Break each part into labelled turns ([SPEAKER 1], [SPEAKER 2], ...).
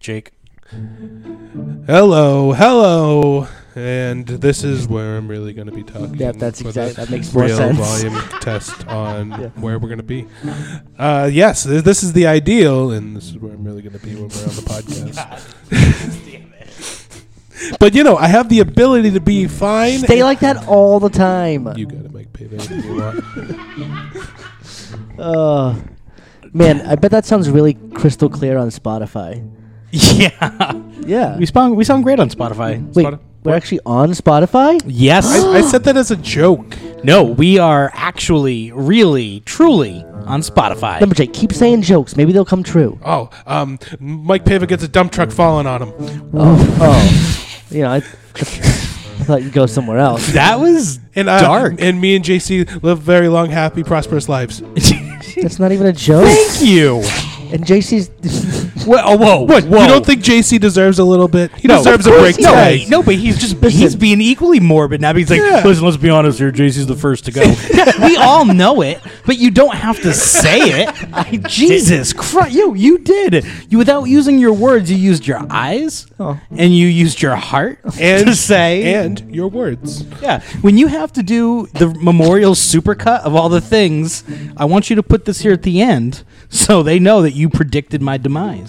[SPEAKER 1] Jake.
[SPEAKER 2] Hello, hello, and this is where I'm really going to be talking.
[SPEAKER 3] Yep, that's
[SPEAKER 2] with
[SPEAKER 3] exact.
[SPEAKER 2] a
[SPEAKER 3] That makes more
[SPEAKER 2] real
[SPEAKER 3] sense.
[SPEAKER 2] volume test on
[SPEAKER 3] Yeah.
[SPEAKER 2] where we're going to be. Uh, yes, th- this is the ideal, and this is where I'm really going to be when we're on the podcast. but you know, I have the ability to be fine.
[SPEAKER 3] Stay like that all the time.
[SPEAKER 2] you got it, Mike Pave. anything you want.
[SPEAKER 3] Uh, man, I bet that sounds really crystal clear on Spotify.
[SPEAKER 1] Yeah.
[SPEAKER 3] Yeah.
[SPEAKER 1] We sound, we sound great on Spotify.
[SPEAKER 3] Wait,
[SPEAKER 2] Spoti-
[SPEAKER 3] we're actually on Spotify?
[SPEAKER 1] Yes.
[SPEAKER 2] I, I said that as a joke.
[SPEAKER 1] No, we are actually, really, truly on Spotify.
[SPEAKER 3] Number J, keep saying jokes. Maybe they'll come true.
[SPEAKER 2] Oh, um, Mike Pava gets a dump truck falling on him,
[SPEAKER 3] Oh, oh. you know, I, I thought you'd go somewhere else.
[SPEAKER 1] That was
[SPEAKER 2] and I,
[SPEAKER 1] dark.
[SPEAKER 2] And me and JC live very long, happy, prosperous lives.
[SPEAKER 3] That's not even a joke.
[SPEAKER 1] Thank you.
[SPEAKER 3] And JC's.
[SPEAKER 1] Whoa, oh, whoa,
[SPEAKER 2] What?
[SPEAKER 1] whoa.
[SPEAKER 2] You don't think JC deserves a little bit? He deserves a
[SPEAKER 1] of course
[SPEAKER 2] break
[SPEAKER 1] he does.
[SPEAKER 2] today.
[SPEAKER 1] No, but he's just he's being equally morbid now. Because he's like,
[SPEAKER 2] Yeah.
[SPEAKER 1] listen, let's be honest here. JC's the first to go. we all know it, but you don't have to say it. Jesus Christ, yo, you did. You without using your words, you used your eyes
[SPEAKER 3] Oh.
[SPEAKER 1] and you used your heart
[SPEAKER 2] And
[SPEAKER 1] to say.
[SPEAKER 2] and your words.
[SPEAKER 1] yeah, when you have to do the memorial supercut of all the things, I want you to put this here at the end so they know that you predicted my demise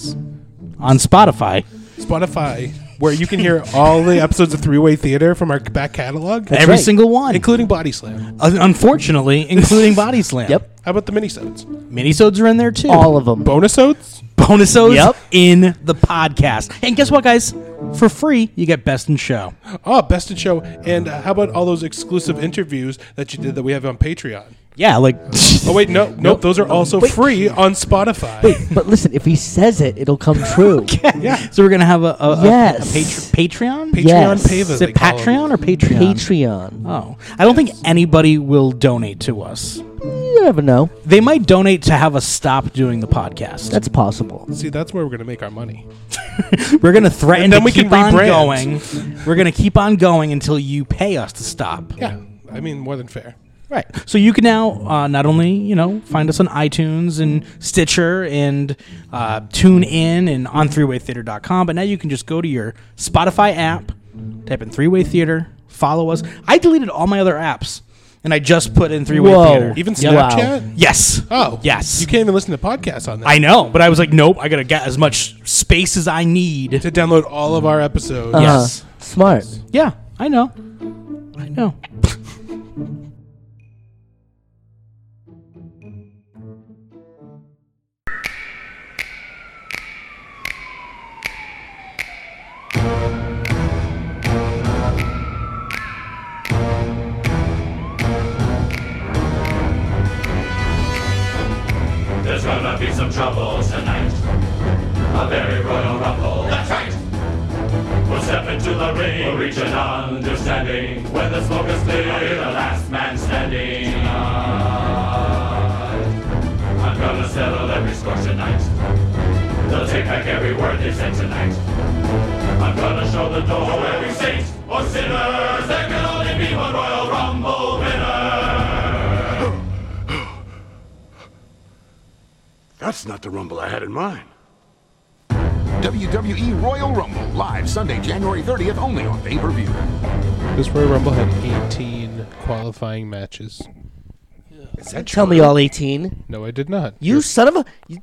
[SPEAKER 1] on Spotify.
[SPEAKER 2] Spotify, where you can hear all the episodes of Three Way Theater from our back catalog,
[SPEAKER 3] That's
[SPEAKER 1] Every
[SPEAKER 3] right.
[SPEAKER 1] single one.
[SPEAKER 2] including Body Slam.
[SPEAKER 1] Un- uh, unfortunately, including Body Slam.
[SPEAKER 3] Yep.
[SPEAKER 2] How about the minisodes?
[SPEAKER 1] Minisodes are in there too.
[SPEAKER 3] All of them.
[SPEAKER 2] Bonusodes?
[SPEAKER 1] bonusodes
[SPEAKER 3] Yep.
[SPEAKER 1] in the podcast. And guess what, guys? For free, you get Best in Show.
[SPEAKER 2] Oh, best in show. And uh, how about all those exclusive interviews that you did that we have on Patreon?
[SPEAKER 1] Yeah, like.
[SPEAKER 2] Oh wait, no, nope. Those are also free on Spotify.
[SPEAKER 3] But listen, if he says it, it'll come true.
[SPEAKER 2] Yeah.
[SPEAKER 1] So we're gonna have a, a, a-
[SPEAKER 3] Yes.
[SPEAKER 1] a patr- Patreon.
[SPEAKER 2] Patreon
[SPEAKER 3] Yes.
[SPEAKER 2] Pava.
[SPEAKER 1] Is
[SPEAKER 2] they
[SPEAKER 1] it
[SPEAKER 2] call 'em.
[SPEAKER 1] Patreon or Patreon?
[SPEAKER 3] Patreon.
[SPEAKER 1] oh, I don't think anybody will donate to us.
[SPEAKER 3] You never know.
[SPEAKER 1] They might donate to have us stop doing the podcast.
[SPEAKER 3] That's possible.
[SPEAKER 2] See, that's where we're gonna make our money.
[SPEAKER 1] we're gonna threaten
[SPEAKER 2] And then
[SPEAKER 1] to
[SPEAKER 2] we
[SPEAKER 1] keep
[SPEAKER 2] can
[SPEAKER 1] on
[SPEAKER 2] rebrand.
[SPEAKER 1] going. We're gonna keep on going until you pay us to stop.
[SPEAKER 2] Yeah, I mean more than fair.
[SPEAKER 1] Right. So you can now uh, not only you know find us on iTunes and Stitcher and uh, tune in and on threewaytheater.com, but now you can just go to your Spotify app, type in Three Way Theater, follow us. I deleted all my other apps and I just put in Three Way
[SPEAKER 3] Whoa.
[SPEAKER 1] Theater.
[SPEAKER 2] Even
[SPEAKER 3] Yeah. Wow.
[SPEAKER 2] Snapchat.
[SPEAKER 1] yes.
[SPEAKER 2] Oh,
[SPEAKER 1] Yes.
[SPEAKER 2] You can't even listen to podcasts on that.
[SPEAKER 1] I know, but I was like, nope. I gotta get as much space as I need.
[SPEAKER 2] to download all of our episodes.
[SPEAKER 1] Yeah.
[SPEAKER 3] Uh-huh.
[SPEAKER 1] Yes.
[SPEAKER 3] Smart.
[SPEAKER 1] yeah, I know. I know.
[SPEAKER 4] There's gonna be some trouble tonight. A very royal rumble. That's right. We'll step into the ring. We'll reach an understanding. When the smoke is clear, I'll be the last man standing. Tonight, I'm gonna settle every score tonight. They'll take back every word they said tonight. I'm gonna show the door to every saint or sinners. There can only be one royal rumble winner.
[SPEAKER 5] That's not the rumble I had in mind.
[SPEAKER 6] WWE E Royal Rumble, live Sunday, January 30th, only on pay per view.
[SPEAKER 2] This Royal Rumble had 18 qualifying matches. Is that
[SPEAKER 3] Tell me all 18.
[SPEAKER 2] No, I did not.
[SPEAKER 3] You son of a. You,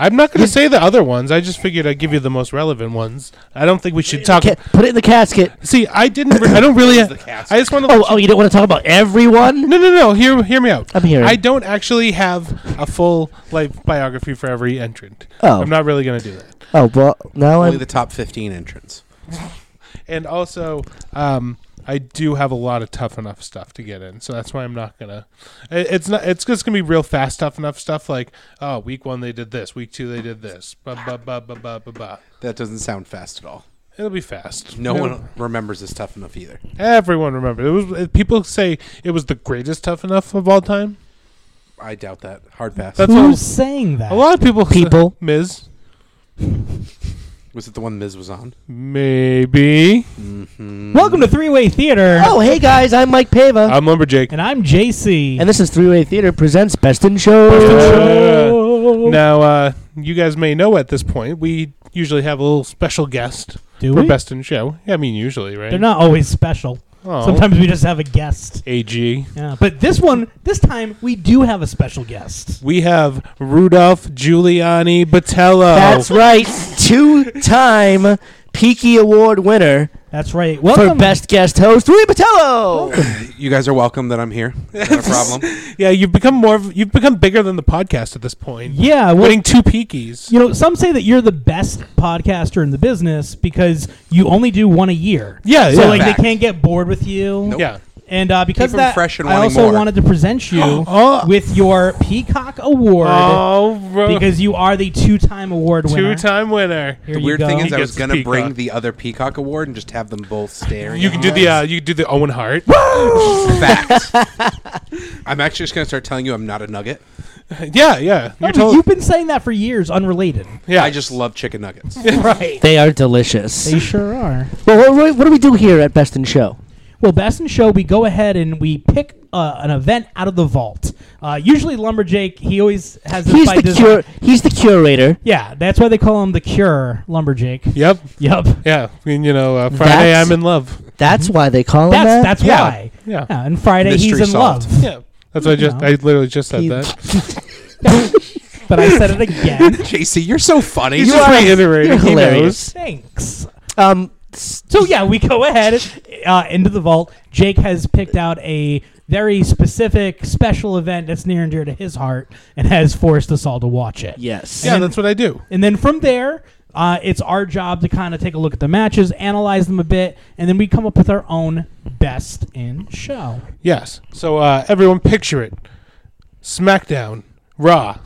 [SPEAKER 2] I'm not going to say the other ones. I just figured I'd give you the most relevant ones. I don't think we should talk.
[SPEAKER 3] ca- put it in the casket.
[SPEAKER 2] See, I didn't. Re- I don't really. I just want to.
[SPEAKER 3] Oh, oh, you don't want to talk about everyone?
[SPEAKER 2] No, no, no. Hear, hear me out.
[SPEAKER 3] I'm hearing.
[SPEAKER 2] I don't actually have a full life biography for every entrant.
[SPEAKER 3] Oh.
[SPEAKER 2] I'm not really going to do that.
[SPEAKER 3] Oh, well, now
[SPEAKER 7] Only
[SPEAKER 3] I'm.
[SPEAKER 7] the top 15 entrants.
[SPEAKER 2] And also, um, I do have a lot of tough enough stuff to get in, so that's why I'm not gonna. it- It's not. It's just gonna be real fast tough enough stuff. Like, oh, week one they did this, week two they did this, ba ba ba ba ba ba ba.
[SPEAKER 7] That doesn't sound fast at all.
[SPEAKER 2] It'll be fast.
[SPEAKER 7] No
[SPEAKER 2] Yeah.
[SPEAKER 7] one remembers this tough enough either.
[SPEAKER 2] Everyone remember it was. People say it was the greatest tough enough of all time.
[SPEAKER 8] I doubt that. Hard pass.
[SPEAKER 2] That's what-
[SPEAKER 1] Who's saying that?
[SPEAKER 2] a lot of people.
[SPEAKER 3] People.
[SPEAKER 2] Miz,
[SPEAKER 8] was it the one Miz was on?
[SPEAKER 2] maybe.
[SPEAKER 1] Welcome to Three Way Theater,
[SPEAKER 3] Oh, hey guys, I'm Mike Pava,
[SPEAKER 2] I'm lumberjack.
[SPEAKER 1] Uh, and I'm JC.
[SPEAKER 3] and this is Three Way Theater presents Best in Show.
[SPEAKER 1] Oh.
[SPEAKER 2] Uh, now, uh, you guys may know at this point we usually have a little special guest
[SPEAKER 1] Do
[SPEAKER 2] for
[SPEAKER 1] we?
[SPEAKER 2] Best in Show. Yeah, I mean, usually, right?
[SPEAKER 1] They're not always special.
[SPEAKER 2] Oh.
[SPEAKER 1] Sometimes we just have a guest.
[SPEAKER 2] AG.
[SPEAKER 1] Yeah, but this one, this time, we do have a special guest.
[SPEAKER 2] We have Rudolph Giuliani Batello.
[SPEAKER 3] That's right, two-time Peaky Award winner
[SPEAKER 1] That's right.
[SPEAKER 3] for
[SPEAKER 1] Welcome,
[SPEAKER 3] Best Guest Host, Rui Patello.
[SPEAKER 8] You guys are welcome that I'm here. Not a problem.
[SPEAKER 2] yeah, you've become more. Of, you've become bigger than the podcast at this point.
[SPEAKER 1] Yeah, well,
[SPEAKER 2] winning two peakies.
[SPEAKER 1] you know, some say that you're the best podcaster in the business because you only do one a year.
[SPEAKER 2] Yeah,
[SPEAKER 1] so
[SPEAKER 2] yeah.
[SPEAKER 1] like
[SPEAKER 8] Fact.
[SPEAKER 1] they can't get bored with you.
[SPEAKER 2] Yeah.
[SPEAKER 1] And uh, because
[SPEAKER 8] Keep 'em
[SPEAKER 1] that,
[SPEAKER 8] fresh and
[SPEAKER 1] I
[SPEAKER 8] wanting
[SPEAKER 1] also
[SPEAKER 8] more.
[SPEAKER 1] wanted to present you
[SPEAKER 2] Oh.
[SPEAKER 1] with your Peacock Award
[SPEAKER 2] Oh, bro.
[SPEAKER 1] because you are the two-time award winner.
[SPEAKER 2] two-time winner.
[SPEAKER 1] Here
[SPEAKER 8] The
[SPEAKER 1] you
[SPEAKER 8] weird thing
[SPEAKER 1] go.
[SPEAKER 8] is, I
[SPEAKER 2] He
[SPEAKER 8] was
[SPEAKER 2] gets
[SPEAKER 8] gonna
[SPEAKER 2] Peacock.
[SPEAKER 8] bring the other Peacock Award and just have them both staring.
[SPEAKER 2] You
[SPEAKER 8] at
[SPEAKER 2] can
[SPEAKER 8] me.
[SPEAKER 2] do the uh, you can do the Owen Hart.
[SPEAKER 8] fact. I'm actually just gonna start telling you I'm not a nugget.
[SPEAKER 2] yeah, yeah. You're
[SPEAKER 1] No, but you've been saying that for years, unrelated.
[SPEAKER 2] yeah.
[SPEAKER 8] I just love chicken nuggets.
[SPEAKER 1] right.
[SPEAKER 3] They are delicious.
[SPEAKER 1] They sure are.
[SPEAKER 3] Well, what, what, what do we do here at Best in Show?
[SPEAKER 1] Well, Best in Show, we go ahead and we pick uh, an event out of the vault. Uh, usually, Lumberjake, he always has this
[SPEAKER 3] He's
[SPEAKER 1] by
[SPEAKER 3] the
[SPEAKER 1] design.
[SPEAKER 3] cur- he's the curator.
[SPEAKER 1] Yeah, that's why they call him the Cure, Lumberjake.
[SPEAKER 2] Yep.
[SPEAKER 1] Yep.
[SPEAKER 2] Yeah. I mean, you know, uh, Friday
[SPEAKER 3] That's-
[SPEAKER 2] I'm in love.
[SPEAKER 3] That's why they call him
[SPEAKER 1] That's
[SPEAKER 3] that.
[SPEAKER 1] that's
[SPEAKER 2] Yeah,
[SPEAKER 1] why.
[SPEAKER 2] yeah.
[SPEAKER 1] And Friday, he's
[SPEAKER 8] Mystery
[SPEAKER 1] in
[SPEAKER 8] solved.
[SPEAKER 1] love.
[SPEAKER 2] Yeah. That's what I just
[SPEAKER 1] know.
[SPEAKER 2] I literally just said
[SPEAKER 3] He-
[SPEAKER 2] that.
[SPEAKER 1] But I said it again.
[SPEAKER 8] JC, you're so funny.
[SPEAKER 2] He's just reiterating.
[SPEAKER 3] you're
[SPEAKER 2] He
[SPEAKER 3] hilarious.
[SPEAKER 2] knows.
[SPEAKER 1] Thanks.
[SPEAKER 3] um, s-
[SPEAKER 1] So yeah, we go ahead uh, into the vault. Jake has picked out a very specific special event that's near and dear to his heart, and has forced us all to watch it.
[SPEAKER 3] yes.
[SPEAKER 2] Yeah, that's what I do.
[SPEAKER 1] And then from there, uh, it's our job to kind of take a look at the matches, analyze them a bit, and then we come up with our own best in show.
[SPEAKER 2] Yes. So uh, everyone picture it. SmackDown, Raw,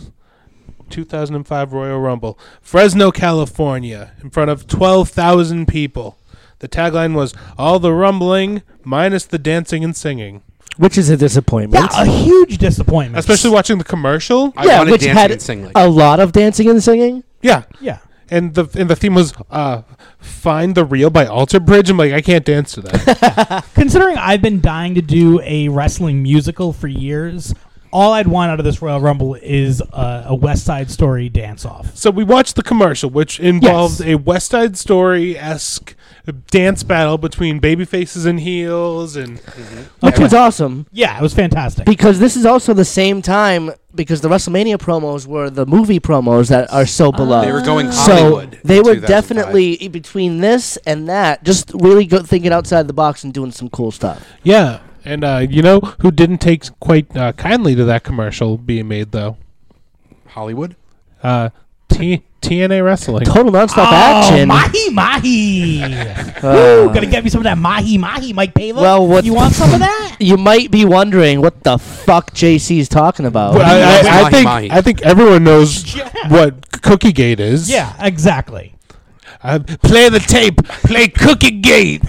[SPEAKER 2] 2005 Royal Rumble, Fresno, California, in front of 12,000 people. The tagline was all the rumbling minus the dancing and singing.
[SPEAKER 3] Which is a disappointment.
[SPEAKER 1] Yeah, a huge disappointment.
[SPEAKER 2] Especially watching the commercial.
[SPEAKER 8] I wanted dancing and singing.
[SPEAKER 3] a lot of dancing and singing.
[SPEAKER 2] Yeah.
[SPEAKER 1] yeah.
[SPEAKER 2] And the and the theme was uh, find the real by Alter Bridge. I'm like I can't dance to that.
[SPEAKER 1] Considering I've been dying to do a wrestling musical for years, all I'd want out of this Royal Rumble is uh, a West Side Story dance off.
[SPEAKER 2] so we watched the commercial, which involved a West Side Story esque dance battle between baby faces and heels and
[SPEAKER 3] Which was awesome
[SPEAKER 1] Yeah, it was fantastic.
[SPEAKER 3] because this is also the same time because the WrestleMania promos were the movie promos that are so beloved.
[SPEAKER 8] They were going
[SPEAKER 3] so
[SPEAKER 8] Hollywood.
[SPEAKER 3] they
[SPEAKER 8] in
[SPEAKER 3] were
[SPEAKER 8] 2005.
[SPEAKER 3] definitely e- between this and that, just really go- thinking outside the box and doing some cool stuff.
[SPEAKER 2] Yeah, and uh, you know who didn't take quite uh, kindly to that commercial being made though?
[SPEAKER 8] Hollywood.
[SPEAKER 2] Uh, T- TNA Wrestling.
[SPEAKER 3] Total nonstop
[SPEAKER 1] Oh,
[SPEAKER 3] action.
[SPEAKER 1] mahi mahi!
[SPEAKER 3] Uh,
[SPEAKER 1] Ooh, gonna get me some of that mahi mahi, Mike Pava.
[SPEAKER 3] Well, what-
[SPEAKER 1] you want some of that?
[SPEAKER 3] you might be wondering what the fuck JC's talking about.
[SPEAKER 2] Well, I, I- I
[SPEAKER 8] Mahi
[SPEAKER 2] think
[SPEAKER 8] Mahi.
[SPEAKER 2] I think everyone knows
[SPEAKER 1] Yeah.
[SPEAKER 2] what C- Cookie Gate is.
[SPEAKER 1] Yeah, exactly.
[SPEAKER 2] Uh, play the tape. Play Cookie Gate.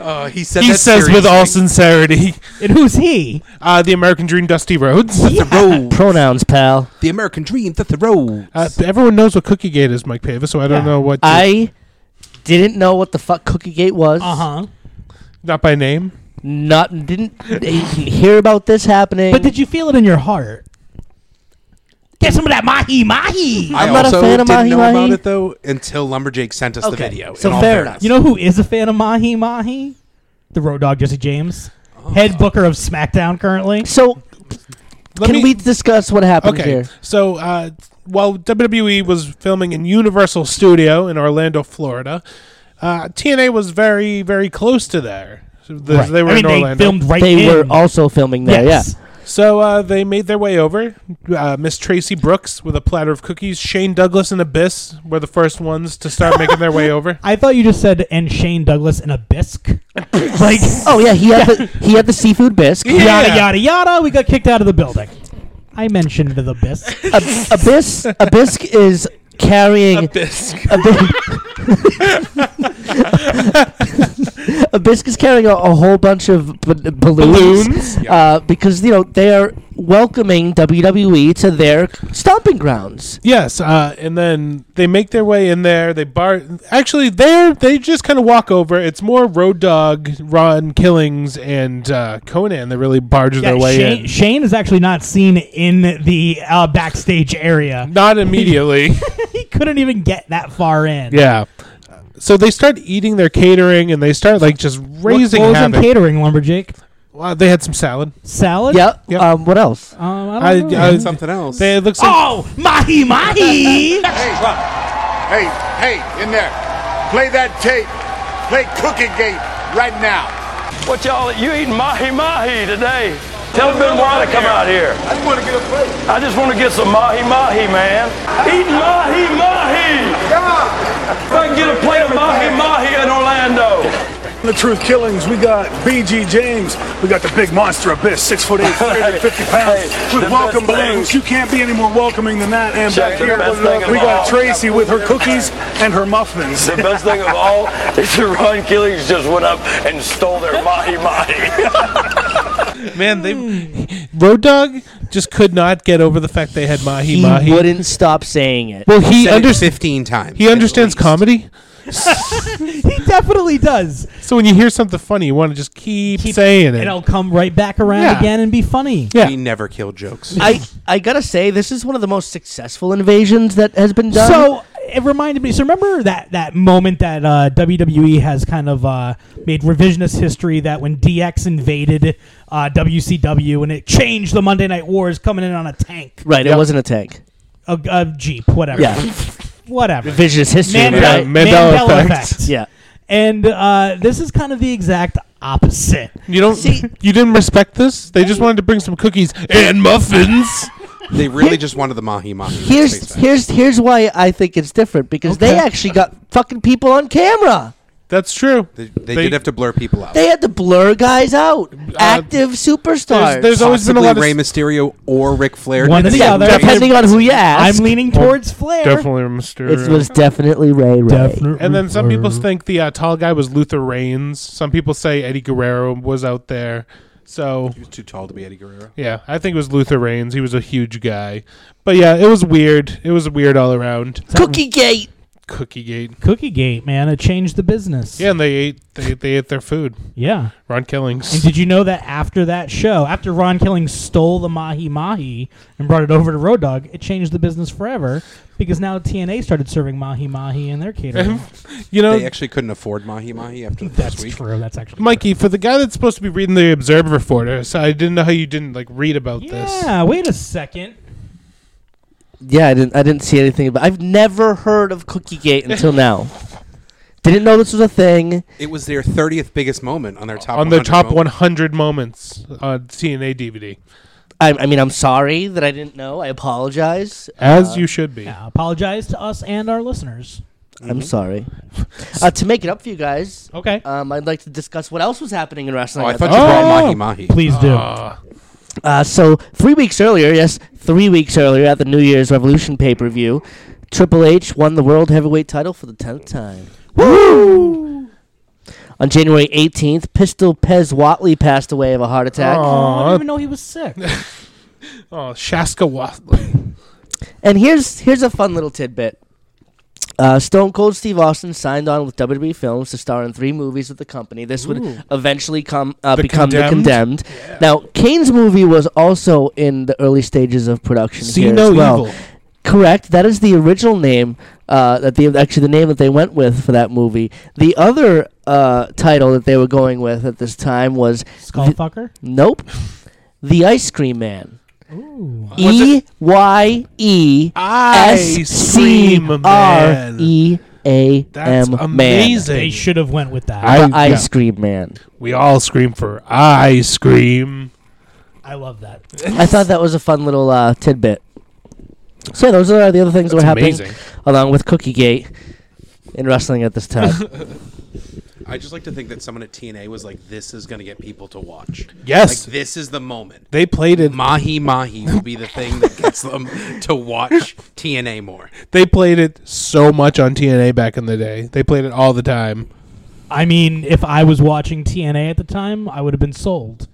[SPEAKER 8] Oh, he said.
[SPEAKER 2] he
[SPEAKER 8] that
[SPEAKER 2] says with
[SPEAKER 8] seriously.
[SPEAKER 2] all sincerity,
[SPEAKER 1] And who's he?
[SPEAKER 2] uh, the American Dream, Dusty Rhodes.
[SPEAKER 8] The road,
[SPEAKER 3] Pronouns, pal.
[SPEAKER 8] the American dream, the, the road.
[SPEAKER 2] Uh, everyone knows what Cookie Gate is, Mike Pavis. So I don't
[SPEAKER 1] Yeah.
[SPEAKER 2] know what
[SPEAKER 3] I didn't know what the fuck Cookie Gate was.
[SPEAKER 1] Uh huh.
[SPEAKER 2] not by name.
[SPEAKER 3] Not didn't, didn't hear about this happening.
[SPEAKER 1] But did you feel it in your heart? Get some of that mahi mahi.
[SPEAKER 8] I
[SPEAKER 3] I'm not a
[SPEAKER 8] also
[SPEAKER 3] fan of
[SPEAKER 8] didn't
[SPEAKER 3] Mahi
[SPEAKER 8] know about
[SPEAKER 3] Mahi.
[SPEAKER 8] it though until Lumberjake sent us the
[SPEAKER 3] Okay,
[SPEAKER 8] video.
[SPEAKER 3] so
[SPEAKER 8] in all
[SPEAKER 3] fair
[SPEAKER 8] fairness.
[SPEAKER 3] enough.
[SPEAKER 1] You know who is a fan of mahi mahi? The Road Dog Jesse James, head booker of SmackDown currently.
[SPEAKER 3] so
[SPEAKER 2] Let
[SPEAKER 3] can
[SPEAKER 2] me-
[SPEAKER 3] we discuss what happened
[SPEAKER 2] Okay,
[SPEAKER 3] here?
[SPEAKER 2] so uh, while WWE was filming in Universal Studio in Orlando, Florida, uh, TNA was very, very close to there. So the-
[SPEAKER 1] Right.
[SPEAKER 2] They were
[SPEAKER 1] I mean,
[SPEAKER 2] in
[SPEAKER 1] they
[SPEAKER 2] Orlando,
[SPEAKER 1] filmed right.
[SPEAKER 3] They
[SPEAKER 1] in.
[SPEAKER 3] were also filming there.
[SPEAKER 1] Yes.
[SPEAKER 2] so uh, they made their way over. Uh, Miss Tracy Brooks with a platter of cookies. Shane Douglas and Abyss were the first ones to start making their way over.
[SPEAKER 1] I thought you just said and Shane Douglas in a bisque. like
[SPEAKER 3] Yeah. Oh yeah, he had the he had the seafood bisque.
[SPEAKER 1] yada yada yada. We got kicked out of the building. I mentioned the bisque.
[SPEAKER 3] A, a bis a bisque is carrying
[SPEAKER 2] Abyss.
[SPEAKER 3] a, bi- Abisca's carrying a, a whole bunch of b- balloons,
[SPEAKER 2] Balloons?
[SPEAKER 3] Uh, because you know they are welcoming WWE to their stomping grounds.
[SPEAKER 2] Yes, uh, and then they make their way in there. They bar. Actually, there they just kind of walk over. It's more Road Dog, Ron Killings, and uh, Conan that really barge their way
[SPEAKER 1] Shane,
[SPEAKER 2] in.
[SPEAKER 1] Shane is actually not seen in the uh, backstage area.
[SPEAKER 2] Not immediately.
[SPEAKER 1] He couldn't even get that far in.
[SPEAKER 2] yeah. So they start eating their catering, and they start like just
[SPEAKER 1] What, what
[SPEAKER 2] raising
[SPEAKER 1] was in
[SPEAKER 2] havoc.
[SPEAKER 1] catering, lumberjack?
[SPEAKER 2] Wow, they had some salad.
[SPEAKER 1] Salad?
[SPEAKER 3] Yep.
[SPEAKER 2] Yep.
[SPEAKER 3] Um, what else?
[SPEAKER 1] Um, I
[SPEAKER 2] I,
[SPEAKER 1] don't know.
[SPEAKER 2] I-
[SPEAKER 8] And something else.
[SPEAKER 2] they, it looks like
[SPEAKER 1] oh, mahi mahi.
[SPEAKER 6] Hey, hey, in there. Play that tape. Play Cooking Gate right now.
[SPEAKER 4] What y'all, you eating mahi mahi today? Tell Benoit to come out here. I just want to get a plate. I just want to get some mahi mahi, man. Eating mahi mahi. Come on. If I can get a plate of mahi mahi in Orlando.
[SPEAKER 9] The Truth Killings, we got BG James. We got the big monster abyss, six foot eight, 350 pounds,
[SPEAKER 4] Hey, the
[SPEAKER 9] with welcome
[SPEAKER 4] best thing.
[SPEAKER 9] balloons. You can't be any more welcoming than that. And
[SPEAKER 4] Check
[SPEAKER 9] back
[SPEAKER 4] the
[SPEAKER 9] here,
[SPEAKER 4] best thing of
[SPEAKER 9] we
[SPEAKER 4] all.
[SPEAKER 9] got Tracy with her cookies and her muffins.
[SPEAKER 4] The best thing of all is that Ron Killings just went up and stole their mahi mahi.
[SPEAKER 2] man, they Road Dog just could not get over the fact they had mahi
[SPEAKER 3] He
[SPEAKER 2] mahi.
[SPEAKER 3] wouldn't stop saying it.
[SPEAKER 2] Well, he
[SPEAKER 8] Said it
[SPEAKER 2] understands.
[SPEAKER 8] fifteen times.
[SPEAKER 2] He
[SPEAKER 8] at
[SPEAKER 2] understands
[SPEAKER 8] least.
[SPEAKER 2] comedy.
[SPEAKER 1] he definitely does.
[SPEAKER 2] So when you hear something funny, you want to just keep, saying it.
[SPEAKER 1] It'll come right back around
[SPEAKER 2] Yeah.
[SPEAKER 1] again and be funny.
[SPEAKER 2] Yeah.
[SPEAKER 8] We never kill jokes.
[SPEAKER 3] I I gotta say, this is one of the most successful invasions that has been done.
[SPEAKER 1] So it reminded me. So remember that that moment that uh, WWE has kind of uh, made revisionist history that when DX invaded uh, WCW and it changed the Monday Night Wars coming in on a tank,
[SPEAKER 3] right, it wasn't a tank.
[SPEAKER 1] a, a jeep, whatever,
[SPEAKER 3] Yeah,
[SPEAKER 1] whatever.
[SPEAKER 3] visionist history.
[SPEAKER 1] Mandela,
[SPEAKER 2] Yeah,
[SPEAKER 3] right?
[SPEAKER 2] Mandela
[SPEAKER 1] Mandela
[SPEAKER 2] effect.
[SPEAKER 1] effect.
[SPEAKER 3] Yeah.
[SPEAKER 1] And uh, this is kind of the exact opposite.
[SPEAKER 2] You don't.
[SPEAKER 3] See-
[SPEAKER 2] you didn't respect this. They just wanted to bring some cookies and muffins.
[SPEAKER 8] They really just wanted the mahi mahi. let's face
[SPEAKER 3] Here's
[SPEAKER 8] that.
[SPEAKER 3] here's here's why I think it's different because they
[SPEAKER 2] Okay.
[SPEAKER 3] actually got fucking people on camera.
[SPEAKER 2] That's true.
[SPEAKER 8] They, they did have to blur people out.
[SPEAKER 3] They had to blur guys out. Active superstars.
[SPEAKER 2] Uh, There's, there's always been a
[SPEAKER 8] Possibly
[SPEAKER 2] lot of
[SPEAKER 8] Rey Mysterio or Ric Flair.
[SPEAKER 1] One or the
[SPEAKER 8] Yeah,
[SPEAKER 1] other.
[SPEAKER 8] definitely.
[SPEAKER 3] depending on who you
[SPEAKER 1] I'm
[SPEAKER 3] ask.
[SPEAKER 1] leaning towards Flair.
[SPEAKER 2] Mysterio.
[SPEAKER 3] it was definitely Ray Ray.
[SPEAKER 2] and then some people think the uh, tall guy was Luther Reigns. Some people say Eddie Guerrero was out there. So
[SPEAKER 8] He was too tall to be Eddie Guerrero.
[SPEAKER 2] yeah, I think it was Luther Reigns. He was a huge guy. But yeah, it was weird. It was weird all around.
[SPEAKER 3] Cookie Gate.
[SPEAKER 2] Cookie gate.
[SPEAKER 1] Cookie Gate, man, it changed the business.
[SPEAKER 2] Yeah, and they ate. They, they ate their food.
[SPEAKER 1] Yeah.
[SPEAKER 2] Ron
[SPEAKER 1] And
[SPEAKER 2] Killings.
[SPEAKER 1] did you know that after that show, after Ron Killing stole the Mahi Mahi and brought it over to Road Dogg, it changed the business forever because now TNA started serving Mahi Mahi in their catering.
[SPEAKER 2] You know,
[SPEAKER 8] They actually couldn't afford mahi mahi after the first
[SPEAKER 1] that's
[SPEAKER 8] week.
[SPEAKER 1] true. That's actually
[SPEAKER 2] Mikey, for the guy that's supposed to be reading the Observer for us, I didn't know how you didn't like read about
[SPEAKER 1] true.
[SPEAKER 2] this.
[SPEAKER 1] Yeah, wait a second.
[SPEAKER 3] Yeah, I didn't I didn't see anything about I've never heard of Cookie Gate until now. Didn't know this was a thing.
[SPEAKER 8] It was their 30th biggest moment on their top
[SPEAKER 2] on their
[SPEAKER 8] 100
[SPEAKER 2] top
[SPEAKER 8] moment.
[SPEAKER 2] 100 moments on TNA DVD,
[SPEAKER 3] I, I mean, I'm sorry that I didn't know. I apologize.
[SPEAKER 2] as you should be.
[SPEAKER 1] Yeah, apologize to us and our listeners.
[SPEAKER 2] Mm-hmm.
[SPEAKER 3] I'm sorry. Uh, to make it up for you guys,
[SPEAKER 1] Okay.
[SPEAKER 3] um, I'd like to discuss what else was happening in wrestling.
[SPEAKER 8] Oh, I
[SPEAKER 3] at
[SPEAKER 8] thought
[SPEAKER 3] the
[SPEAKER 8] you
[SPEAKER 3] time.
[SPEAKER 8] brought mahi
[SPEAKER 2] Oh!
[SPEAKER 8] mahi.
[SPEAKER 1] Please do.
[SPEAKER 2] Ah,
[SPEAKER 3] Uh, so three weeks earlier, yes, three weeks earlier at the New Year's Revolution pay per view, Triple H won the World Heavyweight title for the tenth time. Woo! On January 18th, Pistol Pez Watley passed away of a heart attack,
[SPEAKER 1] Oh, I
[SPEAKER 2] Aw.
[SPEAKER 1] didn't even know he was sick.
[SPEAKER 2] oh, Shaska Watley.
[SPEAKER 3] and here's here's a fun little tidbit. Uh, Stone Cold Steve Austin signed on with WWE Films to star in three movies with the company. This would eventually come uh,
[SPEAKER 2] The
[SPEAKER 3] become
[SPEAKER 2] Condemned?
[SPEAKER 3] The Condemned. Now, Kane's movie was also in the early stages of production
[SPEAKER 2] See
[SPEAKER 3] here
[SPEAKER 2] no
[SPEAKER 3] as well.
[SPEAKER 2] evil.
[SPEAKER 3] Correct. That is the original name. Uh, that the actually the name that they went with for that movie. The other uh, title that they were going with at this time was
[SPEAKER 1] Skullfucker.
[SPEAKER 3] Nope, the Ice Cream Man.
[SPEAKER 1] Ooh.
[SPEAKER 8] Was
[SPEAKER 3] E Y E S
[SPEAKER 2] Ice
[SPEAKER 3] C
[SPEAKER 2] cream
[SPEAKER 3] R
[SPEAKER 2] man.
[SPEAKER 3] E A
[SPEAKER 2] That's
[SPEAKER 3] M Man.
[SPEAKER 2] amazing.
[SPEAKER 1] They should have went with that.
[SPEAKER 2] I-
[SPEAKER 1] I,
[SPEAKER 3] The
[SPEAKER 2] yeah.
[SPEAKER 3] Ice Cream Man.
[SPEAKER 2] We all scream for ice cream.
[SPEAKER 1] love that.
[SPEAKER 3] I thought that was a fun little uh, tidbit. So yeah, those are the other things that
[SPEAKER 2] That's
[SPEAKER 3] were happening
[SPEAKER 2] amazing.
[SPEAKER 3] along with Cookie Gate in wrestling at this time.
[SPEAKER 8] I just like to think that someone at TNA was like, "This is going to get people to watch.
[SPEAKER 2] Yes.
[SPEAKER 8] like, this is the moment.
[SPEAKER 2] They played it.
[SPEAKER 8] Mahi mahi will be the thing that gets them to watch TNA more."
[SPEAKER 2] They played it so much on TNA back in the day. They played it all the time.
[SPEAKER 1] I mean, if I was watching TNA at the time, I would have been sold.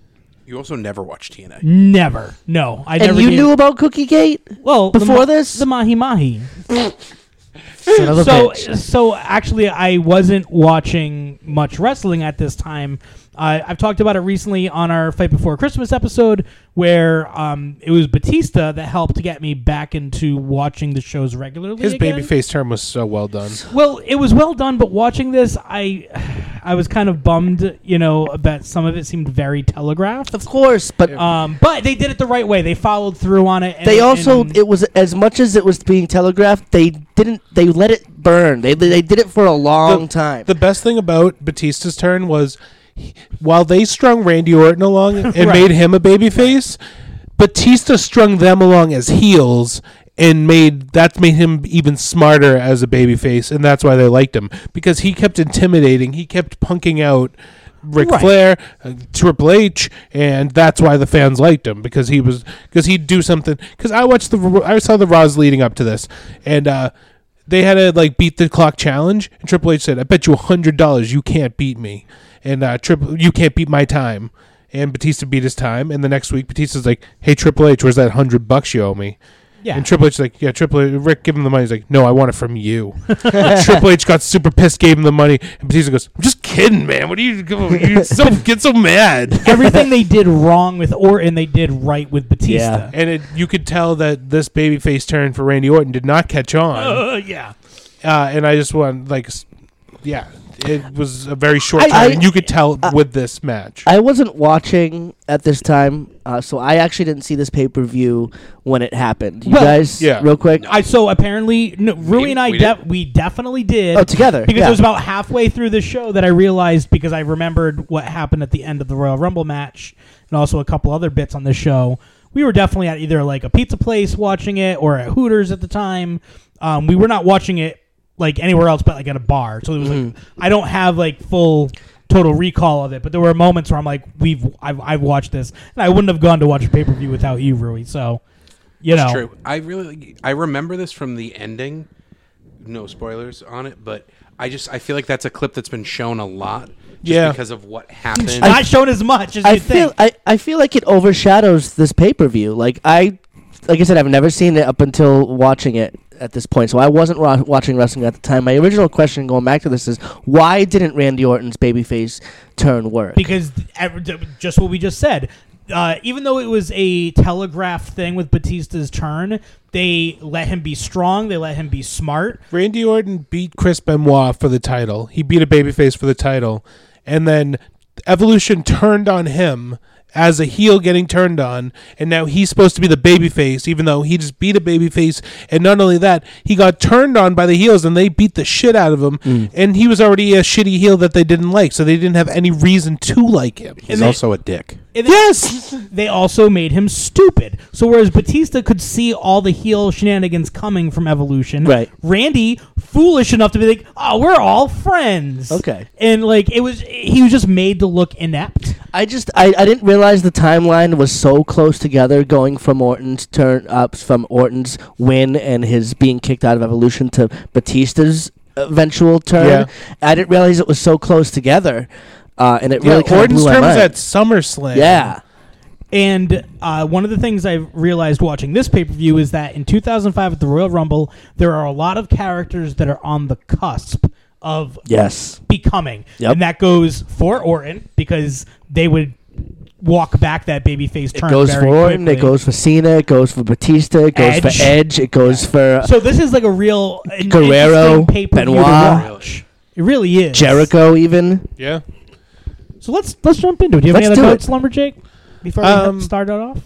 [SPEAKER 8] You also never watched TNA.
[SPEAKER 1] Never. No, I
[SPEAKER 3] And
[SPEAKER 1] never.
[SPEAKER 3] you
[SPEAKER 1] gave-
[SPEAKER 3] knew about Cookie Gate?
[SPEAKER 1] well the
[SPEAKER 3] before
[SPEAKER 1] ma-
[SPEAKER 3] this?
[SPEAKER 1] the mahi mahi.
[SPEAKER 3] Son of a
[SPEAKER 1] so
[SPEAKER 3] bitch.
[SPEAKER 1] so actually i wasn't watching much wrestling at this time uh, i've talked about it recently on our fight before christmas episode where um, it was batista that helped to get me back into watching the shows regularly
[SPEAKER 2] His
[SPEAKER 1] again.
[SPEAKER 2] babyface term was so well done.
[SPEAKER 1] well it was well done but watching this i i was kind of bummed you know that some of it seemed very telegraphed
[SPEAKER 3] Of course, but
[SPEAKER 1] um, but they did it the right way they followed through on it and-
[SPEAKER 3] they also
[SPEAKER 1] and-
[SPEAKER 3] it was as much as it was being telegraphed, they didn't they let it burn. They they did it for a long time.
[SPEAKER 2] The best thing about Batista's turn was he- while they strung Randy Orton along and made him a babyface, Batista strung them along as heels and made that made him even smarter as a babyface and that's why they liked him because he kept intimidating, he kept punking out Ric
[SPEAKER 1] Right.
[SPEAKER 2] Flair, uh, Triple H, and that's why the fans liked him because he was because he'd do something. Because I watched the I saw the Raws leading up to this, and uh, they had a like beat the clock challenge, and Triple H said, "I bet you hundred dollars you can't beat me, and uh, Triple you can't beat my time." And Batista beat his time, and the next week Batista's like, "Hey Triple H, where's that hundred bucks you owe me?"
[SPEAKER 1] yeah.
[SPEAKER 2] And Triple H's like, yeah, Triple H, Rick, give him the money. He's like, no, I want it from you. And Triple H got super pissed, gave him the money. And Batista goes, I'm just kidding, man. What do you, you so, get so mad?
[SPEAKER 1] everything they did wrong with Orton, they did right with Batista.
[SPEAKER 2] And it, you could tell that this babyface turn for Randy Orton did not catch on. Uh,
[SPEAKER 1] Uh, yeah.
[SPEAKER 2] and I just want, like, s- yeah, it was a very short
[SPEAKER 3] I-
[SPEAKER 2] time.
[SPEAKER 3] I- uh,
[SPEAKER 2] and you could tell with this match.
[SPEAKER 3] I wasn't watching at this time, uh, so I actually didn't see this pay per view when it happened. You
[SPEAKER 1] Well-
[SPEAKER 3] guys,
[SPEAKER 2] Yeah.
[SPEAKER 3] real quick.
[SPEAKER 1] I so apparently no, Rui and I
[SPEAKER 8] we
[SPEAKER 1] we,
[SPEAKER 8] did.
[SPEAKER 1] we definitely did
[SPEAKER 3] Oh, together,
[SPEAKER 1] because
[SPEAKER 3] yeah.
[SPEAKER 1] it was about halfway through the show that I realized because I remembered what happened at the end of the Royal Rumble match and also a couple other bits on the show. We were definitely at either like a pizza place watching it or at Hooters at the time. Um, we were not watching it like anywhere else but like at a bar. So it was like
[SPEAKER 3] Mm-hmm.
[SPEAKER 1] I don't have like full total recall of it, but there were moments where I'm like we've I've, I've watched this and I wouldn't have gone to watch a pay-per-view without you, Rui. So you know.
[SPEAKER 8] It's true. I really I remember this from the ending. No spoilers on it, but I just I feel like that's a clip that's been shown a lot just
[SPEAKER 2] Yeah.
[SPEAKER 8] because of what happened.
[SPEAKER 1] not shown as much as
[SPEAKER 3] I
[SPEAKER 1] you
[SPEAKER 3] feel
[SPEAKER 1] think.
[SPEAKER 3] I, I feel like it overshadows this pay per view. Like I, like I said, I've never seen it up until watching it at this point. So I wasn't wa- watching wrestling at the time. My original question going back to this is why didn't Randy Orton's babyface turn work?
[SPEAKER 1] because ev- d- just what we just said. Uh, even though it was a telegraph thing with Batista's turn, they let him be strong. They let him be smart.
[SPEAKER 2] Randy Orton beat Chris Benoit for the title. He beat a babyface for the title. And then Evolution turned on him as a heel getting turned on. And now he's supposed to be the babyface, even though he just beat a babyface. And not only that, he got turned on by the heels and they beat the shit out of him.
[SPEAKER 3] Hmm.
[SPEAKER 2] And he was already a shitty heel that they didn't like. So they didn't have any reason to like him.
[SPEAKER 8] He's also a dick.
[SPEAKER 1] And they- they also made him stupid. So whereas Batista could see all the heel shenanigans coming from Evolution,
[SPEAKER 3] Right.
[SPEAKER 1] Randy foolish enough to be like, "Oh, we're all friends."
[SPEAKER 3] Okay.
[SPEAKER 1] and like it was, he was just made to look inept.
[SPEAKER 3] I just I, I didn't realize the timeline was so close together, going from Orton's turn ups from Orton's win and his being kicked out of Evolution to Batista's eventual turn.
[SPEAKER 2] Yeah.
[SPEAKER 3] I didn't realize it was so close together, uh, and it really kind of
[SPEAKER 2] Orton's
[SPEAKER 3] blew my
[SPEAKER 2] term was
[SPEAKER 3] mind.
[SPEAKER 2] at SummerSlam.
[SPEAKER 3] yeah.
[SPEAKER 1] And uh, one of the things I realized watching this pay per view is that in 2005 at the Royal Rumble, there are a lot of characters that are on the cusp of
[SPEAKER 3] Yes.
[SPEAKER 1] becoming.
[SPEAKER 3] Yep.
[SPEAKER 1] And that goes for Orton because they would walk back that babyface turn.
[SPEAKER 3] It goes for
[SPEAKER 1] very
[SPEAKER 3] Orton. It
[SPEAKER 1] quickly.
[SPEAKER 3] goes for Cena. It goes for Batista. It goes
[SPEAKER 1] Edge.
[SPEAKER 3] for Edge. It goes for
[SPEAKER 1] So this is like a real an
[SPEAKER 3] Guerrero,
[SPEAKER 1] interesting pay-per-view to
[SPEAKER 3] Benoit.
[SPEAKER 1] watch. It really is.
[SPEAKER 3] Jericho. Even
[SPEAKER 2] Yeah.
[SPEAKER 1] So let's let's jump into it. Do you have
[SPEAKER 3] Let's
[SPEAKER 1] any
[SPEAKER 3] do
[SPEAKER 1] other
[SPEAKER 3] it.
[SPEAKER 1] notes, Lumberjack? Before we
[SPEAKER 2] Um,
[SPEAKER 1] start it off.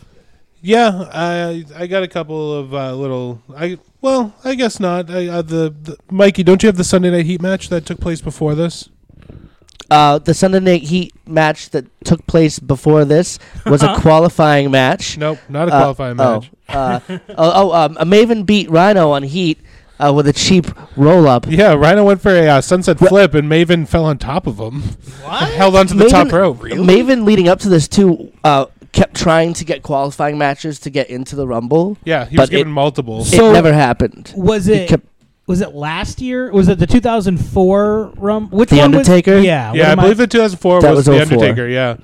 [SPEAKER 2] Yeah, I I got a couple of uh, little. I well, I guess not. I, uh, the, the Mikey, don't you have the Sunday Night Heat match that took place before this?
[SPEAKER 3] uh, the Sunday Night Heat match that took place before this was a qualifying match.
[SPEAKER 2] Nope, not a
[SPEAKER 3] Uh,
[SPEAKER 2] qualifying
[SPEAKER 3] oh,
[SPEAKER 2] match.
[SPEAKER 3] uh, oh, oh, um, a Maven beat Rhino on Heat uh, with a cheap roll up.
[SPEAKER 2] Yeah, Rhino went for a uh, sunset flip, and Maven fell on top of him. What? Held onto the top rope.
[SPEAKER 3] Maven leading up to this too uh, kept trying to get qualifying matches to get into the Rumble.
[SPEAKER 2] Yeah, he
[SPEAKER 3] But
[SPEAKER 2] was given
[SPEAKER 3] it-
[SPEAKER 2] multiple.
[SPEAKER 3] it never happened.
[SPEAKER 1] Was
[SPEAKER 3] He
[SPEAKER 1] it
[SPEAKER 3] kept
[SPEAKER 1] was it last year? Was it the 2004 rum? Which
[SPEAKER 3] The
[SPEAKER 1] one was-
[SPEAKER 3] Undertaker?
[SPEAKER 2] Yeah, I
[SPEAKER 1] yeah, what am
[SPEAKER 2] believe the 2004
[SPEAKER 3] That was
[SPEAKER 2] was, the
[SPEAKER 3] 04.
[SPEAKER 2] Undertaker. Yeah,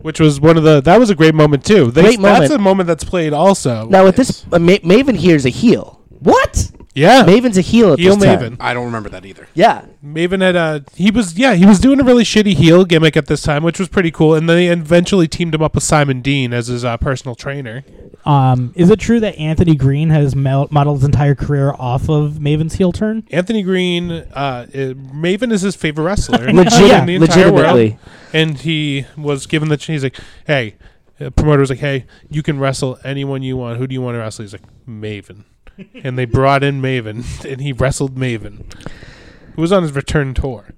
[SPEAKER 2] which was one of the that was a great moment too. They,
[SPEAKER 3] Great
[SPEAKER 2] that's
[SPEAKER 3] moment.
[SPEAKER 2] a moment that's played also.
[SPEAKER 3] Now with this, uh, Ma- Maven here is a heel.
[SPEAKER 1] What?
[SPEAKER 2] yeah,
[SPEAKER 3] Maven's a heel at
[SPEAKER 2] Oh. heel
[SPEAKER 3] this time.
[SPEAKER 2] Maven.
[SPEAKER 8] I don't remember that either.
[SPEAKER 3] Yeah,
[SPEAKER 2] Maven had uh he was yeah he was doing a really shitty heel gimmick at this time, which was pretty cool. And then they eventually teamed him up with Simon Dean as his uh, personal trainer.
[SPEAKER 1] Um, is it true that Anthony Green has mel- modeled his entire career off of Maven's heel turn?
[SPEAKER 2] Anthony Green, uh, i- Maven is his favorite wrestler
[SPEAKER 3] Legit-
[SPEAKER 2] in the entire world,
[SPEAKER 3] legitimately.
[SPEAKER 2] and he was given the ch- he's like, hey, the promoter was like, hey, you can wrestle anyone you want. Who do you want to wrestle? He's like Maven, and they brought in Maven, and he wrestled Maven, who was on his return tour.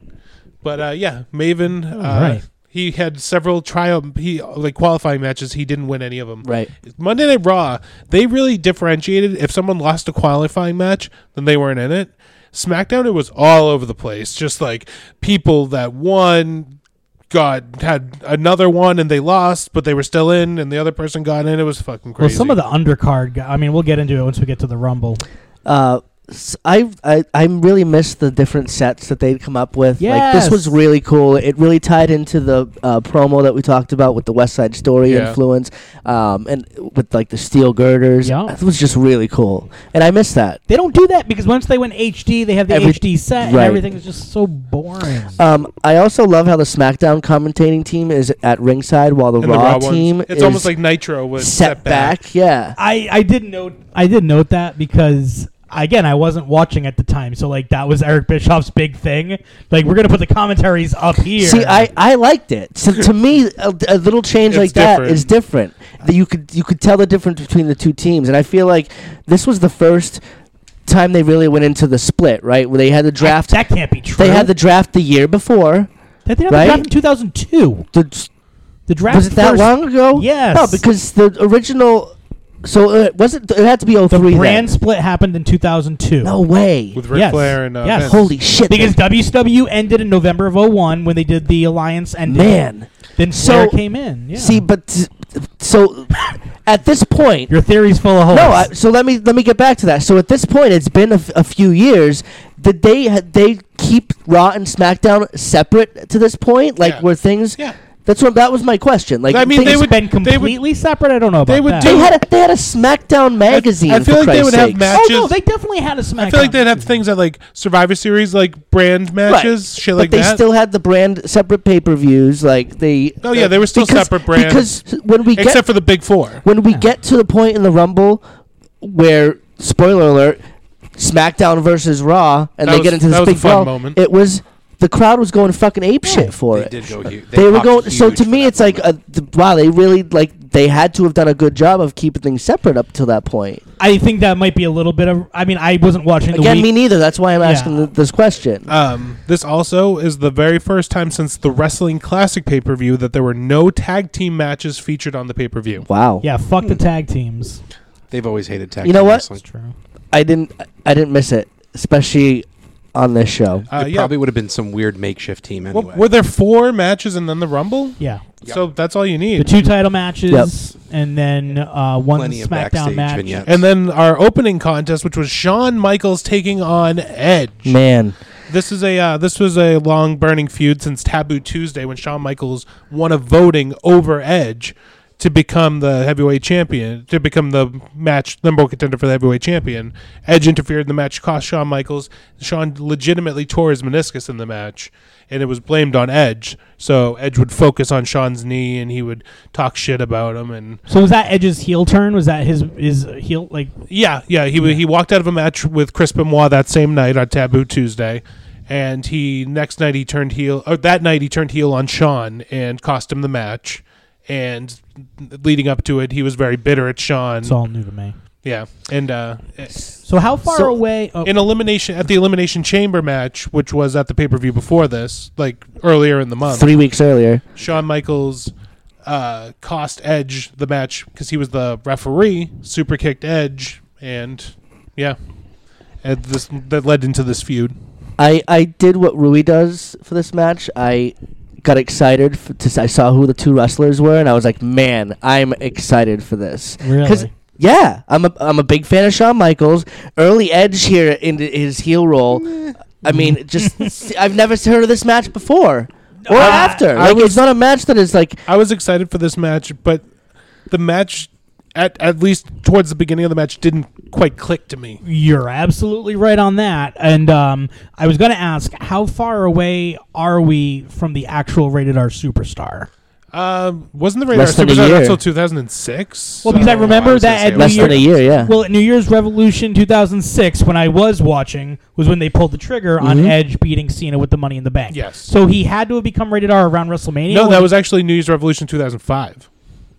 [SPEAKER 2] But uh, yeah, Maven. Uh,
[SPEAKER 1] right.
[SPEAKER 2] He had several trial he like qualifying matches. He didn't win any of them.
[SPEAKER 3] Right.
[SPEAKER 2] Monday Night Raw, they really differentiated. If someone lost a qualifying match, then they weren't in it. SmackDown, it was all over the place. Just like people that won got had another one and they lost, but they were still in, and the other person got in. It was fucking
[SPEAKER 1] Well,
[SPEAKER 2] crazy.
[SPEAKER 1] some of the undercard. gu- I mean, we'll get into it once we get to the Rumble.
[SPEAKER 3] uh, s- I, I I really miss the different sets that they'd come up with. Like
[SPEAKER 1] Yes.
[SPEAKER 3] this was really cool. It really tied into the uh, promo that we talked about with the West Side Story
[SPEAKER 2] Yeah.
[SPEAKER 3] influence, um, and with like the steel girders.
[SPEAKER 1] Yeah.
[SPEAKER 3] it was just really cool, and I miss that.
[SPEAKER 1] They don't do that because once they went HD, they have the
[SPEAKER 3] Every-
[SPEAKER 1] HD set, and
[SPEAKER 3] right.
[SPEAKER 1] everything is just so boring.
[SPEAKER 3] Um, I also love how the SmackDown commentating team is at ringside while the,
[SPEAKER 2] and
[SPEAKER 3] Raw,
[SPEAKER 2] ones.
[SPEAKER 3] team
[SPEAKER 2] It's
[SPEAKER 3] is
[SPEAKER 2] almost like Nitro was
[SPEAKER 3] set back. Yeah,
[SPEAKER 1] I I did note I did note that because again I wasn't watching at the time, so like that was Eric Bischoff's big thing. Like we're gonna put the commentaries up here.
[SPEAKER 3] See, I, I liked it. So to me, a, a little change
[SPEAKER 2] It's
[SPEAKER 3] like that
[SPEAKER 2] different.
[SPEAKER 3] is different. That you could you could tell the difference between the two teams, and I feel like this was the first time they really went into the split, right? Where they had the draft.
[SPEAKER 1] that can't be true.
[SPEAKER 3] They had the draft the year before.
[SPEAKER 1] They had the
[SPEAKER 3] right?
[SPEAKER 1] draft in 2002.
[SPEAKER 3] The,
[SPEAKER 1] The draft
[SPEAKER 3] was it that
[SPEAKER 1] first-
[SPEAKER 3] long ago?
[SPEAKER 1] Yes.
[SPEAKER 3] No, because the original. So it wasn't. It had to be 03
[SPEAKER 1] the
[SPEAKER 3] then.
[SPEAKER 1] brand split happened in 2002.
[SPEAKER 3] No way.
[SPEAKER 2] with Ric
[SPEAKER 1] Yes.
[SPEAKER 2] Flair and uh,
[SPEAKER 1] Yes.
[SPEAKER 2] Vince.
[SPEAKER 3] Holy shit!
[SPEAKER 1] Because WCW ended in November of 01 when they did the alliance ending.
[SPEAKER 3] man.
[SPEAKER 1] then
[SPEAKER 3] So-
[SPEAKER 1] Flair came in. Yeah.
[SPEAKER 3] See, but t- so at this point,
[SPEAKER 1] your theory's full of holes.
[SPEAKER 3] No, I, so let me let me get back to that. So at this point, it's been a, f- a few years. Did they ha- they keep Raw and SmackDown separate to this point? Like
[SPEAKER 2] Yeah.
[SPEAKER 3] were things?
[SPEAKER 2] Yeah.
[SPEAKER 3] That's what that was my question. Like
[SPEAKER 2] I mean,
[SPEAKER 3] things-
[SPEAKER 2] they
[SPEAKER 1] it's
[SPEAKER 2] would-
[SPEAKER 1] been
[SPEAKER 2] they would-
[SPEAKER 1] completely separate. I don't know about
[SPEAKER 2] they would
[SPEAKER 1] that.
[SPEAKER 2] do-
[SPEAKER 3] they had a they had a SmackDown magazine.
[SPEAKER 2] I feel
[SPEAKER 3] for
[SPEAKER 2] like they
[SPEAKER 3] Christ's
[SPEAKER 2] would have
[SPEAKER 3] sakes.
[SPEAKER 2] match-
[SPEAKER 1] Oh
[SPEAKER 2] matches.
[SPEAKER 1] no, they definitely had a SmackDown.
[SPEAKER 2] I feel like they'd have things that like Survivor Series, like brand
[SPEAKER 3] Right.
[SPEAKER 2] matches, shit like
[SPEAKER 3] but they
[SPEAKER 2] that.
[SPEAKER 3] still had the brand separate pay per views. Like they.
[SPEAKER 2] Oh, yeah, they were still
[SPEAKER 3] because-
[SPEAKER 2] separate brands.
[SPEAKER 3] Because when we
[SPEAKER 2] except
[SPEAKER 3] get
[SPEAKER 2] for the Big Four.
[SPEAKER 3] when we get to the point in the Rumble where spoiler alert, SmackDown versus Raw, and
[SPEAKER 2] That
[SPEAKER 3] they
[SPEAKER 2] was-
[SPEAKER 3] get into this
[SPEAKER 2] that was a
[SPEAKER 3] big
[SPEAKER 2] fun
[SPEAKER 3] brawl,
[SPEAKER 2] moment.
[SPEAKER 3] It was the crowd was going fucking ape shit for
[SPEAKER 8] They
[SPEAKER 3] it.
[SPEAKER 8] did go huge.
[SPEAKER 3] They, were going. So to me, it's like a, th- wow, they really like they had to have done a good job of keeping things separate up till that point.
[SPEAKER 1] I think that might be a little bit of. I mean, I wasn't watching the
[SPEAKER 3] Again,
[SPEAKER 1] week.
[SPEAKER 3] me neither. That's why I'm
[SPEAKER 1] Yeah.
[SPEAKER 3] asking th- this question.
[SPEAKER 2] Um, this also is the very first time since the Wrestling Classic pay per view that there were no tag team matches featured on the pay per view.
[SPEAKER 3] wow.
[SPEAKER 1] yeah, fuck
[SPEAKER 3] Hmm.
[SPEAKER 1] the tag teams.
[SPEAKER 8] They've always hated tag.
[SPEAKER 3] You know
[SPEAKER 8] team
[SPEAKER 3] what?
[SPEAKER 8] wrestling.
[SPEAKER 1] True.
[SPEAKER 3] I didn't. I didn't miss it, especially on this show.
[SPEAKER 2] Uh,
[SPEAKER 8] it
[SPEAKER 2] yeah.
[SPEAKER 8] probably would have been some weird makeshift team
[SPEAKER 2] Well,
[SPEAKER 8] anyway.
[SPEAKER 2] were there four matches and then the Rumble?
[SPEAKER 1] Yeah,
[SPEAKER 2] So that's all you
[SPEAKER 1] the
[SPEAKER 2] need.
[SPEAKER 1] two title matches, and then uh, one
[SPEAKER 8] Plenty of
[SPEAKER 1] SmackDown
[SPEAKER 8] backstage
[SPEAKER 1] match.
[SPEAKER 8] vignettes.
[SPEAKER 2] and then our opening contest, which was Shawn Michaels taking on Edge.
[SPEAKER 3] Man,
[SPEAKER 2] This is a uh, this was a long burning feud since Taboo Tuesday when Shawn Michaels won a voting over Edge to become the heavyweight champion, to become the match number one contender for the heavyweight champion. Edge interfered in the match, cost Shawn Michaels. Shawn legitimately tore his meniscus in the match, and it was blamed on Edge. So Edge would focus on Shawn's knee, and he would talk shit about him. And
[SPEAKER 1] So was that Edge's heel turn? Was that his his heel like?
[SPEAKER 2] yeah, yeah. He wa- he walked out of a match with Chris Benoit that same night on Taboo Tuesday, and he next night he turned heel. Or that night he turned heel on Sean and cost him the match. And leading up to it, he was very bitter at Sean.
[SPEAKER 1] It's all new to me.
[SPEAKER 2] yeah, and uh,
[SPEAKER 1] So how far
[SPEAKER 3] So-
[SPEAKER 1] away? Oh,
[SPEAKER 2] in elimination at the elimination chamber match, which was at the pay per view before this, like earlier in the month,
[SPEAKER 3] three weeks earlier.
[SPEAKER 2] Shawn Michaels uh, cost Edge the match because he was the referee, super kicked Edge, and yeah, and this that led into this feud.
[SPEAKER 3] I, I did what Rui does for this match. I got excited f to s- I saw who the two wrestlers were, and I was like, man, I'm excited for this.
[SPEAKER 1] Really?
[SPEAKER 3] Yeah, I'm a I'm a big fan of Shawn Michaels. Early Edge here in th- his heel role. I mean, just s- I've never s- heard of this match before or after.
[SPEAKER 2] I
[SPEAKER 3] like,
[SPEAKER 2] was-
[SPEAKER 3] it's not a match that is like
[SPEAKER 2] I was excited for this match, but the match at at least towards the beginning of the match didn't quite click to me.
[SPEAKER 1] You're absolutely right on that. And um, I was going to ask, how far away are we from the actual rated R superstar?
[SPEAKER 2] Um, wasn't the radar
[SPEAKER 3] Less than a
[SPEAKER 2] superstar
[SPEAKER 3] year.
[SPEAKER 2] until 2006?
[SPEAKER 1] Well, because I
[SPEAKER 8] So, I
[SPEAKER 1] remember
[SPEAKER 8] was gonna
[SPEAKER 1] that
[SPEAKER 8] say
[SPEAKER 1] at
[SPEAKER 8] it
[SPEAKER 1] New
[SPEAKER 3] less
[SPEAKER 8] was
[SPEAKER 1] Year,
[SPEAKER 3] than a year. Yeah.
[SPEAKER 1] Well, at New Year's Revolution 2006, when I was watching, was when they pulled the trigger on Edge beating Cena with the Money in the Bank.
[SPEAKER 2] Yes.
[SPEAKER 1] So he had to have become rated R around WrestleMania.
[SPEAKER 2] no,
[SPEAKER 1] when
[SPEAKER 2] that
[SPEAKER 1] he-
[SPEAKER 2] was actually New Year's Revolution 2005.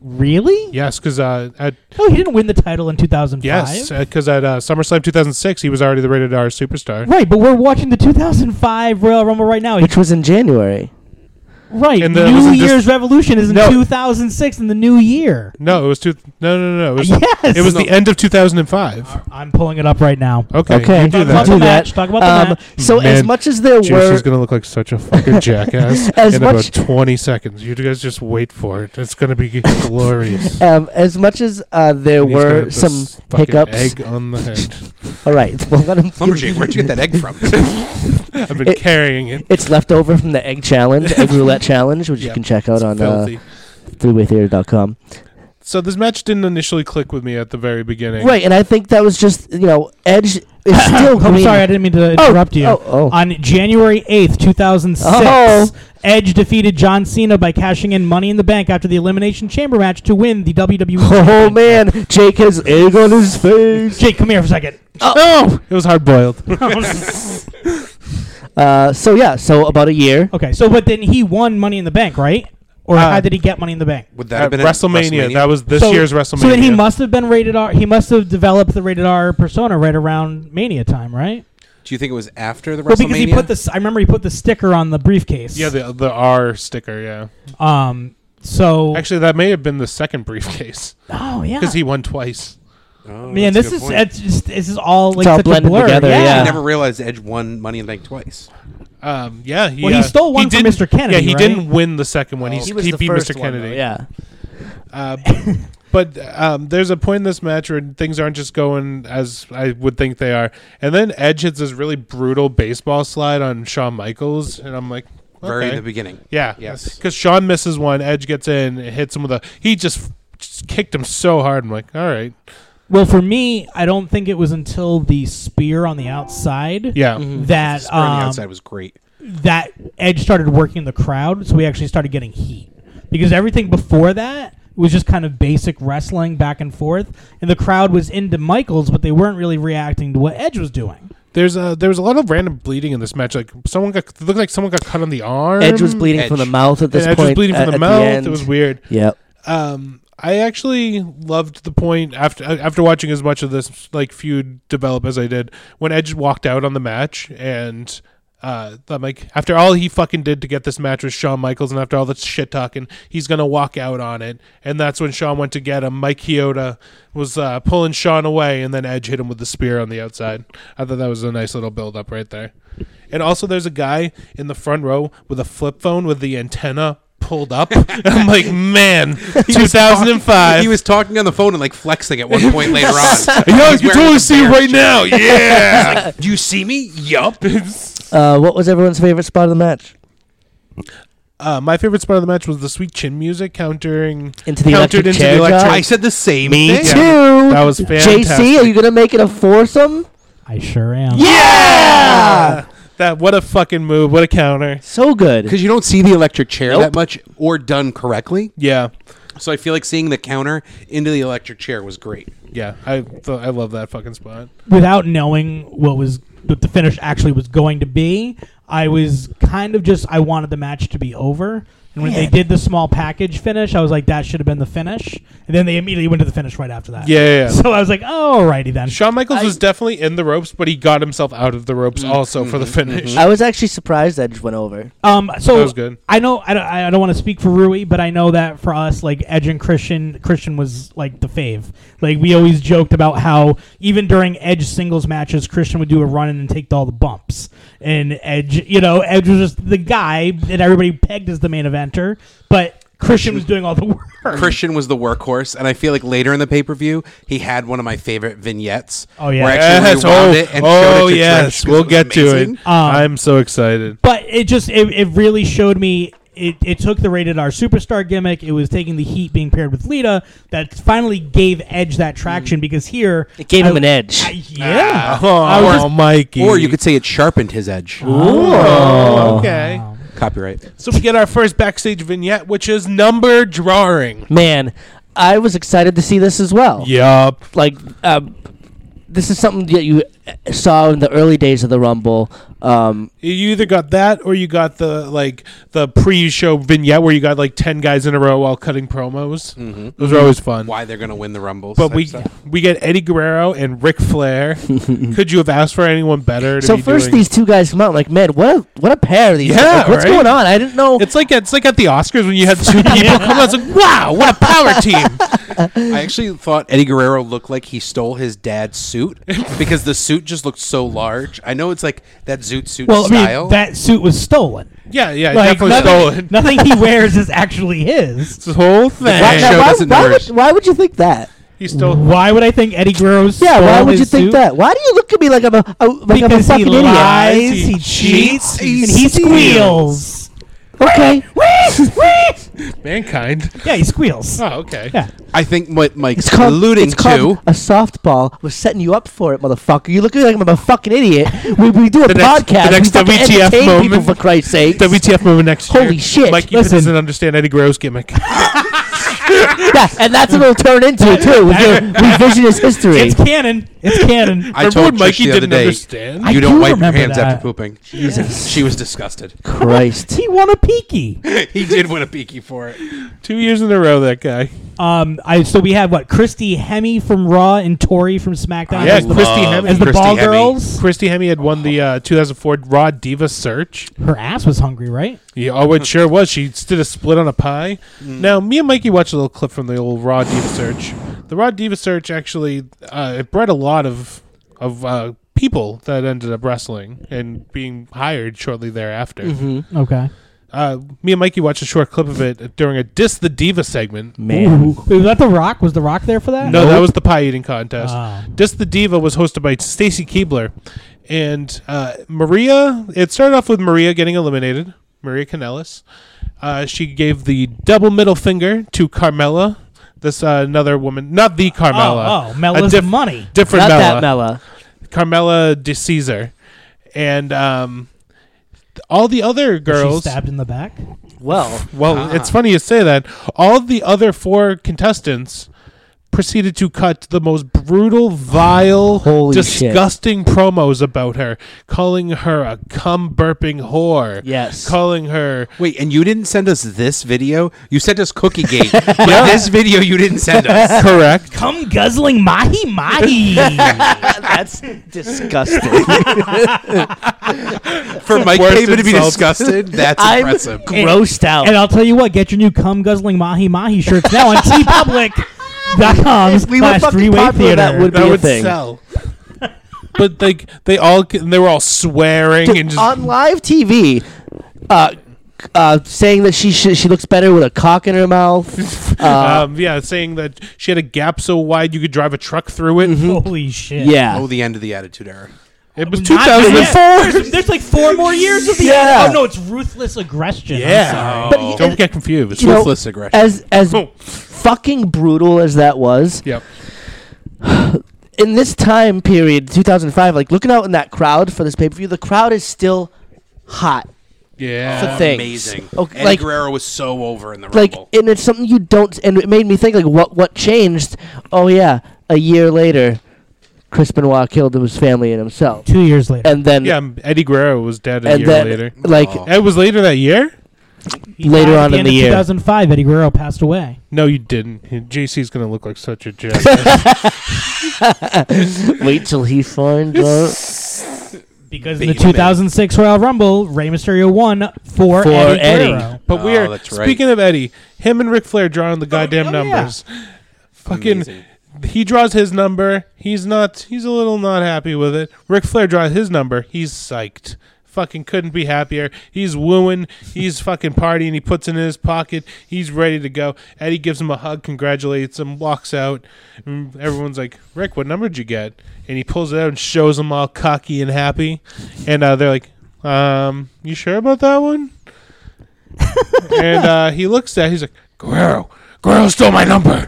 [SPEAKER 1] really.
[SPEAKER 2] Yes, because uh, at
[SPEAKER 1] No, he didn't win the title in 2005.
[SPEAKER 2] yes, because at uh, SummerSlam 2006 he was already the rated R superstar.
[SPEAKER 1] Right, but we're watching the 2005 Royal Rumble right now.
[SPEAKER 3] which was in January.
[SPEAKER 1] right,
[SPEAKER 2] And the- was
[SPEAKER 1] New
[SPEAKER 2] it just-
[SPEAKER 1] Year's Revolution is in
[SPEAKER 2] No.
[SPEAKER 1] 2006 in the new year.
[SPEAKER 2] No, it was two. No, no, no, no. It was,
[SPEAKER 1] Yes,
[SPEAKER 2] it was the end of 2005.
[SPEAKER 1] I'm pulling it up right now.
[SPEAKER 2] Okay,
[SPEAKER 3] Okay,
[SPEAKER 2] you do
[SPEAKER 1] Talk about
[SPEAKER 2] that.
[SPEAKER 1] the match. Talk about the
[SPEAKER 3] Um,
[SPEAKER 1] match.
[SPEAKER 3] So as
[SPEAKER 2] Man,
[SPEAKER 3] much as there
[SPEAKER 2] Dude,
[SPEAKER 3] were
[SPEAKER 2] she's gonna look like such a fucking jackass
[SPEAKER 3] As
[SPEAKER 2] in
[SPEAKER 3] much-
[SPEAKER 2] about 20 seconds. You guys just wait for it. It's gonna be glorious.
[SPEAKER 3] um, as much as uh, there
[SPEAKER 2] And he's gonna
[SPEAKER 3] were
[SPEAKER 2] have
[SPEAKER 3] some
[SPEAKER 2] this fucking
[SPEAKER 3] hiccups.
[SPEAKER 2] Egg on the head.
[SPEAKER 3] All right, well let him.
[SPEAKER 8] Lumberjack, where'd you get that egg from?
[SPEAKER 2] I've been
[SPEAKER 3] It-
[SPEAKER 2] carrying it.
[SPEAKER 3] It's left over from the egg challenge, egg roulette challenge, which you
[SPEAKER 2] Yeah,
[SPEAKER 3] can check out
[SPEAKER 2] It's
[SPEAKER 3] on uh,
[SPEAKER 2] filthy.
[SPEAKER 3] threewaytheater.com.
[SPEAKER 2] so this match didn't initially click with me at the very beginning.
[SPEAKER 3] Right, and I think that was just you know Edge is still
[SPEAKER 1] I'm
[SPEAKER 3] green.
[SPEAKER 1] sorry, I didn't mean to interrupt you.
[SPEAKER 3] oh, oh.
[SPEAKER 1] On January 8th, 2006,
[SPEAKER 3] Oh.
[SPEAKER 1] Edge defeated John Cena by cashing in Money in the Bank after the Elimination Chamber match to win the WWE.
[SPEAKER 3] Oh
[SPEAKER 1] Championship.
[SPEAKER 3] man, Jake has egg on his face.
[SPEAKER 1] Jake, come here for a second.
[SPEAKER 2] It was hard boiled.
[SPEAKER 3] Uh, so yeah, so about a year.
[SPEAKER 1] Okay, so but then he won Money in the Bank, right? Or
[SPEAKER 2] Uh,
[SPEAKER 1] how did he get Money in the Bank?
[SPEAKER 8] Would that
[SPEAKER 2] At
[SPEAKER 8] have been at
[SPEAKER 2] WrestleMania,
[SPEAKER 8] WrestleMania?
[SPEAKER 2] That was this
[SPEAKER 1] So-
[SPEAKER 2] year's WrestleMania.
[SPEAKER 1] So then he must have been rated R. He must have developed the rated R persona right around Mania time, right?
[SPEAKER 8] Do you think it was after the WrestleMania?
[SPEAKER 1] Well, because he put this. I remember he put the sticker on the briefcase.
[SPEAKER 2] Yeah, the the R sticker. Yeah.
[SPEAKER 1] um. So
[SPEAKER 2] Actually, that may have been the second briefcase
[SPEAKER 1] oh yeah.
[SPEAKER 2] because he won twice.
[SPEAKER 8] Oh,
[SPEAKER 1] Man,
[SPEAKER 8] that's
[SPEAKER 1] this
[SPEAKER 8] a
[SPEAKER 1] is
[SPEAKER 8] good point.
[SPEAKER 1] it's just, this is all like
[SPEAKER 3] all
[SPEAKER 1] such a
[SPEAKER 3] blended
[SPEAKER 1] blur.
[SPEAKER 3] together,
[SPEAKER 8] I
[SPEAKER 3] yeah.
[SPEAKER 8] never realized Edge won Money in the Bank twice.
[SPEAKER 2] Um, yeah. He,
[SPEAKER 1] Well, he
[SPEAKER 2] uh,
[SPEAKER 1] stole one from
[SPEAKER 2] didn't-
[SPEAKER 1] Mr. Kennedy,
[SPEAKER 2] Yeah, he
[SPEAKER 1] right?
[SPEAKER 2] didn't win the second one.
[SPEAKER 3] Oh.
[SPEAKER 2] He's-
[SPEAKER 3] He
[SPEAKER 2] he,
[SPEAKER 3] was the
[SPEAKER 2] beat
[SPEAKER 3] first
[SPEAKER 2] Mr.
[SPEAKER 3] one,
[SPEAKER 2] Kennedy.
[SPEAKER 3] though, yeah.
[SPEAKER 2] Uh, b- but um, there's a point in this match where things aren't just going as I would think they are, and then Edge hits this really brutal baseball slide on Shawn Michaels, and I'm like,
[SPEAKER 8] Very in
[SPEAKER 2] okay.
[SPEAKER 8] the beginning.
[SPEAKER 2] yeah,
[SPEAKER 8] Yes.
[SPEAKER 2] because Shawn misses one, Edge gets in, hits him with a, he just, just kicked him so hard. I'm like, all right,
[SPEAKER 1] Well, for me, I don't think it was until the spear on the outside
[SPEAKER 2] yeah,
[SPEAKER 1] that
[SPEAKER 8] Spur on the
[SPEAKER 1] um,
[SPEAKER 8] outside was great.
[SPEAKER 1] that Edge started working the crowd, so we actually started getting heat because everything before that was just kind of basic wrestling back and forth, and the crowd was into Michaels, but they weren't really reacting to what Edge was doing.
[SPEAKER 2] There's a there was a lot of random bleeding in this match. Like someone got it looked like someone got cut on the arm.
[SPEAKER 3] Edge was bleeding from the
[SPEAKER 8] Edge.
[SPEAKER 3] mouth at
[SPEAKER 2] And
[SPEAKER 3] this
[SPEAKER 2] Edge
[SPEAKER 3] point.
[SPEAKER 2] was bleeding
[SPEAKER 3] uh,
[SPEAKER 2] from the
[SPEAKER 3] at
[SPEAKER 2] mouth.
[SPEAKER 3] end.
[SPEAKER 2] It was weird.
[SPEAKER 3] Yep.
[SPEAKER 2] Um, I actually loved the point after uh, after watching as much of this like feud develop as I did when Edge walked out on the match and. Uh, I'm like, after all he fucking did to get this match with Shawn Michaels, and after all the shit talking, he's gonna walk out on it. And that's when Shawn went to get him. Mike Chioda was uh, pulling Shawn away, and then Edge hit him with the spear on the outside. I thought that was a nice little build up right there. And also, there's a guy in the front row with a flip phone with the antenna pulled up. I'm like, man,
[SPEAKER 8] He was talking-
[SPEAKER 2] 2005.
[SPEAKER 8] He was talking on the phone and like flexing at one point later on.
[SPEAKER 2] Yo,
[SPEAKER 8] He's
[SPEAKER 2] you
[SPEAKER 8] wearing
[SPEAKER 2] totally
[SPEAKER 8] the
[SPEAKER 2] see it
[SPEAKER 8] bear
[SPEAKER 2] right now. Yeah.
[SPEAKER 8] Do you see me? Yup.
[SPEAKER 3] Uh, what was everyone's favorite spot of the match?
[SPEAKER 2] uh, my favorite spot of the match was the sweet chin music countering
[SPEAKER 3] Into the
[SPEAKER 2] countered
[SPEAKER 3] electric
[SPEAKER 2] into
[SPEAKER 3] chair
[SPEAKER 2] the electric.
[SPEAKER 3] drop?
[SPEAKER 8] I said the same
[SPEAKER 3] Me
[SPEAKER 8] thing.
[SPEAKER 3] too.
[SPEAKER 2] That was
[SPEAKER 3] JC, are you
[SPEAKER 2] fantastic.
[SPEAKER 3] gonna make it a foursome?
[SPEAKER 1] I sure am.
[SPEAKER 3] Yeah.
[SPEAKER 2] That what a fucking move. What a counter.
[SPEAKER 3] So good.
[SPEAKER 8] Because you don't see the electric chair
[SPEAKER 3] Nope.
[SPEAKER 8] that much or done correctly.
[SPEAKER 2] Yeah.
[SPEAKER 8] So I feel like seeing the counter into the electric chair was great.
[SPEAKER 2] Yeah. I th- I love that fucking spot.
[SPEAKER 1] without knowing what was what the finish actually was going to be, I was kind of just I wanted the match to be over. And when they did the small package finish, I was like, that should have been the finish. And then they immediately went to the finish right after that.
[SPEAKER 2] Yeah, yeah, yeah.
[SPEAKER 1] So I was like, oh, alrighty then.
[SPEAKER 2] Shawn Michaels was definitely in the ropes, but he got himself out of the ropes
[SPEAKER 8] Mm-hmm.
[SPEAKER 2] also for the finish.
[SPEAKER 3] I was actually surprised Edge went over.
[SPEAKER 1] Um, so
[SPEAKER 2] That was good.
[SPEAKER 1] I know I don't, I don't want to speak for Rui, but I know that for us, like Edge and Christian, Christian was like the fave. Like we always joked about how even during Edge singles matches, Christian would do a run in and take all the bumps, and Edge, you know, Edge was just the guy that everybody pegged as the main eventer, but. Christian was doing all the work.
[SPEAKER 8] Christian was the workhorse, and I feel like later in the pay per view, he had one of my favorite vignettes.
[SPEAKER 1] Oh, yeah.
[SPEAKER 8] where I
[SPEAKER 2] Yes,
[SPEAKER 8] actually rewound it and showed
[SPEAKER 2] oh,
[SPEAKER 8] it to Trish
[SPEAKER 2] yes.
[SPEAKER 8] 'cause
[SPEAKER 2] We'll
[SPEAKER 8] it was
[SPEAKER 2] get to it. Ah,
[SPEAKER 8] amazing.
[SPEAKER 2] I'm so excited.
[SPEAKER 1] but it just it, it really showed me it, it took the rated R superstar gimmick. It was taking the heat being paired with Lita that finally gave Edge that traction
[SPEAKER 2] Mm.
[SPEAKER 1] because here
[SPEAKER 3] It gave
[SPEAKER 1] I-
[SPEAKER 3] him an edge.
[SPEAKER 1] I- yeah,
[SPEAKER 2] Oh,
[SPEAKER 1] I was just-
[SPEAKER 2] Mikey.
[SPEAKER 8] Or you could say it sharpened his edge.
[SPEAKER 3] Oh.
[SPEAKER 2] Okay.
[SPEAKER 8] Copyright.
[SPEAKER 2] So we get our first backstage vignette, which is number drawing.
[SPEAKER 3] Man, I was excited to see this as well.
[SPEAKER 2] Yup.
[SPEAKER 3] like um, this is something that you uh, saw in the early days of the Rumble. Um,
[SPEAKER 2] You either got that or you got the like the pre-show vignette where you got like ten guys in a row while cutting promos. Those are always fun.
[SPEAKER 8] Why they're gonna win the Rumble?
[SPEAKER 2] But
[SPEAKER 8] type
[SPEAKER 2] we
[SPEAKER 8] Mm-hmm. stuff.
[SPEAKER 2] we get Eddie Guerrero and Ric Flair. Could you have asked for anyone better? To
[SPEAKER 3] so
[SPEAKER 2] be
[SPEAKER 3] first,
[SPEAKER 2] doing-
[SPEAKER 3] these two guys come out like, man, what a what a pair of these.
[SPEAKER 2] Yeah,
[SPEAKER 3] like, what's
[SPEAKER 2] right?
[SPEAKER 3] going on? I didn't know.
[SPEAKER 2] It's like it's like at the Oscars when you had two people come out. It's like wow, what a power team!
[SPEAKER 8] I actually thought Eddie Guerrero looked like he stole his dad's suit because the suit just looked so large. I know it's like that Zoot suit
[SPEAKER 1] well, I mean
[SPEAKER 8] style.
[SPEAKER 1] that suit was stolen.
[SPEAKER 2] Yeah, yeah,
[SPEAKER 1] Like,
[SPEAKER 2] definitely
[SPEAKER 1] nothing,
[SPEAKER 2] stolen.
[SPEAKER 1] nothing he wears is actually his.
[SPEAKER 2] This whole thing.
[SPEAKER 8] Black
[SPEAKER 3] Now,
[SPEAKER 8] Show
[SPEAKER 3] why,
[SPEAKER 8] doesn't
[SPEAKER 3] why would,
[SPEAKER 8] nourish.
[SPEAKER 3] why would you think that?
[SPEAKER 2] He stole.
[SPEAKER 1] Why would I think Eddie Guerrero's?
[SPEAKER 3] Yeah, why
[SPEAKER 1] stole
[SPEAKER 3] would you
[SPEAKER 1] his
[SPEAKER 3] think
[SPEAKER 1] suit?
[SPEAKER 3] that? Why do you look at me like I'm a, a like I'm a
[SPEAKER 1] Because he
[SPEAKER 3] fucking idiot?
[SPEAKER 1] lies,
[SPEAKER 2] idiot.
[SPEAKER 1] he cheats,
[SPEAKER 8] He
[SPEAKER 1] and he
[SPEAKER 8] steals.
[SPEAKER 1] squeals.
[SPEAKER 3] Okay,
[SPEAKER 2] Mankind.
[SPEAKER 1] Yeah, he squeals.
[SPEAKER 2] Oh, okay.
[SPEAKER 1] Yeah.
[SPEAKER 8] I think what Mike's
[SPEAKER 3] it's called
[SPEAKER 8] alluding
[SPEAKER 3] it's called
[SPEAKER 8] to.
[SPEAKER 3] a softball. We're setting you up for it, motherfucker. You look at me like I'm a fucking idiot. We, we do a
[SPEAKER 2] next- the
[SPEAKER 3] podcast.
[SPEAKER 2] next
[SPEAKER 3] we fucking
[SPEAKER 2] WTF
[SPEAKER 3] entertain people
[SPEAKER 2] moment.
[SPEAKER 3] for Christ's sake.
[SPEAKER 2] WTF moment next year.
[SPEAKER 3] Holy shit,
[SPEAKER 2] Mike
[SPEAKER 3] listen.
[SPEAKER 2] doesn't understand Eddie Guerrero's gimmick.
[SPEAKER 3] yeah, and that's what it'll turn into too. We do revisionist history.
[SPEAKER 1] It's canon. It's canon.
[SPEAKER 8] I
[SPEAKER 2] Remember
[SPEAKER 8] told
[SPEAKER 2] when
[SPEAKER 8] Trish
[SPEAKER 2] Mikey
[SPEAKER 8] the other
[SPEAKER 2] didn't
[SPEAKER 8] day,
[SPEAKER 2] understand?
[SPEAKER 8] You
[SPEAKER 1] I
[SPEAKER 8] don't
[SPEAKER 1] do
[SPEAKER 8] wipe your
[SPEAKER 1] remember
[SPEAKER 8] hands
[SPEAKER 1] that.
[SPEAKER 8] after pooping. Jesus, she was disgusted.
[SPEAKER 3] Christ.
[SPEAKER 1] he won a peaky.
[SPEAKER 8] he did win a peaky for it.
[SPEAKER 2] Two years in a row, that guy.
[SPEAKER 1] Um, I so we have what Christy Hemi from Raw and Tori from SmackDown.
[SPEAKER 2] Yeah,
[SPEAKER 1] as the,
[SPEAKER 2] Christy
[SPEAKER 8] love
[SPEAKER 2] Hemme.
[SPEAKER 1] as the
[SPEAKER 8] Christy
[SPEAKER 1] ball
[SPEAKER 8] Hemme.
[SPEAKER 1] girls.
[SPEAKER 2] Christy Hemme had won the uh, 2004 Raw Diva Search.
[SPEAKER 1] Her ass was hungry, right?
[SPEAKER 2] Yeah, oh, it sure was. She did a split on a pie. Now, me and Mikey watched a little clip from the old Raw Diva Search. The Raw Diva Search actually uh, it bred a lot of of uh, people that ended up wrestling and being hired shortly thereafter.
[SPEAKER 1] Okay.
[SPEAKER 2] Uh, me and Mikey watched a short clip of it during a "Dis the Diva" segment.
[SPEAKER 3] Man.
[SPEAKER 1] Ooh. Wait, was that The Rock? Was The Rock there for that?
[SPEAKER 2] No, that was the pie eating contest.
[SPEAKER 1] Ah.
[SPEAKER 2] Dis the Diva was hosted by Stacy Keebler. And uh, Maria, it started off with Maria getting eliminated, Maria Canellis. Uh, she gave the double middle finger to Carmella. This uh, another woman, not the Carmella.
[SPEAKER 1] Oh, oh, Mella's
[SPEAKER 2] a
[SPEAKER 1] money.
[SPEAKER 2] Different
[SPEAKER 3] Not
[SPEAKER 2] Mella.
[SPEAKER 3] that Mella.
[SPEAKER 2] Carmella de Caesar. And um, th- all the other girls.
[SPEAKER 1] She stabbed in the back.
[SPEAKER 3] Well,
[SPEAKER 2] Well, it's funny you say that. All the other four contestants proceeded to cut the most brutal, vile,
[SPEAKER 3] Holy
[SPEAKER 2] disgusting promos about her, calling her a cum burping whore.
[SPEAKER 3] Yes.
[SPEAKER 2] Calling her
[SPEAKER 8] Wait, and you didn't send us this video? You sent us Cookie Gate, but this video you didn't send us.
[SPEAKER 2] correct.
[SPEAKER 1] Come guzzling mahi mahi. yeah,
[SPEAKER 3] that's disgusting.
[SPEAKER 8] For Mike
[SPEAKER 2] Worst
[SPEAKER 8] Taven to be
[SPEAKER 2] insult.
[SPEAKER 8] disgusted, that's
[SPEAKER 3] I'm
[SPEAKER 8] impressive.
[SPEAKER 3] grossed out.
[SPEAKER 1] and I'll tell you what, get your new cum guzzling mahi mahi shirts now on tpublic.com.
[SPEAKER 3] If we were
[SPEAKER 1] slash
[SPEAKER 3] fucking
[SPEAKER 1] three-way
[SPEAKER 3] popular, that
[SPEAKER 1] theater.
[SPEAKER 3] would be
[SPEAKER 2] That
[SPEAKER 3] a
[SPEAKER 2] would
[SPEAKER 3] thing.
[SPEAKER 2] sell. but they they all they were all swearing
[SPEAKER 3] Dude,
[SPEAKER 2] and just
[SPEAKER 3] on live TV, uh, uh, saying that she sh- she looks better with a cock in her mouth. Uh,
[SPEAKER 2] um, yeah, saying that she had a gap so wide you could drive a truck through it.
[SPEAKER 3] Mm-hmm.
[SPEAKER 1] Holy shit.
[SPEAKER 3] yeah.
[SPEAKER 8] Oh, the end of the Attitude Era.
[SPEAKER 2] It was two
[SPEAKER 1] Not
[SPEAKER 2] thousand and
[SPEAKER 1] yet.
[SPEAKER 2] four.
[SPEAKER 1] There's, there's like four more years of the
[SPEAKER 3] Yeah.
[SPEAKER 1] Oh no, it's ruthless aggression. I'm sorry.
[SPEAKER 2] Yeah,
[SPEAKER 3] But you-
[SPEAKER 2] don't get confused.
[SPEAKER 3] you know,
[SPEAKER 8] Oh. Ruthless aggression.
[SPEAKER 3] As as
[SPEAKER 2] Oh.
[SPEAKER 3] fucking brutal as that was,
[SPEAKER 2] yep.
[SPEAKER 3] in this time period, 2005, like looking out in that crowd for this pay per view, the crowd is still hot.
[SPEAKER 2] Yeah.
[SPEAKER 3] For things.
[SPEAKER 8] Amazing.
[SPEAKER 3] Okay,
[SPEAKER 8] Eddie
[SPEAKER 3] like-
[SPEAKER 8] Guerrero was so over in the
[SPEAKER 3] like
[SPEAKER 8] Rumble.
[SPEAKER 3] and it's something you don't and it made me think like what what changed oh yeah a year later chris benoit killed his family and himself
[SPEAKER 1] Two years later.
[SPEAKER 3] and then
[SPEAKER 2] Yeah, m- Eddie Guerrero was dead a
[SPEAKER 3] and
[SPEAKER 2] year
[SPEAKER 3] then
[SPEAKER 2] later.
[SPEAKER 3] like
[SPEAKER 8] Aw.
[SPEAKER 2] It was later that year?
[SPEAKER 1] He
[SPEAKER 3] later
[SPEAKER 1] died at
[SPEAKER 3] on
[SPEAKER 1] the
[SPEAKER 3] in
[SPEAKER 1] end
[SPEAKER 3] the
[SPEAKER 1] of
[SPEAKER 3] year.
[SPEAKER 1] 2005, Eddie Guerrero passed away.
[SPEAKER 2] No, you didn't. JC's going to look like such a jerk.
[SPEAKER 3] wait till he finds out
[SPEAKER 1] Because
[SPEAKER 8] Beat
[SPEAKER 1] in the
[SPEAKER 8] him in.
[SPEAKER 1] 2006 Royal Rumble, Rey Mysterio won for,
[SPEAKER 3] For
[SPEAKER 1] Eddie,
[SPEAKER 3] Eddie.
[SPEAKER 1] Guerrero.
[SPEAKER 2] but
[SPEAKER 8] Oh,
[SPEAKER 2] we're
[SPEAKER 8] that's right.
[SPEAKER 2] speaking of Eddie, him and Ric Flair drawing the goddamn
[SPEAKER 1] oh, yeah.
[SPEAKER 2] numbers. Fucking
[SPEAKER 8] Amazing.
[SPEAKER 2] he draws his number. He's not he's a little not happy with it. Ric Flair draws his number. He's psyched. fucking couldn't be happier. He's wooing, he's fucking partying. He puts it in his pocket. He's ready to go. Eddie gives him a hug, congratulates him, walks out. And everyone's like, "Rick, what number did you get?" And he pulls it out and shows them all cocky and happy. And uh, they're like, "Um, you sure about that one?" and uh, he looks at, it, he's like, "Guerrero, Guerrero stole my number."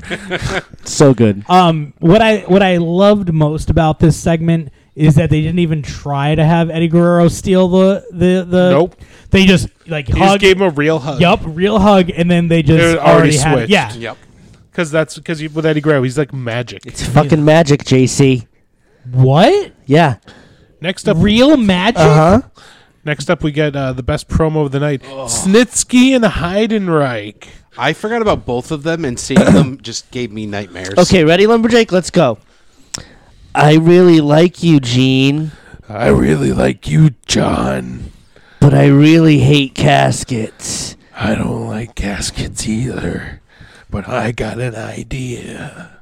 [SPEAKER 3] So good.
[SPEAKER 1] Um, what I what I loved most about this segment is that they didn't even try to have Eddie Guerrero steal the the the.
[SPEAKER 2] Nope.
[SPEAKER 1] They just like
[SPEAKER 2] He
[SPEAKER 1] hug.
[SPEAKER 2] just gave him a real hug.
[SPEAKER 1] yup, real hug, and then they just
[SPEAKER 2] They were already
[SPEAKER 1] already, had it.
[SPEAKER 2] switched.
[SPEAKER 1] Yeah,
[SPEAKER 8] Yep.
[SPEAKER 2] Because that's because with Eddie Guerrero, he's like magic.
[SPEAKER 3] It's fucking magic, JC.
[SPEAKER 1] what
[SPEAKER 3] Yeah.
[SPEAKER 2] Next up,
[SPEAKER 1] real magic?
[SPEAKER 3] Uh huh.
[SPEAKER 2] next up, we get uh, the best promo of the night:
[SPEAKER 3] Oh.
[SPEAKER 2] Snitsky and Heidenreich.
[SPEAKER 8] I forgot about both of them, and seeing them just gave me nightmares.
[SPEAKER 3] Okay, ready, Lumberjack? Let's go. I really like you, Gene,
[SPEAKER 2] I really like you, John.
[SPEAKER 3] but I really hate caskets.
[SPEAKER 2] I don't like caskets either, but I got an idea.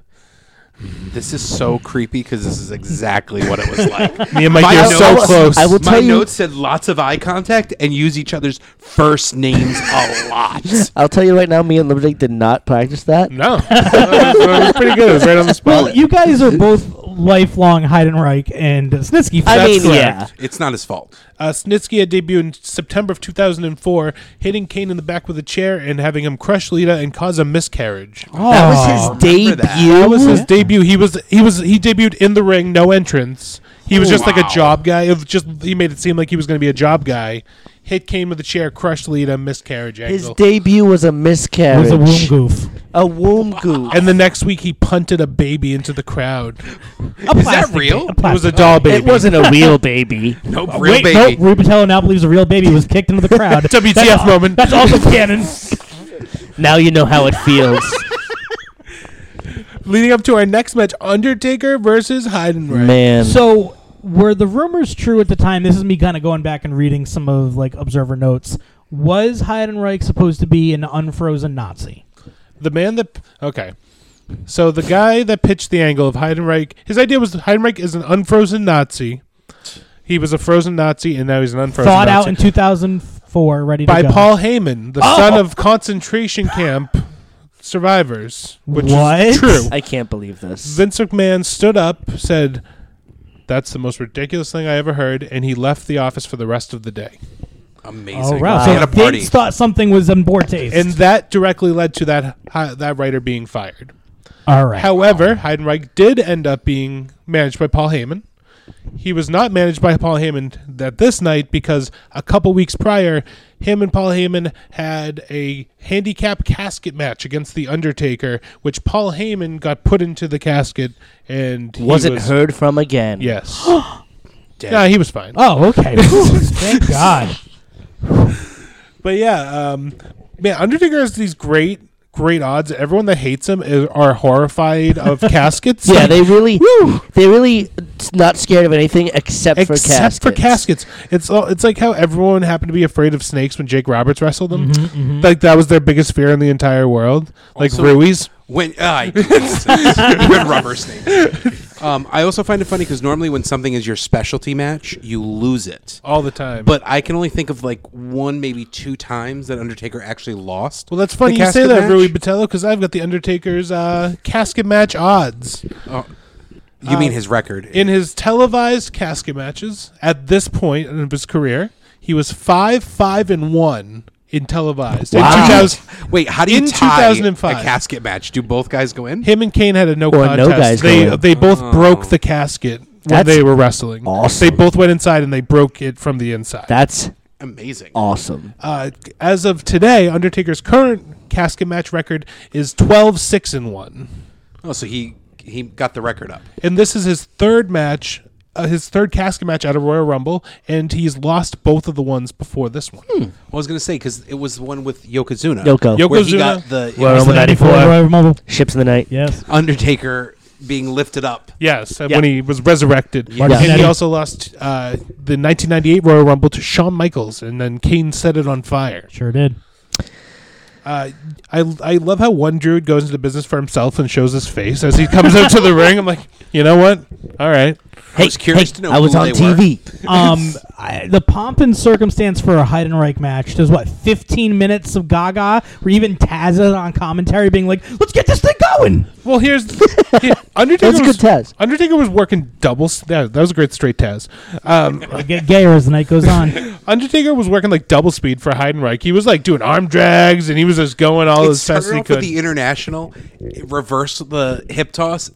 [SPEAKER 8] This is so creepy because this is exactly what it was like.
[SPEAKER 2] Me and Mikey
[SPEAKER 8] My
[SPEAKER 2] are so
[SPEAKER 8] notes-
[SPEAKER 2] close.
[SPEAKER 3] I will
[SPEAKER 8] My
[SPEAKER 3] tell you.
[SPEAKER 8] notes said lots of eye contact and use each other's first names a lot.
[SPEAKER 3] I'll tell you right now. Me and Lumberjack did not practice that.
[SPEAKER 2] no, that was, that was pretty good. It was right on the spot.
[SPEAKER 1] Well, you guys are both lifelong Heidenreich and Snitsky.
[SPEAKER 3] I
[SPEAKER 1] fans.
[SPEAKER 3] mean,
[SPEAKER 2] correct.
[SPEAKER 3] yeah.
[SPEAKER 8] It's not his fault.
[SPEAKER 2] Uh, Snitsky had debuted in September of 2004, hitting Kane in the back with a chair and having him crush Lita and cause a miscarriage.
[SPEAKER 3] That
[SPEAKER 1] Oh.
[SPEAKER 3] was his debut.
[SPEAKER 8] remember that.
[SPEAKER 2] That was his debut. He was he was he debuted in the ring, no entrance. He was just like a job guy. It was just he made it seem like he was going to be a job guy. Hit Kane with a chair, crushed Lita, miscarriage
[SPEAKER 3] His
[SPEAKER 2] angle.
[SPEAKER 3] debut was a
[SPEAKER 1] It
[SPEAKER 3] miscarriage.
[SPEAKER 1] was a womb goof.
[SPEAKER 3] A womb goof.
[SPEAKER 2] and the next week, he punted a baby into the crowd.
[SPEAKER 1] A
[SPEAKER 8] Is that
[SPEAKER 1] plastic
[SPEAKER 8] real?
[SPEAKER 1] ba- a
[SPEAKER 2] It was a
[SPEAKER 1] plastic-
[SPEAKER 2] doll baby.
[SPEAKER 3] It wasn't a real baby.
[SPEAKER 8] No, real
[SPEAKER 1] Wait,
[SPEAKER 8] baby.
[SPEAKER 1] nope. Rui Patello now believes a real baby was kicked into the crowd.
[SPEAKER 2] WTF
[SPEAKER 1] That's-
[SPEAKER 2] moment.
[SPEAKER 1] That's also canon.
[SPEAKER 3] Now you know how it feels.
[SPEAKER 2] Leading up to our next match, Undertaker versus Heidenreich.
[SPEAKER 3] Man.
[SPEAKER 1] So were the rumors true at the time? This is me kind of going back and reading some of like observer notes. Was Heidenreich supposed to be an unfrozen Nazi?
[SPEAKER 2] The man that okay. So the guy that pitched the angle of Heidenreich, his idea was that Heidenreich is an unfrozen Nazi. He was a frozen Nazi, and now he's an unfrozen
[SPEAKER 1] Thought
[SPEAKER 2] Nazi.
[SPEAKER 1] out in 2004, ready
[SPEAKER 2] by
[SPEAKER 1] to go.
[SPEAKER 2] Paul Heyman, the son of concentration camp survivors, which is
[SPEAKER 1] What?
[SPEAKER 2] true.
[SPEAKER 3] I can't believe this.
[SPEAKER 2] Vince McMahon stood up, said, "That's the most ridiculous thing I ever heard," and he left the office for the rest of the day.
[SPEAKER 8] Amazing.
[SPEAKER 1] Oh, wow.
[SPEAKER 8] They had
[SPEAKER 1] So
[SPEAKER 8] a party.
[SPEAKER 1] Vince thought something was on board taste.
[SPEAKER 2] And that directly led to that hi- that writer being fired.
[SPEAKER 1] All right.
[SPEAKER 2] However, Heidenreich did end up being managed by Paul Heyman. He was not managed by Paul Heyman that this night because a couple weeks prior, him and Paul Heyman had a handicap casket match against The Undertaker, which Paul Heyman got put into the casket and he
[SPEAKER 3] Wasn't
[SPEAKER 2] was,
[SPEAKER 3] heard from again.
[SPEAKER 2] Yes. yeah, he was fine.
[SPEAKER 1] oh, okay. Whew. Thank God.
[SPEAKER 2] But yeah, um, man, Undertaker has these great, great odds. Everyone that hates him is, are horrified of caskets.
[SPEAKER 3] Yeah,
[SPEAKER 2] Like,
[SPEAKER 3] they really, they really s- not scared of anything except, for caskets.
[SPEAKER 2] except for caskets. It's all, it's like how everyone happened to be afraid of snakes when Jake Roberts wrestled them. Like that was their biggest fear in the entire world. Like
[SPEAKER 8] Also-
[SPEAKER 2] Ruiz.
[SPEAKER 8] When uh, when rubber snake. Um, I also find it funny because normally when something is your specialty match, you lose it.
[SPEAKER 2] all the time.
[SPEAKER 8] But I can only think of like one, maybe two times that Undertaker actually lost.
[SPEAKER 2] well, that's
[SPEAKER 8] the
[SPEAKER 2] funny you say
[SPEAKER 8] casket
[SPEAKER 2] that,
[SPEAKER 8] match.
[SPEAKER 2] Rui Botello, because I've got the Undertaker's uh, casket match odds
[SPEAKER 8] You mean his record?
[SPEAKER 2] uh, in his televised casket matches. At this point in his career, he was five, five, and one in televised. In 2000,
[SPEAKER 8] Wait, how do you
[SPEAKER 2] in
[SPEAKER 8] tie
[SPEAKER 2] 2005.
[SPEAKER 8] a casket match? Do both guys go in?
[SPEAKER 2] him and Kane had a no
[SPEAKER 3] Or a no
[SPEAKER 2] contest.
[SPEAKER 3] guys
[SPEAKER 2] they
[SPEAKER 3] going.
[SPEAKER 2] they both broke the casket when
[SPEAKER 3] That's
[SPEAKER 2] they were wrestling.
[SPEAKER 3] awesome.
[SPEAKER 2] They both went inside and they broke it from the inside.
[SPEAKER 3] That's
[SPEAKER 8] Amazing.
[SPEAKER 3] awesome.
[SPEAKER 2] uh, as of today, Undertaker's current casket match record is 12 6 and 1.
[SPEAKER 8] Oh, so he he got the record up.
[SPEAKER 2] And this is his third match, uh, his third casket match at a Royal Rumble, and he's lost both of the ones before this one.
[SPEAKER 3] Hmm.
[SPEAKER 8] I was gonna say because it was the one with Yokozuna.
[SPEAKER 3] Yoko.
[SPEAKER 8] Where he
[SPEAKER 2] Yokozuna.
[SPEAKER 8] got the
[SPEAKER 3] Well, Rumble 94.
[SPEAKER 1] Royal Rumble.
[SPEAKER 3] Ships in the night.
[SPEAKER 1] Yes.
[SPEAKER 8] Undertaker being lifted up.
[SPEAKER 2] Yes, and
[SPEAKER 3] Yeah.
[SPEAKER 2] when he was resurrected.
[SPEAKER 3] Yeah.
[SPEAKER 2] And he
[SPEAKER 1] Martinetti.
[SPEAKER 2] also lost uh, the 1998 Royal Rumble to Shawn Michaels, and then Kane set it on fire.
[SPEAKER 1] Sure did.
[SPEAKER 2] Uh, I, I love how one druid goes into business for himself and shows his face as he comes out to the ring. I'm like, you know what? All right.
[SPEAKER 3] Hey,
[SPEAKER 8] was curious
[SPEAKER 3] hey,
[SPEAKER 8] to know
[SPEAKER 3] I was
[SPEAKER 8] who
[SPEAKER 3] on
[SPEAKER 8] they were.
[SPEAKER 3] TV.
[SPEAKER 1] Um, I- I, the pomp and circumstance for a Heidenreich match. There's what 15 minutes of Gaga, or even Taz is on commentary being like, "Let's get this thing going."
[SPEAKER 2] Well, here's here- Undertaker.
[SPEAKER 3] That's a good
[SPEAKER 2] was,
[SPEAKER 3] test.
[SPEAKER 2] Undertaker was working doubles. That, that was a great straight Taz. Um,
[SPEAKER 1] I get gayer as the night goes on.
[SPEAKER 2] Undertaker was working like double speed for Heidenreich. He was like doing arm drags and he was just going all
[SPEAKER 8] It
[SPEAKER 2] Oh, as fast as
[SPEAKER 8] started
[SPEAKER 2] he
[SPEAKER 8] off with
[SPEAKER 2] could.
[SPEAKER 8] the international, it reverse the hip toss,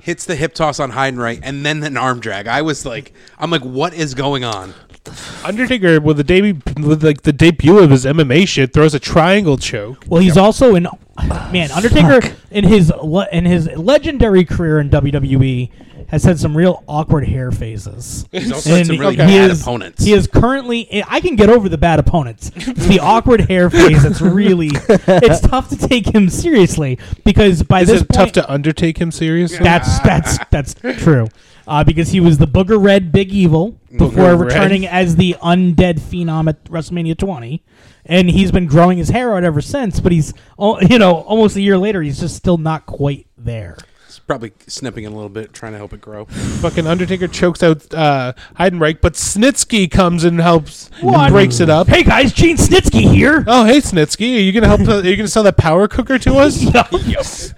[SPEAKER 8] hits the hip toss on Heidenreich, and then an arm drag. I was like, I'm like, what is going on?
[SPEAKER 2] Undertaker with the debut, with like the debut of his MMA shit, throws a triangle choke.
[SPEAKER 1] Well, he's also in. Man, Undertaker in his le- in his legendary career in WWE has had some real awkward hair phases.
[SPEAKER 8] He's also had some
[SPEAKER 1] he-
[SPEAKER 8] really
[SPEAKER 1] he
[SPEAKER 8] bad
[SPEAKER 1] is-
[SPEAKER 8] opponents.
[SPEAKER 1] He is currently. I can get over the bad opponents. It's the awkward hair phase that's really. It's tough to take him seriously because by
[SPEAKER 2] Is
[SPEAKER 1] this
[SPEAKER 2] it
[SPEAKER 1] point,
[SPEAKER 2] tough to undertake him seriously?
[SPEAKER 1] That's that's that's true. Uh, because he was the Booger Red Big Evil before
[SPEAKER 2] Booger Red.
[SPEAKER 1] returning as the undead phenom at WrestleMania 20, and he's been growing his hair out ever since. But he's al- you know almost a year later, he's just still not quite there.
[SPEAKER 8] It's probably snipping it a little bit, trying to help it grow.
[SPEAKER 2] Fucking Undertaker chokes out uh, Heidenreich, but Snitsky comes and helps and breaks it up.
[SPEAKER 1] Hey guys, Gene Snitsky here.
[SPEAKER 2] Oh, hey Snitsky, are you gonna help? are you gonna sell that power cooker to us?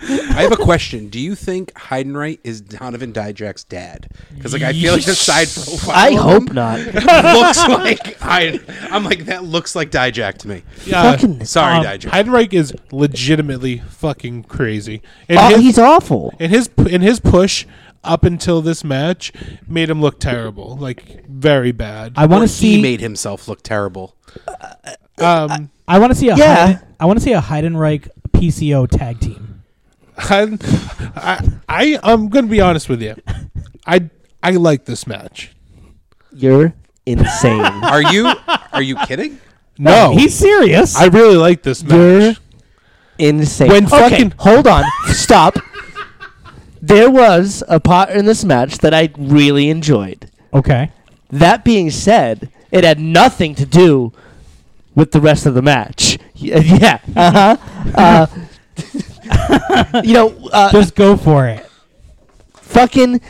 [SPEAKER 8] I have a question. Do you think Heidenreich is Donovan Dijak's dad? Because like I feel like the side profile.
[SPEAKER 3] I
[SPEAKER 8] of
[SPEAKER 3] hope
[SPEAKER 8] him
[SPEAKER 3] not.
[SPEAKER 8] looks like I. I'm like that looks like Dijak to me.
[SPEAKER 2] Yeah.
[SPEAKER 3] Fucking-
[SPEAKER 8] Sorry,
[SPEAKER 1] Um,
[SPEAKER 8] Dijak.
[SPEAKER 2] Heidenreich is legitimately fucking crazy. And
[SPEAKER 3] oh,
[SPEAKER 2] his-
[SPEAKER 3] he's awful.
[SPEAKER 2] and his and his push up until this match made him look terrible, like very bad.
[SPEAKER 1] I want
[SPEAKER 8] Or
[SPEAKER 1] to see.
[SPEAKER 8] he made himself look terrible.
[SPEAKER 2] um,
[SPEAKER 1] I want to see a
[SPEAKER 3] Yeah.
[SPEAKER 1] Heiden- I want to see a Heidenreich PCO tag team.
[SPEAKER 2] I, I, I I'm gonna be honest with you. I I like this match.
[SPEAKER 3] You're insane.
[SPEAKER 8] Are you? Are you kidding?
[SPEAKER 2] No,
[SPEAKER 1] He's serious.
[SPEAKER 2] I really like this
[SPEAKER 3] You're
[SPEAKER 2] match.
[SPEAKER 3] insane.
[SPEAKER 2] When
[SPEAKER 3] Okay,
[SPEAKER 2] fucking-
[SPEAKER 3] hold on, stop. There was a part in this match that I really enjoyed.
[SPEAKER 1] okay.
[SPEAKER 3] That being said, it had nothing to do with the rest of the match. Y- Yeah, uh-huh. uh you know, uh,
[SPEAKER 1] Just go for it.
[SPEAKER 3] fucking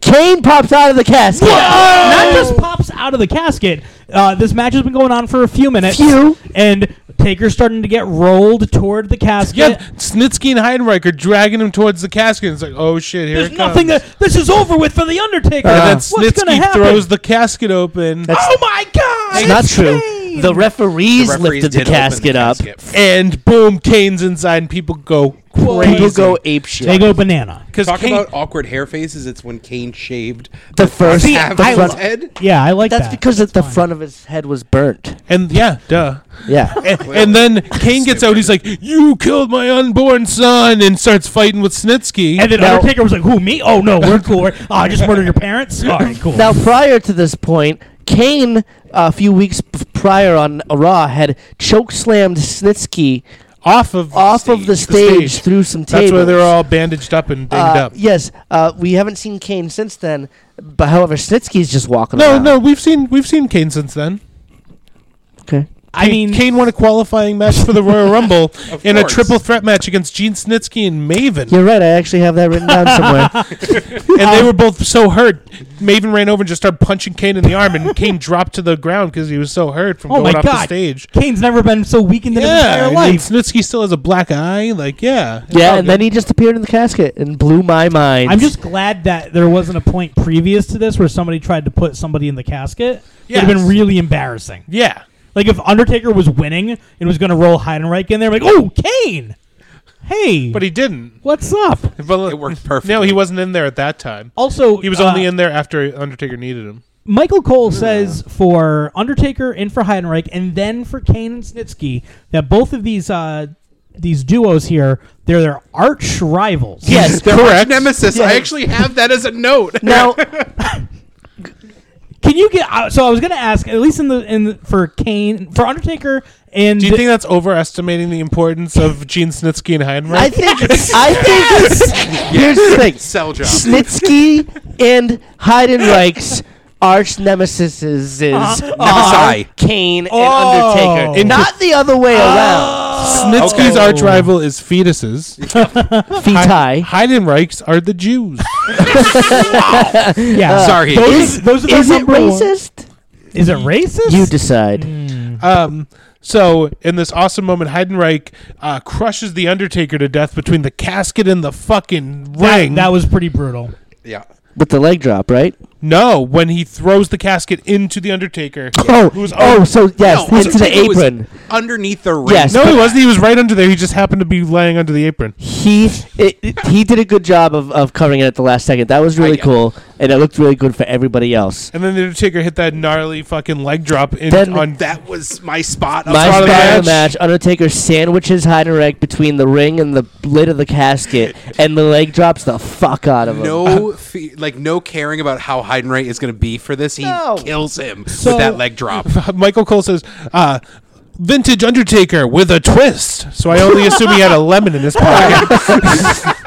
[SPEAKER 3] Kane pops out of the casket.
[SPEAKER 1] not just pops out of the casket. Uh, this match has been going on for a few minutes.
[SPEAKER 3] Few.
[SPEAKER 1] And Taker's starting to get rolled toward the casket.
[SPEAKER 2] Yeah, Snitsky and Heidenreich are dragging him towards the casket. It's like, oh shit, here
[SPEAKER 1] There's
[SPEAKER 2] it comes.
[SPEAKER 1] nothing that this is over with for the Undertaker.
[SPEAKER 2] and then
[SPEAKER 1] What's gonna
[SPEAKER 2] Snitsky
[SPEAKER 1] happen?
[SPEAKER 2] throws the casket open,
[SPEAKER 1] oh my God!
[SPEAKER 3] It's not
[SPEAKER 1] it's
[SPEAKER 3] true.
[SPEAKER 1] Kane!
[SPEAKER 3] The referees,
[SPEAKER 8] The referees
[SPEAKER 3] lifted the
[SPEAKER 8] did open
[SPEAKER 3] casket up.
[SPEAKER 2] and boom, Kane's inside, and people go crazy.
[SPEAKER 3] People go ape
[SPEAKER 1] They
[SPEAKER 3] shit.
[SPEAKER 1] go banana.
[SPEAKER 2] because
[SPEAKER 8] Talk
[SPEAKER 2] Kane,
[SPEAKER 8] about awkward hair phases. It's when Kane shaved
[SPEAKER 3] The first,
[SPEAKER 8] half
[SPEAKER 3] the
[SPEAKER 8] of his
[SPEAKER 3] front,
[SPEAKER 8] head.
[SPEAKER 1] Yeah, I like
[SPEAKER 3] that's
[SPEAKER 1] that.
[SPEAKER 3] because the front of his head was burnt.
[SPEAKER 2] and yeah, duh.
[SPEAKER 3] Yeah.
[SPEAKER 2] and, and then Kane gets out. He's like, "You killed my unborn son," and starts fighting with Snitsky.
[SPEAKER 1] and then
[SPEAKER 3] Now-
[SPEAKER 1] Undertaker was like, "Who me? Oh no, we're cool. We're- Oh, I just murdered your parents. All right, cool."
[SPEAKER 3] Now, prior to this point, Kane, a few weeks p- prior on Raw, had choke slammed Snitsky
[SPEAKER 2] off of
[SPEAKER 3] off of the stage,
[SPEAKER 2] stage.
[SPEAKER 3] through some
[SPEAKER 2] That's
[SPEAKER 3] tables.
[SPEAKER 2] where they're all bandaged up and dinged
[SPEAKER 3] Uh,
[SPEAKER 2] up.
[SPEAKER 3] yes, uh, we haven't seen Kane since then. But however, Snitsky's just walking
[SPEAKER 2] No,
[SPEAKER 3] around.
[SPEAKER 2] no, we've seen we've seen Kane since then.
[SPEAKER 3] Okay.
[SPEAKER 1] I mean,
[SPEAKER 2] Kane won a qualifying match for the Royal Rumble in a
[SPEAKER 8] course.
[SPEAKER 2] triple threat match against Gene Snitsky and Maven,
[SPEAKER 3] You're right. I actually have that written down somewhere.
[SPEAKER 2] and
[SPEAKER 1] Uh,
[SPEAKER 2] they were both so hurt. Maven ran over and just started punching Kane in the arm, and Kane dropped to the ground because he was so hurt from
[SPEAKER 1] oh my
[SPEAKER 2] going off the
[SPEAKER 1] God,
[SPEAKER 2] stage.
[SPEAKER 1] Kane's never been so weakened in his
[SPEAKER 2] Yeah,
[SPEAKER 1] entire
[SPEAKER 2] and
[SPEAKER 1] life.
[SPEAKER 2] Snitsky still has a black eye. Like, yeah, it's
[SPEAKER 3] yeah,
[SPEAKER 2] all
[SPEAKER 3] and then
[SPEAKER 2] good.
[SPEAKER 3] he just appeared in the casket and blew my mind.
[SPEAKER 1] I'm just glad that there wasn't a point previous to this where somebody tried to put somebody in the casket. It would have
[SPEAKER 2] Yes.
[SPEAKER 1] been really embarrassing.
[SPEAKER 2] yeah.
[SPEAKER 1] Like if Undertaker was winning and was going to roll Heidenreich in there, like, oh, Kane! Hey,
[SPEAKER 2] But he didn't.
[SPEAKER 1] what's up?
[SPEAKER 2] But
[SPEAKER 8] It worked perfectly.
[SPEAKER 2] No, he wasn't in there at that time.
[SPEAKER 1] Also,
[SPEAKER 2] He was
[SPEAKER 1] uh,
[SPEAKER 2] only in there after Undertaker needed him.
[SPEAKER 1] Michael Cole says for Undertaker and for Heidenreich, and then for Kane and Snitsky, that both of these uh, these duos here, they're their arch rivals.
[SPEAKER 3] yes,
[SPEAKER 8] They're
[SPEAKER 3] correct.
[SPEAKER 8] Nemesis.
[SPEAKER 3] Yeah.
[SPEAKER 8] I actually have that as a note.
[SPEAKER 3] Now,
[SPEAKER 1] Can you get? Uh, so I was going to ask, at least in the in the, for Kane, for Undertaker and
[SPEAKER 2] Do you think that's overestimating the importance of Gene Snitsky and Heidenreich?
[SPEAKER 3] I think I think here's the thing.
[SPEAKER 8] Sell job.
[SPEAKER 3] Snitsky and Heidenreich's arch nemesis is
[SPEAKER 8] Nemesi.
[SPEAKER 3] Kane and
[SPEAKER 1] Oh.
[SPEAKER 3] Undertaker,
[SPEAKER 1] Inter-
[SPEAKER 3] not the other way around.
[SPEAKER 2] Snitsky's
[SPEAKER 8] Okay.
[SPEAKER 2] arch rival is fetuses.
[SPEAKER 3] Feti.
[SPEAKER 2] Heidenreich's are the Jews.
[SPEAKER 1] Yeah,
[SPEAKER 8] Sorry.
[SPEAKER 1] Those, those are the
[SPEAKER 3] Is it
[SPEAKER 1] number one-
[SPEAKER 3] racist? Hmm.
[SPEAKER 1] Is it racist?
[SPEAKER 3] You decide.
[SPEAKER 2] Um, so in this awesome moment, Heidenreich uh, crushes the Undertaker to death between the casket and the fucking
[SPEAKER 1] that,
[SPEAKER 2] ring.
[SPEAKER 1] that was pretty brutal.
[SPEAKER 8] Yeah.
[SPEAKER 3] With the leg drop, right?
[SPEAKER 2] no when he throws the casket into the Undertaker.
[SPEAKER 3] Oh,
[SPEAKER 2] who was
[SPEAKER 3] oh,
[SPEAKER 2] un-
[SPEAKER 3] so yes,
[SPEAKER 8] No,
[SPEAKER 3] into the
[SPEAKER 8] it was
[SPEAKER 3] apron.
[SPEAKER 8] underneath the ring.
[SPEAKER 3] Yes.
[SPEAKER 2] no, he wasn't. He was right under there. He just happened to be laying under the apron.
[SPEAKER 3] He it, it- he did a good job of, of covering it at the last second. That was really
[SPEAKER 8] yeah.
[SPEAKER 3] cool, and it looked really good for everybody else.
[SPEAKER 2] And then the Undertaker hit that gnarly fucking leg drop in,
[SPEAKER 3] Then-
[SPEAKER 2] on
[SPEAKER 8] That was my spot. of
[SPEAKER 3] My spot
[SPEAKER 2] part of the
[SPEAKER 3] of the
[SPEAKER 2] match.
[SPEAKER 3] match, Undertaker sandwiches Heidenreich between the ring and the lid of the casket, and the leg drops the fuck out of him.
[SPEAKER 8] no, fe- like no caring about how Heidenreich is going to be for this. He
[SPEAKER 3] No.
[SPEAKER 8] kills him
[SPEAKER 1] So-
[SPEAKER 8] with that leg drop.
[SPEAKER 2] Michael Cole says, uh, "Vintage Undertaker with a twist." So I only assume he had a lemon in his pocket.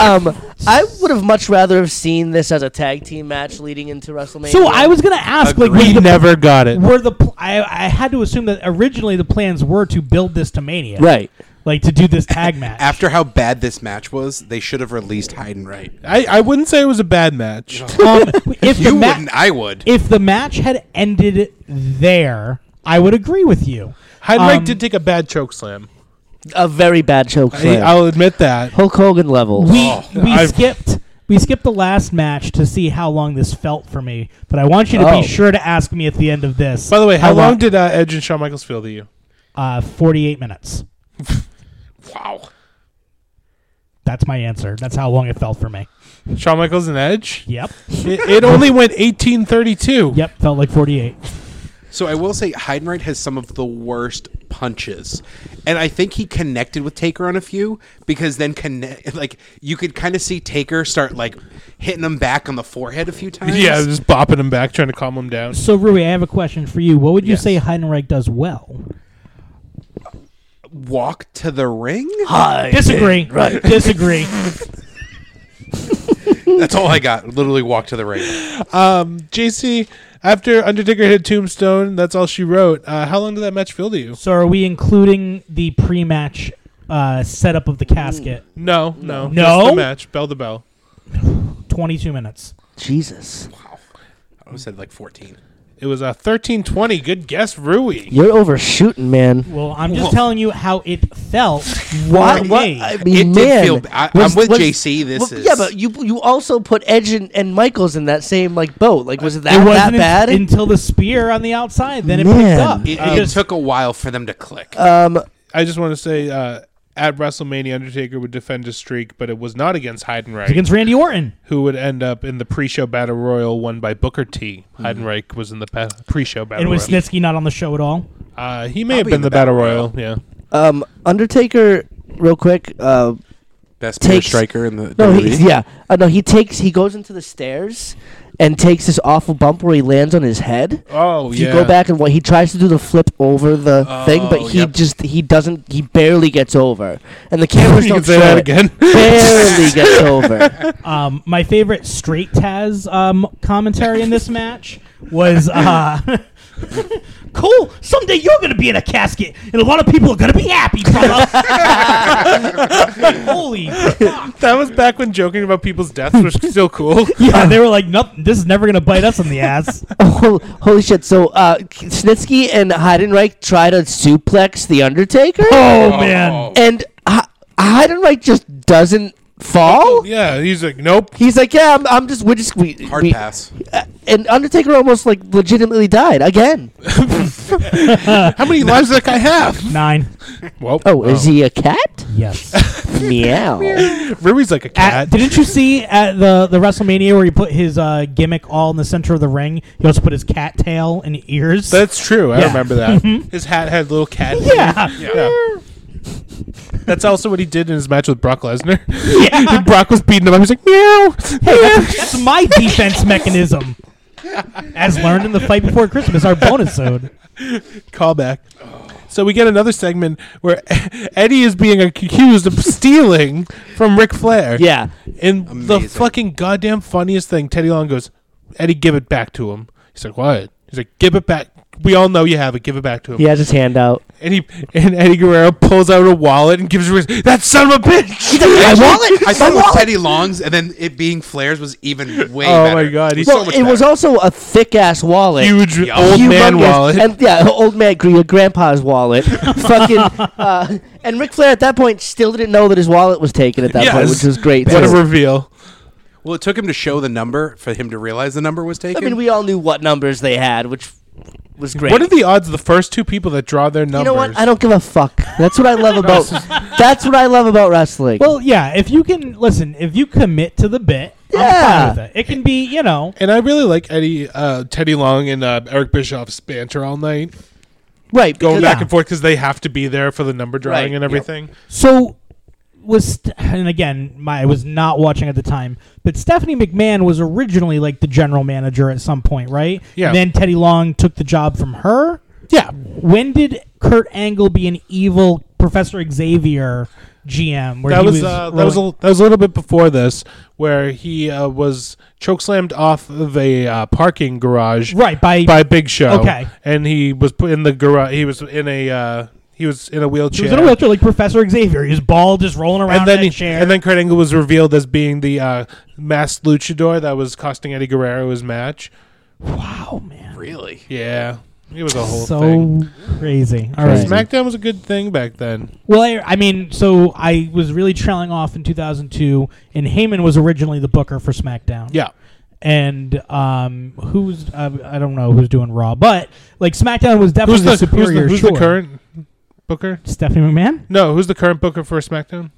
[SPEAKER 3] Um, I would have much rather have seen this as a tag team match leading into WrestleMania.
[SPEAKER 1] So I was gonna ask, like,
[SPEAKER 2] we
[SPEAKER 1] was the-
[SPEAKER 2] never got it.
[SPEAKER 1] were the pl- I, I had to assume that originally the plans were to build this to Mania,
[SPEAKER 3] right.
[SPEAKER 1] Like to do this tag match.
[SPEAKER 8] After how bad this match was, they should have released Heidenreich.
[SPEAKER 2] I, I wouldn't say it was a bad match.
[SPEAKER 1] um, if the
[SPEAKER 8] You
[SPEAKER 1] ma-
[SPEAKER 8] wouldn't. I would.
[SPEAKER 1] if the match had ended there, I would agree with you.
[SPEAKER 2] Heidenreich
[SPEAKER 1] Um,
[SPEAKER 2] did take a bad choke slam.
[SPEAKER 3] A very bad choke
[SPEAKER 2] I,
[SPEAKER 3] slam.
[SPEAKER 2] I'll admit that.
[SPEAKER 3] Hulk Hogan levels.
[SPEAKER 1] We we
[SPEAKER 2] Oh, I've-
[SPEAKER 1] skipped we skipped the last match to see how long this felt for me, but I want you to
[SPEAKER 3] Oh.
[SPEAKER 1] be sure to ask me at the end of this.
[SPEAKER 2] By the way, how long did uh, Edge and Shawn Michaels feel to you?
[SPEAKER 1] uh, forty eight minutes?
[SPEAKER 8] Wow.
[SPEAKER 1] That's my answer. That's how long it felt for me.
[SPEAKER 2] Shawn Michaels and Edge?
[SPEAKER 1] Yep.
[SPEAKER 2] It, it only went 1832.
[SPEAKER 1] Yep. Felt like forty eight.
[SPEAKER 8] So I will say Heidenreich has some of the worst punches, and I think he connected with Taker on a few because then connect like you could kind of see Taker start like hitting him back on the forehead a few times.
[SPEAKER 2] Yeah, just bopping him back, trying to calm him down.
[SPEAKER 1] So Rui, I have a question for you. What would you
[SPEAKER 8] Yes.
[SPEAKER 1] say Heidenreich does well?
[SPEAKER 8] walk to the ring.
[SPEAKER 1] Disagree. Right. Disagree.
[SPEAKER 8] That's all I got. Literally walk to the ring.
[SPEAKER 2] JC, after Undertaker hit Tombstone, that's all she wrote. Uh, how long did that match feel to you?
[SPEAKER 1] so are we including the pre match uh, setup of the casket?
[SPEAKER 2] No, no.
[SPEAKER 1] No?
[SPEAKER 2] Just the match, bell to bell.
[SPEAKER 1] Twenty two minutes.
[SPEAKER 3] Jesus,
[SPEAKER 8] I said like fourteen.
[SPEAKER 2] It was a 1320. Good guess, Rui.
[SPEAKER 3] you're overshooting, man.
[SPEAKER 1] Well, I'm just telling you how it felt.
[SPEAKER 3] Why?
[SPEAKER 1] for
[SPEAKER 3] why-
[SPEAKER 1] me.
[SPEAKER 3] I mean,
[SPEAKER 8] It did
[SPEAKER 3] man,
[SPEAKER 8] feel b- I- I'm with JC, this
[SPEAKER 3] well,
[SPEAKER 8] is-
[SPEAKER 3] yeah, but you you also put Edge and, and Michaels in that same like boat. Like, was it that,
[SPEAKER 1] it
[SPEAKER 3] that
[SPEAKER 1] wasn't un-
[SPEAKER 3] bad?
[SPEAKER 1] until the spear on the outside. Then it
[SPEAKER 3] Man.
[SPEAKER 1] picked up.
[SPEAKER 8] It,
[SPEAKER 1] I
[SPEAKER 2] Um,
[SPEAKER 8] it
[SPEAKER 1] just-
[SPEAKER 8] took a while for them to click.
[SPEAKER 3] um,
[SPEAKER 2] I just want to say uh, at WrestleMania, Undertaker would defend his streak, but it was not against Heidenreich,
[SPEAKER 1] against Randy Orton.
[SPEAKER 2] who would end up in the pre show Battle Royal won by Booker T. Heidenreich was in the pa- pre show Battle
[SPEAKER 1] And was
[SPEAKER 2] Royal.
[SPEAKER 1] Snitsky not on the show at all?
[SPEAKER 2] Uh, he may have
[SPEAKER 8] Probably
[SPEAKER 2] been the Battle, Royal. yeah.
[SPEAKER 3] um, Undertaker, real quick. Uh,
[SPEAKER 8] Best
[SPEAKER 3] takes-
[SPEAKER 8] striker in the E.
[SPEAKER 3] no, he,
[SPEAKER 8] WWE.
[SPEAKER 3] yeah, uh, no, he takes he goes into the stairs and takes this awful bump where he lands on his head.
[SPEAKER 2] Oh,
[SPEAKER 3] If you go back and what he tries to do the flip over the thing, but
[SPEAKER 8] Oh,
[SPEAKER 3] he
[SPEAKER 8] yep.
[SPEAKER 3] just he doesn't he barely gets over, and the cameras
[SPEAKER 2] You
[SPEAKER 3] don't
[SPEAKER 2] can
[SPEAKER 3] show
[SPEAKER 2] say that
[SPEAKER 3] it.
[SPEAKER 2] again.
[SPEAKER 3] Barely gets over.
[SPEAKER 1] Um, my favorite straight Taz um, commentary in this match was uh, Cole, someday you're going to be in a casket, and a lot of people are going to be happy, brother. Holy fuck.
[SPEAKER 2] That was back when joking about people's deaths was still cool.
[SPEAKER 1] Yeah, they were like, nothing. This is never going to bite us in the ass.
[SPEAKER 3] Oh, Hol- Holy shit! So uh, Snitsky and Heidenreich try to suplex the Undertaker,
[SPEAKER 1] Oh, man.
[SPEAKER 3] and H- Heidenreich just doesn't fall.
[SPEAKER 2] Yeah, he's like, nope.
[SPEAKER 3] He's like, yeah, I'm, I'm just we're just we
[SPEAKER 8] Hard
[SPEAKER 3] we-
[SPEAKER 8] pass.
[SPEAKER 3] uh, and Undertaker almost like legitimately died again.
[SPEAKER 2] How many lives does that guy have?
[SPEAKER 1] Nine.
[SPEAKER 2] Well,
[SPEAKER 3] Oh, is he a cat?
[SPEAKER 1] Yes.
[SPEAKER 3] Meow.
[SPEAKER 2] Ruby's like a cat.
[SPEAKER 1] At- didn't you see at the, the WrestleMania where he put his uh, gimmick all in the center of the ring? He also put his cat tail and ears.
[SPEAKER 2] That's true. I
[SPEAKER 1] Yeah. Mm-hmm.
[SPEAKER 2] remember that. His hat had little cat. in it.
[SPEAKER 1] yeah.
[SPEAKER 2] That's also what he did in his match with Brock Lesnar.
[SPEAKER 1] Yeah.
[SPEAKER 2] Brock was beating him up. He's like, meow.
[SPEAKER 1] That's, that's my defense mechanism. As learned in the fight before Christmas, our bonus zone.
[SPEAKER 2] Callback. So we get another segment where Eddie is being accused of stealing from Ric Flair.
[SPEAKER 3] yeah.
[SPEAKER 2] And the
[SPEAKER 8] Amazing.
[SPEAKER 2] fucking goddamn funniest thing, Teddy Long goes, Eddie, give it back to him. He's like, what? He's like, give it back. We all know you have it. Give it back to him.
[SPEAKER 3] He has his hand out.
[SPEAKER 2] and he and Eddie Guerrero pulls out a wallet and gives her that son of a bitch.
[SPEAKER 3] My wallet.
[SPEAKER 8] I
[SPEAKER 3] My
[SPEAKER 8] thought it was
[SPEAKER 3] wallet!
[SPEAKER 8] Teddy Long's, and then it being Flair's was even way.
[SPEAKER 2] Oh
[SPEAKER 8] better.
[SPEAKER 2] my God,
[SPEAKER 8] It was
[SPEAKER 2] he-
[SPEAKER 8] so
[SPEAKER 3] Well,
[SPEAKER 8] much
[SPEAKER 3] it was
[SPEAKER 8] better.
[SPEAKER 3] also a thick ass wallet.
[SPEAKER 2] huge
[SPEAKER 8] Yeah.
[SPEAKER 2] old man
[SPEAKER 3] Humongous.
[SPEAKER 2] wallet.
[SPEAKER 3] And yeah, old man, your grandpa's wallet. Fucking. Uh, and Ric Flair at that point still didn't know that his wallet was taken at that point,
[SPEAKER 8] Yes.
[SPEAKER 3] which was great.
[SPEAKER 2] What a
[SPEAKER 3] too.
[SPEAKER 2] reveal!
[SPEAKER 8] well, it took him to show the number for him to realize the number was
[SPEAKER 3] I
[SPEAKER 8] taken.
[SPEAKER 3] mean, we all knew what numbers they had, which was great.
[SPEAKER 2] What are the odds the first two people that draw their numbers?
[SPEAKER 3] you know what? I don't give a fuck. That's what I love about. that's what I love about wrestling.
[SPEAKER 1] Well, yeah. If you can listen, if you commit to the bit,
[SPEAKER 3] Yeah.
[SPEAKER 1] I'm fine with it. It can be, you know,
[SPEAKER 2] and I really like Eddie, uh, Teddy Long, and uh, Eric Bischoff's banter all night,
[SPEAKER 3] right?
[SPEAKER 2] going
[SPEAKER 3] because-
[SPEAKER 2] back and forth because they have to be there for the number drawing
[SPEAKER 3] Right,
[SPEAKER 2] and
[SPEAKER 3] yep.
[SPEAKER 2] everything.
[SPEAKER 1] So was St- and again, my I was not watching at the time, but Stephanie McMahon was originally like the general manager at some point, right?
[SPEAKER 2] Yeah.
[SPEAKER 1] Then Teddy Long took the job from her.
[SPEAKER 2] Yeah,
[SPEAKER 1] When did Kurt Angle be an evil Professor Xavier GM? Where
[SPEAKER 2] that
[SPEAKER 1] he
[SPEAKER 2] was, uh, that was a,
[SPEAKER 1] rolling-
[SPEAKER 2] that was a little bit before this, where he uh, was chokeslammed off of a uh, parking garage
[SPEAKER 1] right by,
[SPEAKER 2] by Big Show.
[SPEAKER 1] Okay.
[SPEAKER 2] and he was put in the garage. He was in a uh, he was in a
[SPEAKER 1] he
[SPEAKER 2] wheelchair.
[SPEAKER 1] was in a wheelchair like Professor Xavier. He was bald, just rolling around
[SPEAKER 2] and then
[SPEAKER 1] in
[SPEAKER 2] he-
[SPEAKER 1] a chair.
[SPEAKER 2] and then Kurt Angle was revealed as being the uh, masked luchador that was costing Eddie Guerrero his match.
[SPEAKER 1] wow, man,
[SPEAKER 8] really.
[SPEAKER 2] Yeah, it was a whole
[SPEAKER 1] so
[SPEAKER 2] thing.
[SPEAKER 1] crazy. All right.
[SPEAKER 2] SmackDown was a good thing back then.
[SPEAKER 1] Well, I, I mean, so I was really trailing off in 2002, and Heyman was originally the booker for SmackDown.
[SPEAKER 2] Yeah,
[SPEAKER 1] And um, who's uh, I don't know who's doing Raw, but like SmackDown was
[SPEAKER 2] who's
[SPEAKER 1] definitely
[SPEAKER 2] the, who's the,
[SPEAKER 1] superior.
[SPEAKER 2] who's
[SPEAKER 1] sure.
[SPEAKER 2] the current booker?
[SPEAKER 1] Stephanie McMahon?
[SPEAKER 2] No, who's the current booker for SmackDown?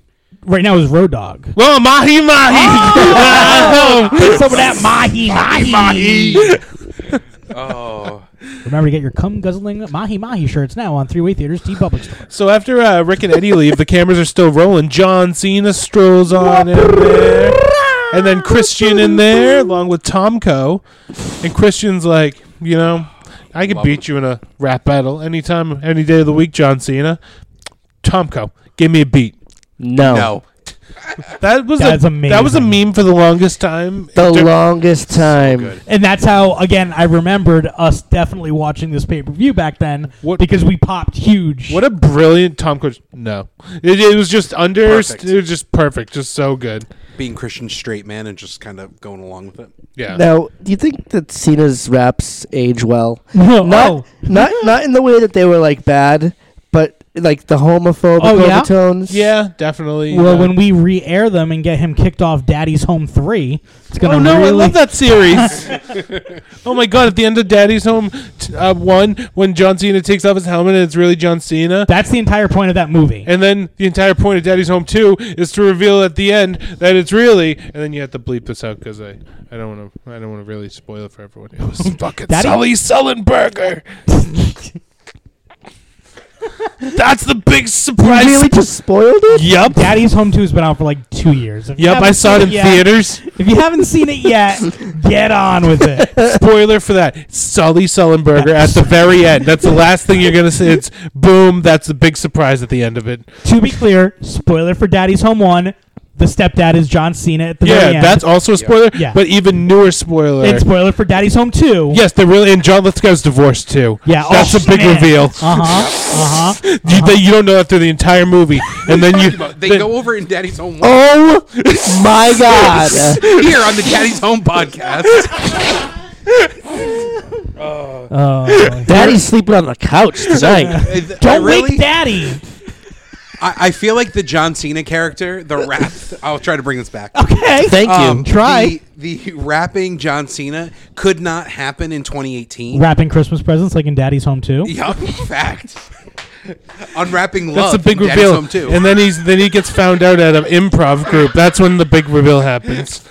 [SPEAKER 1] Right now is Road Dog.
[SPEAKER 2] Well, Mahi Mahi. Oh!
[SPEAKER 1] Put some of that mahi mahi.
[SPEAKER 8] Oh,
[SPEAKER 1] Remember to get your cum guzzling mahi mahi shirts now on Three Way Theaters T Public Store.
[SPEAKER 2] So after uh, Rick and Eddie leave, the cameras are still rolling. John Cena strolls on in there, and then Christian in there along with Tomko, and Christian's like, you know, I could beat you in a rap battle anytime, any day of the week, John Cena. Tomko, give me a beat.
[SPEAKER 3] no,
[SPEAKER 8] no.
[SPEAKER 2] Oh. That was
[SPEAKER 1] That's
[SPEAKER 2] a, That was a
[SPEAKER 1] amazing.
[SPEAKER 2] meme for the longest time.
[SPEAKER 3] the
[SPEAKER 2] After-
[SPEAKER 3] longest time.
[SPEAKER 8] good.
[SPEAKER 1] And that's how, again, I remembered us definitely watching this pay per view back then
[SPEAKER 2] What-
[SPEAKER 1] because we popped huge.
[SPEAKER 2] what a brilliant Tomko. No, it, it was just under.
[SPEAKER 8] Perfect.
[SPEAKER 2] It was just perfect. Just so good.
[SPEAKER 8] Being Christian straight man and just kind of going along with it.
[SPEAKER 2] Yeah.
[SPEAKER 3] Now, do you think that Cena's raps age well?
[SPEAKER 1] No.
[SPEAKER 3] Not, not, not in the way that they were like bad, but like the homophobic
[SPEAKER 1] Oh, yeah?
[SPEAKER 3] overtones.
[SPEAKER 2] Yeah, definitely.
[SPEAKER 1] Well,
[SPEAKER 2] uh,
[SPEAKER 1] when we re-air them and get him kicked off Daddy's Home Three, it's gonna.
[SPEAKER 2] Oh no,
[SPEAKER 1] really
[SPEAKER 2] I love that series. oh my god, at the end of Daddy's Home t- uh, one, when John Cena takes off his helmet and it's really John Cena.
[SPEAKER 1] That's the entire point of that movie.
[SPEAKER 2] and then the entire point of Daddy's Home 2 is to reveal at the end that it's really, and then you have to bleep this out because I, I don't want to, I don't want to really spoil it for everyone. It was fucking
[SPEAKER 1] Daddy-
[SPEAKER 2] Sully Sullenberger. That's the big surprise.
[SPEAKER 3] Really just spoiled it?
[SPEAKER 2] Yup.
[SPEAKER 1] Daddy's Home Two has been out for like two years. If you
[SPEAKER 2] Yup, I
[SPEAKER 1] haven't
[SPEAKER 2] saw it
[SPEAKER 1] seen
[SPEAKER 2] in
[SPEAKER 1] yet-
[SPEAKER 2] theaters.
[SPEAKER 1] If you haven't seen it yet, get on with it.
[SPEAKER 2] Spoiler for that. Sully Sullenberger at the very end. That's the last thing you're gonna say. It's boom. That's the big surprise at the end of it.
[SPEAKER 1] to be clear, spoiler for Daddy's Home One: the stepdad is John Cena at the very
[SPEAKER 2] Yeah,
[SPEAKER 1] end.
[SPEAKER 2] that's also a spoiler.
[SPEAKER 1] Yeah.
[SPEAKER 2] But even newer spoiler.
[SPEAKER 1] and spoiler for Daddy's Home Two.
[SPEAKER 2] yes, they're really and John Lithgow's divorced too.
[SPEAKER 1] Yeah, oh,
[SPEAKER 2] that's a big
[SPEAKER 1] man.
[SPEAKER 2] reveal.
[SPEAKER 1] Uh huh. Uh huh.
[SPEAKER 2] You, that you don't know that through the entire movie, and then you
[SPEAKER 8] They
[SPEAKER 2] then-
[SPEAKER 8] go over in Daddy's Home
[SPEAKER 3] Oh my god.
[SPEAKER 9] Oh.
[SPEAKER 8] here on the Daddy's Home podcast.
[SPEAKER 1] Oh,
[SPEAKER 3] Daddy's sleeping on the couch
[SPEAKER 6] Um,
[SPEAKER 3] tonight.
[SPEAKER 8] I- I
[SPEAKER 1] don't
[SPEAKER 8] really,
[SPEAKER 1] wake Daddy.
[SPEAKER 8] I, I feel like the John Cena character, the rap. I'll try to bring this back.
[SPEAKER 1] Okay.
[SPEAKER 3] Thank you.
[SPEAKER 8] Um,
[SPEAKER 1] Try.
[SPEAKER 8] the, the rapping John Cena could not happen in 2018.
[SPEAKER 1] Wrapping Christmas presents like in Daddy's Home Two.
[SPEAKER 8] Yup, fact. Unwrapping love.
[SPEAKER 2] that's a big
[SPEAKER 8] from Daddy's
[SPEAKER 2] reveal.
[SPEAKER 8] Home too.
[SPEAKER 2] And then he's then he gets found out at an improv group. That's when the big reveal happens.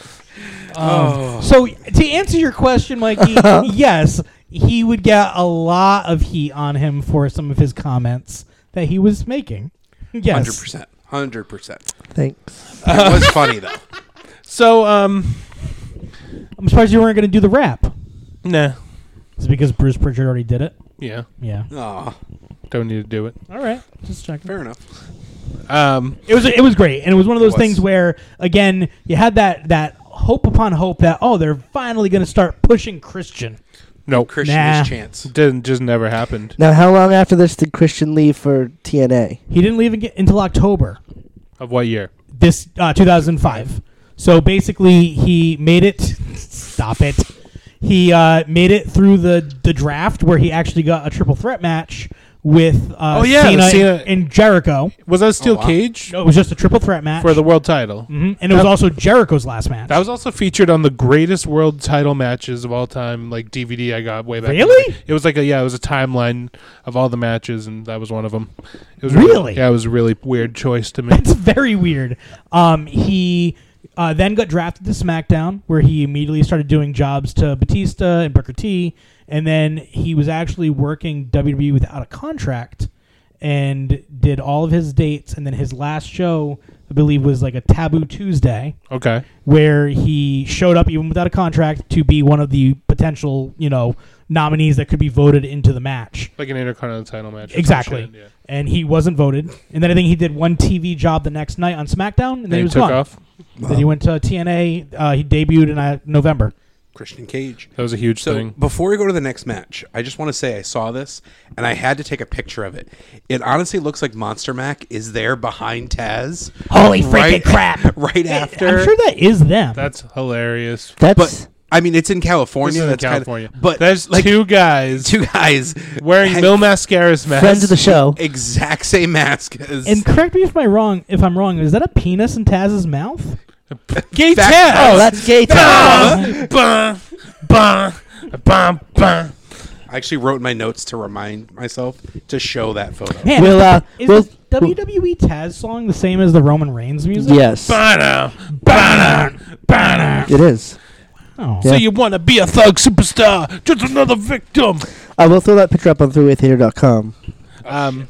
[SPEAKER 1] So to answer your question, Mikey, yes, he would get a lot of heat on him for some of his comments that he was making. Yes.
[SPEAKER 8] Hundred percent. Hundred percent.
[SPEAKER 3] Thanks.
[SPEAKER 8] It was funny though.
[SPEAKER 2] So um,
[SPEAKER 1] I'm surprised you weren't going to do the rap.
[SPEAKER 2] nah,
[SPEAKER 1] Is it because Bruce Pritchard already did it?
[SPEAKER 2] yeah,
[SPEAKER 1] Yeah.
[SPEAKER 8] Oh,
[SPEAKER 2] don't need to do it.
[SPEAKER 1] All right. Just checking.
[SPEAKER 8] fair enough.
[SPEAKER 2] Um,
[SPEAKER 1] It was it was great, and it was one of those
[SPEAKER 8] was.
[SPEAKER 1] things where again you had that that hope upon hope that oh they're finally going to start pushing Christian.
[SPEAKER 2] No,
[SPEAKER 8] Christian
[SPEAKER 1] Nah.
[SPEAKER 8] his chance.
[SPEAKER 2] didn't just never happened.
[SPEAKER 3] Now, how long after this did Christian leave for TNA?
[SPEAKER 1] He didn't leave ag- until October
[SPEAKER 2] Of what year?
[SPEAKER 1] this uh, 2005. So basically, he made it. Stop it. He uh, made it through the the draft where he actually got a triple threat match with uh,
[SPEAKER 2] Oh, yeah,
[SPEAKER 1] Cena,
[SPEAKER 2] the Cena-
[SPEAKER 1] and, and Jericho.
[SPEAKER 2] Was that Steel
[SPEAKER 8] Oh, wow.
[SPEAKER 2] Cage
[SPEAKER 1] No, it was just a triple threat match
[SPEAKER 2] for the world title?
[SPEAKER 1] Mhm, and it was
[SPEAKER 2] That-
[SPEAKER 1] also Jericho's last match.
[SPEAKER 2] That was also featured on the greatest world title matches of all time, like DVD I got way back. in the
[SPEAKER 1] Really?
[SPEAKER 2] day. It was like a yeah, it was a timeline of all the matches, and that was one of them. It was
[SPEAKER 1] Really?
[SPEAKER 2] yeah, it was a really weird choice to make.
[SPEAKER 1] That's very weird. Um, he uh, then got drafted to SmackDown, where he immediately started doing jobs to Batista and Booker T. And then he was actually working WWE without a contract and did all of his dates. And then his last show, I believe, was like a Taboo Tuesday,
[SPEAKER 2] Okay,
[SPEAKER 1] where he showed up even without a contract to be one of the potential, you know, nominees that could be voted into the match.
[SPEAKER 2] like an intercontinental title match. or some
[SPEAKER 1] Exactly.
[SPEAKER 2] shit, yeah.
[SPEAKER 1] And he wasn't voted. And then I think he did one TV job the next night on SmackDown, and then
[SPEAKER 2] They
[SPEAKER 1] he was
[SPEAKER 2] took
[SPEAKER 1] gone.
[SPEAKER 2] off.
[SPEAKER 1] Then he went to TNA. Uh, he debuted in uh, November.
[SPEAKER 8] Christian Cage.
[SPEAKER 2] That was a huge
[SPEAKER 8] So
[SPEAKER 2] thing.
[SPEAKER 8] before we go to the next match, I just want to say I saw this and I had to take a picture of it. It honestly looks like Monster Mac is there behind Taz.
[SPEAKER 1] Holy freaking
[SPEAKER 8] right-
[SPEAKER 1] crap.
[SPEAKER 8] Right after.
[SPEAKER 1] I'm sure that is them.
[SPEAKER 2] That's hilarious.
[SPEAKER 3] That's
[SPEAKER 8] but I mean, it's in
[SPEAKER 2] This
[SPEAKER 8] California.
[SPEAKER 2] is in
[SPEAKER 8] that's
[SPEAKER 2] California,
[SPEAKER 8] Kinda, but
[SPEAKER 2] there's
[SPEAKER 8] like two,
[SPEAKER 2] two guys
[SPEAKER 8] guys
[SPEAKER 2] wearing
[SPEAKER 8] had
[SPEAKER 2] Mil Mascara's mask.
[SPEAKER 3] friends of the show.
[SPEAKER 8] exact same mask as
[SPEAKER 1] and correct me if I'm wrong. If I'm wrong, is that a penis in Taz's mouth?
[SPEAKER 2] Gay
[SPEAKER 8] Fact-
[SPEAKER 2] Taz.
[SPEAKER 3] Oh, that's gay. Taz.
[SPEAKER 2] Bah, bah, bah, bah.
[SPEAKER 8] I actually wrote my notes to remind myself to show that photo.
[SPEAKER 1] Man,
[SPEAKER 3] We'll, uh,
[SPEAKER 1] is
[SPEAKER 3] we'll-
[SPEAKER 1] this WWE Taz song the same as the Roman Reigns music?
[SPEAKER 3] yes,
[SPEAKER 2] Bah-da, bah-da, bah-da.
[SPEAKER 3] it is.
[SPEAKER 1] Oh.
[SPEAKER 2] So you want to be a thug superstar, just another victim.
[SPEAKER 3] I will throw that picture up on throughwaytheater.com.
[SPEAKER 2] Um,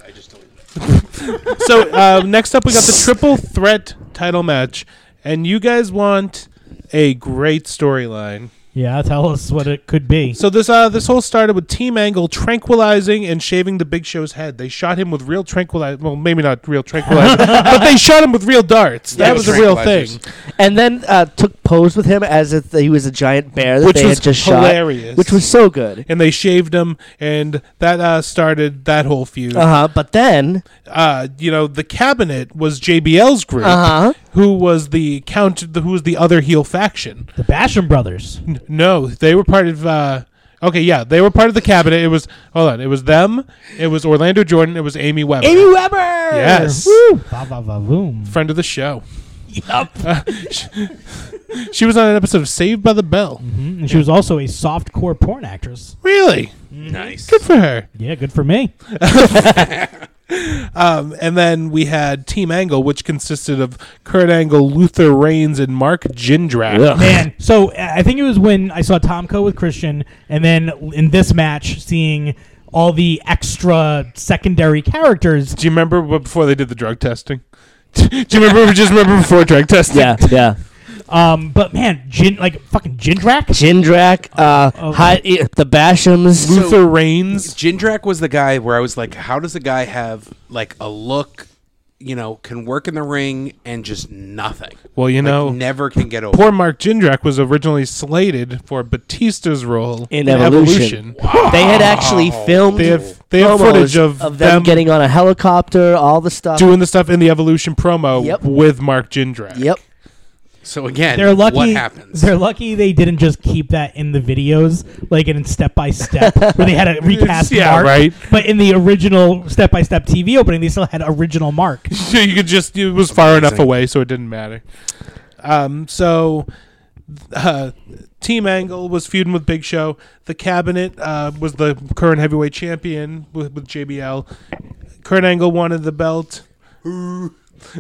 [SPEAKER 2] so uh, next up, we got the triple threat title match, and you guys want a great storyline.
[SPEAKER 1] Yeah, tell us what it could be.
[SPEAKER 2] So this uh, this whole started with Team Angle tranquilizing and shaving the Big Show's head. They shot him with real tranquilizer. Well, maybe not real tranquilizer, but they shot him with real darts.
[SPEAKER 8] Yeah,
[SPEAKER 2] that
[SPEAKER 8] it
[SPEAKER 2] was
[SPEAKER 8] was
[SPEAKER 2] a real thing,
[SPEAKER 8] tranquilizers.
[SPEAKER 3] And then uh, took pose with him as if he was a giant bear that
[SPEAKER 2] which
[SPEAKER 3] they
[SPEAKER 2] was
[SPEAKER 3] had just
[SPEAKER 2] hilarious.
[SPEAKER 3] shot, which was so good.
[SPEAKER 2] and they shaved him, and that uh, started that whole feud.
[SPEAKER 3] Uh huh. But then,
[SPEAKER 2] uh, you know, the cabinet was JBL's group,
[SPEAKER 3] Uh-huh.
[SPEAKER 2] who was the count, the, who was the other heel faction.
[SPEAKER 1] the Basham Brothers.
[SPEAKER 2] N- No, they were part of. Uh, okay, yeah, they were part of the cabinet. It was hold on, it was them, it was Orlando Jordan, it was Amy Webber,
[SPEAKER 1] Amy Weber!
[SPEAKER 2] Yes.
[SPEAKER 1] Woo! Ba, ba, ba, boom.
[SPEAKER 2] friend of the show. Yup. she, she was on an episode of Saved by the Bell.
[SPEAKER 1] And she was also a softcore porn actress.
[SPEAKER 2] Really
[SPEAKER 1] Mm-hmm.
[SPEAKER 8] Nice.
[SPEAKER 2] good for her.
[SPEAKER 1] Yeah, good for me.
[SPEAKER 2] Um, and then we had Team Angle, which consisted of Kurt Angle, Luther Reigns, and Mark Jindrak.
[SPEAKER 1] Man, so uh, I think it was when I saw Tomko with Christian, and then in this match, seeing all the extra secondary characters.
[SPEAKER 2] Do you remember what- before they did the drug testing? Do you remember? just remember before drug testing.
[SPEAKER 3] yeah, yeah.
[SPEAKER 1] Um, but man, Jin like fucking Jindrak.
[SPEAKER 3] Jindrak, uh,
[SPEAKER 2] Oh.
[SPEAKER 3] hi- eh, the Bashams.
[SPEAKER 2] Luther Reigns.
[SPEAKER 8] Jindrak was the guy where I was like, how does a guy have like a look, you know, can work in the ring and just nothing?
[SPEAKER 2] Well, you
[SPEAKER 8] Like,
[SPEAKER 2] know,
[SPEAKER 8] never can get over.
[SPEAKER 2] poor Mark Jindrak was originally slated for Batista's role
[SPEAKER 3] In Evolution. They had actually filmed
[SPEAKER 2] They have they have
[SPEAKER 3] promos
[SPEAKER 2] footage of,
[SPEAKER 3] them, getting on a helicopter, all the stuff.
[SPEAKER 2] doing the stuff in the Evolution promo
[SPEAKER 3] Yep.
[SPEAKER 2] with Mark Jindrak.
[SPEAKER 3] yep.
[SPEAKER 8] So again,
[SPEAKER 1] They're lucky.
[SPEAKER 8] what happens?
[SPEAKER 1] They're lucky they didn't just keep that in the videos, like in step by step, where they had a recast
[SPEAKER 2] Yeah,
[SPEAKER 1] Mark.
[SPEAKER 2] right.
[SPEAKER 1] But in the original step by step TV opening, they still had original Mark.
[SPEAKER 2] So you could just it was far enough
[SPEAKER 8] Amazing.
[SPEAKER 2] away, so it didn't matter. Um, so uh, Team Angle was feuding with Big Show. The Cabinet uh, was the current heavyweight champion with, with JBL. Kurt Angle wanted the belt.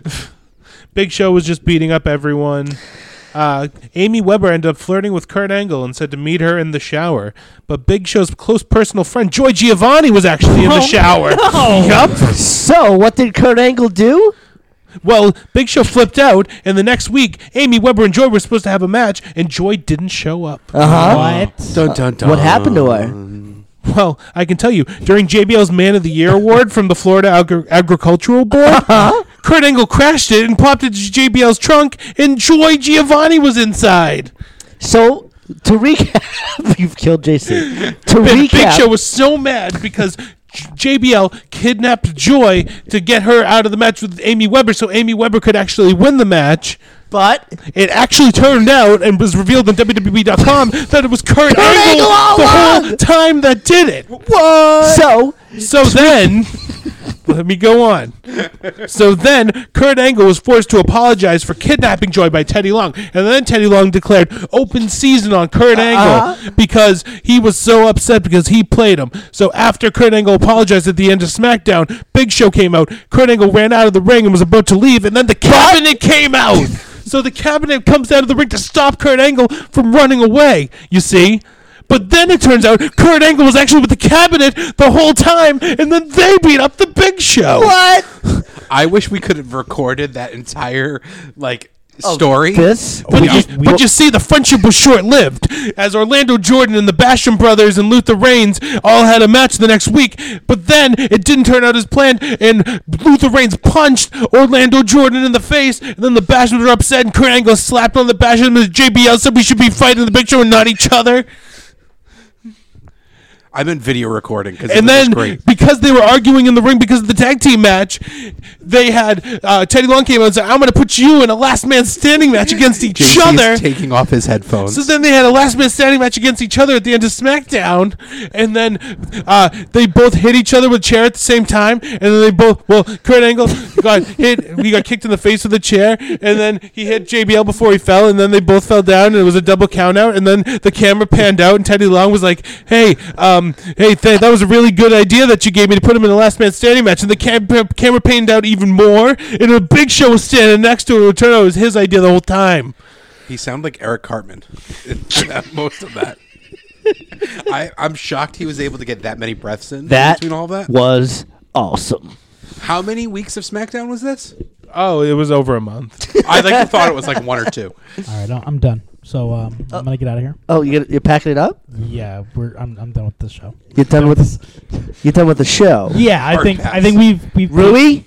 [SPEAKER 2] Big Show was just beating up everyone. Uh, Amy Weber ended up flirting with Kurt Angle and said to meet her in the shower. But Big Show's close personal friend Joy Giovanni was actually in the shower. Yup.
[SPEAKER 3] So, what did Kurt Angle do?
[SPEAKER 2] Well, Big Show flipped out, and the next week, Amy Weber and Joy were supposed to have a match, and Joy didn't show up.
[SPEAKER 1] What?
[SPEAKER 8] dun, dun, dun.
[SPEAKER 3] What happened to her?
[SPEAKER 2] Well, I can tell you, during JBL's Man of the Year award from the Florida Agri- Agricultural Board, Kurt Angle crashed it and popped it to JBL's trunk, and Joy Giovanni was inside.
[SPEAKER 3] So, to recap, you've killed JC. To recap,
[SPEAKER 2] Big Show was so mad because J- JBL kidnapped Joy to get her out of the match with Amy Weber so Amy Weber could actually win the match.
[SPEAKER 3] but
[SPEAKER 2] It actually turned out and was revealed on WWE.com that it was Kurt, Angle,
[SPEAKER 3] Angle all
[SPEAKER 2] the whole
[SPEAKER 3] along!
[SPEAKER 2] time that did it.
[SPEAKER 3] so
[SPEAKER 2] So then, let me go on. So then, Kurt Angle was forced to apologize for kidnapping Joy by Teddy Long, and then Teddy Long declared open season on Kurt Angle because he was so upset because he played him. So after Kurt Angle apologized at the end of SmackDown, Big Show came out. Kurt Angle ran out of the ring and was about to leave, and then the cabinet came out. So the cabinet comes out of the ring to stop Kurt Angle from running away. You see. But then it turns out Kurt Angle was actually with the cabinet the whole time, and then they beat up the Big Show.
[SPEAKER 3] what?
[SPEAKER 8] I wish we could have recorded that entire like
[SPEAKER 3] Oh,
[SPEAKER 8] story.
[SPEAKER 3] This?
[SPEAKER 2] But,
[SPEAKER 3] We
[SPEAKER 2] you,
[SPEAKER 3] just-
[SPEAKER 2] but you see, the friendship was short lived. As Orlando Jordan and the Basham brothers and Luther Reigns all had a match the next week, but then it didn't turn out as planned, and Luther Reigns punched Orlando Jordan in the face, and then the Bashams were upset, and Kurt Angle slapped on the Basham, and JBL said we should be fighting the Big Show and not each other.
[SPEAKER 8] I meant video recording because
[SPEAKER 2] and then
[SPEAKER 8] great.
[SPEAKER 2] because they were arguing in the ring because of the tag team match, they had uh, Teddy Long came out and said, "I'm going to put you in a last man standing match against each
[SPEAKER 8] JC is
[SPEAKER 2] other."
[SPEAKER 8] taking off his headphones.
[SPEAKER 2] So then they had a last man standing match against each other at the end of SmackDown, and then uh, they both hit each other with a chair at the same time, and then they both well Kurt Angle got hit, he got kicked in the face with a chair, and then he hit JBL before he fell, and then they both fell down, and it was a double count out, and then the camera panned out, and Teddy Long was like, "Hey, um, hey, th- that was a really good idea that you gave me to put him in a last man standing match," and the cam- p- camera panned out even more, and a Big Show was standing next to him. It turned out it was his idea the whole time.
[SPEAKER 8] He sounded like Eric Cartman. That- Most of that. I, I'm shocked he was able to get that many breaths in
[SPEAKER 3] that
[SPEAKER 8] between all that.
[SPEAKER 3] was awesome.
[SPEAKER 8] How many weeks of SmackDown was this?
[SPEAKER 2] Oh, it was over a month.
[SPEAKER 8] I like thought it was like one or two.
[SPEAKER 1] All right, I- I'm done. So um, I'm gonna get out of here.
[SPEAKER 3] Oh, you you're packing it up?
[SPEAKER 1] Yeah, we're I'm, I'm done with this show.
[SPEAKER 3] You're done with this? You're done with the show?
[SPEAKER 1] Yeah, I
[SPEAKER 8] Hard
[SPEAKER 1] think
[SPEAKER 8] pass.
[SPEAKER 1] I think we've we've
[SPEAKER 3] Rui,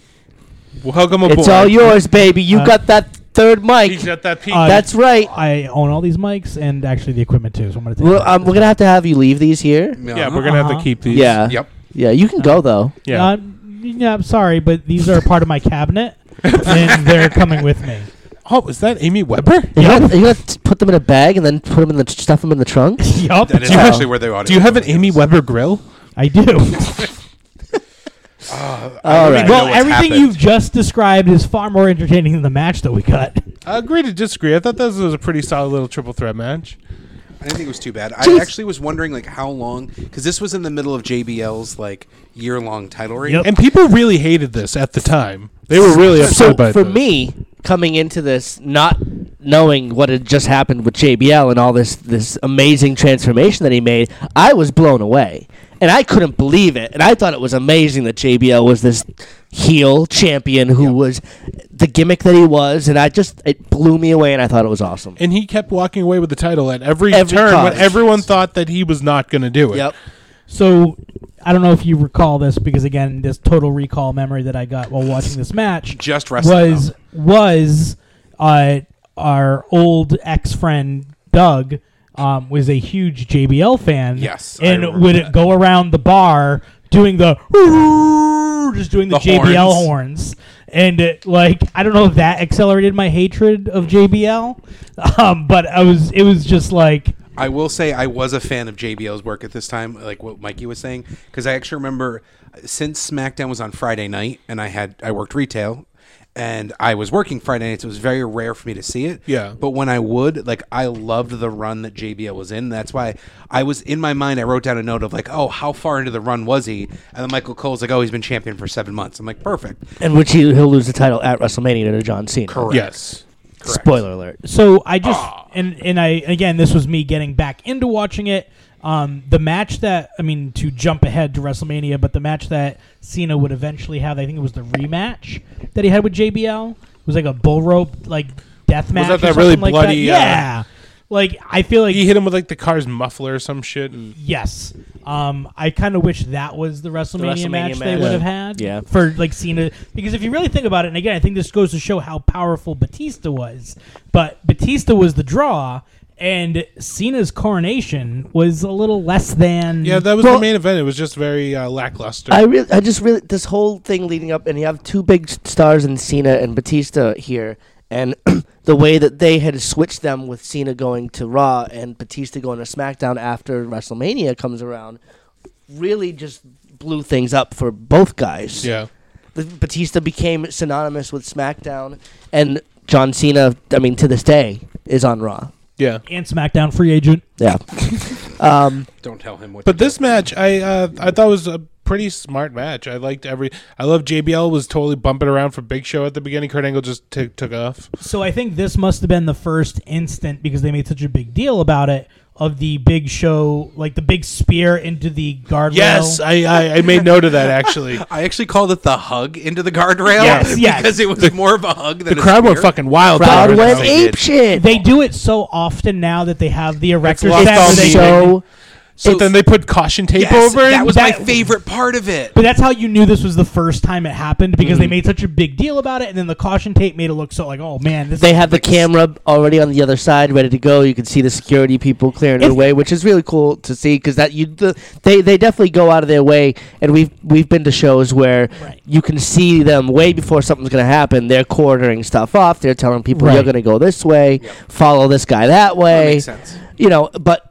[SPEAKER 2] Welcome aboard.
[SPEAKER 3] it's all yours, baby. You
[SPEAKER 1] Uh,
[SPEAKER 3] got that third mic.
[SPEAKER 2] Oh, He's got that peak.
[SPEAKER 1] Uh,
[SPEAKER 3] That's right.
[SPEAKER 1] I own all these mics and actually the equipment too. So I'm gonna take.
[SPEAKER 3] Well,
[SPEAKER 1] it.
[SPEAKER 3] um, we're gonna have to have you leave these here.
[SPEAKER 2] yeah, we're gonna have
[SPEAKER 1] Uh-huh.
[SPEAKER 2] to keep these.
[SPEAKER 3] Yeah.
[SPEAKER 8] Yep.
[SPEAKER 3] Yeah, you can go though.
[SPEAKER 2] yeah.
[SPEAKER 1] Uh, yeah, I'm sorry, but these are part of my cabinet, and they're coming with me.
[SPEAKER 2] oh, is that Amy Weber?
[SPEAKER 3] You gotta, you gotta t- put them in a bag and then put them in the stuff them in the trunk.
[SPEAKER 1] Yup,
[SPEAKER 8] That is
[SPEAKER 3] you have-
[SPEAKER 8] actually where they audio.
[SPEAKER 2] Do you have an
[SPEAKER 8] goes.
[SPEAKER 2] Amy Weber grill?
[SPEAKER 1] I do.
[SPEAKER 3] All
[SPEAKER 8] don't
[SPEAKER 3] right.
[SPEAKER 8] even know
[SPEAKER 1] well,
[SPEAKER 8] what's
[SPEAKER 1] everything
[SPEAKER 8] happened.
[SPEAKER 1] you've just described is far more entertaining than the match that we got.
[SPEAKER 2] I agree to disagree. I thought this was a pretty solid little triple threat match.
[SPEAKER 8] I didn't think it was too bad. I
[SPEAKER 3] Jeez.
[SPEAKER 8] actually was wondering like how long because this was in the middle of JBL's like year long title reign.
[SPEAKER 1] Yep.
[SPEAKER 2] And people really hated this at the time. They were really upset
[SPEAKER 3] so
[SPEAKER 2] by
[SPEAKER 3] for
[SPEAKER 2] this.
[SPEAKER 3] me coming into this not knowing what had just happened with JBL and all this this amazing transformation that he made I was blown away and I couldn't believe it and I thought it was amazing that JBL was this heel champion who was the gimmick that he was and I just it blew me away and I thought it was awesome
[SPEAKER 2] And he kept walking away with the title at every,
[SPEAKER 3] Every
[SPEAKER 2] turn
[SPEAKER 3] cost.
[SPEAKER 2] when everyone thought that he was not going to do it.
[SPEAKER 3] yep
[SPEAKER 1] So I don't know if you recall this because again, this total recall memory that I got while watching this match
[SPEAKER 8] Just wrestling,
[SPEAKER 1] was
[SPEAKER 8] though.
[SPEAKER 1] was uh, our old ex friend Doug. Um, was a huge JBL fan.
[SPEAKER 8] Yes, I
[SPEAKER 1] and
[SPEAKER 8] remember
[SPEAKER 1] would
[SPEAKER 8] that.
[SPEAKER 1] go around the bar doing the just doing the,
[SPEAKER 8] The
[SPEAKER 1] JBL
[SPEAKER 8] horns.
[SPEAKER 1] horns, and it, like I don't know if that accelerated my hatred of JBL, um, but I was it was just like
[SPEAKER 8] I will say I was a fan of JBL's work at this time, like what Mikey was saying, because I actually remember uh, since SmackDown was on Friday night, and I had I worked retail, and I was working Friday nights. It was very rare for me to see it.
[SPEAKER 2] Yeah.
[SPEAKER 8] But when I would, like, I loved the run that JBL was in. That's why I was in my mind. I wrote down a note of like, oh, how far into the run was he? And then Michael Cole's like, oh, he's been champion for seven months. I'm like, perfect.
[SPEAKER 3] and which he, he'll lose the title at WrestleMania to John Cena
[SPEAKER 8] Correct.
[SPEAKER 2] Yes.
[SPEAKER 3] spoiler alert
[SPEAKER 1] so I just
[SPEAKER 2] Ah.
[SPEAKER 1] and and I again this was me getting back into watching it. Um, the match that I mean to jump ahead to WrestleMania, but the match that Cena would eventually have, I think it was the rematch that he had with JBL. It was like a bull rope like death match.
[SPEAKER 2] that
[SPEAKER 1] or
[SPEAKER 2] that really
[SPEAKER 1] something like
[SPEAKER 2] bloody, uh,
[SPEAKER 1] That. Yeah, like I feel like
[SPEAKER 2] He hit him with like the car's muffler or some shit. And
[SPEAKER 1] Yes. Um, I kind of wish that was the WrestleMania,
[SPEAKER 3] WrestleMania
[SPEAKER 1] match, they
[SPEAKER 3] match.
[SPEAKER 1] would have
[SPEAKER 3] Yeah.
[SPEAKER 1] had.
[SPEAKER 3] Yeah.
[SPEAKER 1] For like Cena, because if you really think about it, and again, I think this goes to show how powerful Batista was. But Batista was the draw, and Cena's coronation was a little less than
[SPEAKER 2] Yeah, that was
[SPEAKER 3] Well-
[SPEAKER 2] the main event. It was just very uh, lackluster.
[SPEAKER 3] I really, I just really, this whole thing leading up, and you have two big s- stars in Cena and Batista here, and the way that they had switched them with Cena going to Raw and Batista going to SmackDown after WrestleMania comes around, really just blew things up for both guys.
[SPEAKER 2] yeah.
[SPEAKER 3] The- Batista became synonymous with SmackDown, and John Cena, I mean, to this day, is on Raw.
[SPEAKER 2] Yeah.
[SPEAKER 1] and SmackDown free agent.
[SPEAKER 3] Yeah. um,
[SPEAKER 8] Don't tell him what.
[SPEAKER 2] But this match, I uh, I thought was a pretty smart match. I liked every. I love JBL was totally bumping around for Big Show at the beginning. Kurt Angle just t- took off.
[SPEAKER 1] So I think this must have been the first instant because they made such a big deal about it of the big show, like the big spear into the guardrail.
[SPEAKER 2] Yes, I, I I made note of that actually.
[SPEAKER 8] I actually called it the hug into the guardrail
[SPEAKER 1] Yes, yes.
[SPEAKER 8] because it was more of a hug than
[SPEAKER 2] The
[SPEAKER 8] a
[SPEAKER 2] crowd went
[SPEAKER 8] spear.
[SPEAKER 2] fucking wild.
[SPEAKER 3] crowd
[SPEAKER 2] there.
[SPEAKER 3] went
[SPEAKER 2] They
[SPEAKER 3] ape
[SPEAKER 2] did.
[SPEAKER 3] shit.
[SPEAKER 1] They do it so often now that they have the erector
[SPEAKER 2] lost
[SPEAKER 1] set.
[SPEAKER 2] all
[SPEAKER 1] where they
[SPEAKER 2] meaning.
[SPEAKER 1] can-
[SPEAKER 3] so
[SPEAKER 2] But then they put caution tape
[SPEAKER 8] Yes,
[SPEAKER 2] over it.
[SPEAKER 8] that was my
[SPEAKER 1] that-
[SPEAKER 8] favorite part of it.
[SPEAKER 1] But that's how you knew this was the first time it happened because
[SPEAKER 2] Mm-hmm.
[SPEAKER 1] they made such a big deal about it, and then the caution tape made it look so like, oh man, this
[SPEAKER 3] They have the camera already on the other side, ready to go. You can see the security people clearing their
[SPEAKER 1] If-
[SPEAKER 3] way, which is really cool to see because that you the, they they definitely go out of their way. And we've we've been to shows where
[SPEAKER 1] Right.
[SPEAKER 3] you can see them way before something's gonna happen. They're cornering stuff off. They're telling people
[SPEAKER 1] Right.
[SPEAKER 3] you're gonna go this way, follow this guy that way.
[SPEAKER 8] makes sense.
[SPEAKER 3] You know, but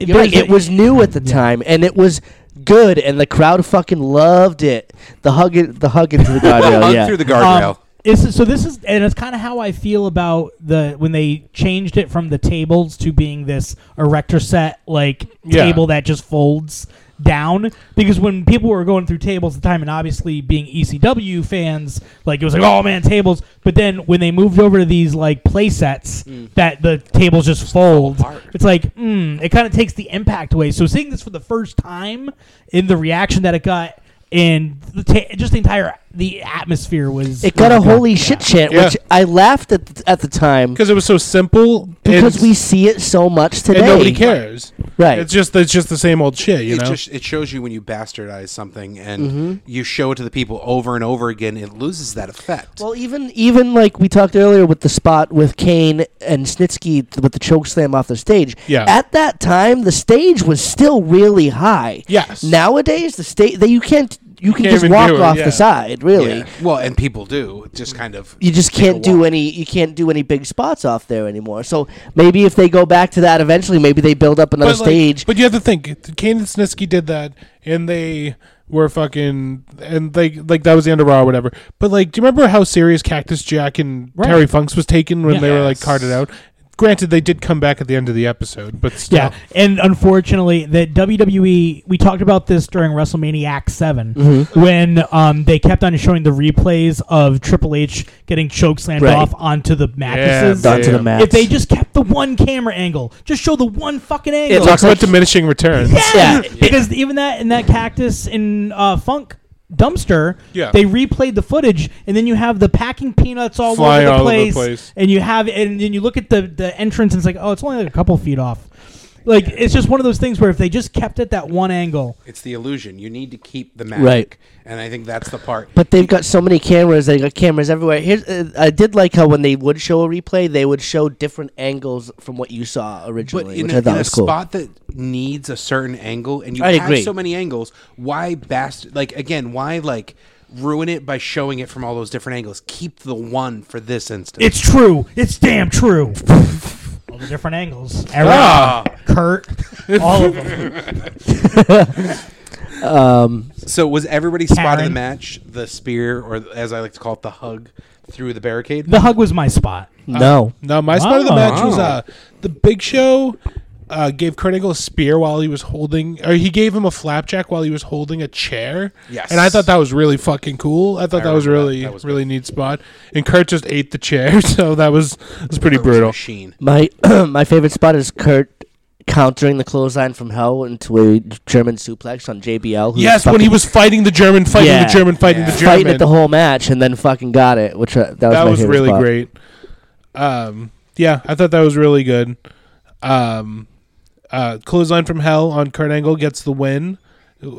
[SPEAKER 3] you're
[SPEAKER 1] there's
[SPEAKER 3] right, it
[SPEAKER 1] a-
[SPEAKER 3] was new at the time, and it was. Good and the crowd fucking loved it. The hug, in- the hug into the guardrail.
[SPEAKER 8] hug
[SPEAKER 3] yeah,
[SPEAKER 8] through the
[SPEAKER 1] Um,
[SPEAKER 8] guardrail.
[SPEAKER 1] it's- so this is, and it's kind of how I feel about the when they changed it from the tables to being this erector set like
[SPEAKER 2] Yeah.
[SPEAKER 1] table that just folds down. Because when people were going through tables at the time, and obviously being ECW fans, like it was like, oh man, tables. But then when they moved over to these like play sets that the tables just, fold, it's like, mm, it kind of takes the impact away. So seeing this for the first time in the reaction that it got. And the ta- just the entire the atmosphere was
[SPEAKER 3] It got a
[SPEAKER 1] was good.
[SPEAKER 3] holy shit chant,
[SPEAKER 2] Yeah.
[SPEAKER 3] which I laughed at th- at the time
[SPEAKER 2] because it was so simple. and-
[SPEAKER 3] because we see it so much today.
[SPEAKER 2] and nobody cares.
[SPEAKER 3] Right.
[SPEAKER 2] It's just it's just the same old shit. You
[SPEAKER 8] it
[SPEAKER 2] know. Mm-hmm.
[SPEAKER 8] just it shows you when you bastardize something and you show it to the people over and over again, it loses that effect.
[SPEAKER 3] Well, even even like we talked earlier with the spot with Kane and Snitsky th- with the choke slam off the stage.
[SPEAKER 2] Yeah.
[SPEAKER 3] At that time, the stage was still really high.
[SPEAKER 2] Yes.
[SPEAKER 3] Nowadays, the stage that you can't you can
[SPEAKER 2] Can't
[SPEAKER 3] just
[SPEAKER 2] even
[SPEAKER 3] walk
[SPEAKER 2] do it,
[SPEAKER 3] off
[SPEAKER 2] yeah.
[SPEAKER 3] the side really.
[SPEAKER 8] Yeah. Well, and people do just kind of.
[SPEAKER 3] you just
[SPEAKER 8] take a
[SPEAKER 3] can't do
[SPEAKER 8] walk.
[SPEAKER 3] any you can't do any big spots off there anymore. So maybe if they go back to that eventually, maybe they build up another
[SPEAKER 2] but, like,
[SPEAKER 3] stage.
[SPEAKER 2] but you have to think, Kane and Snitsky did that, and they were fucking, and like like that was the end of Raw or whatever. But like, do you remember how serious Cactus Jack and
[SPEAKER 1] Right.
[SPEAKER 2] Terry Funks was taken when they were like
[SPEAKER 8] Yes.
[SPEAKER 2] carted out? Granted, they did come back at the end of the episode, but still,
[SPEAKER 1] Yeah, and unfortunately, that WWE E, we talked about this during WrestleMania 7
[SPEAKER 3] Mm-hmm.
[SPEAKER 1] when um, they kept on showing the replays of Triple H getting choke slammed
[SPEAKER 3] Right.
[SPEAKER 1] off onto the mattresses.
[SPEAKER 2] Yeah,
[SPEAKER 3] Onto the
[SPEAKER 2] damn.
[SPEAKER 3] mats.
[SPEAKER 1] if they just kept the one camera angle, just show the one fucking angle.
[SPEAKER 3] It
[SPEAKER 2] talk
[SPEAKER 3] looks
[SPEAKER 2] about
[SPEAKER 3] like-
[SPEAKER 2] diminishing returns.
[SPEAKER 1] yeah, because even that in that cactus in uh, Funk dumpster,
[SPEAKER 2] Yeah.
[SPEAKER 1] they replayed the footage, and then you have the packing peanuts all,
[SPEAKER 2] Flying
[SPEAKER 1] over, the
[SPEAKER 2] all over the
[SPEAKER 1] place,
[SPEAKER 2] place.
[SPEAKER 1] and you have and then you look at the the entrance, and it's like, oh, it's only like a couple feet off. Like it's just one of those things where if they just kept it that one angle,
[SPEAKER 8] It's the illusion. You need to keep the magic,
[SPEAKER 3] Right.
[SPEAKER 8] and I think that's the part.
[SPEAKER 3] But they've got so many cameras. They got cameras everywhere. Here's, uh, I did like how when they would show a replay, they would show different angles from what you saw
[SPEAKER 8] But
[SPEAKER 3] originally,
[SPEAKER 8] in
[SPEAKER 3] which
[SPEAKER 8] a,
[SPEAKER 3] I thought
[SPEAKER 8] in a
[SPEAKER 3] was cool.
[SPEAKER 8] spot that needs a certain angle, and you
[SPEAKER 3] I
[SPEAKER 8] have
[SPEAKER 3] agree.
[SPEAKER 8] so many angles, why bastard? Like again, why like ruin it by showing it from all those different angles? Keep the one for this instance.
[SPEAKER 1] it's true, it's damn true. all Ah. the different angles, Eric, Kurt, all of them.
[SPEAKER 8] so was everybody's spot of the
[SPEAKER 1] Karen.
[SPEAKER 8] match the spear, or as I like to call it, the hug through the barricade?
[SPEAKER 1] The hug was my spot.
[SPEAKER 3] no,
[SPEAKER 2] No, my spot of
[SPEAKER 3] Ah.
[SPEAKER 2] the
[SPEAKER 1] Wow.
[SPEAKER 2] match was uh, the Big Show uh, gave Kurt Angle a spear while he was holding, or he gave him a flapjack while he was holding a chair.
[SPEAKER 8] Yes.
[SPEAKER 2] and I thought that was really fucking cool. I thought that was
[SPEAKER 8] remember that.
[SPEAKER 2] really
[SPEAKER 8] That was
[SPEAKER 2] really neat spot. And Kurt just ate the chair, so that was it was pretty
[SPEAKER 8] It was a
[SPEAKER 2] brutal.
[SPEAKER 8] machine.
[SPEAKER 3] my my favorite spot is Kurt countering the clothesline from hell into a German suplex on JBL. who's
[SPEAKER 2] Yes, when he
[SPEAKER 3] fucking
[SPEAKER 2] was fighting the German, fighting
[SPEAKER 3] Yeah.
[SPEAKER 2] the German, fighting
[SPEAKER 8] Yeah.
[SPEAKER 2] the German.
[SPEAKER 3] fighting it the whole match, and then fucking got it, which uh, that was my
[SPEAKER 2] that was
[SPEAKER 3] favorite
[SPEAKER 2] really
[SPEAKER 3] spot.
[SPEAKER 2] great. Um, yeah, I thought that was really good. Um, uh, clothesline from hell on Kurt Angle gets the win,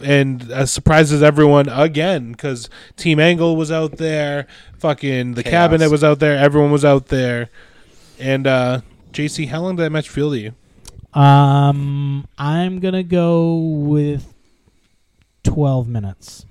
[SPEAKER 2] and uh, surprises everyone again because Team Angle was out there, fucking the
[SPEAKER 8] Chaos.
[SPEAKER 2] cabinet was out there, everyone was out there, and uh, JC, how long did that match feel to you?
[SPEAKER 1] Um, I'm gonna go with twelve minutes.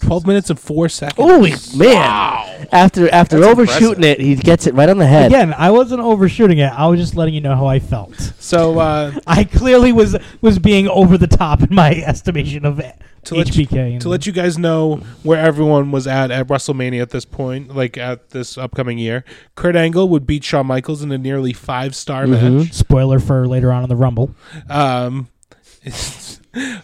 [SPEAKER 2] Twelve minutes and four seconds.
[SPEAKER 3] Holy man! After after overshooting it, he gets it right on the head.
[SPEAKER 1] Again, I wasn't overshooting it. I was just letting you know how I felt.
[SPEAKER 2] So uh,
[SPEAKER 1] I clearly was was being over the top in my estimation of it.
[SPEAKER 2] to let
[SPEAKER 1] HBK.
[SPEAKER 2] you,
[SPEAKER 1] and-
[SPEAKER 2] to let you guys know where everyone was at at WrestleMania at this point, like at this upcoming year, Kurt Angle would beat Shawn Michaels in a nearly five star
[SPEAKER 3] Mm-hmm.
[SPEAKER 2] match.
[SPEAKER 1] spoiler for later on in the Rumble.
[SPEAKER 2] Um,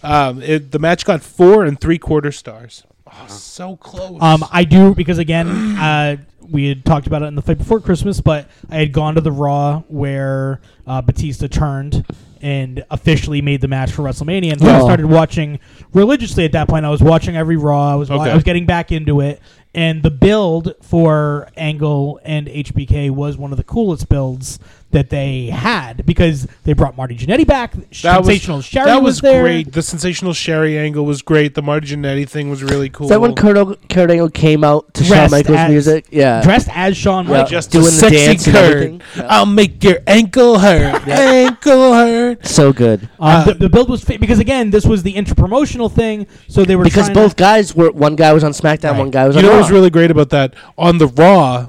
[SPEAKER 2] um, it, the match got four and three quarter stars. Oh, so close.
[SPEAKER 1] Um, I do because again, uh, we had talked about it in the fight before Christmas, but I had gone to the Raw where uh, Batista turned and officially made the match for WrestleMania, and so I
[SPEAKER 3] Oh.
[SPEAKER 1] started watching religiously. At that point, I was watching every Raw. I was wa-
[SPEAKER 2] Okay.
[SPEAKER 1] I was getting back into it, and the build for Angle and HBK was one of the coolest builds that they had because they brought Marty Jannetty back. sensational
[SPEAKER 2] was,
[SPEAKER 1] Sherry
[SPEAKER 2] that was,
[SPEAKER 1] was, there.
[SPEAKER 2] great. The sensational Sherry angle was great. The Marty Jannetty thing was really cool.
[SPEAKER 3] Is that when Kurt, O- Kurt Angle came out to Shawn
[SPEAKER 1] Dressed
[SPEAKER 3] Michaels'
[SPEAKER 1] as-
[SPEAKER 3] music? Yeah.
[SPEAKER 1] Dressed as Shawn
[SPEAKER 3] Yeah.
[SPEAKER 1] Michaels.
[SPEAKER 2] just
[SPEAKER 3] doing
[SPEAKER 2] doing
[SPEAKER 3] the
[SPEAKER 2] a sexy
[SPEAKER 3] dance and everything.
[SPEAKER 2] Kurt.
[SPEAKER 3] Yeah.
[SPEAKER 2] I'll make your ankle hurt. Ankle hurt.
[SPEAKER 3] So good.
[SPEAKER 1] Um, the, the build was fit because again, this was the interpromotional thing, so they were
[SPEAKER 3] Because
[SPEAKER 1] trying
[SPEAKER 3] both
[SPEAKER 1] to,
[SPEAKER 3] guys were one guy was on SmackDown, one guy was
[SPEAKER 2] You
[SPEAKER 3] on
[SPEAKER 2] know what
[SPEAKER 3] Raw.
[SPEAKER 2] was really great about that on the Raw.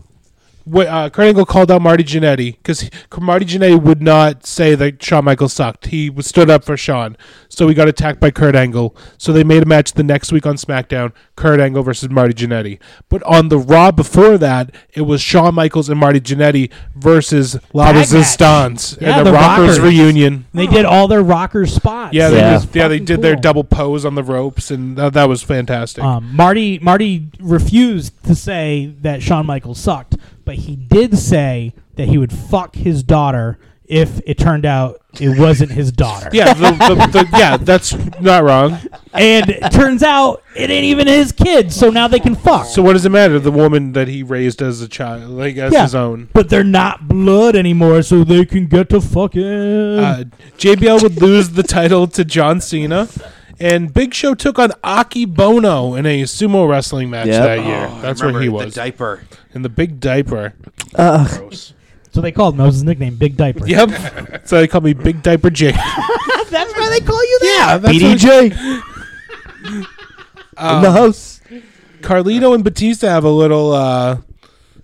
[SPEAKER 2] Wh- uh, Kurt Angle called out Marty Jannetty because Marty Jannetty would not say that Shawn Michaels sucked. He was- stood up for Shawn, so he got attacked by Kurt Angle. So they made a match the next week on SmackDown: Kurt Angle versus Marty Jannetty. But on the Raw before that, it was Shawn Michaels and Marty Jannetty versus La
[SPEAKER 1] Tag match.
[SPEAKER 2] Resistance
[SPEAKER 1] Yeah,
[SPEAKER 2] and the,
[SPEAKER 1] the
[SPEAKER 2] Rockers,
[SPEAKER 1] Rockers.
[SPEAKER 2] reunion.
[SPEAKER 1] they did all their rocker spots.
[SPEAKER 2] Yeah, they
[SPEAKER 3] Yeah.
[SPEAKER 2] just- yeah, they
[SPEAKER 1] Fucking
[SPEAKER 2] did their
[SPEAKER 1] cool.
[SPEAKER 2] double pose on the ropes, and tha- that was fantastic.
[SPEAKER 1] Um, Marty Marty refused to say that Shawn Michaels sucked, but he did say that he would fuck his daughter if it turned out it wasn't his daughter.
[SPEAKER 2] yeah, the, the, the, yeah, that's not wrong.
[SPEAKER 1] and it turns out it ain't even his kid, so now they can fuck.
[SPEAKER 2] So what does it matter? The woman that he raised as a child, like as his own.
[SPEAKER 1] but they're not blood anymore, so they can get to fucking.
[SPEAKER 2] Uh, JBL would lose the title to John Cena, and Big Show took on Aki Bono in a sumo wrestling match
[SPEAKER 3] Yep.
[SPEAKER 2] that year. that's where he
[SPEAKER 8] Oh, Remember
[SPEAKER 2] was
[SPEAKER 8] The diaper.
[SPEAKER 2] in the big diaper.
[SPEAKER 8] Gross.
[SPEAKER 1] so they called him. That was his nickname, Big Diaper.
[SPEAKER 2] Yep. so they call me Big Diaper Jake.
[SPEAKER 1] That's why they call you that.
[SPEAKER 2] yeah, that's what-
[SPEAKER 3] BDJ. in the house.
[SPEAKER 2] Carlito and Batista have a little uh,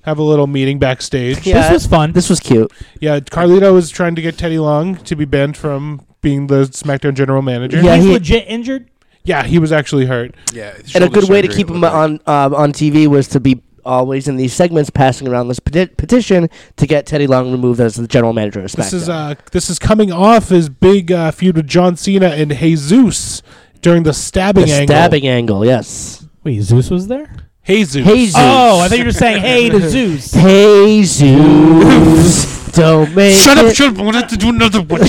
[SPEAKER 2] have a little meeting backstage.
[SPEAKER 3] Yeah.
[SPEAKER 1] This was fun.
[SPEAKER 3] This was cute.
[SPEAKER 2] Yeah, Carlito is trying to get Teddy Long to be banned from being the SmackDown general manager.
[SPEAKER 3] Yeah,
[SPEAKER 1] he's
[SPEAKER 3] he-
[SPEAKER 1] legit injured.
[SPEAKER 2] Yeah, he was actually hurt.
[SPEAKER 8] Yeah.
[SPEAKER 3] and a
[SPEAKER 8] shoulder
[SPEAKER 3] good way to
[SPEAKER 8] surgery,
[SPEAKER 3] keep
[SPEAKER 8] it
[SPEAKER 3] him
[SPEAKER 8] looked like.
[SPEAKER 3] on um, on TV was to be always in these segments passing around this peti- petition to get Teddy Long removed as the general manager of SmackDown.
[SPEAKER 2] This is uh, this is coming off his big uh, feud with John Cena and Jesus during the
[SPEAKER 3] the
[SPEAKER 2] stabbing angle.
[SPEAKER 3] stabbing angle. Yes.
[SPEAKER 1] Wait, Zeus was there?
[SPEAKER 2] Jesus.
[SPEAKER 3] Jesus.
[SPEAKER 1] Oh, I thought you were saying hey to Zeus.
[SPEAKER 3] Jesus. Don't make
[SPEAKER 2] Shut
[SPEAKER 3] it.
[SPEAKER 2] up, shut up. I wanted to do another one.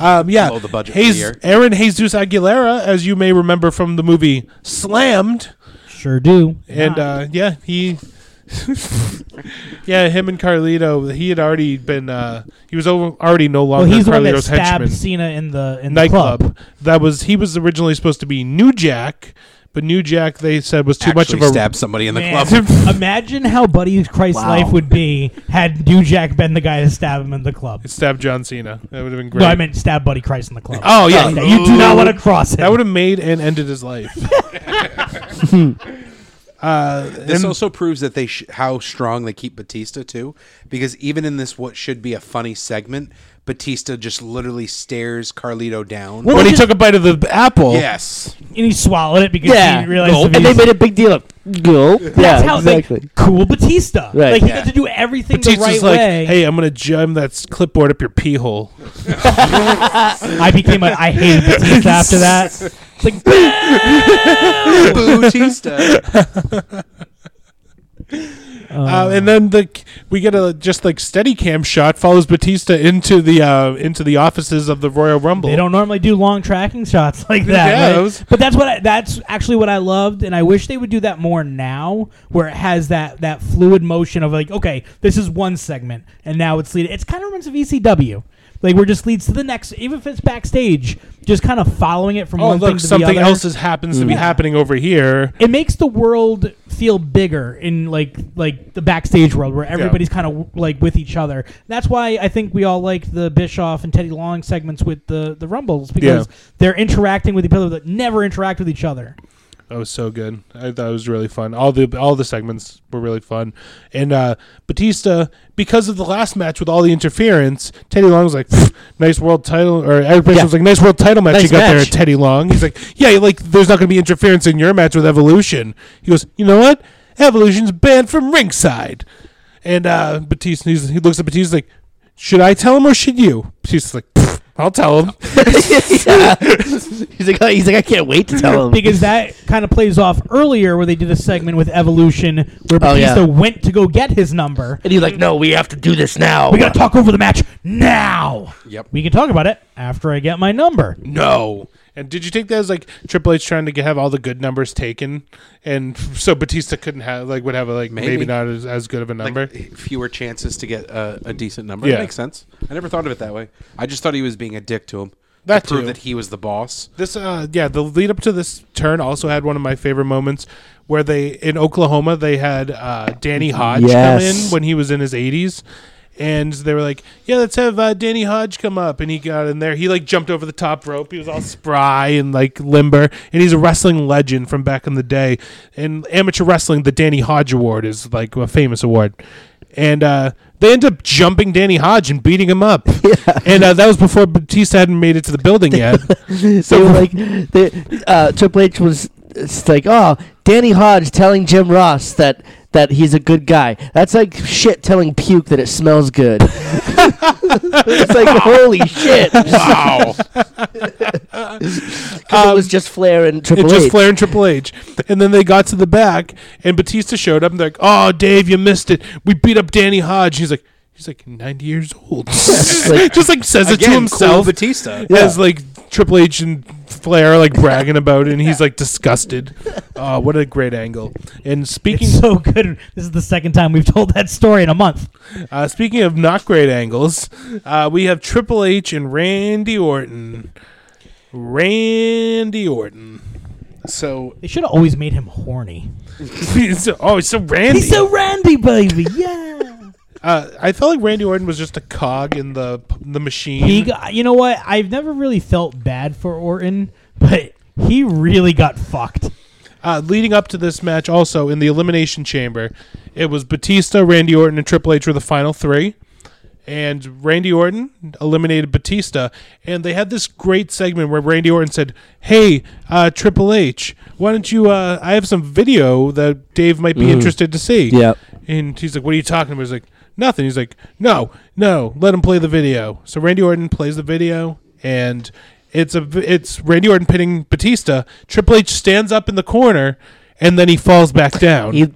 [SPEAKER 2] um, yeah.
[SPEAKER 8] Blow the budget for the
[SPEAKER 2] Jesus,
[SPEAKER 8] year.
[SPEAKER 2] Aaron Jesus Aguilera, as you may remember from the movie Slammed.
[SPEAKER 1] Sure do.
[SPEAKER 2] And uh, yeah, he. yeah, him and Carlito. He had already been. Uh, he was over, already no
[SPEAKER 1] well,
[SPEAKER 2] longer
[SPEAKER 1] he's the one that
[SPEAKER 2] Carlito's
[SPEAKER 1] stabbed
[SPEAKER 2] henchman.
[SPEAKER 1] Cena in the in the
[SPEAKER 2] nightclub.
[SPEAKER 1] club.
[SPEAKER 2] That was he was originally supposed to be New Jack, but New Jack they said was too
[SPEAKER 8] Actually
[SPEAKER 2] much of a
[SPEAKER 8] stab somebody in the
[SPEAKER 1] Man,
[SPEAKER 8] club.
[SPEAKER 1] imagine how Buddy Christ's
[SPEAKER 3] Wow.
[SPEAKER 1] life would be had New Jack been the guy to stab him in the club.
[SPEAKER 2] stab John Cena. That would have been great.
[SPEAKER 1] No, I meant stab Buddy Christ in the club.
[SPEAKER 2] oh yeah,
[SPEAKER 1] Yeah, you do not want to cross him.
[SPEAKER 2] that would have made and ended his life.
[SPEAKER 8] This also proves that they sh- how strong they keep Batista too, because even in this what should be a funny segment, Batista just literally stares Carlito down.
[SPEAKER 2] when he took a bite of the apple,
[SPEAKER 8] Yes,
[SPEAKER 1] and he swallowed it because he
[SPEAKER 3] Yeah.
[SPEAKER 1] didn't realize
[SPEAKER 3] Gulp.
[SPEAKER 1] the
[SPEAKER 3] And they
[SPEAKER 1] Venus-
[SPEAKER 3] made a big deal of gulp.
[SPEAKER 1] That's
[SPEAKER 3] Yeah,
[SPEAKER 1] how
[SPEAKER 3] exactly.
[SPEAKER 1] like cool Batista.
[SPEAKER 3] Right.
[SPEAKER 1] Like he
[SPEAKER 8] Yeah.
[SPEAKER 1] got to do everything the right
[SPEAKER 2] Batista's like,
[SPEAKER 1] way.
[SPEAKER 2] "Hey, I'm gonna jam that s- clipboard up your pee hole."
[SPEAKER 1] I became a I hated Batista after that. It's like
[SPEAKER 8] Batista.
[SPEAKER 2] Uh, and then the we get a just like steady cam shot follows Batista into the uh, into the offices of the Royal Rumble.
[SPEAKER 1] they don't normally do long tracking shots like that.
[SPEAKER 2] Yeah,
[SPEAKER 1] right?
[SPEAKER 2] that was-
[SPEAKER 1] But that's what I, that's actually what I loved, and I wish they would do that more now, where it has that that fluid motion of like, okay, this is one segment, and now it's lead. It's kind of reminds of ECW. Like where it just leads to the next, even if it's backstage, just kind of following it from
[SPEAKER 2] Oh,
[SPEAKER 1] one thing
[SPEAKER 2] look,
[SPEAKER 1] to
[SPEAKER 2] something
[SPEAKER 1] the other. Mm.
[SPEAKER 2] else is happens to be happening over here.
[SPEAKER 1] it makes the world feel bigger in like like the backstage world where everybody's kind of like with each other. That's why I think we all liked the Bischoff and Teddy Long segments with the the Rumbles because
[SPEAKER 2] Yeah.
[SPEAKER 1] they're interacting with each other that never interact with each other.
[SPEAKER 2] That was so good. I thought it was really fun. All the all the segments were really fun. And uh, Batista, because of the last match with all the interference, Teddy Long was like, "Pfft, "Nice world title," or everybody
[SPEAKER 3] Yeah.
[SPEAKER 2] was like, "Nice world title match."
[SPEAKER 3] Nice
[SPEAKER 2] you got there,
[SPEAKER 3] match.
[SPEAKER 2] Teddy Long. He's like, "Yeah, like there's not going to be interference in your match with Evolution." He goes, "You know what? Evolution's banned from ringside." And uh, Batista, he's, he looks at Batista like, "Should I tell him or should you?" Batista's like, "Pfft, "I'll tell him."
[SPEAKER 3] Yeah. he's like, "Oh, he's like, I can't wait to tell him.
[SPEAKER 1] because that kind of plays off earlier where they did a segment with Evolution where
[SPEAKER 3] Oh, yeah.
[SPEAKER 1] Batista went to go get his number.
[SPEAKER 3] And he's like, no, we have to do this now.
[SPEAKER 1] We gotta talk over the match now.
[SPEAKER 8] Yep.
[SPEAKER 1] We can talk about it after I get my number.
[SPEAKER 2] No. And did you take that as like Triple H trying to get, have all the good numbers taken, and so Batista couldn't have like would have like maybe,
[SPEAKER 8] Maybe.
[SPEAKER 2] not as, as good of a number?
[SPEAKER 8] Like, fewer chances to get a, a decent number.
[SPEAKER 2] Yeah.
[SPEAKER 8] That makes sense. I never thought of it that way. I just thought he was being a dick to him.
[SPEAKER 2] That
[SPEAKER 8] to prove
[SPEAKER 2] too.
[SPEAKER 8] that he was the boss.
[SPEAKER 2] this uh yeah the lead up to this turn also had one of my favorite moments where they in Oklahoma they had uh, Danny Hodge come
[SPEAKER 3] Yes.
[SPEAKER 2] in when he was in his 80s and they were like yeah let's have uh, Danny Hodge come up and he got in there he like jumped over the top rope he was all spry and like limber and he's a wrestling legend from back in the day in amateur wrestling the Danny Hodge award is like a famous award and uh they end up jumping Danny Hodge and beating him up. And uh, that was before Batista hadn't made it to the building yet.
[SPEAKER 3] so they were like, they, uh, Triple H was it's like, oh, Danny Hodge telling Jim Ross that that he's a good guy. That's like shit telling puke that it smells good. it's like holy shit.
[SPEAKER 8] Wow.
[SPEAKER 3] 'Cause it was Um, just Flair and Triple
[SPEAKER 2] It
[SPEAKER 3] H.
[SPEAKER 2] just Flair and Triple H. And then they got to the back, and Batista showed up, and they're like, "Oh, Dave, you missed it. We beat up Danny Hodge." He's like, "He's like 90 years old."
[SPEAKER 3] like-
[SPEAKER 2] just like says it
[SPEAKER 8] Again,
[SPEAKER 2] to
[SPEAKER 8] cool
[SPEAKER 2] himself.
[SPEAKER 8] Batista.
[SPEAKER 2] As like Triple H and Flair are like bragging about it, and he's like disgusted. Oh, what a great angle! And speaking
[SPEAKER 1] It's so good. This is the second time we've told that story in a month.
[SPEAKER 2] Uh, speaking of not great angles, uh, we have Triple H and Randy Orton. Randy Orton. So,
[SPEAKER 1] They should have always made him horny.
[SPEAKER 2] oh, so Randy.
[SPEAKER 1] He's so Randy, baby. Yeah.
[SPEAKER 2] Uh, I felt like Randy Orton was just a cog in the the machine.
[SPEAKER 1] he, got, you know what? I've never really felt bad for Orton, but he really got fucked.
[SPEAKER 2] uh, leading up to this match, also in the Elimination Chamber, it was Batista, Randy Orton, and Triple H were the final three. And Randy Orton eliminated Batista, and they had this great segment where Randy Orton said, "Hey, uh, Triple H, why don't you? Uh, I have some video that Dave might be interested to see."
[SPEAKER 3] Yep.
[SPEAKER 2] And he's like, "What are you talking about?" He's like, "Nothing." He's like, "No, no, let him play the video." So Randy Orton plays the video, and it's a v- it's Randy Orton pinning Batista. Triple H stands up in the corner, and then he falls back down.
[SPEAKER 3] He,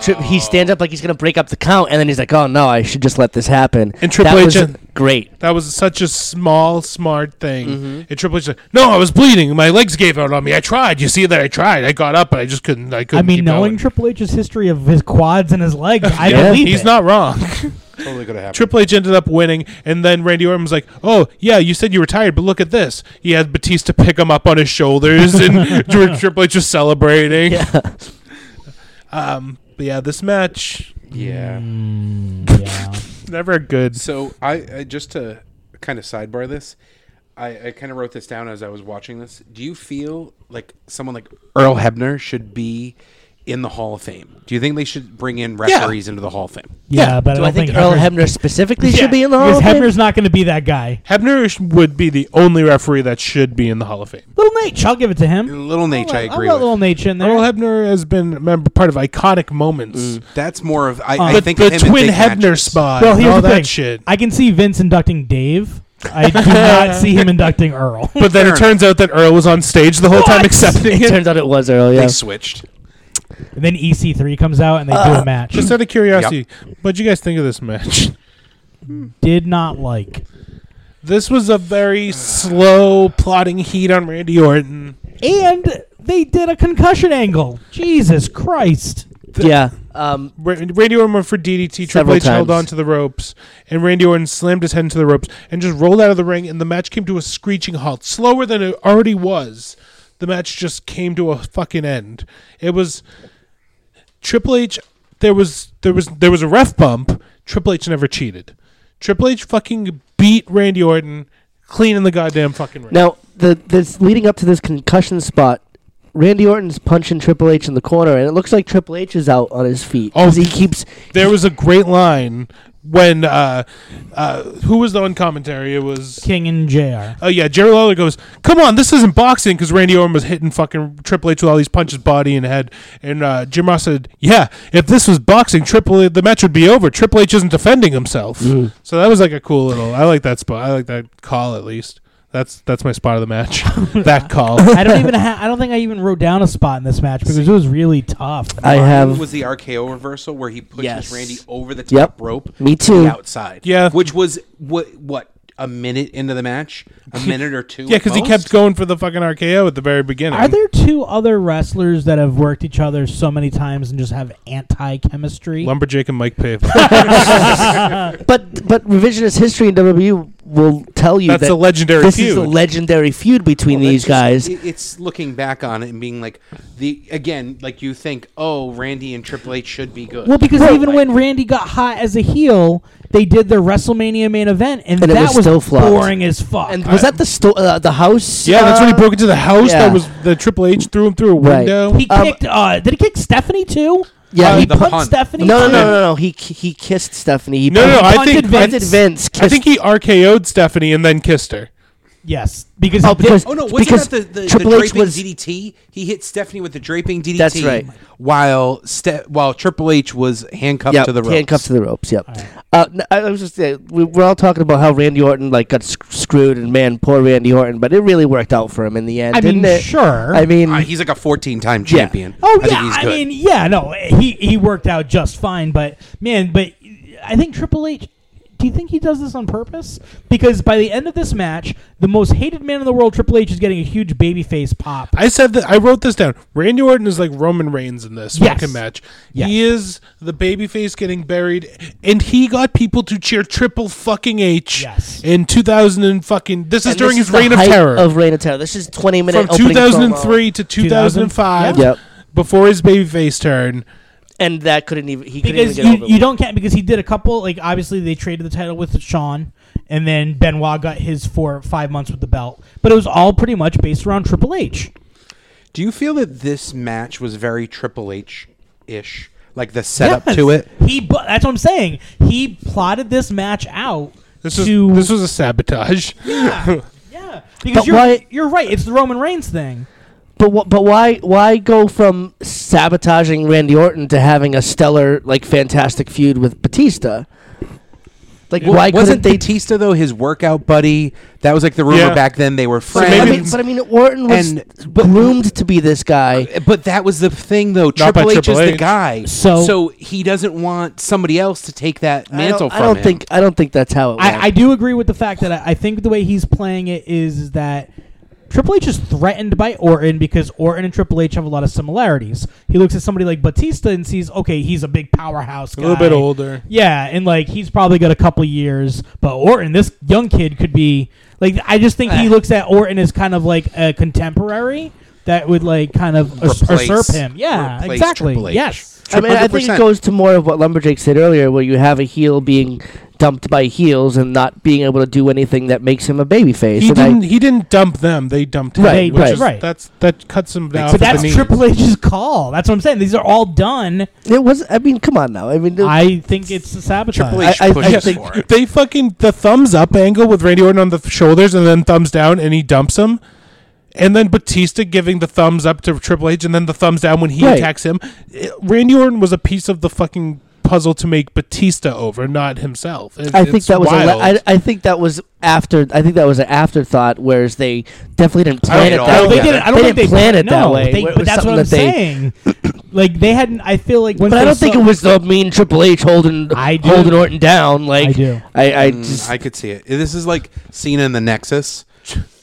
[SPEAKER 3] tri- he stands up like he's gonna break up the count, and then he's like, "Oh no, I should just let this happen."
[SPEAKER 2] And Triple
[SPEAKER 3] that
[SPEAKER 2] H
[SPEAKER 3] was
[SPEAKER 2] and-
[SPEAKER 3] great.
[SPEAKER 2] that was such a small, smart thing.
[SPEAKER 1] Mm-hmm.
[SPEAKER 2] And Triple H's like, "No, I was bleeding. My legs gave out on me. I tried. You see that I tried. I got up, but I just couldn't. I
[SPEAKER 1] I
[SPEAKER 2] couldn't."
[SPEAKER 1] mean,
[SPEAKER 2] keep
[SPEAKER 1] knowing
[SPEAKER 2] going."
[SPEAKER 1] Triple H's history of his quads and his legs, I
[SPEAKER 3] Yeah.
[SPEAKER 1] believe
[SPEAKER 2] he's
[SPEAKER 1] it.
[SPEAKER 2] not wrong.
[SPEAKER 8] Totally could have happened.
[SPEAKER 2] Triple H ended up winning, and then Randy Orton was like, "Oh yeah, you said you were tired, but look at this." He had Batista pick him up on his shoulders, and Tri- Triple H was celebrating. Yeah. Um. But yeah, this match
[SPEAKER 8] yeah.
[SPEAKER 1] Yeah.
[SPEAKER 2] never a good.
[SPEAKER 8] So I, I just to kind of sidebar this, I, I kind of wrote this down as I was watching this. Do you feel like someone like Earl Hebner should be in the Hall of Fame? Do you think they should bring in referees into the Hall of Fame?
[SPEAKER 1] Yeah,
[SPEAKER 3] Do
[SPEAKER 1] but I don't
[SPEAKER 3] I think,
[SPEAKER 1] think
[SPEAKER 3] Earl
[SPEAKER 1] Hebner's-
[SPEAKER 3] Hebner specifically
[SPEAKER 1] Yeah,
[SPEAKER 3] should be in the Hall
[SPEAKER 1] because
[SPEAKER 3] of Fame?
[SPEAKER 1] Hebner's not going to be that guy.
[SPEAKER 2] Hebner sh- would be the only referee that should be in the Hall of Fame.
[SPEAKER 1] Little Nate, I'll give it to him.
[SPEAKER 8] Little Nate, I
[SPEAKER 1] I'll
[SPEAKER 8] agree
[SPEAKER 1] let
[SPEAKER 8] with.
[SPEAKER 1] Little Nate in there.
[SPEAKER 2] Earl Hebner has been a member, part of iconic moments.
[SPEAKER 8] That's more of Oh, I,
[SPEAKER 2] the
[SPEAKER 8] I think of
[SPEAKER 2] Uh, the
[SPEAKER 8] him in
[SPEAKER 2] twin
[SPEAKER 8] big
[SPEAKER 2] Hebner
[SPEAKER 8] matches.
[SPEAKER 2] spot.
[SPEAKER 1] well,
[SPEAKER 2] and
[SPEAKER 1] here's
[SPEAKER 2] all
[SPEAKER 1] the
[SPEAKER 2] that
[SPEAKER 1] thing.
[SPEAKER 2] shit.
[SPEAKER 1] I can see Vince inducting Dave. I do not see him inducting Earl.
[SPEAKER 2] But then
[SPEAKER 8] Fair
[SPEAKER 2] it turns out that Earl was on stage the whole time accepting
[SPEAKER 3] It
[SPEAKER 2] it.
[SPEAKER 3] turns out it was Earl. Yeah.
[SPEAKER 8] They switched.
[SPEAKER 1] and then EC3 comes out and they do a match.
[SPEAKER 2] Just out of curiosity, what'd you guys think of this match?
[SPEAKER 1] Did not like.
[SPEAKER 2] This was a very slow plotting heat on Randy Orton.
[SPEAKER 1] And they did a concussion angle. Jesus Christ.
[SPEAKER 3] yeah. Um,
[SPEAKER 2] Ra- Randy Orton went for DDT. Triple
[SPEAKER 3] Several
[SPEAKER 2] H held
[SPEAKER 3] times.
[SPEAKER 2] onto the ropes, and Randy Orton slammed his head into the ropes and just rolled out of the ring. And the match came to a screeching halt, slower than it already was. The match just came to a fucking end. It was Triple H, there was there was there was a ref bump. Triple H never cheated. Triple H fucking beat Randy Orton clean in the goddamn fucking ring.
[SPEAKER 3] Now, the this leading up to this concussion spot, Randy Orton's punching Triple H in the corner, and it looks like Triple H is out on his feet.
[SPEAKER 2] Oh,
[SPEAKER 3] 'cause he keeps
[SPEAKER 2] There was a great line when uh, uh, who was the on commentary? It was
[SPEAKER 1] King and Jr.
[SPEAKER 2] Oh yeah, Jerry Lawler goes, "Come on, this isn't boxing," because Randy Orton was hitting fucking Triple H with all these punches, body and head. And uh, Jim Ross said, "Yeah, if this was boxing, Triple the match would be over. Triple H isn't defending himself." So that was like a cool little. I like that spot. I like that call at least. That's that's my spot of the match. that call.
[SPEAKER 1] I don't even. Ha- I don't think I even wrote down a spot in this match because it was really tough.
[SPEAKER 3] I have
[SPEAKER 8] was the RKO reversal where he pushes
[SPEAKER 3] Yes.
[SPEAKER 8] Randy over the top
[SPEAKER 3] Yep. Mm.
[SPEAKER 8] rope.
[SPEAKER 3] Me
[SPEAKER 8] to the
[SPEAKER 3] too.
[SPEAKER 8] outside.
[SPEAKER 2] Yeah.
[SPEAKER 8] which was what what a minute into the match, a minute or two.
[SPEAKER 2] Yeah,
[SPEAKER 8] at
[SPEAKER 2] because he
[SPEAKER 8] most?
[SPEAKER 2] kept going for the fucking RKO at the very beginning.
[SPEAKER 1] Are there two other wrestlers that have worked each other so many times and just have anti chemistry?
[SPEAKER 2] Lumberjack and Mike Pave.
[SPEAKER 3] But but revisionist history in WWE will tell you
[SPEAKER 2] That's
[SPEAKER 3] that
[SPEAKER 2] a legendary
[SPEAKER 3] this is
[SPEAKER 2] feud.
[SPEAKER 3] a legendary feud between
[SPEAKER 8] Well,
[SPEAKER 3] these
[SPEAKER 8] that's
[SPEAKER 3] guys.
[SPEAKER 8] just- it- it's looking back on it and being like the again, like you think, oh, Randy and Triple H should be good.
[SPEAKER 1] Well, because even
[SPEAKER 8] like-
[SPEAKER 1] when Randy got hot as a heel, they did their WrestleMania main event, and,
[SPEAKER 3] And it
[SPEAKER 1] that
[SPEAKER 3] was still flopped.
[SPEAKER 1] boring as fuck.
[SPEAKER 3] and was that the sto- uh, the house?
[SPEAKER 2] yeah, that's when he
[SPEAKER 3] uh,
[SPEAKER 2] broke into the house. That
[SPEAKER 3] yeah.
[SPEAKER 2] was the Triple H threw him through a
[SPEAKER 3] Right.
[SPEAKER 2] window.
[SPEAKER 1] he
[SPEAKER 3] um,
[SPEAKER 1] kicked. uh, did he kick Stephanie too?
[SPEAKER 3] Yeah,
[SPEAKER 8] Uh,
[SPEAKER 3] he
[SPEAKER 8] the
[SPEAKER 3] put-
[SPEAKER 1] Put
[SPEAKER 8] Punt.
[SPEAKER 1] Stephanie.
[SPEAKER 3] no, no, no,
[SPEAKER 1] too?
[SPEAKER 3] no, no. He he kissed Stephanie. He
[SPEAKER 2] no, no,
[SPEAKER 3] punched-
[SPEAKER 2] I think
[SPEAKER 1] Punted
[SPEAKER 2] I,
[SPEAKER 1] Vince.
[SPEAKER 3] Punted Vince. Kissed,
[SPEAKER 2] I think he RKO'd Stephanie and then kissed her.
[SPEAKER 1] Yes, because
[SPEAKER 3] Oh,
[SPEAKER 1] he did-
[SPEAKER 3] because-
[SPEAKER 8] Oh no! Wasn't
[SPEAKER 3] Because
[SPEAKER 8] that the, the,
[SPEAKER 3] Triple
[SPEAKER 8] the
[SPEAKER 3] H
[SPEAKER 8] draping
[SPEAKER 3] was-
[SPEAKER 8] DDT? He hit Stephanie with the draping DDT.
[SPEAKER 3] That's right.
[SPEAKER 8] While Ste- while Triple H was handcuffed
[SPEAKER 3] Yep,
[SPEAKER 8] to the ropes.
[SPEAKER 3] handcuffed to the ropes. Yep. Uh, n- I I was just saying, we we're all talking about how Randy Orton like got sc- screwed, and man, poor Randy Orton. But it really worked out for him in the end,
[SPEAKER 1] I
[SPEAKER 3] didn't
[SPEAKER 1] mean,
[SPEAKER 3] it?
[SPEAKER 1] sure.
[SPEAKER 3] I mean,
[SPEAKER 8] Uh, he's like a 14 time
[SPEAKER 3] Yeah.
[SPEAKER 8] champion.
[SPEAKER 1] Oh
[SPEAKER 8] I
[SPEAKER 1] yeah,
[SPEAKER 8] think he's
[SPEAKER 1] I
[SPEAKER 8] good.
[SPEAKER 1] mean, yeah, no, he he worked out just fine, but man, but I think Triple H. Do you think he does this on purpose? Because by the end of this match, the most hated man in the world, Triple H, is getting a huge babyface pop.
[SPEAKER 2] I said that I wrote this down. Randy Orton is like Roman Reigns in this
[SPEAKER 1] Yes.
[SPEAKER 2] fucking match.
[SPEAKER 1] Yes.
[SPEAKER 2] He is the babyface getting buried, and he got people to cheer triple fucking H
[SPEAKER 1] Yes.
[SPEAKER 2] in 2000 and fucking. This is
[SPEAKER 3] and
[SPEAKER 2] during
[SPEAKER 3] this
[SPEAKER 2] his
[SPEAKER 3] the
[SPEAKER 2] reign of
[SPEAKER 3] height
[SPEAKER 2] terror
[SPEAKER 3] Of reign of terror. This is twenty minute
[SPEAKER 2] from 2003 to 2005.
[SPEAKER 3] Yep.
[SPEAKER 2] Before his babyface turn,
[SPEAKER 3] and that couldn't even he couldn't even
[SPEAKER 1] because
[SPEAKER 3] get
[SPEAKER 1] you,
[SPEAKER 3] over
[SPEAKER 1] you
[SPEAKER 3] with.
[SPEAKER 1] don't count because he did a couple like obviously they traded the title with Sean and then Benoit got his four five months with the belt but it was all pretty much based around Triple H
[SPEAKER 8] Do you feel that this match was very Triple H ish? Like the setup to
[SPEAKER 1] Yes.
[SPEAKER 8] it?
[SPEAKER 1] he bu- that's what I'm saying he plotted this match out
[SPEAKER 2] this was
[SPEAKER 1] to
[SPEAKER 2] this was a sabotage.
[SPEAKER 1] yeah, yeah because
[SPEAKER 3] But
[SPEAKER 1] you're
[SPEAKER 3] why-
[SPEAKER 1] you're right it's the Roman Reigns thing
[SPEAKER 3] But wh- but why why go from sabotaging Randy Orton to having a stellar like fantastic feud with Batista? Like
[SPEAKER 8] Well,
[SPEAKER 3] why
[SPEAKER 8] wasn't
[SPEAKER 3] couldn't they?
[SPEAKER 8] Batista though his workout buddy? That was like the rumor
[SPEAKER 2] Yeah.
[SPEAKER 8] back then. They were
[SPEAKER 2] But
[SPEAKER 8] friends.
[SPEAKER 3] I
[SPEAKER 2] maybe-
[SPEAKER 3] mean, but I mean, Orton was
[SPEAKER 8] And-
[SPEAKER 3] groomed to be this guy.
[SPEAKER 8] But that was the thing, though.
[SPEAKER 2] Not by
[SPEAKER 8] Triple H is
[SPEAKER 2] Triple
[SPEAKER 8] the
[SPEAKER 2] H.
[SPEAKER 8] guy,
[SPEAKER 1] So-
[SPEAKER 8] he doesn't want somebody else to take that
[SPEAKER 3] I
[SPEAKER 8] mantle
[SPEAKER 3] don't,
[SPEAKER 8] from
[SPEAKER 3] I don't
[SPEAKER 8] him.
[SPEAKER 3] think I don't think that's how it went.
[SPEAKER 1] I, I do agree with the fact that I, I think the way he's playing it is that Triple H is threatened by Orton because Orton and Triple H have a lot of similarities. He looks at somebody like Batista and sees, okay, he's a big powerhouse
[SPEAKER 2] A
[SPEAKER 1] guy.
[SPEAKER 2] little bit older.
[SPEAKER 1] Yeah, and like he's probably got a couple years, but Orton, this young kid could be like I just think
[SPEAKER 8] Eh.
[SPEAKER 1] he looks at Orton as kind of like a contemporary that would like kind of us-
[SPEAKER 8] Replace-
[SPEAKER 1] usurp him. Yeah,
[SPEAKER 8] replace
[SPEAKER 1] exactly.
[SPEAKER 8] Triple H.
[SPEAKER 1] Yes.
[SPEAKER 3] I mean, I think it
[SPEAKER 8] 100%.
[SPEAKER 3] goes to more of what Lumberjack said earlier, where you have a heel being dumped by heels and not being able to do anything that makes him a babyface.
[SPEAKER 2] He
[SPEAKER 3] and I-
[SPEAKER 2] didn't. he didn't dump them. They dumped him.
[SPEAKER 3] Right,
[SPEAKER 2] which
[SPEAKER 3] right.
[SPEAKER 2] is,
[SPEAKER 1] Right.
[SPEAKER 2] That's that cuts him down.
[SPEAKER 1] But that's Triple H's call. That's what I'm saying. These are all done.
[SPEAKER 3] it was. I mean, come on now. I mean,
[SPEAKER 1] I think it's a sabotage.
[SPEAKER 8] Triple
[SPEAKER 3] I-
[SPEAKER 8] H
[SPEAKER 3] I- I
[SPEAKER 8] pushes
[SPEAKER 3] think-
[SPEAKER 8] for it.
[SPEAKER 2] They fucking the thumbs up angle with Randy Orton on the shoulders and then thumbs down and he dumps him. And then Batista giving the thumbs up to Triple H and then the thumbs down when he
[SPEAKER 3] Right.
[SPEAKER 2] attacks him. It- Randy Orton was a piece of the fucking puzzle to make Batista over, not himself. It-
[SPEAKER 3] I think
[SPEAKER 2] it's
[SPEAKER 3] that was. A,
[SPEAKER 2] wild.
[SPEAKER 3] I, I think that was after. I think that was an afterthought, whereas they definitely didn't plan
[SPEAKER 8] don't
[SPEAKER 3] it
[SPEAKER 8] know.
[SPEAKER 3] that
[SPEAKER 8] No,
[SPEAKER 3] way.
[SPEAKER 8] they
[SPEAKER 1] didn't- I don't think
[SPEAKER 3] didn't
[SPEAKER 1] they
[SPEAKER 3] plan it that
[SPEAKER 1] no,
[SPEAKER 3] way.
[SPEAKER 1] they-
[SPEAKER 3] where it
[SPEAKER 1] but
[SPEAKER 3] was
[SPEAKER 1] that's what
[SPEAKER 3] something
[SPEAKER 1] I'm
[SPEAKER 3] that they-
[SPEAKER 1] saying. like they hadn't. I feel like once
[SPEAKER 3] But I
[SPEAKER 1] they
[SPEAKER 3] don't think
[SPEAKER 1] saw-
[SPEAKER 3] it was the mean Triple H holding
[SPEAKER 1] I do.
[SPEAKER 3] holding Orton down. Like
[SPEAKER 1] I do.
[SPEAKER 3] I, I
[SPEAKER 8] Mm,
[SPEAKER 3] just
[SPEAKER 8] I could see it. This is like Cena in the Nexus,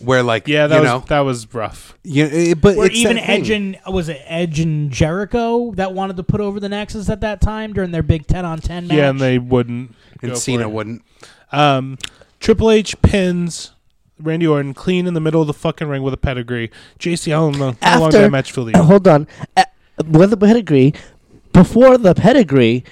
[SPEAKER 8] where like
[SPEAKER 2] yeah, that
[SPEAKER 8] you
[SPEAKER 2] was
[SPEAKER 8] know,
[SPEAKER 2] that was rough.
[SPEAKER 8] you, it- but
[SPEAKER 1] Or
[SPEAKER 8] it's
[SPEAKER 1] even
[SPEAKER 8] that thing.
[SPEAKER 1] Edge and was it Edge and Jericho that wanted to put over the Nexus at that time during their big ten on ten match.
[SPEAKER 2] Yeah, and they wouldn't. go
[SPEAKER 8] and
[SPEAKER 2] for
[SPEAKER 8] Cena
[SPEAKER 2] it.
[SPEAKER 8] wouldn't.
[SPEAKER 2] Um, Triple H pins Randy Orton clean in the middle of the fucking ring with a pedigree. JC, uh, how long, how long
[SPEAKER 3] After-
[SPEAKER 2] did that match feel to you?
[SPEAKER 3] hold on. Uh, with the pedigree, before the pedigree,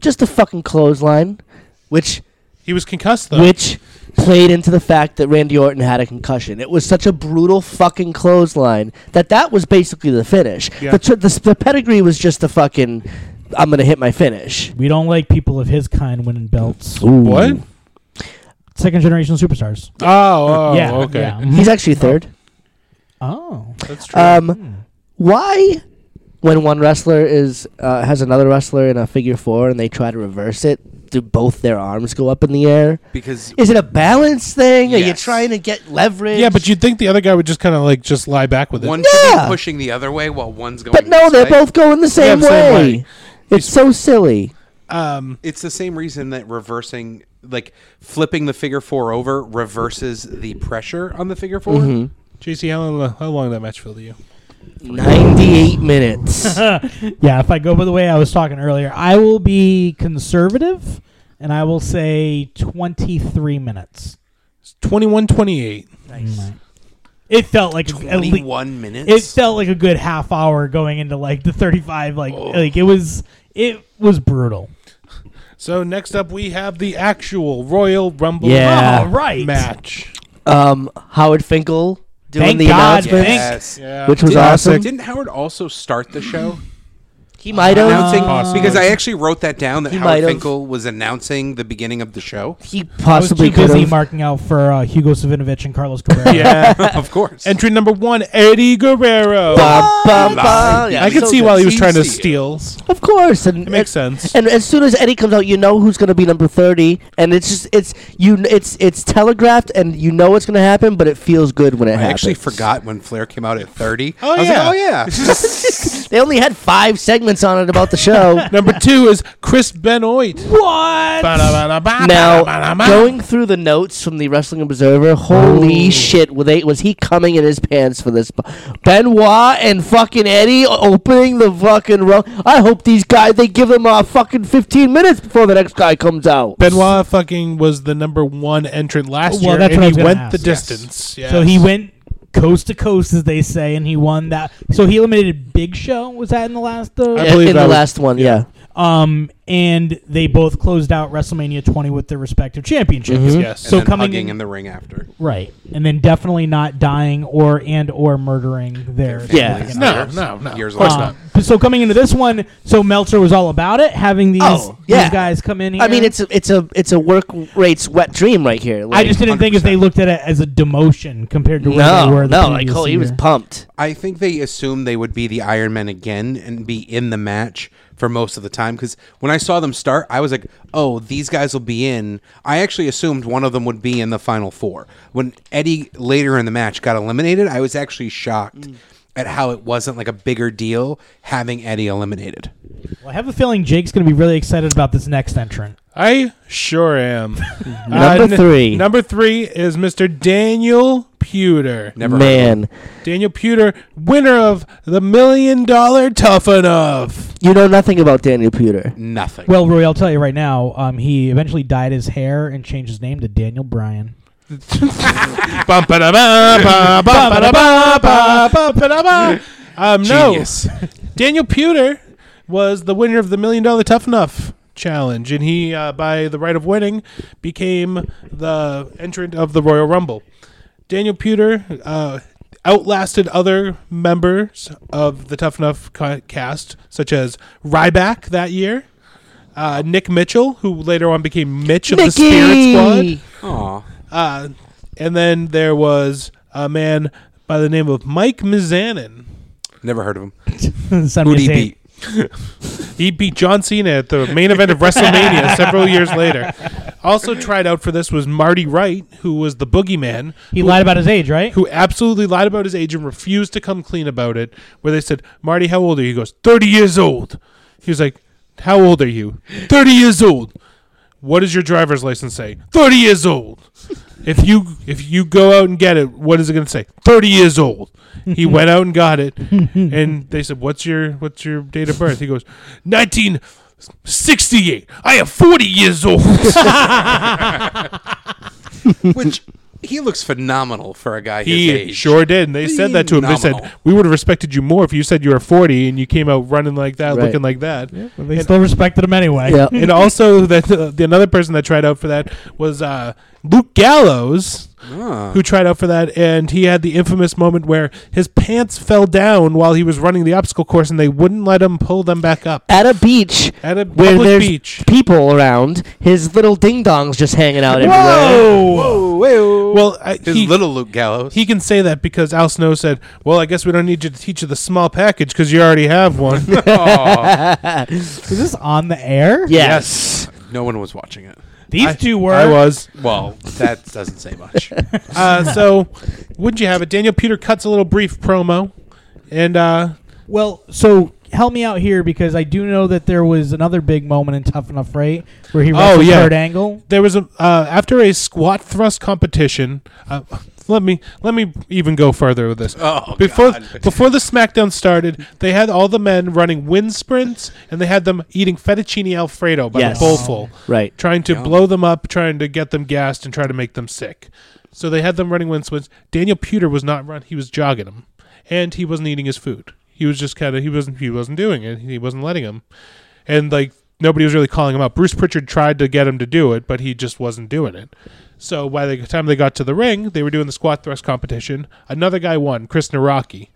[SPEAKER 3] just a fucking clothesline, which
[SPEAKER 2] He was concussed though.
[SPEAKER 3] which played into the fact that Randy Orton had a concussion. It was such a brutal fucking clothesline that that was basically the finish.
[SPEAKER 2] Yeah.
[SPEAKER 3] The, tr- the, s- the pedigree was just the fucking I'm gonna hit my finish.
[SPEAKER 1] We don't like people of his kind winning belts.
[SPEAKER 2] what?
[SPEAKER 1] Second generation superstars.
[SPEAKER 2] Oh, oh,
[SPEAKER 1] yeah.
[SPEAKER 2] okay.
[SPEAKER 1] yeah. Mhm.
[SPEAKER 3] He's actually third.
[SPEAKER 1] Oh.
[SPEAKER 2] That's true.
[SPEAKER 3] Um, why, when one wrestler is uh, has another wrestler in a figure four and they try to reverse it, do both their arms go up in the air?
[SPEAKER 8] because
[SPEAKER 3] Is it a balance thing? Are you
[SPEAKER 8] Yes.
[SPEAKER 3] trying to get leverage?
[SPEAKER 2] yeah, but you'd think the other guy would just kind of like just lie back with it.
[SPEAKER 8] one should
[SPEAKER 3] Yeah.
[SPEAKER 8] be pushing the other way while one's going.
[SPEAKER 3] But no,
[SPEAKER 8] this
[SPEAKER 3] they're
[SPEAKER 8] way.
[SPEAKER 3] both going the same,
[SPEAKER 2] the
[SPEAKER 3] way.
[SPEAKER 2] same way.
[SPEAKER 3] It's so silly.
[SPEAKER 2] um,
[SPEAKER 8] It's the same reason that reversing, like flipping the figure four over, reverses the pressure on the figure 4
[SPEAKER 3] Mm-hmm.
[SPEAKER 2] JC, how long, uh, how long did that match feel to you?
[SPEAKER 3] 98 minutes.
[SPEAKER 1] yeah, if I go by the way I was talking earlier, I will be conservative and I will say 23 minutes.
[SPEAKER 2] Twenty-one, twenty-eight.
[SPEAKER 1] Nice. It felt like at least-
[SPEAKER 8] Twenty-one minutes.
[SPEAKER 1] it felt like a good half hour going into like the 35 like like it was it was brutal.
[SPEAKER 2] So next up, we have the actual Royal Rumble
[SPEAKER 3] Yeah.
[SPEAKER 1] All right.
[SPEAKER 2] match.
[SPEAKER 3] um, Howard Finkel doing
[SPEAKER 1] Thank
[SPEAKER 3] the
[SPEAKER 1] God,
[SPEAKER 3] announcements,
[SPEAKER 8] yes.
[SPEAKER 2] Yeah.
[SPEAKER 3] which was
[SPEAKER 8] Didn't-
[SPEAKER 3] awesome.
[SPEAKER 8] Didn't Howard also start the show?
[SPEAKER 3] He might have.
[SPEAKER 8] announcing
[SPEAKER 2] possibly.
[SPEAKER 8] because I actually wrote that down that
[SPEAKER 3] He might
[SPEAKER 8] Howard
[SPEAKER 3] have.
[SPEAKER 8] Finkel was announcing the beginning of the show.
[SPEAKER 3] He
[SPEAKER 1] I was
[SPEAKER 3] possibly
[SPEAKER 1] too
[SPEAKER 3] could
[SPEAKER 1] busy
[SPEAKER 3] have.
[SPEAKER 1] marking out for uh, Hugo Savinovich and Carlos Cabrera.
[SPEAKER 2] yeah.
[SPEAKER 8] of course.
[SPEAKER 2] Entry number one, Eddie Guerrero.
[SPEAKER 3] Ba, ba, ba. Yeah,
[SPEAKER 2] I could
[SPEAKER 3] so
[SPEAKER 2] see
[SPEAKER 3] good.
[SPEAKER 2] while he was trying to
[SPEAKER 8] See you.
[SPEAKER 2] steal.
[SPEAKER 3] Of course, and
[SPEAKER 2] It makes sense.
[SPEAKER 3] And as soon as Eddie comes out, you know who's going to be number thirty, and it's just it's you kn- it's it's telegraphed, and you know it's going to happen, but it feels good when it
[SPEAKER 8] I
[SPEAKER 3] happens.
[SPEAKER 8] actually forgot when Flair came out at 30.
[SPEAKER 2] Oh,
[SPEAKER 8] I was
[SPEAKER 2] yeah.
[SPEAKER 8] like, oh, yeah.
[SPEAKER 3] They only had five segments on it about the show.
[SPEAKER 2] Number two is Chris Benoit.
[SPEAKER 1] What?
[SPEAKER 3] Now, going through the notes from the Wrestling Observer, holy shit, were they, was he coming in his pants for this? Benoit and fucking Eddie opening the fucking row. I hope these guys, they give them uh, fucking 15 minutes before the next guy comes out.
[SPEAKER 2] Benoit fucking was the number one entrant last
[SPEAKER 1] Well,
[SPEAKER 2] year,
[SPEAKER 1] that's
[SPEAKER 2] and
[SPEAKER 1] what I was
[SPEAKER 2] he
[SPEAKER 1] gonna
[SPEAKER 2] went
[SPEAKER 1] ask.
[SPEAKER 2] the
[SPEAKER 1] Yes.
[SPEAKER 2] distance. Yes.
[SPEAKER 1] So he went coast to coast, as they say, and he won that. So he eliminated Big Show. Was that in the last? Uh,
[SPEAKER 2] I
[SPEAKER 3] Yeah,
[SPEAKER 2] believe
[SPEAKER 3] in
[SPEAKER 2] that
[SPEAKER 3] the
[SPEAKER 2] was-
[SPEAKER 3] last one, yeah.
[SPEAKER 1] Um, and they both closed out WrestleMania 20 with their respective championships.
[SPEAKER 3] Mm-hmm.
[SPEAKER 2] Yes.
[SPEAKER 8] And
[SPEAKER 1] So
[SPEAKER 8] then
[SPEAKER 1] coming
[SPEAKER 8] hugging
[SPEAKER 1] in-
[SPEAKER 8] in the ring after.
[SPEAKER 1] Right, and then definitely not dying or and or murdering their
[SPEAKER 3] Yeah.
[SPEAKER 8] Families,
[SPEAKER 1] families.
[SPEAKER 2] No,
[SPEAKER 8] years-
[SPEAKER 2] no, no.
[SPEAKER 8] Years
[SPEAKER 2] Of course
[SPEAKER 8] later.
[SPEAKER 1] Um, but so coming into this one, so Meltzer was all about it, having these,
[SPEAKER 3] Oh, yeah.
[SPEAKER 1] these guys come in here.
[SPEAKER 3] I mean, it's a, it's a it's a work rates wet dream right here.
[SPEAKER 1] I
[SPEAKER 3] Like,
[SPEAKER 1] just didn't think if they looked at it as a demotion compared to where they
[SPEAKER 3] no,
[SPEAKER 1] were. The
[SPEAKER 3] no, like
[SPEAKER 1] previous
[SPEAKER 3] holy, he was
[SPEAKER 1] year.
[SPEAKER 3] pumped.
[SPEAKER 8] I think they assumed they would be the Iron Men again and be in the match for most of the time. Because when I saw them start, I was like, "Oh, these guys will be in." I actually assumed one of them would be in the final four. When Eddie later in the match got eliminated, I was actually shocked
[SPEAKER 2] Mm.
[SPEAKER 8] at how it wasn't like a bigger deal having Eddie eliminated.
[SPEAKER 1] Well, I have a feeling Jake's going to be really excited about this next entrant.
[SPEAKER 2] I sure am. Uh,
[SPEAKER 3] Number three.
[SPEAKER 2] Number three is Mr. Daniel Pewter.
[SPEAKER 8] Never, heard of him.
[SPEAKER 3] Man,
[SPEAKER 2] Daniel Pewter, winner of the Million Dollar Tough Enough.
[SPEAKER 3] you know nothing about Daniel Pewter.
[SPEAKER 8] nothing.
[SPEAKER 1] Well, Roy, I'll tell you right now, um, he eventually dyed his hair and changed his name to Daniel Bryan.
[SPEAKER 2] Bum, ba-da-ba, ba, bum, ba-da-ba, ba, bum, ba-da-ba. Um, no,
[SPEAKER 8] Genius.
[SPEAKER 2] Daniel Pewter was the winner of the Million Dollar Tough Enough Challenge, and he, uh, by the right of winning, became the entrant of the Royal Rumble. Daniel Pewter uh, outlasted other members of the Tough Enough ca- cast, such as Ryback that year, uh, Nick Mitchell, who later on became Mitch of the Spirit Squad.
[SPEAKER 3] Mickey,
[SPEAKER 8] Aw.
[SPEAKER 2] Uh, and then there was a man by the name of Mike Mizanin.
[SPEAKER 8] Never heard of him.
[SPEAKER 1] Send me
[SPEAKER 8] Who did he
[SPEAKER 1] his name.
[SPEAKER 8] beat?
[SPEAKER 2] He beat John Cena at the main event of WrestleMania several years later. Also tried out for this was Marty Wright, who was the boogeyman,
[SPEAKER 1] He lied about his age, right?
[SPEAKER 2] who absolutely lied about his age and refused to come clean about it. Where they said, Marty, how old are you? He goes, 30 years old. He was like, How old are you? 30 years old. What does your driver's license say? 30 years old. If you if you go out and get it, what is it going to say? 30 years old. He went out and got it and they said, "What's your what's your date of birth?" He goes, "1968. I am 40 years old."
[SPEAKER 8] Which he looks phenomenal for a guy
[SPEAKER 2] He
[SPEAKER 8] his age.
[SPEAKER 2] sure did. And they said that to him. They said,
[SPEAKER 8] Phenomenal.
[SPEAKER 2] We would have respected you more if you said you were 40 and you came out running like that,
[SPEAKER 3] Right.
[SPEAKER 2] looking like that.
[SPEAKER 1] Well, they still respected him anyway.
[SPEAKER 3] Yeah.
[SPEAKER 2] and also that uh, the another person that tried out for that was uh, Luke Gallows,
[SPEAKER 8] Ah.
[SPEAKER 2] who tried out for that, and he had the infamous moment where his pants fell down while he was running the obstacle course, and they wouldn't let him pull them back up.
[SPEAKER 3] At a beach
[SPEAKER 2] At a
[SPEAKER 3] where
[SPEAKER 2] public
[SPEAKER 3] there's
[SPEAKER 2] beach.
[SPEAKER 3] people around, his little ding dongs just hanging out everywhere.
[SPEAKER 2] Whoa! Well, I,
[SPEAKER 8] His
[SPEAKER 2] he,
[SPEAKER 8] little Luke Gallows.
[SPEAKER 2] he can say that because Al Snow said, "Well, I guess we don't need you to teach you the small package because you already have one."
[SPEAKER 8] Aw.
[SPEAKER 1] Is this on the air?
[SPEAKER 3] Yes.
[SPEAKER 8] no one was watching it.
[SPEAKER 1] These
[SPEAKER 2] I-
[SPEAKER 1] two were.
[SPEAKER 2] I was.
[SPEAKER 8] Well, that doesn't say much.
[SPEAKER 2] Uh, so, wouldn't you have it? Daniel Peter cuts a little brief promo, and uh,
[SPEAKER 1] Well, so help me out here because I do know that there was another big moment in Tough Enough, right? Where he wrestled
[SPEAKER 2] yeah.
[SPEAKER 1] Kurt Angle.
[SPEAKER 2] there was a uh, after a squat thrust competition. Uh, let me let me even go further with this.
[SPEAKER 8] Oh,
[SPEAKER 2] before
[SPEAKER 8] God.
[SPEAKER 2] before the SmackDown started, they had all the men running wind sprints, and they had them eating fettuccine alfredo by
[SPEAKER 3] Yes.
[SPEAKER 2] the bowlful,
[SPEAKER 3] Right.
[SPEAKER 2] trying to blow them up, trying to get them gassed, and try to make them sick. So they had them running wind sprints. Daniel Pewter was not run; he was jogging them, and he wasn't eating his food. He was just kind of he wasn't he wasn't doing it. He wasn't letting him, and like nobody was really calling him out. Bruce Pritchard tried to get him to do it, but he just wasn't doing it. So by the time they got to the ring, they were doing the squat thrust competition. Another guy won, Chris Naraki,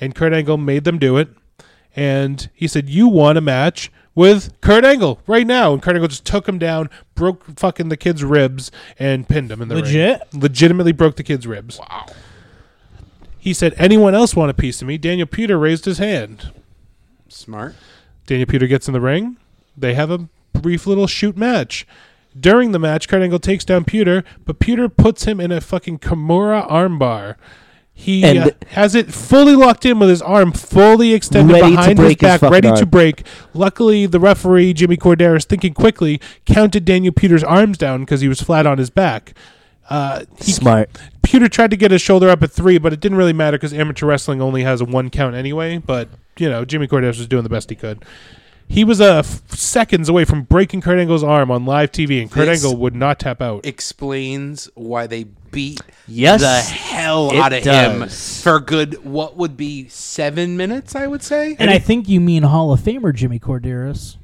[SPEAKER 2] and Kurt Angle made them do it. And he said, "You won a match with Kurt Angle right now." And Kurt Angle just took him down, broke fucking the kid's ribs, and pinned him in the ring.
[SPEAKER 1] Legit?
[SPEAKER 2] legitimately broke the kid's ribs. Wow. He said, "Anyone else want a piece of me?" Daniel Peter raised his hand.
[SPEAKER 8] Smart.
[SPEAKER 2] Daniel Peter gets in the ring. They have a brief little shoot match. During the match, Kurt Angle takes down Peter, but Peter puts him in a fucking Kimura armbar. He
[SPEAKER 3] And-
[SPEAKER 2] uh, has it fully locked in with his arm fully extended
[SPEAKER 3] Ready to
[SPEAKER 2] behind his
[SPEAKER 3] break his
[SPEAKER 2] back,
[SPEAKER 3] fucking
[SPEAKER 2] ready to
[SPEAKER 3] arm.
[SPEAKER 2] break. Luckily, the referee, Jimmy Corderas, thinking quickly, counted Daniel Peter's arms down because he was flat on his back. Uh, he
[SPEAKER 3] Smart.
[SPEAKER 2] Pewter tried to get his shoulder up at three, but it didn't really matter because amateur wrestling only has a one count anyway. But you know, Jimmy Cordes was doing the best he could. He was uh, f- seconds away from breaking Kurt Angle's arm on live TV, and Kurt
[SPEAKER 8] This-
[SPEAKER 2] Angle would not tap out.
[SPEAKER 8] Explains why they beat
[SPEAKER 3] Yes,
[SPEAKER 8] the hell
[SPEAKER 3] it
[SPEAKER 8] out of him
[SPEAKER 3] does.
[SPEAKER 8] for good. What would be seven minutes? I would say.
[SPEAKER 1] And I think you mean Hall of Famer Jimmy Corderas.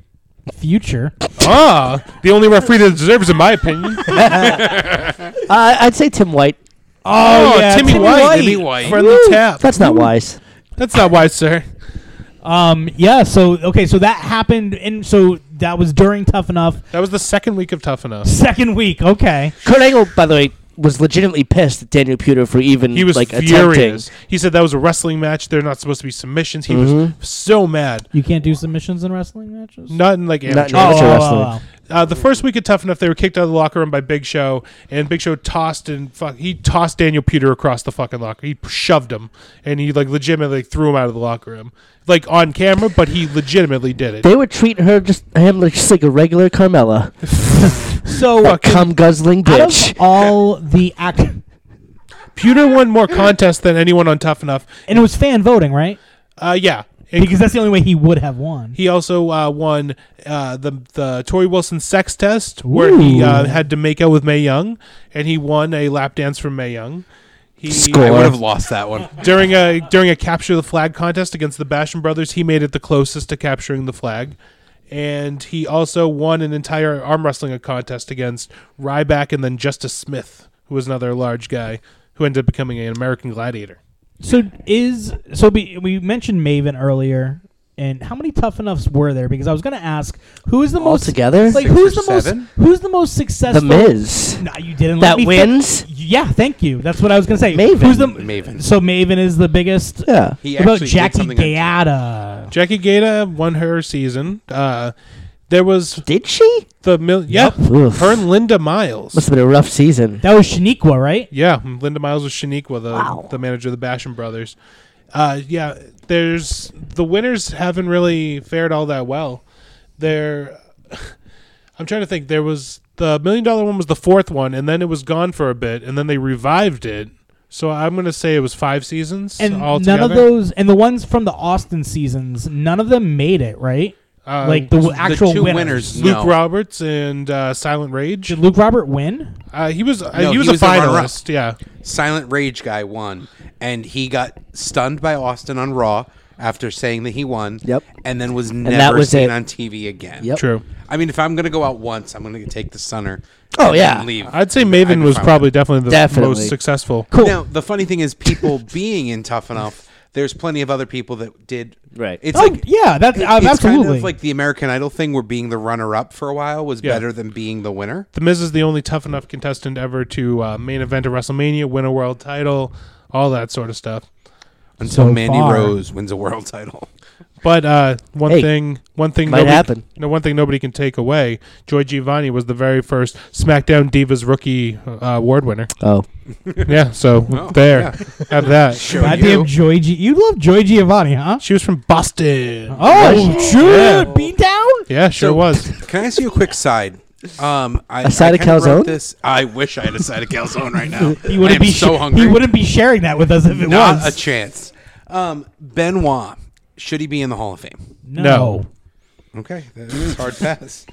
[SPEAKER 1] Future.
[SPEAKER 2] ah, the only referee that deserves, in my opinion. oh,
[SPEAKER 3] Uh, I'd say Tim White.
[SPEAKER 1] Oh, yeah,
[SPEAKER 2] Ah, Oh, Timmy,
[SPEAKER 1] Timmy
[SPEAKER 2] White,
[SPEAKER 1] White.
[SPEAKER 8] Timmy White.
[SPEAKER 2] friendly tap.
[SPEAKER 3] That's not wise.
[SPEAKER 2] That's not wise, sir.
[SPEAKER 1] Um, yeah, so okay, so that happened and so that was during Tough Enough.
[SPEAKER 2] That was the second week of Tough Enough.
[SPEAKER 1] Second week, okay.
[SPEAKER 3] Kurt Angle, by the way, was legitimately pissed at Daniel Pewter for even
[SPEAKER 2] He was
[SPEAKER 3] like
[SPEAKER 2] furious.
[SPEAKER 3] attempting.
[SPEAKER 2] He said that was a wrestling match. They're not supposed to be submissions. He was so mad.
[SPEAKER 1] You can't do submissions in wrestling matches?
[SPEAKER 2] Not in like amateur.
[SPEAKER 3] Not in amateur
[SPEAKER 1] oh,
[SPEAKER 3] wrestling.
[SPEAKER 1] oh,
[SPEAKER 2] Uh, the first week of Tough Enough, they were kicked out of the locker room by Big Show, and Big Show tossed and fuck, he tossed Daniel Peter across the fucking locker. He shoved him, and he like legitimately threw him out of the locker room, like on camera, but he legitimately did it.
[SPEAKER 3] They were treating her just him like just like a regular Carmella,
[SPEAKER 1] oh. So
[SPEAKER 3] a cum guzzling
[SPEAKER 1] out
[SPEAKER 3] bitch.
[SPEAKER 1] of all the act and
[SPEAKER 2] Peter won more contests than anyone on Tough Enough.
[SPEAKER 1] it was fan voting, right?
[SPEAKER 2] Uh, yeah, And
[SPEAKER 1] Because that's the only way he would have won.
[SPEAKER 2] he also uh, won uh, the the Tori Wilson sex test, where he
[SPEAKER 1] Ooh.
[SPEAKER 2] uh, had to make out with May Young, and he won a lap dance from May Young. He,
[SPEAKER 8] I
[SPEAKER 3] Score.
[SPEAKER 8] would have lost that one.
[SPEAKER 2] during a during a capture the flag contest against the Basham brothers, he made it the closest to capturing the flag, and he also won an entire arm wrestling contest against Ryback and then Justice Smith, who was another large guy who ended up becoming an American Gladiator.
[SPEAKER 1] So is so be, we mentioned Maven earlier, and how many tough enoughs were there? Because I was going to ask who is the most
[SPEAKER 3] Altogether?
[SPEAKER 1] like
[SPEAKER 8] Six
[SPEAKER 1] who's
[SPEAKER 8] or
[SPEAKER 1] the most
[SPEAKER 8] seven?
[SPEAKER 1] who's the most
[SPEAKER 3] the
[SPEAKER 1] successful?
[SPEAKER 3] Miz.
[SPEAKER 1] No, you didn't.
[SPEAKER 3] That
[SPEAKER 1] let me fi-
[SPEAKER 3] wins?
[SPEAKER 1] yeah, thank you. That's what I was going to say.
[SPEAKER 3] Maven.
[SPEAKER 1] Who's the
[SPEAKER 8] Maven.
[SPEAKER 1] So Maven is the biggest.
[SPEAKER 3] Yeah.
[SPEAKER 8] He
[SPEAKER 1] what about
[SPEAKER 8] actually did
[SPEAKER 1] Jackie
[SPEAKER 8] something on-
[SPEAKER 1] Gayada?
[SPEAKER 2] Jackie Gata won her season. Uh, there was
[SPEAKER 3] Did she?
[SPEAKER 2] the mil- yeah,
[SPEAKER 3] Oof.
[SPEAKER 2] her and Linda
[SPEAKER 3] Must
[SPEAKER 2] Miles.
[SPEAKER 3] have been a rough season.
[SPEAKER 1] That was Shaniqua, right?
[SPEAKER 2] Yeah, Linda Miles was Shaniqua, the the manager of the Basham brothers. Uh, yeah, there's the winners haven't really fared all that well. There, I'm trying to think. There was the million dollar one was the fourth one, and then it was gone for a bit, and then they revived it. So I'm gonna say it was five seasons
[SPEAKER 1] And
[SPEAKER 2] altogether.
[SPEAKER 1] none of those, and the ones from the Austin seasons, none of them made it, right?
[SPEAKER 8] Uh,
[SPEAKER 2] Um,
[SPEAKER 1] like the, w actual
[SPEAKER 8] two
[SPEAKER 1] winners.
[SPEAKER 8] winners.
[SPEAKER 2] Luke
[SPEAKER 8] No.
[SPEAKER 2] Roberts and uh, Silent Rage.
[SPEAKER 1] Did Luke Robert win?
[SPEAKER 2] Uh, he was uh,
[SPEAKER 8] No,
[SPEAKER 2] he was
[SPEAKER 8] he
[SPEAKER 2] a
[SPEAKER 8] was the runner-up.
[SPEAKER 2] finalist. Yeah,
[SPEAKER 8] Silent Rage guy won, and he got stunned by Austin on Raw after saying that he won.
[SPEAKER 3] Yep.
[SPEAKER 8] And then was
[SPEAKER 3] that
[SPEAKER 8] never
[SPEAKER 3] was
[SPEAKER 8] seen
[SPEAKER 3] it.
[SPEAKER 8] on TV again.
[SPEAKER 3] Yep.
[SPEAKER 2] true.
[SPEAKER 8] I mean, if I'm gonna go out once, I'm gonna take the Sunner.
[SPEAKER 3] Oh,
[SPEAKER 8] and
[SPEAKER 3] yeah.
[SPEAKER 8] then leave.
[SPEAKER 2] I'd say
[SPEAKER 8] I'd
[SPEAKER 2] Maven
[SPEAKER 8] be
[SPEAKER 2] was
[SPEAKER 8] fine with
[SPEAKER 2] probably definitely the
[SPEAKER 3] Definitely.
[SPEAKER 2] most successful.
[SPEAKER 3] Cool.
[SPEAKER 8] Now, the funny thing is, people being in Tough Enough, there's plenty of other people that did.
[SPEAKER 3] Right.
[SPEAKER 8] It's
[SPEAKER 1] Oh,
[SPEAKER 8] like
[SPEAKER 1] yeah, that's-
[SPEAKER 8] it-
[SPEAKER 1] uh,
[SPEAKER 8] it's kind
[SPEAKER 1] absolutely.
[SPEAKER 8] of like the American Idol thing, where being the runner-up for a while was
[SPEAKER 2] Yeah.
[SPEAKER 8] better than being the winner.
[SPEAKER 2] The Miz is the only tough enough contestant ever to uh, main event a WrestleMania, win a world title, all that sort of stuff.
[SPEAKER 8] Until
[SPEAKER 1] So
[SPEAKER 8] Mandy
[SPEAKER 1] far.
[SPEAKER 8] Rose wins a world title.
[SPEAKER 2] But uh, one
[SPEAKER 3] Hey,
[SPEAKER 2] thing, one thing
[SPEAKER 3] might
[SPEAKER 2] nobody-
[SPEAKER 3] happen.
[SPEAKER 2] No, one thing nobody can take away. Joy Giovanni was the very first SmackDown Divas Rookie uh, Award winner.
[SPEAKER 3] Oh,
[SPEAKER 2] yeah, so
[SPEAKER 8] Oh,
[SPEAKER 2] there,
[SPEAKER 8] yeah.
[SPEAKER 2] have that.
[SPEAKER 8] Show
[SPEAKER 1] Goddamn
[SPEAKER 8] you.
[SPEAKER 1] Joy G. You love Joy Giovanni, huh?
[SPEAKER 2] She was from Boston.
[SPEAKER 1] Oh,
[SPEAKER 2] yeah.
[SPEAKER 1] sure. Beat down?
[SPEAKER 2] Yeah, sure
[SPEAKER 8] So-
[SPEAKER 2] was.
[SPEAKER 8] Can I ask you a quick side? Um, I,
[SPEAKER 3] A side
[SPEAKER 8] I
[SPEAKER 3] of
[SPEAKER 8] kinda wrote
[SPEAKER 3] calzone?
[SPEAKER 8] This. I wish I had a side of calzone right now.
[SPEAKER 1] He
[SPEAKER 8] I
[SPEAKER 1] wouldn't
[SPEAKER 8] am
[SPEAKER 1] be
[SPEAKER 8] so
[SPEAKER 1] sh-
[SPEAKER 8] hungry.
[SPEAKER 1] He wouldn't be sharing that with us if it
[SPEAKER 8] Not
[SPEAKER 1] was.
[SPEAKER 8] a chance. Um, Benoit should he be in the Hall of Fame?
[SPEAKER 1] no.
[SPEAKER 2] No.
[SPEAKER 8] Okay, that is hard pass.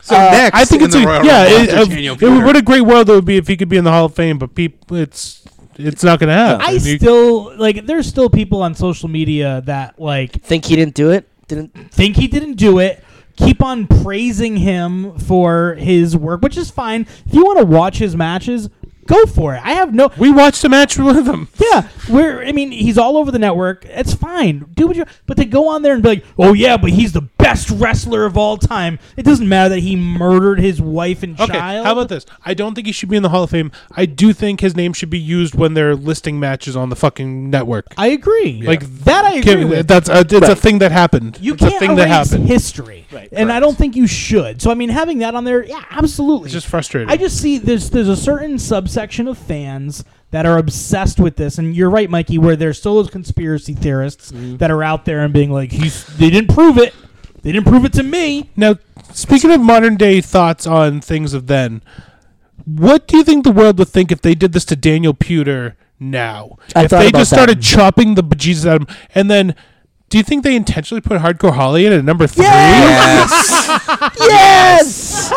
[SPEAKER 8] so next,
[SPEAKER 2] Uh, I think
[SPEAKER 8] in
[SPEAKER 2] it's
[SPEAKER 8] the
[SPEAKER 2] a,
[SPEAKER 8] Royal
[SPEAKER 2] yeah.
[SPEAKER 8] Rumble
[SPEAKER 2] It,
[SPEAKER 8] after
[SPEAKER 2] uh,
[SPEAKER 8] Daniel
[SPEAKER 2] it
[SPEAKER 8] Peter.
[SPEAKER 2] would- what a great world it would be if he could be in the Hall of Fame, but people, it's it's not going to happen.
[SPEAKER 1] I
[SPEAKER 2] You-
[SPEAKER 1] still like. There's still people on social media that like
[SPEAKER 3] think he didn't do it? Didn't?
[SPEAKER 1] think he didn't do it. Keep on praising him for his work, which is fine. If you want to watch his matches, go for it. I have no.
[SPEAKER 2] we watched a match with him.
[SPEAKER 1] Yeah, we're. I mean, he's all over the network. It's fine. Do what you. But to go on there and be like, "Oh yeah, but he's the best wrestler of all time." It doesn't matter that he murdered his wife and
[SPEAKER 2] Okay,
[SPEAKER 1] child.
[SPEAKER 2] how about this? I don't think he should be in the Hall of Fame. I do think his name should be used when they're listing matches on the fucking network.
[SPEAKER 1] I agree.
[SPEAKER 2] Like
[SPEAKER 1] that, I agree
[SPEAKER 2] Can-
[SPEAKER 1] with.
[SPEAKER 2] That's a, it's a thing that happened.
[SPEAKER 1] you
[SPEAKER 2] it's a
[SPEAKER 1] can't
[SPEAKER 2] thing
[SPEAKER 1] erase
[SPEAKER 2] that happened.
[SPEAKER 1] history, right, and I don't think you should. So I mean, having that on there, yeah, absolutely.
[SPEAKER 2] It's just frustrating.
[SPEAKER 1] I just see there's there's a certain subsection of fans that are obsessed with this, and you're right, Mikey, where there's still those conspiracy theorists that are out there and being like, he's they didn't prove it, they didn't prove it to me.
[SPEAKER 2] now, speaking of modern day thoughts on things of then, what do you think the world would think if they did this to Daniel Pewter now?
[SPEAKER 3] I
[SPEAKER 2] if
[SPEAKER 3] thought
[SPEAKER 2] they
[SPEAKER 3] about
[SPEAKER 2] just
[SPEAKER 3] that.
[SPEAKER 2] started chopping the bejesus out of him, and then. Do you think they intentionally put Hardcore Holly in at number three?
[SPEAKER 8] Yes.
[SPEAKER 3] Yes.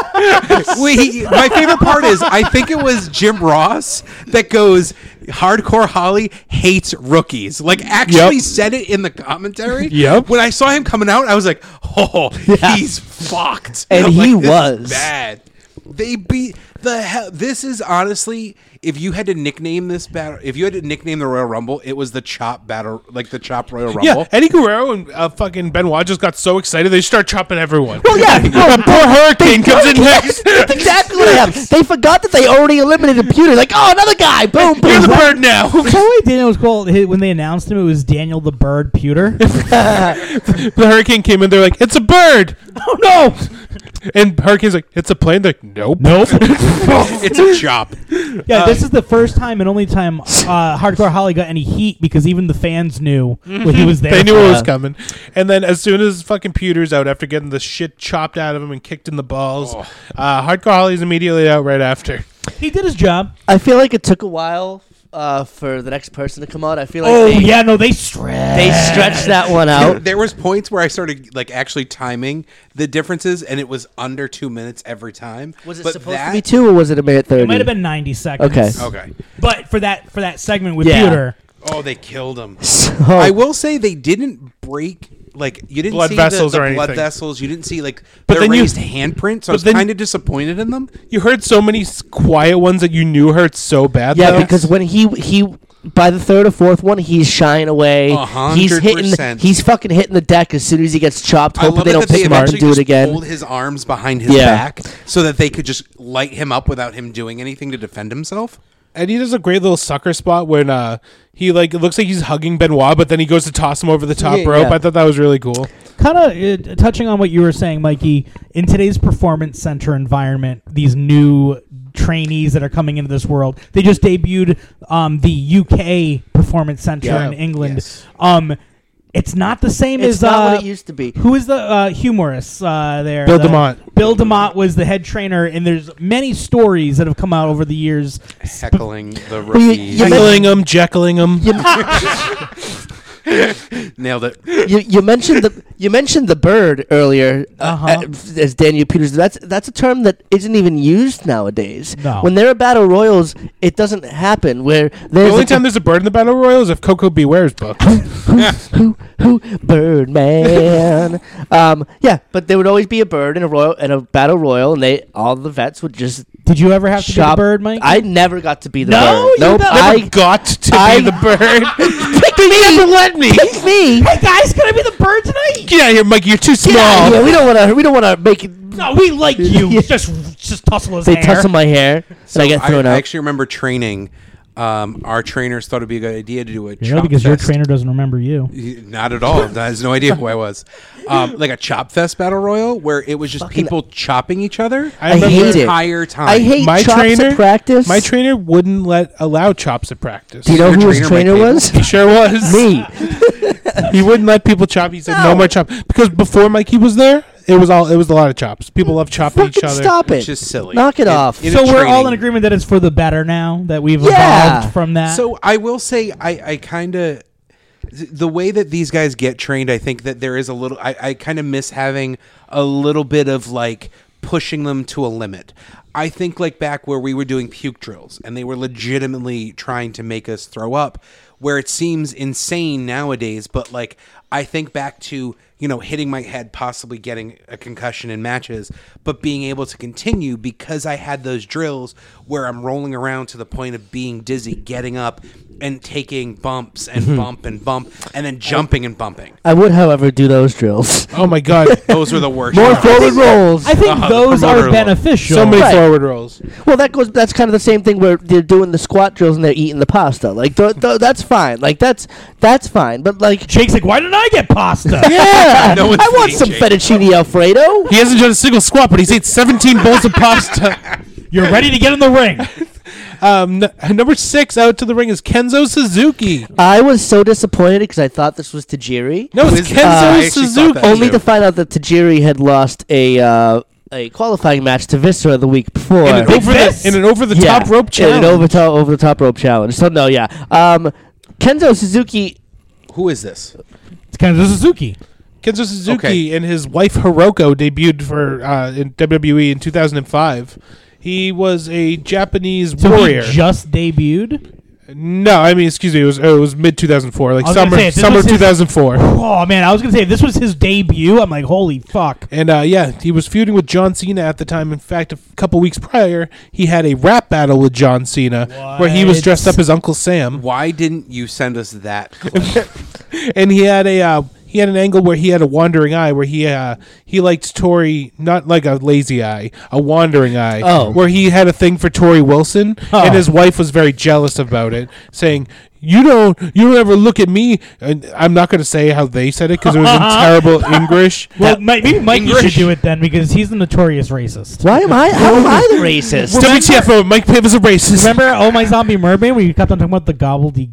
[SPEAKER 8] we, my favorite part is I think it was Jim Ross that goes, "Hardcore Holly hates rookies." Like actually
[SPEAKER 2] Yep.
[SPEAKER 8] said it in the commentary.
[SPEAKER 2] Yep.
[SPEAKER 8] When I saw him coming out, I was like, "Oh, he's fucked,"
[SPEAKER 3] And
[SPEAKER 8] I'm
[SPEAKER 3] he
[SPEAKER 8] like, "This is
[SPEAKER 3] was.
[SPEAKER 8] bad. They beat the hell. This is honestly, if you had to nickname this battle, if you had to nickname the Royal Rumble, it was the Chop Battle, like the Chop Royal Rumble.
[SPEAKER 2] Yeah, Eddie Guerrero and uh, fucking Benoit just got so excited they start chopping everyone.
[SPEAKER 3] Well, yeah.
[SPEAKER 2] Uh, poor Hurricane comes in next.
[SPEAKER 3] That's exactly what happened. They forgot that they already eliminated Pewter. Like, oh, another guy. Boom, boom.
[SPEAKER 2] You're the bird now.
[SPEAKER 1] Is that why Daniel was called hi- when they announced him? It was Daniel the Bird Pewter.
[SPEAKER 2] the Hurricane came in. They're like, it's a bird.
[SPEAKER 1] oh no!
[SPEAKER 2] And Hurricane's like, it's a plane. They're like, nope.
[SPEAKER 1] Nope.
[SPEAKER 8] it's a chop.
[SPEAKER 1] Yeah, this is the first time and only time uh, Hardcore Holly got any heat because even the fans knew when he was there.
[SPEAKER 2] They knew
[SPEAKER 1] for.
[SPEAKER 2] it
[SPEAKER 3] Uh,
[SPEAKER 2] was coming. And then as soon as fucking Pewter's out after getting the shit chopped out of him and kicked in the balls,
[SPEAKER 3] Oh.
[SPEAKER 2] uh, Hardcore Holly's immediately out right after.
[SPEAKER 1] He did his job.
[SPEAKER 3] I feel like it took a while uh, for the next person to come out. I feel like
[SPEAKER 1] oh
[SPEAKER 3] they,
[SPEAKER 1] yeah, no, they stretched.
[SPEAKER 3] they stretched that one out.
[SPEAKER 8] there was points where I started like actually timing the differences, and it was under two minutes every time.
[SPEAKER 3] Was it
[SPEAKER 8] But
[SPEAKER 3] supposed
[SPEAKER 8] that-
[SPEAKER 3] to be two or was it a minute thirty?
[SPEAKER 1] It might have been ninety seconds.
[SPEAKER 3] Okay.
[SPEAKER 8] Okay.
[SPEAKER 1] But for that for that segment with
[SPEAKER 3] Yeah.
[SPEAKER 1] Pewter,
[SPEAKER 8] Oh, they killed him.
[SPEAKER 3] So,
[SPEAKER 8] I will say they didn't break. Like you didn't
[SPEAKER 2] Blood
[SPEAKER 8] see
[SPEAKER 2] vessels
[SPEAKER 8] the, the
[SPEAKER 2] or
[SPEAKER 8] blood
[SPEAKER 2] anything.
[SPEAKER 8] vessels. You didn't see like
[SPEAKER 2] But
[SPEAKER 8] the
[SPEAKER 2] then you-
[SPEAKER 8] raised handprints. So I
[SPEAKER 2] but
[SPEAKER 8] was
[SPEAKER 2] then-
[SPEAKER 8] kind of disappointed in them.
[SPEAKER 2] You heard so many s- quiet ones that you knew hurt so bad.
[SPEAKER 3] yeah,
[SPEAKER 2] though.
[SPEAKER 3] because when he he by the third or fourth one, he's shying away.
[SPEAKER 8] A hundred
[SPEAKER 3] He's hitting. the-
[SPEAKER 8] percent.
[SPEAKER 3] He's fucking hitting the deck as soon as he gets chopped,
[SPEAKER 8] I
[SPEAKER 3] hoping
[SPEAKER 8] love
[SPEAKER 3] they
[SPEAKER 8] it
[SPEAKER 3] don't
[SPEAKER 8] that they
[SPEAKER 3] pick him up and
[SPEAKER 8] eventually
[SPEAKER 3] do it
[SPEAKER 8] just
[SPEAKER 3] again.
[SPEAKER 8] Hold his arms behind his
[SPEAKER 3] Yeah.
[SPEAKER 8] back so that they could just light him up without him doing anything to defend himself.
[SPEAKER 2] And he does a great little sucker spot when uh, he like it looks like he's hugging Benoit, but then he goes to toss him over the top
[SPEAKER 3] Yeah,
[SPEAKER 2] rope.
[SPEAKER 3] yeah.
[SPEAKER 2] I thought that was really cool.
[SPEAKER 1] kind of uh, touching on what you were saying, Mikey. In today's performance center environment, these new trainees that are coming into this world, they just debuted um, the UK performance center
[SPEAKER 8] Yeah.
[SPEAKER 1] in England.
[SPEAKER 8] Yes.
[SPEAKER 1] Um, it's not the same
[SPEAKER 3] It's
[SPEAKER 1] as
[SPEAKER 3] not
[SPEAKER 1] uh,
[SPEAKER 3] what it used to be.
[SPEAKER 1] Who is the uh, humorist uh, there?
[SPEAKER 2] Bill
[SPEAKER 1] The-
[SPEAKER 2] DeMott.
[SPEAKER 1] Bill DeMott was the head trainer, and there's many stories that have come out over the years
[SPEAKER 8] Heckling the
[SPEAKER 3] you-
[SPEAKER 8] rookie.
[SPEAKER 3] you-
[SPEAKER 2] Heckling him, Jekyling him.
[SPEAKER 8] Nailed it.
[SPEAKER 3] you, you mentioned the you mentioned the bird earlier uh,
[SPEAKER 1] Uh-huh.
[SPEAKER 3] uh, as Daniel Peters. That's that's a term that isn't even used nowadays.
[SPEAKER 1] No.
[SPEAKER 3] When there are battle royals, it doesn't happen where there's
[SPEAKER 2] The only
[SPEAKER 3] a
[SPEAKER 2] time there's a bird in the battle royal is if Coco Beware's book.
[SPEAKER 3] who who Birdman. um, yeah, but there would always be a bird in a royal in a battle royal, and they all the vets would just
[SPEAKER 1] Did you ever have to
[SPEAKER 3] shop.
[SPEAKER 1] be the bird, Mike?
[SPEAKER 3] I never got to be the
[SPEAKER 1] No,
[SPEAKER 3] bird.
[SPEAKER 1] you
[SPEAKER 3] nope,
[SPEAKER 1] never
[SPEAKER 3] I
[SPEAKER 2] got to
[SPEAKER 3] I-
[SPEAKER 2] be the bird.
[SPEAKER 3] pick me. Never let me. Pick me.
[SPEAKER 1] hey guys, can I be the bird tonight?
[SPEAKER 2] Get out of here, Mike. You're too small.
[SPEAKER 3] Yeah, we don't want to. We don't want to make it.
[SPEAKER 1] No, we like you.
[SPEAKER 3] Yeah.
[SPEAKER 1] Just just tussle his
[SPEAKER 3] They
[SPEAKER 1] hair.
[SPEAKER 3] tussle my hair, so I get
[SPEAKER 8] I,
[SPEAKER 3] thrown
[SPEAKER 8] I
[SPEAKER 3] out.
[SPEAKER 8] actually remember training. Um, our trainers thought it'd be a good idea to do a
[SPEAKER 1] you know,
[SPEAKER 8] chop
[SPEAKER 1] because your
[SPEAKER 8] fest.
[SPEAKER 1] trainer doesn't remember you.
[SPEAKER 8] Y- Not at all. I has no idea who I was. Um, like a chop fest battle royal where it was just people chopping each other.
[SPEAKER 2] I
[SPEAKER 3] I
[SPEAKER 2] remember
[SPEAKER 3] hate
[SPEAKER 8] the
[SPEAKER 3] it.
[SPEAKER 8] entire time.
[SPEAKER 3] I hate
[SPEAKER 2] my
[SPEAKER 3] chops at
[SPEAKER 2] trainer
[SPEAKER 3] practice.
[SPEAKER 2] My trainer wouldn't let allow chops at practice.
[SPEAKER 3] Do you know
[SPEAKER 8] Your
[SPEAKER 3] who his
[SPEAKER 8] trainer,
[SPEAKER 3] trainer
[SPEAKER 8] Mike
[SPEAKER 3] was?
[SPEAKER 2] he sure was.
[SPEAKER 3] me.
[SPEAKER 2] He wouldn't let people chop. He said no,
[SPEAKER 3] No.
[SPEAKER 2] more chop because before Mikey was there, it was all it was a lot of chops. People love chopping each
[SPEAKER 3] Fucking
[SPEAKER 2] other.
[SPEAKER 3] stop it.
[SPEAKER 8] Which is silly.
[SPEAKER 3] Knock it
[SPEAKER 8] In-
[SPEAKER 3] off.
[SPEAKER 8] in a
[SPEAKER 1] So we're all
[SPEAKER 8] training-
[SPEAKER 1] in agreement that it's for the better now that we've
[SPEAKER 3] Yeah.
[SPEAKER 1] evolved from that.
[SPEAKER 8] So I will say, I, I kind of the way that these guys get trained. I think that there is a little. I, I kind of miss having a little bit of like pushing them to a limit. I think like back where we were doing puke drills and they were legitimately trying to make us throw up. Where it seems insane nowadays, but like I think back to you know hitting my head, possibly getting a concussion in matches, but being able to continue because I had those drills where I'm rolling around to the point of being dizzy, getting up and taking bumps
[SPEAKER 1] Mm-hmm.
[SPEAKER 8] and bump and bump and then jumping and bumping.
[SPEAKER 3] I would, however, do those drills.
[SPEAKER 2] Oh my god,
[SPEAKER 8] Those were the worst.
[SPEAKER 3] More
[SPEAKER 8] times.
[SPEAKER 3] forward rolls.
[SPEAKER 1] I think
[SPEAKER 8] Uh, the
[SPEAKER 1] those
[SPEAKER 8] promoter
[SPEAKER 1] are
[SPEAKER 8] alone.
[SPEAKER 1] beneficial.
[SPEAKER 2] so many
[SPEAKER 3] Right.
[SPEAKER 2] forward rolls.
[SPEAKER 3] Well, that goes. That's kind of the same thing where they're doing the squat drills and they're eating the pasta. Like, th- th- that's fine. Like, that's that's fine. But like,
[SPEAKER 1] Jake's like, why didn't I get pasta?
[SPEAKER 3] yeah,
[SPEAKER 8] No one's
[SPEAKER 3] I want
[SPEAKER 8] eating
[SPEAKER 3] some
[SPEAKER 8] Jake.
[SPEAKER 3] fettuccine alfredo.
[SPEAKER 2] He hasn't done a single squat, but he's ate 17 bowls of pasta.
[SPEAKER 1] You're ready to get in the ring.
[SPEAKER 2] Um, n- number six out to the ring is Kenzo Suzuki.
[SPEAKER 3] I was so disappointed because I thought this was Tajiri,
[SPEAKER 2] No, it's
[SPEAKER 8] Who is- Uh,
[SPEAKER 2] Kenzo
[SPEAKER 8] I actually thought
[SPEAKER 2] Suzuki.
[SPEAKER 8] that
[SPEAKER 3] only
[SPEAKER 8] too.
[SPEAKER 3] to find out that Tajiri had lost a uh, a qualifying match to Viscera the week before.
[SPEAKER 2] in an, over the,
[SPEAKER 1] fist?
[SPEAKER 2] in an over the
[SPEAKER 3] Yeah,
[SPEAKER 2] top rope
[SPEAKER 3] In
[SPEAKER 2] challenge.
[SPEAKER 3] an over, to- over the top rope challenge. So no, yeah. Um, Kenzo Suzuki.
[SPEAKER 8] Who is this?
[SPEAKER 1] It's kind of Suzuki.
[SPEAKER 2] Kenzo Suzuki
[SPEAKER 8] Okay.
[SPEAKER 2] and his wife Hiroko debuted for uh, in WWE in 2005. He was a Japanese
[SPEAKER 1] So
[SPEAKER 2] warrior.
[SPEAKER 1] he just debuted.
[SPEAKER 2] no, I mean, excuse me, it was it was mid 2004, like
[SPEAKER 1] I was gonna
[SPEAKER 2] summer
[SPEAKER 1] say, if this
[SPEAKER 2] summer
[SPEAKER 1] was his-
[SPEAKER 2] 2004.
[SPEAKER 1] Oh man, I was gonna say if this was his debut. I'm like, holy fuck.
[SPEAKER 2] And uh, yeah, he was feuding with John Cena at the time. In fact, a f- couple weeks prior, he had a rap battle with John Cena where he was
[SPEAKER 1] What?
[SPEAKER 2] dressed up as Uncle Sam,
[SPEAKER 8] Why didn't you send us that? clip?
[SPEAKER 2] and he had a uh, he had an angle where he had a wandering eye where he uh, he liked Tori not like a lazy eye, a wandering eye.
[SPEAKER 3] Oh.
[SPEAKER 2] where he had a thing for Tori Wilson, and his wife was very jealous about it, saying. You don't. You don't ever look at me. And I'm not going to say how they said it because it was in terrible English.
[SPEAKER 1] Well, Mi- maybe Mikey should do it then because he's the notorious racist.
[SPEAKER 3] Why am I? How am I the racist?
[SPEAKER 2] WTF? Mike Piva's a racist.
[SPEAKER 1] Remember, oh my zombie mermaid, where you kept on talking about the gobbledy.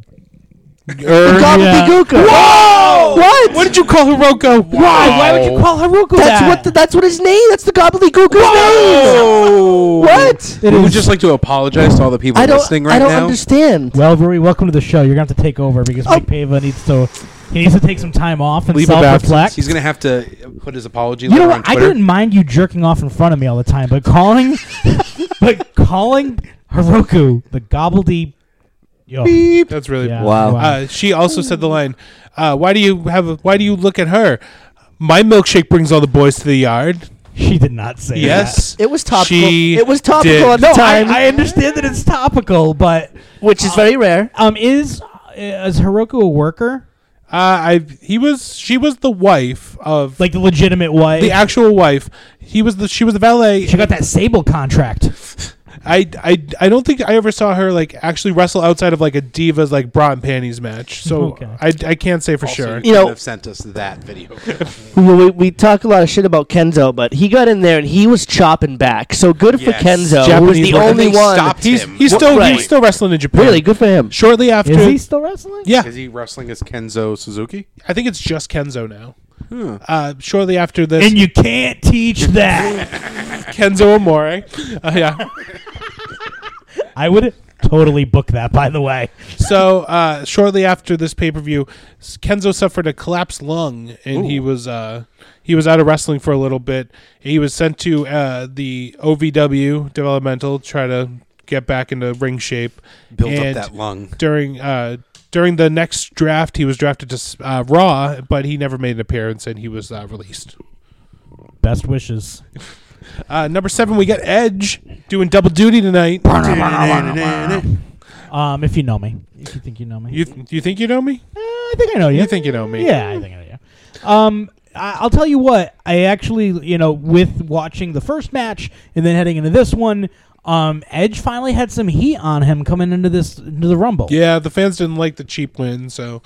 [SPEAKER 2] Er,
[SPEAKER 3] Gobbledygooker.
[SPEAKER 2] Whoa!
[SPEAKER 3] What?
[SPEAKER 2] What did you call Hiroko? Why?
[SPEAKER 1] Why would you call Haruko
[SPEAKER 3] That's
[SPEAKER 1] that?
[SPEAKER 3] what. The, that's what his name. That's the gobbledygooker's name.
[SPEAKER 8] Oh,
[SPEAKER 3] What?
[SPEAKER 8] We would just like to apologize to all the people
[SPEAKER 3] I don't.
[SPEAKER 8] listening right
[SPEAKER 3] I don't
[SPEAKER 8] now.
[SPEAKER 3] understand.
[SPEAKER 1] well, Rory, welcome to the show. You're gonna have to take over because
[SPEAKER 3] Oh.
[SPEAKER 1] Mike Pava needs to. He needs to take some time off and
[SPEAKER 2] Leave a
[SPEAKER 1] self-reflect.
[SPEAKER 8] He's gonna have to put his apology
[SPEAKER 1] You
[SPEAKER 8] letter
[SPEAKER 1] know
[SPEAKER 8] on
[SPEAKER 1] what? I
[SPEAKER 8] Twitter.
[SPEAKER 1] didn't mind you jerking off in front of me all the time, but calling, but calling Heroku the gobbledy. Yo,
[SPEAKER 2] That's really
[SPEAKER 1] yeah,
[SPEAKER 3] Wow.
[SPEAKER 2] Uh, she also said the line, uh, "Why do you have? A, why do you look at her? My milkshake brings all the boys to the yard."
[SPEAKER 1] she did not say
[SPEAKER 2] Yes,
[SPEAKER 3] It was topical.
[SPEAKER 2] She
[SPEAKER 3] it was
[SPEAKER 2] did.
[SPEAKER 3] topical at
[SPEAKER 1] that.
[SPEAKER 3] the
[SPEAKER 1] No, I,
[SPEAKER 3] time,
[SPEAKER 1] I understand that it's topical, but
[SPEAKER 3] which is very rare.
[SPEAKER 1] um, is is Heroku a worker?
[SPEAKER 2] Uh, I he was she was the wife of
[SPEAKER 1] Like the legitimate wife?
[SPEAKER 2] the actual wife. He was the she was the valet.
[SPEAKER 1] she got that Sable contract.
[SPEAKER 2] I, I I don't think I ever saw her like actually wrestle outside of like a divas like bra and panties match. So
[SPEAKER 1] Okay.
[SPEAKER 2] I, I can't say for
[SPEAKER 8] Also,
[SPEAKER 2] sure.
[SPEAKER 8] you
[SPEAKER 3] know-
[SPEAKER 8] know, have sent us that video.
[SPEAKER 3] Well, we, we talk a lot of shit about Kenzo, but he got in there and he was chopping back. So good
[SPEAKER 8] Yes.
[SPEAKER 3] for Kenzo, who was
[SPEAKER 2] Japanese
[SPEAKER 3] the
[SPEAKER 2] one.
[SPEAKER 3] only
[SPEAKER 8] And they
[SPEAKER 3] one.
[SPEAKER 8] stopped
[SPEAKER 2] He's,
[SPEAKER 8] him.
[SPEAKER 2] he's
[SPEAKER 3] What-
[SPEAKER 2] still
[SPEAKER 3] right.
[SPEAKER 2] he's still wrestling in Japan.
[SPEAKER 3] Really good for him.
[SPEAKER 2] Shortly after,
[SPEAKER 1] Is he still wrestling?
[SPEAKER 2] yeah,
[SPEAKER 8] Is he wrestling as Kenzo Suzuki? Hmm.
[SPEAKER 2] I think it's just Kenzo now. Uh, shortly after this,
[SPEAKER 1] And you can't teach that.
[SPEAKER 2] Kenzo Amore. Uh, yeah,
[SPEAKER 1] I would totally book that, by the way.
[SPEAKER 2] So uh, shortly after this pay per view, Kenzo suffered a collapsed lung, and he was uh, he was out of wrestling for a little bit. He was sent to uh, the OVW developmental try to get back into ring shape.
[SPEAKER 8] Build up
[SPEAKER 2] And
[SPEAKER 8] that lung.
[SPEAKER 2] during uh, during the next draft. He was drafted to uh, Raw, but he never made an appearance, and he was uh, released.
[SPEAKER 1] Best wishes.
[SPEAKER 2] Uh, number seven, we got Edge doing double duty tonight.
[SPEAKER 1] Um, if you know me, if you think you know me,
[SPEAKER 2] You do you think you know me?
[SPEAKER 1] Uh, I think I know you.
[SPEAKER 2] You think you know me?
[SPEAKER 1] Yeah, I think I do. yeah. Um, I- I'll tell you what. I actually, you know, with watching the first match and then heading into this one, um, Edge finally had some heat on him coming into this into the Rumble.
[SPEAKER 2] Yeah, the fans didn't like the cheap win, so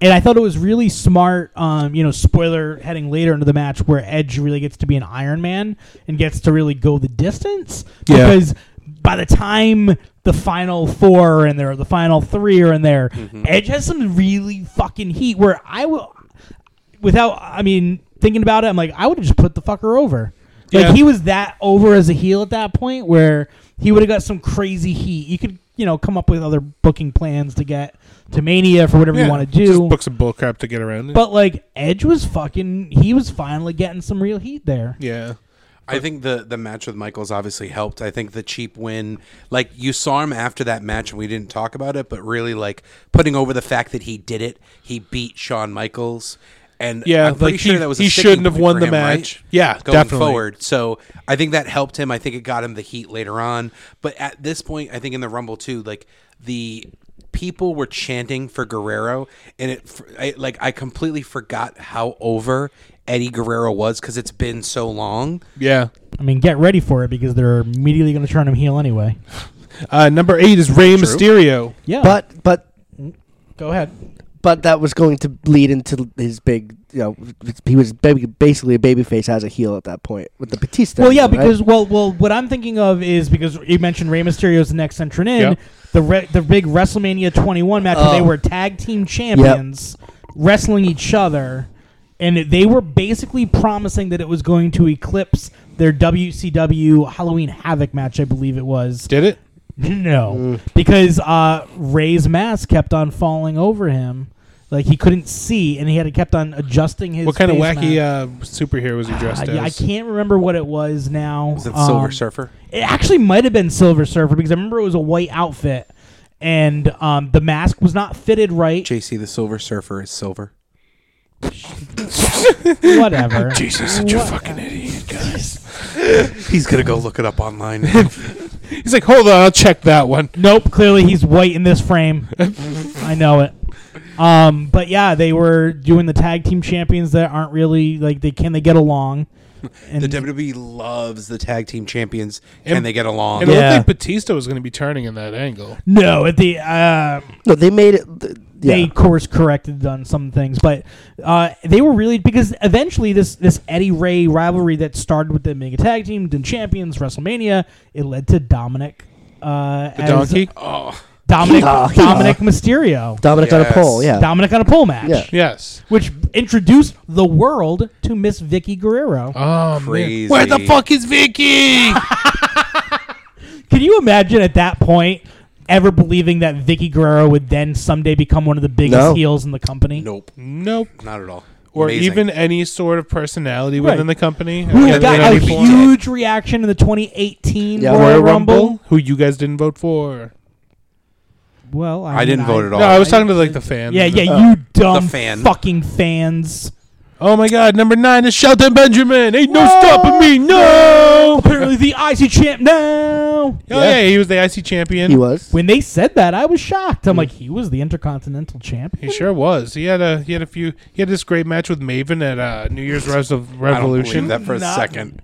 [SPEAKER 1] And I thought it was really smart, um, you know, spoiler heading later into the match where Edge really gets to be an Iron Man and gets to really go the distance.
[SPEAKER 2] Yeah.
[SPEAKER 1] Because by the time the final four are in there, or the final three are in there,
[SPEAKER 2] Mm-hmm.
[SPEAKER 1] Edge has some really fucking heat where I will, without, I mean, thinking about it, I'm like, I would have just put the fucker over. Like,
[SPEAKER 2] Yeah.
[SPEAKER 1] he was that over as a heel at that point where he would have got some crazy heat. You could, you know, come up with other booking plans to get to Mania for whatever
[SPEAKER 2] yeah,
[SPEAKER 1] you want to do.
[SPEAKER 2] Just book some bull crap to get around. it.
[SPEAKER 1] But like Edge was fucking, he was finally getting some real heat there.
[SPEAKER 2] yeah,
[SPEAKER 8] I think the the match with Michaels obviously helped. I think the cheap win, like you saw him after that match, and we didn't talk about it, but really like putting over the fact that he did it. He beat Shawn Michaels, and
[SPEAKER 2] Yeah,
[SPEAKER 8] I'm pretty
[SPEAKER 2] like,
[SPEAKER 8] sure
[SPEAKER 2] he-
[SPEAKER 8] that was a
[SPEAKER 2] he
[SPEAKER 8] sticking
[SPEAKER 2] shouldn't have
[SPEAKER 8] point
[SPEAKER 2] won
[SPEAKER 8] for
[SPEAKER 2] the
[SPEAKER 8] him, right?
[SPEAKER 2] match. Yeah,
[SPEAKER 8] going
[SPEAKER 2] definitely.
[SPEAKER 8] forward. So I think that helped him. I think it got him the heat later on. But at this point, I think in the Rumble too, like the people were chanting for Guerrero, and it I, like I completely forgot how over Eddie Guerrero was because it's been so long.
[SPEAKER 2] yeah.
[SPEAKER 1] I mean, get ready for it because they're immediately going to turn him heel anyway.
[SPEAKER 2] Uh, number eight is Rey Mysterio.
[SPEAKER 1] Yeah,
[SPEAKER 3] But but
[SPEAKER 1] go ahead.
[SPEAKER 3] but that was going to lead into his big. You know, he was baby, basically a babyface as a heel at that point with the Batista.
[SPEAKER 1] Well, yeah,
[SPEAKER 3] right?
[SPEAKER 1] because well, well, what I'm thinking of is because you mentioned Rey Mysterio's the next entrant in
[SPEAKER 2] Yeah.
[SPEAKER 1] the re- the big WrestleMania 21 match where they
[SPEAKER 3] Oh.
[SPEAKER 1] were tag team champions wrestling each other, and it- they were basically promising that it was going to eclipse their WCW Halloween Havoc match, I believe it was.
[SPEAKER 2] Did it?
[SPEAKER 1] No, because uh, Ray's mask kept on falling over him. Like he couldn't see, and he had to kept on adjusting his.
[SPEAKER 2] What kind of
[SPEAKER 1] face
[SPEAKER 2] wacky
[SPEAKER 1] mask.
[SPEAKER 2] uh, superhero was he dressed
[SPEAKER 1] Uh, yeah, I
[SPEAKER 2] as?
[SPEAKER 1] can't remember what it was now.
[SPEAKER 8] Was it
[SPEAKER 1] Um,
[SPEAKER 8] Silver Surfer?
[SPEAKER 1] It actually might have been Silver Surfer because I remember it was a white outfit, and um, the mask was not fitted right.
[SPEAKER 8] JC, the Silver Surfer is silver.
[SPEAKER 1] Whatever.
[SPEAKER 9] Jesus, such a fucking idiot, guys.
[SPEAKER 8] He's gonna go look it up online.
[SPEAKER 2] He's like, hold on, I'll check that one.
[SPEAKER 1] Nope, clearly he's white in this frame. I know it. Um, but yeah, they were doing the tag team champions that aren't really like they can they get along. And
[SPEAKER 8] the WWE loves the tag team champions,
[SPEAKER 2] And-
[SPEAKER 8] and they get along.
[SPEAKER 2] And it
[SPEAKER 1] Yeah.
[SPEAKER 2] looked like Batista was going to be turning in that angle.
[SPEAKER 1] no, at the uh,
[SPEAKER 3] no, they made it. th- yeah.
[SPEAKER 1] they course corrected on some things, but uh, they were really because eventually this this Eddie Ray rivalry that started with them being a tag team, then champions, WrestleMania, it led to Dominic. Uh,
[SPEAKER 2] The
[SPEAKER 1] as
[SPEAKER 2] donkey.
[SPEAKER 9] Oh.
[SPEAKER 1] Dominic,
[SPEAKER 3] Yeah.
[SPEAKER 1] Dominic Mysterio,
[SPEAKER 3] Dominic on a
[SPEAKER 8] Yes.
[SPEAKER 3] pole. Yeah.
[SPEAKER 1] Dominic on a pole match.
[SPEAKER 3] Yeah.
[SPEAKER 2] Yes.
[SPEAKER 1] which introduced the world to Miss Vicky Guerrero.
[SPEAKER 2] Oh,
[SPEAKER 8] Crazy.
[SPEAKER 2] Where the fuck is Vicky?
[SPEAKER 1] Can you imagine at that point ever believing that Vicky Guerrero would then someday become one of the biggest
[SPEAKER 3] No.
[SPEAKER 1] heels in the company?
[SPEAKER 8] Nope,
[SPEAKER 2] nope.
[SPEAKER 8] not at all.
[SPEAKER 2] Or
[SPEAKER 8] Amazing.
[SPEAKER 2] even any sort of personality
[SPEAKER 1] Right.
[SPEAKER 2] within the company.
[SPEAKER 1] Who
[SPEAKER 2] At
[SPEAKER 1] got
[SPEAKER 2] any
[SPEAKER 1] a
[SPEAKER 2] point.
[SPEAKER 1] huge reaction in the 2018
[SPEAKER 3] Yeah.
[SPEAKER 1] Royal
[SPEAKER 2] Royal
[SPEAKER 1] Rumble.
[SPEAKER 2] Rumble, who you guys didn't vote for.
[SPEAKER 1] Well, I,
[SPEAKER 8] I
[SPEAKER 1] mean,
[SPEAKER 8] didn't vote at all.
[SPEAKER 2] No, I was talking to like the fans.
[SPEAKER 1] Yeah, yeah, you dumb
[SPEAKER 8] The fan.
[SPEAKER 1] fucking fans.
[SPEAKER 2] Oh my God, number nine is Shelton Benjamin. Ain't no stopping me, no.
[SPEAKER 1] Oh, Apparently, the IC champ now.
[SPEAKER 2] Oh yeah, he was the IC champion.
[SPEAKER 3] He was.
[SPEAKER 1] When they said that, I was shocked. I'm like, he was the Intercontinental champion.
[SPEAKER 2] Hmm. He sure was. He had a he had a few. He had this great match with Maven at uh, New Year's Res-
[SPEAKER 8] I don't believe
[SPEAKER 2] Revolution.
[SPEAKER 8] that for a
[SPEAKER 1] Not-
[SPEAKER 8] second.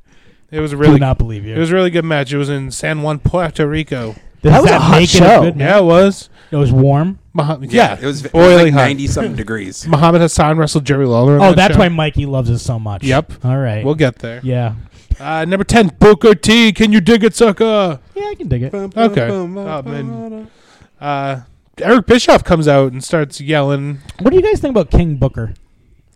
[SPEAKER 2] It was a
[SPEAKER 1] I Do
[SPEAKER 2] really
[SPEAKER 1] not believe you.
[SPEAKER 2] it was a really good match. It was in San Juan, Puerto Rico.
[SPEAKER 1] Does
[SPEAKER 3] That was a hot
[SPEAKER 1] make it
[SPEAKER 3] show.
[SPEAKER 1] good match?
[SPEAKER 2] Yeah, it was.
[SPEAKER 1] It was warm.
[SPEAKER 2] Mah- yeah,
[SPEAKER 8] it was, it was
[SPEAKER 2] boiling
[SPEAKER 8] like
[SPEAKER 2] hot.
[SPEAKER 8] ninety something degrees.
[SPEAKER 2] Muhammad Hassan wrestled Jerry Lawler. on
[SPEAKER 1] Oh,
[SPEAKER 2] that
[SPEAKER 1] that's
[SPEAKER 2] show.
[SPEAKER 1] why Mikey loves us so much.
[SPEAKER 2] Yep.
[SPEAKER 1] All right.
[SPEAKER 2] We'll get there.
[SPEAKER 1] yeah.
[SPEAKER 2] Uh, number ten, Booker T. Can you dig it, sucker?
[SPEAKER 1] Yeah, I can dig it.
[SPEAKER 2] Okay. Oh, man. Uh, Eric Bischoff comes out and starts yelling.
[SPEAKER 1] What do you guys think about King Booker?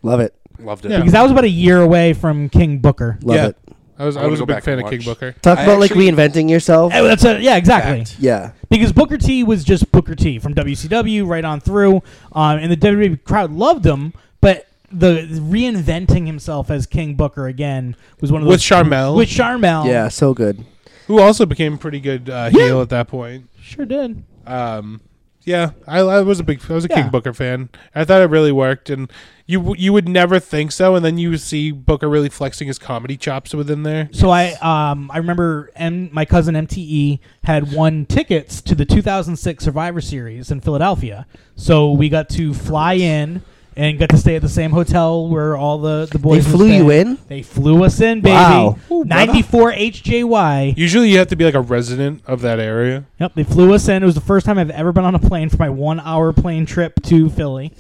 [SPEAKER 3] Love it.
[SPEAKER 8] Loved it.
[SPEAKER 2] Yeah.
[SPEAKER 1] Because I was about a year away from King Booker.
[SPEAKER 3] Love
[SPEAKER 2] Yeah.
[SPEAKER 3] it.
[SPEAKER 2] I was
[SPEAKER 8] I
[SPEAKER 2] I,
[SPEAKER 8] wanna
[SPEAKER 2] was
[SPEAKER 8] go
[SPEAKER 2] a big
[SPEAKER 8] back
[SPEAKER 2] fan
[SPEAKER 8] and
[SPEAKER 2] of King
[SPEAKER 8] watch.
[SPEAKER 2] Booker.
[SPEAKER 3] Talk
[SPEAKER 8] I
[SPEAKER 3] about like
[SPEAKER 8] actually-
[SPEAKER 3] reinventing yourself.
[SPEAKER 1] Eh, That's a, yeah, exactly.
[SPEAKER 8] Fact.
[SPEAKER 3] Yeah.
[SPEAKER 1] Because Booker T was just Booker T from WCW right on through, um, and the WWE crowd loved him. But the reinventing himself as King Booker again was one of
[SPEAKER 2] With
[SPEAKER 1] those
[SPEAKER 2] Charmel.
[SPEAKER 1] With Charmel,
[SPEAKER 2] Um,
[SPEAKER 3] Yeah, so good.
[SPEAKER 2] who also became pretty good uh,
[SPEAKER 1] Yeah.
[SPEAKER 2] heel at that point.
[SPEAKER 1] sure did.
[SPEAKER 2] Um, yeah, I, I was a big I was a
[SPEAKER 1] Yeah.
[SPEAKER 2] King Booker fan. I thought it really worked, and you w- you would never think so, and then you would see Booker really flexing his comedy chops within there.
[SPEAKER 1] So I um I remember M- my cousin MTE had won tickets to the 2006 Survivor Series in Philadelphia. So we got to fly in and got to stay at the same hotel where all the the boys were
[SPEAKER 3] flew you
[SPEAKER 1] staying.
[SPEAKER 3] in?
[SPEAKER 1] They flew us in, baby.
[SPEAKER 3] Wow.
[SPEAKER 1] 94 HJY.
[SPEAKER 2] Usually, you have to be like a resident of that area.
[SPEAKER 1] Yep, they flew us in. It was the first time I've ever been on a plane for my one hour plane trip to Philly.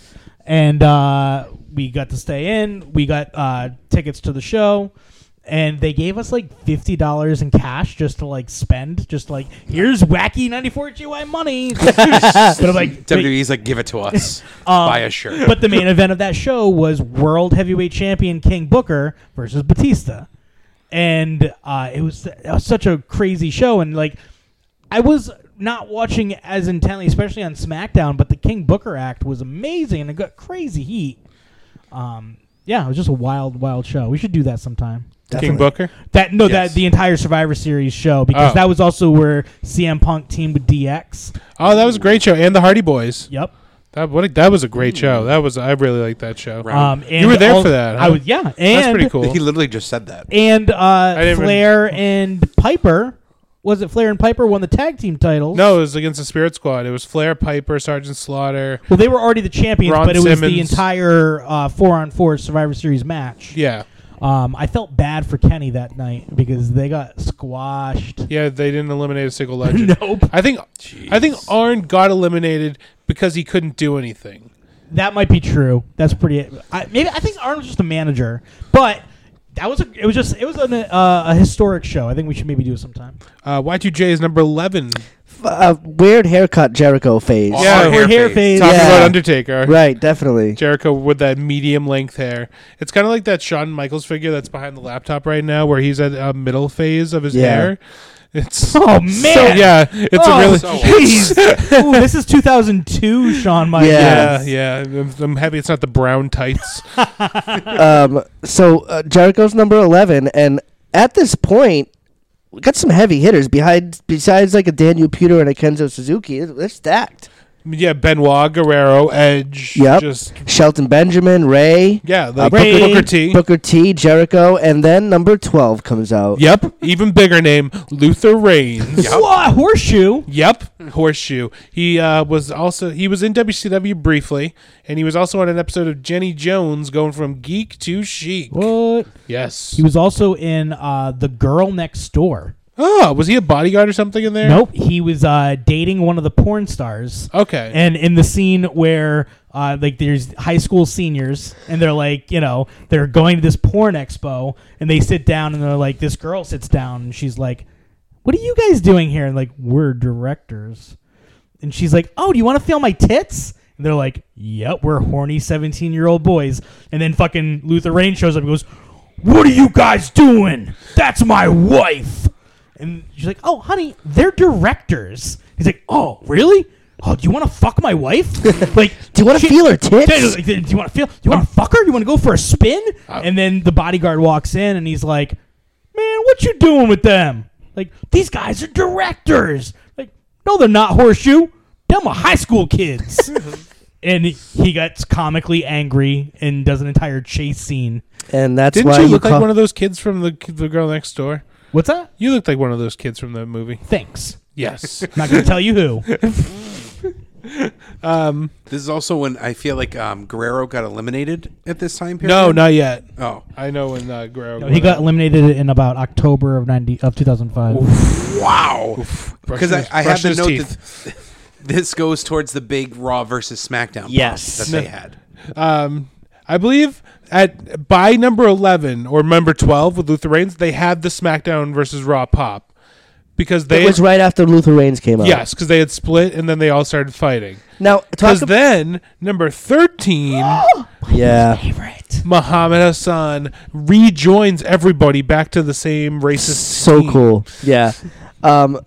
[SPEAKER 1] And uh, we got to stay in. We got uh, tickets to the show. And they gave us like $50 in cash just to like spend. Just like, here's wacky 94 GY money. but I'm like, wait,
[SPEAKER 8] WWE's like, give it to us.
[SPEAKER 1] Um,
[SPEAKER 8] Buy a shirt.
[SPEAKER 1] but the main event of that show was World Heavyweight Champion King Booker versus Batista, and uh, it, was, it was such a crazy show. And like, I was not watching as intently, especially on SmackDown, but the King Booker act was amazing, and it got crazy heat. Um, yeah, it was just a wild, wild show. We should do that sometime.
[SPEAKER 2] King Booker.
[SPEAKER 1] That no,
[SPEAKER 8] Yes.
[SPEAKER 1] that the entire Survivor Series show because
[SPEAKER 2] Oh.
[SPEAKER 1] that was also where CM Punk teamed with DX.
[SPEAKER 2] Oh, that was a great show, and the Hardy Boys.
[SPEAKER 1] Yep.
[SPEAKER 2] That what a, that was a great show. That was I really liked that show.
[SPEAKER 8] Right.
[SPEAKER 1] Um, and
[SPEAKER 2] were there
[SPEAKER 1] all-
[SPEAKER 2] for that,
[SPEAKER 1] I
[SPEAKER 2] huh?
[SPEAKER 1] was. Yeah, and
[SPEAKER 2] That's pretty cool.
[SPEAKER 8] He literally just said that.
[SPEAKER 1] and uh,
[SPEAKER 2] didn't
[SPEAKER 1] Flair and Piper. Was it Flair and Piper won the tag team titles?
[SPEAKER 2] No, it was against the Spirit Squad. It was Flair, Piper, Sergeant Slaughter.
[SPEAKER 1] Well, they were already the champions,
[SPEAKER 2] Ron
[SPEAKER 1] but it was the
[SPEAKER 2] Simmons.
[SPEAKER 1] entire uh, four on four Survivor Series match.
[SPEAKER 2] Yeah,
[SPEAKER 1] Um, I felt bad for Kenny that night because they got squashed.
[SPEAKER 2] yeah. They didn't eliminate a single legend.
[SPEAKER 1] Nope.
[SPEAKER 2] I think I think Arn got eliminated because he couldn't do anything.
[SPEAKER 1] That might be true. That's pretty. I, maybe I think Arn was just a manager, but that was a, it was just it was an, uh, a historic show. I think we should maybe do it sometime.
[SPEAKER 2] Uh, Y2J is number eleven.
[SPEAKER 3] F- uh, weird haircut Jericho phase.
[SPEAKER 8] Awesome.
[SPEAKER 2] Yeah,
[SPEAKER 8] Our
[SPEAKER 1] we're here, Faze.
[SPEAKER 2] Talking
[SPEAKER 3] Yeah.
[SPEAKER 2] about Undertaker.
[SPEAKER 3] Right, definitely.
[SPEAKER 2] Jericho with that medium length hair. It's kind of like that Shawn Michaels figure that's behind the laptop right now, where he's at a middle phase of his
[SPEAKER 3] Yeah.
[SPEAKER 2] hair. It's
[SPEAKER 1] Oh man!
[SPEAKER 2] so yeah, it's
[SPEAKER 1] Oh,
[SPEAKER 2] a really
[SPEAKER 8] so-
[SPEAKER 1] jeez. Ooh, this is 2002, Shawn Michaels.
[SPEAKER 2] yeah
[SPEAKER 3] Yeah.
[SPEAKER 2] yeah. I'm, I'm happy it's not the brown tights.
[SPEAKER 3] Um, so uh, Jericho's number eleven, and at this point, we got some heavy hitters behind. Besides, like a Daniel Pewter and a Kenzo Suzuki, they're stacked.
[SPEAKER 2] yeah, Benoit, Guerrero, Edge.
[SPEAKER 3] Yep.
[SPEAKER 2] just
[SPEAKER 3] Shelton Benjamin, Ray,
[SPEAKER 2] yeah, like
[SPEAKER 3] Booker-
[SPEAKER 2] Booker, Booker T.
[SPEAKER 3] Booker T, Jericho, and then number twelve comes out.
[SPEAKER 2] Yep, even bigger name, Luther Reigns.
[SPEAKER 1] Wha- horseshoe.
[SPEAKER 2] Yep, horseshoe. He uh, was also he was in WCW briefly, and he was also on an episode of Jenny Jones, going from geek to chic.
[SPEAKER 1] What?
[SPEAKER 2] Yes.
[SPEAKER 1] He was also in uh, the girl next door.
[SPEAKER 2] Oh, was he a bodyguard or something in there?
[SPEAKER 1] Nope, he was uh, dating one of the porn stars.
[SPEAKER 2] Okay.
[SPEAKER 1] And in the scene where uh, like there's high school seniors and they're like, you know, they're going to this porn expo and they sit down and they're like, this girl sits down and she's like, "What are you guys doing here?" And like, we're directors. And she's like, "Oh, do you want to feel my tits?" And they're like, "Yep, we're horny seventeen-year-old boys." And then fucking Luther Reigns shows up and goes, "What are you guys doing? That's my wife." And she's like, "Oh, honey, they're directors." He's like, "Oh, really? Oh, do you want to fuck my wife? like,
[SPEAKER 3] Do you want to
[SPEAKER 1] she-
[SPEAKER 3] feel her
[SPEAKER 1] yeah,
[SPEAKER 3] tits?
[SPEAKER 1] like, do you want to feel? Do you want to fuck her? You want to go for a spin? and then the bodyguard walks in and he's like, "Man, what you doing with them? Like these guys are directors. Like no, they're not horseshoe. Them are high school kids." and he gets comically angry and does an entire chase scene.
[SPEAKER 3] And that's
[SPEAKER 2] Didn't
[SPEAKER 3] why
[SPEAKER 2] you look
[SPEAKER 3] call-
[SPEAKER 2] like one of those kids from the the girl next door?
[SPEAKER 1] What's that?
[SPEAKER 2] You looked like one of those kids from that movie.
[SPEAKER 1] Thanks.
[SPEAKER 2] Yes.
[SPEAKER 1] I'm not gonna tell you who.
[SPEAKER 2] um.
[SPEAKER 8] This is also when I feel like um, Guerrero got eliminated at this time period.
[SPEAKER 2] No, not yet.
[SPEAKER 8] Oh,
[SPEAKER 2] I know when uh, Guerrero.
[SPEAKER 1] No, he got eliminated in about October of ninety of two thousand five.
[SPEAKER 8] wow. Because I,
[SPEAKER 2] Brushing
[SPEAKER 8] I
[SPEAKER 2] his-
[SPEAKER 8] have to
[SPEAKER 2] brushing
[SPEAKER 8] note
[SPEAKER 2] his
[SPEAKER 8] that this goes towards the big Raw versus SmackDown.
[SPEAKER 3] Yes.
[SPEAKER 8] bump that they had.
[SPEAKER 2] Um, I believe at by number eleven or number twelve with Luther Reigns, they had the SmackDown versus Raw pop because they
[SPEAKER 3] It was right after Luther Reigns came out.
[SPEAKER 2] yes because they had split and then they all started fighting.
[SPEAKER 3] Now, talk
[SPEAKER 2] Because
[SPEAKER 3] about
[SPEAKER 2] then, number 13,
[SPEAKER 3] yeah.
[SPEAKER 1] Favorite.
[SPEAKER 2] Muhammad Hassan rejoins everybody back to the same racist.
[SPEAKER 3] So
[SPEAKER 2] team.
[SPEAKER 3] cool. Yeah. Um,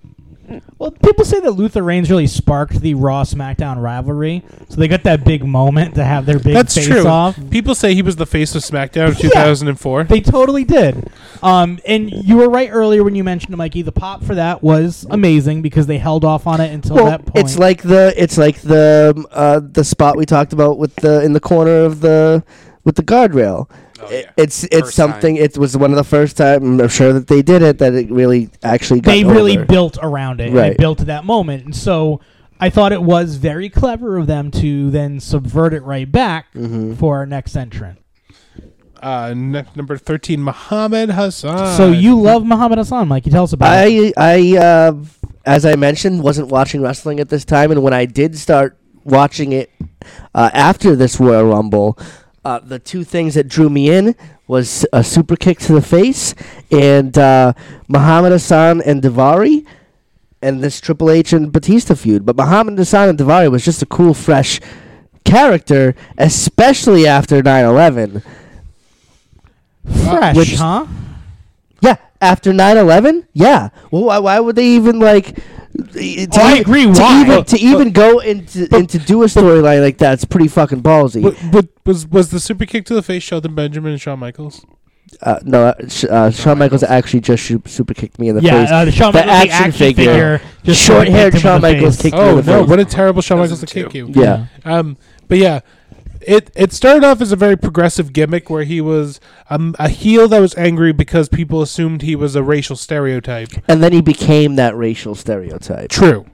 [SPEAKER 1] Well, people say that Luther Reigns really sparked the Raw SmackDown rivalry, so they got that big moment to have their big
[SPEAKER 2] That's
[SPEAKER 1] face
[SPEAKER 2] true.
[SPEAKER 1] off.
[SPEAKER 2] People say he was the face of SmackDown of 2004.
[SPEAKER 1] They totally did. Um, and you were right earlier when you mentioned Mikey. The pop for that was amazing because they held off on it until
[SPEAKER 3] well,
[SPEAKER 1] that point.
[SPEAKER 3] it's like the it's like the um, uh, the spot we talked about with the in the corner of the with the guardrail.
[SPEAKER 8] Oh,
[SPEAKER 3] It-
[SPEAKER 8] yeah.
[SPEAKER 3] It's it's
[SPEAKER 8] First time.
[SPEAKER 3] something. It was one of the first time I'm sure that they did it that it really actually got
[SPEAKER 1] they really
[SPEAKER 3] over.
[SPEAKER 1] built around it. They
[SPEAKER 3] Right.
[SPEAKER 1] built to that moment, and so I thought it was very clever of them to then subvert it right back
[SPEAKER 3] Mm-hmm.
[SPEAKER 1] for our next entrant.
[SPEAKER 2] Uh, ne- number 13, Muhammad Hassan.
[SPEAKER 1] so you love Muhammad Hassan, Mikey? Tell us about it.
[SPEAKER 3] I I uh, as I mentioned wasn't watching wrestling at this time, and when I did start watching it uh, after this Royal Rumble, uh, the two things that drew me in was a super kick to the face and uh, Muhammad Hassan and Divari. And this Triple H and Batista feud, but Muhammad Hassan and Divari was just a cool, fresh character, especially after 9/11.
[SPEAKER 1] Fresh,
[SPEAKER 3] which-
[SPEAKER 1] huh?
[SPEAKER 3] Yeah, after 9-11? Yeah. Well, why, why would they even like? To
[SPEAKER 1] Oh, I
[SPEAKER 3] even-
[SPEAKER 1] agree,
[SPEAKER 3] To
[SPEAKER 1] why?
[SPEAKER 3] even,
[SPEAKER 1] But-
[SPEAKER 3] to even go into into do a storyline like that, it's pretty fucking ballsy.
[SPEAKER 2] But, but was was the super kick to the face Sheldon Benjamin and Shawn Michaels?
[SPEAKER 3] uh, no, uh, Sh- uh, Shawn Michaels actually just shoop- super kicked me in the
[SPEAKER 1] yeah,
[SPEAKER 3] face.
[SPEAKER 1] uh, the Shawn
[SPEAKER 3] the
[SPEAKER 1] Michaels
[SPEAKER 3] action, figure.
[SPEAKER 1] just
[SPEAKER 3] Short-haired
[SPEAKER 1] kicked him
[SPEAKER 3] Shawn
[SPEAKER 1] in the
[SPEAKER 3] Michaels
[SPEAKER 1] face.
[SPEAKER 3] kicked me in
[SPEAKER 2] Oh
[SPEAKER 3] the
[SPEAKER 2] no!
[SPEAKER 3] face.
[SPEAKER 2] What a terrible Shawn
[SPEAKER 8] That was
[SPEAKER 2] Michaels to
[SPEAKER 8] in
[SPEAKER 2] kick
[SPEAKER 8] two.
[SPEAKER 2] you.
[SPEAKER 3] Yeah.
[SPEAKER 2] Um, but yeah, it it started off as a very progressive gimmick where he was um, a heel that was angry because people assumed he was a racial stereotype.
[SPEAKER 3] And then he became that racial stereotype.
[SPEAKER 2] True,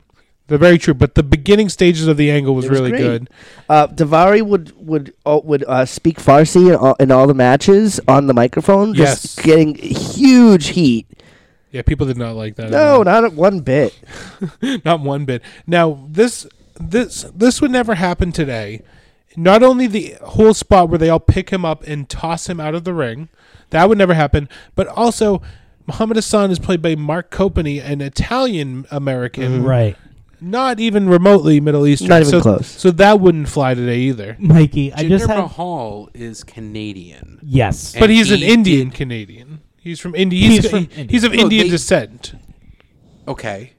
[SPEAKER 2] they're very true. But the beginning stages of the angle was,
[SPEAKER 3] It was
[SPEAKER 2] really
[SPEAKER 3] great.
[SPEAKER 2] good.
[SPEAKER 3] Uh, Davari would would uh, would uh, speak Farsi in all, in all the matches on the microphone, just
[SPEAKER 2] Yes.
[SPEAKER 3] getting huge heat.
[SPEAKER 2] Yeah, people did not like that. at
[SPEAKER 3] No,
[SPEAKER 2] all.
[SPEAKER 3] not one bit.
[SPEAKER 2] not one bit. Now this this this would never happen today. Not only the whole spot where they all pick him up and toss him out of the ring, that would never happen. But also, Muhammad Hassan is played by Mark Kopany, an Italian American,
[SPEAKER 1] Mm-hmm. Right,
[SPEAKER 2] not even remotely Middle Eastern.
[SPEAKER 3] Not even
[SPEAKER 2] so,
[SPEAKER 3] close.
[SPEAKER 2] So that wouldn't fly today either.
[SPEAKER 1] Mikey. I
[SPEAKER 8] Jinder
[SPEAKER 1] just had
[SPEAKER 8] Mahal is Canadian.
[SPEAKER 1] yes.
[SPEAKER 2] But he's an
[SPEAKER 8] he
[SPEAKER 2] Indian Canadian. He's from India. He's,
[SPEAKER 1] He's
[SPEAKER 2] he's,
[SPEAKER 1] from Oh,
[SPEAKER 2] of
[SPEAKER 8] India.
[SPEAKER 2] Indian
[SPEAKER 8] Well, they-
[SPEAKER 2] descent.
[SPEAKER 8] Okay.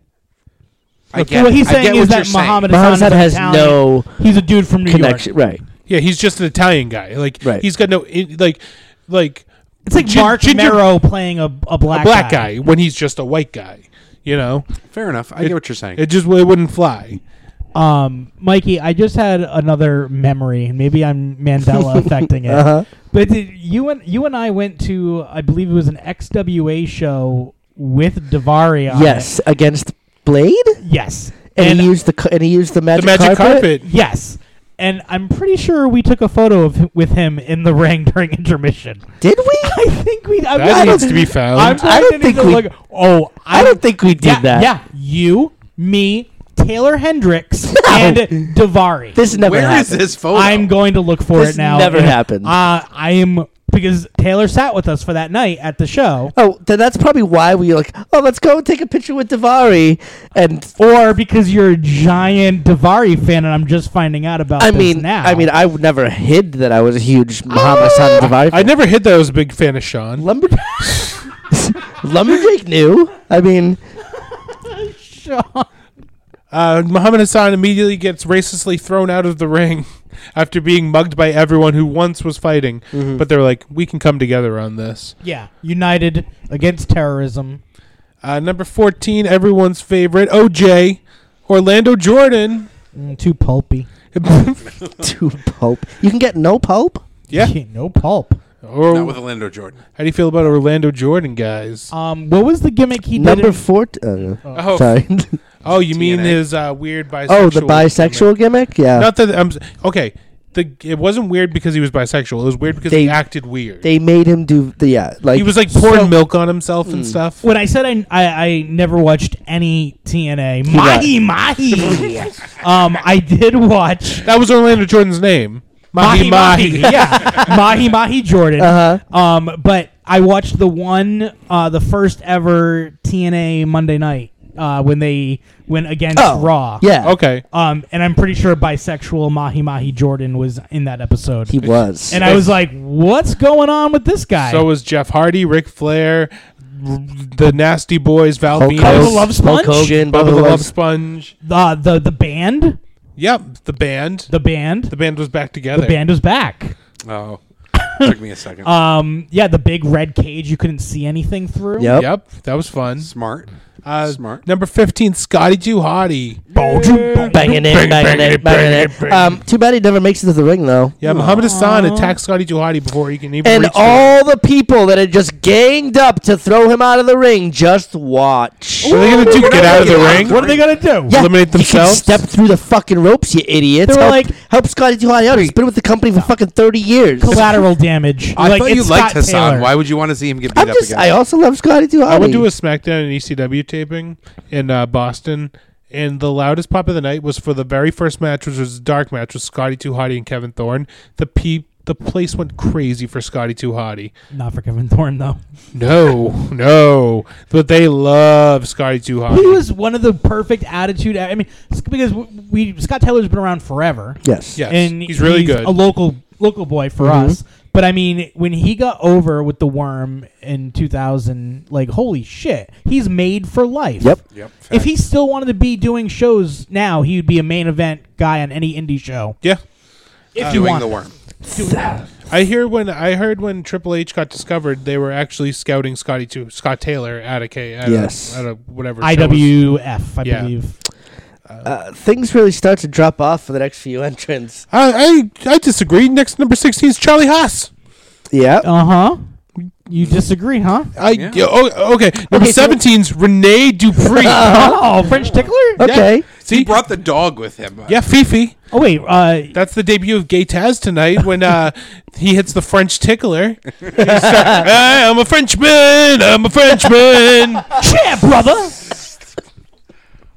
[SPEAKER 8] I
[SPEAKER 1] What
[SPEAKER 8] get it.
[SPEAKER 1] he's
[SPEAKER 8] I
[SPEAKER 1] saying
[SPEAKER 8] get
[SPEAKER 1] is
[SPEAKER 8] what
[SPEAKER 1] that
[SPEAKER 8] you're
[SPEAKER 1] Muhammad
[SPEAKER 3] saying.
[SPEAKER 1] Hassan,
[SPEAKER 3] Muhammad
[SPEAKER 1] is
[SPEAKER 3] Hassan has
[SPEAKER 1] Italian.
[SPEAKER 3] no
[SPEAKER 1] He's a dude from New
[SPEAKER 3] Connection,
[SPEAKER 1] York.
[SPEAKER 3] right?
[SPEAKER 2] Yeah, he's just an Italian guy. Like
[SPEAKER 3] Right.
[SPEAKER 2] he's got no in, like like
[SPEAKER 1] It's like
[SPEAKER 2] Gin-
[SPEAKER 1] Mark
[SPEAKER 2] Ginger-
[SPEAKER 1] Mero playing a, a black
[SPEAKER 2] a black guy. when he's just a white guy. You know,
[SPEAKER 8] saying. Fair enough. I get what you're saying.
[SPEAKER 2] it just it wouldn't fly.
[SPEAKER 1] Um, Mikey, I just had another memory, and maybe I'm Mandela affecting it.
[SPEAKER 3] Uh-huh.
[SPEAKER 1] But did- you and you and I went to, I believe it was an XWA show with Davari on
[SPEAKER 3] Yes, against Blade,
[SPEAKER 1] it. Yes.
[SPEAKER 3] and,
[SPEAKER 1] And,
[SPEAKER 3] he used the cu- and he used the
[SPEAKER 2] The
[SPEAKER 3] magic,
[SPEAKER 2] magic carpet.
[SPEAKER 1] yes. And I'm pretty sure we took a photo of him, with him in the ring during intermission.
[SPEAKER 3] Did we?
[SPEAKER 1] I think we. I'm
[SPEAKER 2] that
[SPEAKER 1] not-
[SPEAKER 2] needs to be found.
[SPEAKER 1] I'm
[SPEAKER 3] I don't
[SPEAKER 1] not
[SPEAKER 3] think
[SPEAKER 1] even
[SPEAKER 3] we-
[SPEAKER 1] Look, oh,
[SPEAKER 3] I don't think we did
[SPEAKER 1] yeah,
[SPEAKER 3] that.
[SPEAKER 1] Yeah, you, me, Taylor Hendricks, and Davari.
[SPEAKER 3] this never
[SPEAKER 8] Where is
[SPEAKER 3] happened.
[SPEAKER 8] this photo?
[SPEAKER 1] I'm going to look for
[SPEAKER 3] This
[SPEAKER 1] it now.
[SPEAKER 3] never
[SPEAKER 1] And,
[SPEAKER 3] happened.
[SPEAKER 1] Uh, I am because Taylor sat with us for that night at the show,
[SPEAKER 3] Oh, then that's probably why we like. Oh, let's go take a picture with Davari, and
[SPEAKER 1] or because you're a giant Davari fan, and I'm just finding out about.
[SPEAKER 3] I
[SPEAKER 1] this
[SPEAKER 3] mean,
[SPEAKER 1] now.
[SPEAKER 3] I mean, I would never hid that I was a huge Muhammad Hassan Davari.
[SPEAKER 2] I
[SPEAKER 3] fan.
[SPEAKER 2] never hid that I was a big fan of Sean.
[SPEAKER 3] Lumber- Lumberjake knew. I mean,
[SPEAKER 2] Uh, Muhammad Hassan immediately gets racistly thrown out of the ring after being mugged by everyone who once was fighting. But they're like, we can come together on this.
[SPEAKER 1] yeah, united against terrorism.
[SPEAKER 2] Uh, number 14, everyone's favorite, OJ, Orlando Jordan.
[SPEAKER 1] Mm, too pulpy.
[SPEAKER 3] two pulp. You can get no pulp.
[SPEAKER 2] yeah.
[SPEAKER 1] no pulp.
[SPEAKER 2] Or,
[SPEAKER 8] Not with Uh, Orlando Jordan.
[SPEAKER 2] how do you feel about Orlando Jordan, guys?
[SPEAKER 1] Um, what was the gimmick he
[SPEAKER 3] Number
[SPEAKER 1] did?
[SPEAKER 3] four. t- uh,
[SPEAKER 2] Oh,
[SPEAKER 3] Sorry.
[SPEAKER 2] oh, you mean
[SPEAKER 8] TNA.
[SPEAKER 2] his uh, weird bisexual?
[SPEAKER 3] oh, the
[SPEAKER 2] gimmick.
[SPEAKER 3] bisexual gimmick. Yeah.
[SPEAKER 2] Not that I'm s- okay. The it wasn't weird because he was bisexual. It was weird because he
[SPEAKER 3] They-
[SPEAKER 2] acted weird.
[SPEAKER 3] They made him do the yeah, like
[SPEAKER 2] he was like pouring milk on himself and stuff.
[SPEAKER 1] when I said I, I, I never watched any TNA,
[SPEAKER 3] got-
[SPEAKER 1] Mahi Mahi. um, I did watch
[SPEAKER 2] That was Orlando Jordan's name. Mahi
[SPEAKER 1] Mahi Mahi.
[SPEAKER 2] Mahi.
[SPEAKER 1] yeah, Mahi Mahi Jordan.
[SPEAKER 3] Uh-huh.
[SPEAKER 1] Um, but I watched the one, uh, the first ever TNA Monday Night uh, when they went against
[SPEAKER 3] Oh,
[SPEAKER 1] Raw.
[SPEAKER 3] Yeah.
[SPEAKER 2] Okay.
[SPEAKER 1] Um, and I'm pretty sure bisexual Mahi Mahi Jordan was in that episode.
[SPEAKER 3] He was.
[SPEAKER 1] and I was like, "What's going on with this guy?"
[SPEAKER 2] So was Jeff Hardy, Ric Flair, r- the Nasty Boys, Val
[SPEAKER 3] Hulk
[SPEAKER 2] Venus,
[SPEAKER 1] the Love Sponge?
[SPEAKER 3] Hulk Hogan,
[SPEAKER 2] Bubba the
[SPEAKER 3] Love
[SPEAKER 2] Love Sponge.
[SPEAKER 1] uh, the the band,
[SPEAKER 2] Yep, the band.
[SPEAKER 1] the band,
[SPEAKER 2] The
[SPEAKER 1] the,
[SPEAKER 2] band was back together.
[SPEAKER 1] band was back.
[SPEAKER 8] Oh, took me a second.
[SPEAKER 1] Um, yeah, the big red cage you couldn't see anything through.
[SPEAKER 3] Yep.
[SPEAKER 2] Yep, that was fun.
[SPEAKER 8] Smart.
[SPEAKER 2] Uh,
[SPEAKER 8] Smart.
[SPEAKER 2] Number fifteen, Scotty Too Hottie.
[SPEAKER 3] Banging it, banging it, banging it. Um, too bad he never makes it to the ring though.
[SPEAKER 2] Yeah, Muhammad Hassan attacked Scotty Too Hottie before he can even
[SPEAKER 3] And
[SPEAKER 2] reach the-
[SPEAKER 3] all the people that had just ganged up to throw him out of the ring, just watch.
[SPEAKER 2] What are they gonna do? Get out of the ring?
[SPEAKER 1] What are they gonna do?
[SPEAKER 3] Yeah,
[SPEAKER 2] eliminate themselves?
[SPEAKER 3] You can step through the fucking ropes, you idiots.
[SPEAKER 1] They were
[SPEAKER 3] help,
[SPEAKER 1] like-
[SPEAKER 3] help Scotty Tuhani out. He's been with the company for fucking 30 years.
[SPEAKER 1] Collateral damage.
[SPEAKER 8] I
[SPEAKER 1] like,
[SPEAKER 8] thought
[SPEAKER 1] it's
[SPEAKER 8] you liked
[SPEAKER 1] Scott
[SPEAKER 8] Hassan.
[SPEAKER 1] Taylor.
[SPEAKER 8] Why would you want to see him get beat
[SPEAKER 3] I'm
[SPEAKER 8] up
[SPEAKER 3] just,
[SPEAKER 8] again?
[SPEAKER 3] I also love Scotty Tuhani.
[SPEAKER 2] I went to a SmackDown and ECW taping in uh, Boston, and the loudest pop of the night was for the very first match, which was a dark match with Scotty Too Hottie and Kevin Thorne. The pe- the place went crazy for Scotty Too Hottie.
[SPEAKER 1] Not for Kevin Thorne though.
[SPEAKER 2] No, no, but they love Scotty Too
[SPEAKER 1] He
[SPEAKER 2] Hottie.
[SPEAKER 1] was one of the perfect attitude. I mean, it's because we Scott Taylor's been around forever.
[SPEAKER 3] yes.
[SPEAKER 2] Yes,
[SPEAKER 1] and
[SPEAKER 2] he's really good.
[SPEAKER 1] A local local boy for us. But I mean, when he got over with the worm in 2000, like holy shit, he's made for life.
[SPEAKER 3] Yep.
[SPEAKER 8] Yep, fact.
[SPEAKER 1] If he still wanted to be doing shows now, he would be a main event guy on any indie show.
[SPEAKER 2] yeah,
[SPEAKER 1] If you
[SPEAKER 8] doing
[SPEAKER 1] want,
[SPEAKER 8] the worm.
[SPEAKER 2] I hear when I heard when Triple H got discovered, they were actually scouting Scotty Too Scott Taylor at a K at
[SPEAKER 3] Yes.
[SPEAKER 2] a, at a whatever show it was.
[SPEAKER 1] IWF, I
[SPEAKER 2] Yeah.
[SPEAKER 1] believe.
[SPEAKER 3] Things really start to drop off for the next few entrants.
[SPEAKER 2] I, I I disagree. Next number sixteen is Charlie Haas.
[SPEAKER 3] Yeah.
[SPEAKER 1] Uh huh. You disagree, huh?
[SPEAKER 2] I
[SPEAKER 8] Yeah.
[SPEAKER 2] yeah, oh, okay. Number
[SPEAKER 3] Okay, so-
[SPEAKER 2] seventeen's Renee Dupree.
[SPEAKER 1] Oh, French tickler.
[SPEAKER 3] okay.
[SPEAKER 8] He
[SPEAKER 2] See,
[SPEAKER 8] brought the dog with him.
[SPEAKER 2] yeah, Fifi.
[SPEAKER 1] Oh wait, uh,
[SPEAKER 2] That's the debut of Gay Taz tonight when uh, he hits the French tickler. He starts, "I am a Frenchman. I'm a Frenchman.
[SPEAKER 1] yeah, brother.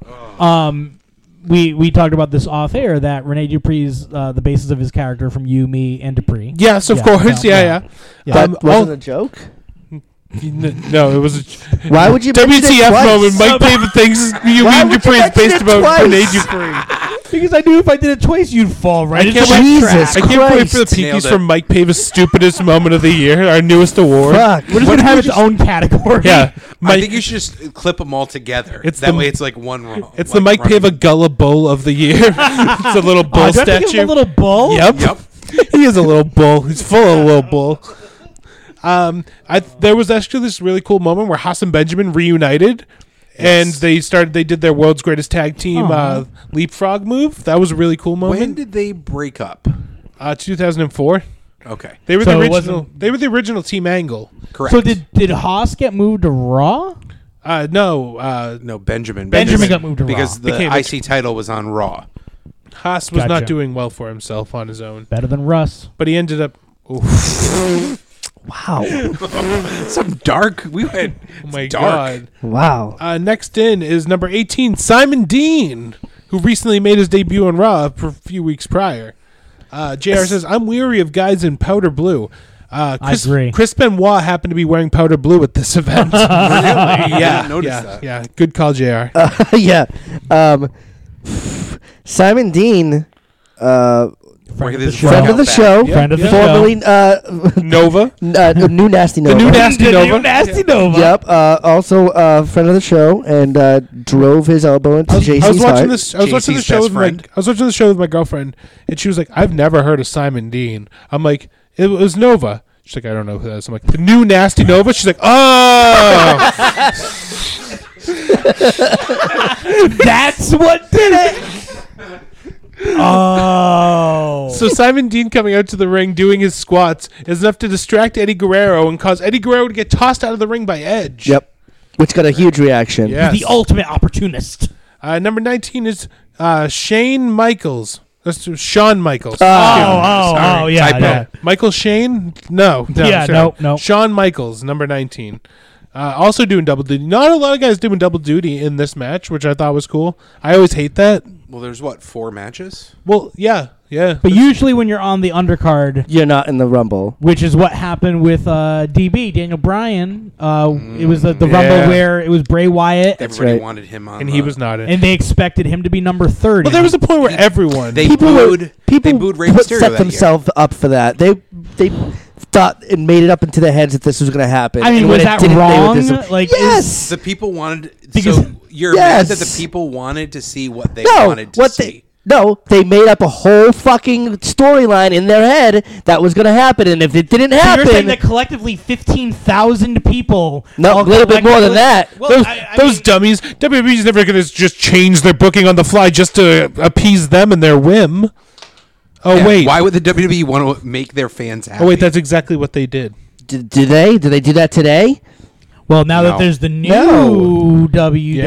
[SPEAKER 2] Oh.
[SPEAKER 1] um, we we talked about this off air that Rene Dupree's uh, the basis of his character from You, Me, and Dupree.
[SPEAKER 2] yes, of
[SPEAKER 1] Yeah,
[SPEAKER 2] course.
[SPEAKER 1] yeah,
[SPEAKER 2] Yeah,
[SPEAKER 1] yeah.
[SPEAKER 2] yeah.
[SPEAKER 3] That
[SPEAKER 2] Um,
[SPEAKER 3] wasn't
[SPEAKER 2] oh,
[SPEAKER 3] a joke.
[SPEAKER 2] n- no, it was a
[SPEAKER 3] Why would you mention it
[SPEAKER 2] WTF
[SPEAKER 3] twice?
[SPEAKER 2] moment. Mike David thinks you
[SPEAKER 3] Why
[SPEAKER 2] mean
[SPEAKER 3] would you
[SPEAKER 2] Dupree is
[SPEAKER 3] mention
[SPEAKER 2] based
[SPEAKER 3] it
[SPEAKER 2] about
[SPEAKER 3] twice?
[SPEAKER 2] Renee Dupree.
[SPEAKER 1] Because I knew if I did it twice, you'd fall right
[SPEAKER 2] I
[SPEAKER 1] into
[SPEAKER 2] can't
[SPEAKER 1] my
[SPEAKER 2] wait-
[SPEAKER 3] Jesus
[SPEAKER 2] I can't wait for the
[SPEAKER 3] Christ.
[SPEAKER 8] Nailed
[SPEAKER 2] peekies
[SPEAKER 8] it.
[SPEAKER 2] for Mike Pave's stupidest moment of the year, our newest award.
[SPEAKER 3] Fuck.
[SPEAKER 1] We're just
[SPEAKER 8] What
[SPEAKER 1] gonna
[SPEAKER 8] if
[SPEAKER 1] have
[SPEAKER 8] we
[SPEAKER 1] its
[SPEAKER 8] just-
[SPEAKER 1] own category.
[SPEAKER 2] Yeah,
[SPEAKER 8] I
[SPEAKER 2] Mike.
[SPEAKER 8] think you should just clip them all together.
[SPEAKER 2] It's
[SPEAKER 8] that
[SPEAKER 2] the-
[SPEAKER 8] way, it's like one wrong.
[SPEAKER 2] It's the Mike Pava Gullah Bull of the year. it's a little bull
[SPEAKER 1] Uh, do I have to give
[SPEAKER 2] statue.
[SPEAKER 1] him a little bull?
[SPEAKER 2] yep,
[SPEAKER 8] Yep.
[SPEAKER 2] he is a little bull. He's full of little bull. Um, I there was actually this really cool moment where Haas and Benjamin reunited, and they started. They did their world's greatest tag team uh, leapfrog move. That was a really cool
[SPEAKER 8] When
[SPEAKER 2] moment.
[SPEAKER 8] did they break up?
[SPEAKER 2] uh, 2004.
[SPEAKER 8] Okay.
[SPEAKER 2] They were
[SPEAKER 1] So it
[SPEAKER 2] the original.
[SPEAKER 1] wasn't-
[SPEAKER 2] They were the original Team Angle.
[SPEAKER 8] Correct.
[SPEAKER 1] So did did Haas get moved to Raw?
[SPEAKER 2] Uh, no, uh,
[SPEAKER 8] no Benjamin.
[SPEAKER 1] Benjamin got moved to Raw.
[SPEAKER 8] because the
[SPEAKER 2] Became a-
[SPEAKER 8] IC title was on Raw.
[SPEAKER 2] Haas was
[SPEAKER 1] Gotcha.
[SPEAKER 2] not doing well for himself on his own,
[SPEAKER 1] Better than Russ.
[SPEAKER 2] but he ended up. Oh,
[SPEAKER 3] Wow.
[SPEAKER 8] Some dark. We went.
[SPEAKER 2] oh my
[SPEAKER 8] dark.
[SPEAKER 2] god.
[SPEAKER 3] Wow.
[SPEAKER 2] Uh, next in is number 18, Simon Dean, who recently made his debut on Raw for a few weeks prior. Uh, JR says, I'm weary of guys in powder blue. Uh,
[SPEAKER 1] I
[SPEAKER 2] Chris,
[SPEAKER 1] agree.
[SPEAKER 2] Chris Benoit happened to be wearing powder blue at this event.
[SPEAKER 8] Yeah,
[SPEAKER 2] yeah,
[SPEAKER 8] notice
[SPEAKER 2] yeah,
[SPEAKER 8] that. Uh,
[SPEAKER 2] yeah. Good call, JR.
[SPEAKER 3] yeah. Um, Simon Dean, uh,
[SPEAKER 8] Work at this
[SPEAKER 1] show.
[SPEAKER 3] friend
[SPEAKER 8] workout
[SPEAKER 3] of the
[SPEAKER 8] back.
[SPEAKER 3] show,
[SPEAKER 1] Friend of the
[SPEAKER 3] formerly uh,
[SPEAKER 2] Nova,
[SPEAKER 3] n- uh, new nasty Nova.
[SPEAKER 2] the new Nasty
[SPEAKER 1] The
[SPEAKER 2] Nova.
[SPEAKER 1] new Nasty Nova.
[SPEAKER 3] Yep. Uh, also, uh, friend of the show, and uh, drove his elbow into
[SPEAKER 2] I was,
[SPEAKER 3] JC's
[SPEAKER 2] I was watching
[SPEAKER 3] heart.
[SPEAKER 2] this. I was watching the
[SPEAKER 8] JC's
[SPEAKER 2] show
[SPEAKER 8] best
[SPEAKER 2] with my.
[SPEAKER 8] friend.
[SPEAKER 2] I was watching the show with my girlfriend, and she was like, "I've never heard of Simon Dean." I'm like, "It was Nova." She's like, "I don't know who that is." I'm like, "The new Nasty Nova." She's like, "Oh."
[SPEAKER 1] That's what did it. Oh.
[SPEAKER 2] So Simon Dean coming out to the ring doing his squats is enough to distract Eddie Guerrero and cause Eddie Guerrero to get tossed out of the ring by Edge.
[SPEAKER 3] Yep. Which got a huge reaction.
[SPEAKER 2] Yes.
[SPEAKER 1] The ultimate opportunist.
[SPEAKER 2] uh, number 19 is uh, Shane Michaels. That's Shawn Michaels.
[SPEAKER 1] oh, oh, yeah,
[SPEAKER 2] Typo.
[SPEAKER 1] yeah.
[SPEAKER 2] Michael Shane? No. no
[SPEAKER 1] Yeah,
[SPEAKER 2] sorry.
[SPEAKER 1] no, no.
[SPEAKER 2] Shawn Michaels, number 19. Uh, also doing double duty. Not a lot of guys doing double duty in this match, which I thought was cool. I always hate that.
[SPEAKER 8] Well, there's what four matches.
[SPEAKER 2] Well, yeah, yeah.
[SPEAKER 1] But usually when you're on the undercard,
[SPEAKER 3] You're not in the Rumble.
[SPEAKER 1] which is what happened with uh, DB Daniel Bryan. Uh, it was the, the
[SPEAKER 2] yeah.
[SPEAKER 1] Rumble where it was Bray Wyatt,
[SPEAKER 8] Everybody
[SPEAKER 3] right.
[SPEAKER 8] wanted him on,
[SPEAKER 2] and he
[SPEAKER 8] the-
[SPEAKER 2] was not in.
[SPEAKER 1] and they expected him to be number thirty.
[SPEAKER 2] well, there was a point where everyone
[SPEAKER 8] They
[SPEAKER 3] people were-
[SPEAKER 8] booed.
[SPEAKER 3] people
[SPEAKER 8] they booed Rey
[SPEAKER 3] put,
[SPEAKER 8] Mysterio
[SPEAKER 3] set
[SPEAKER 8] that
[SPEAKER 3] themselves up for that. They they thought and made it up into their heads that this was going to happen.
[SPEAKER 1] I mean,
[SPEAKER 3] And when
[SPEAKER 1] was
[SPEAKER 3] it
[SPEAKER 1] that
[SPEAKER 3] didn't, they were
[SPEAKER 1] wrong?
[SPEAKER 3] disappointed.
[SPEAKER 1] Like, is-
[SPEAKER 3] yes,
[SPEAKER 8] year. The people wanted.
[SPEAKER 1] Because-
[SPEAKER 8] so you're mad that the
[SPEAKER 3] Yes.
[SPEAKER 8] people wanted to see what they
[SPEAKER 3] no,
[SPEAKER 8] wanted to
[SPEAKER 3] what
[SPEAKER 8] see.
[SPEAKER 3] they no, they made up a whole fucking storyline in their head that was going to happen, and if it didn't
[SPEAKER 1] So
[SPEAKER 3] happen,
[SPEAKER 1] you're saying that collectively fifteen thousand people.
[SPEAKER 3] no, a
[SPEAKER 1] all
[SPEAKER 3] little bit more than
[SPEAKER 1] collectively-
[SPEAKER 3] that.
[SPEAKER 1] Well,
[SPEAKER 3] Those-
[SPEAKER 1] I, I
[SPEAKER 2] those
[SPEAKER 1] mean,
[SPEAKER 2] dummies. WWE's never going to just change their booking on the fly just to appease them and their whim. Oh
[SPEAKER 8] Yeah,
[SPEAKER 2] wait,
[SPEAKER 8] why would the WWE want to make their fans happy?
[SPEAKER 2] oh wait, that's exactly what they did.
[SPEAKER 3] do, do they? Do they do that today?
[SPEAKER 1] well, now that
[SPEAKER 8] No.
[SPEAKER 1] there's the new
[SPEAKER 3] No.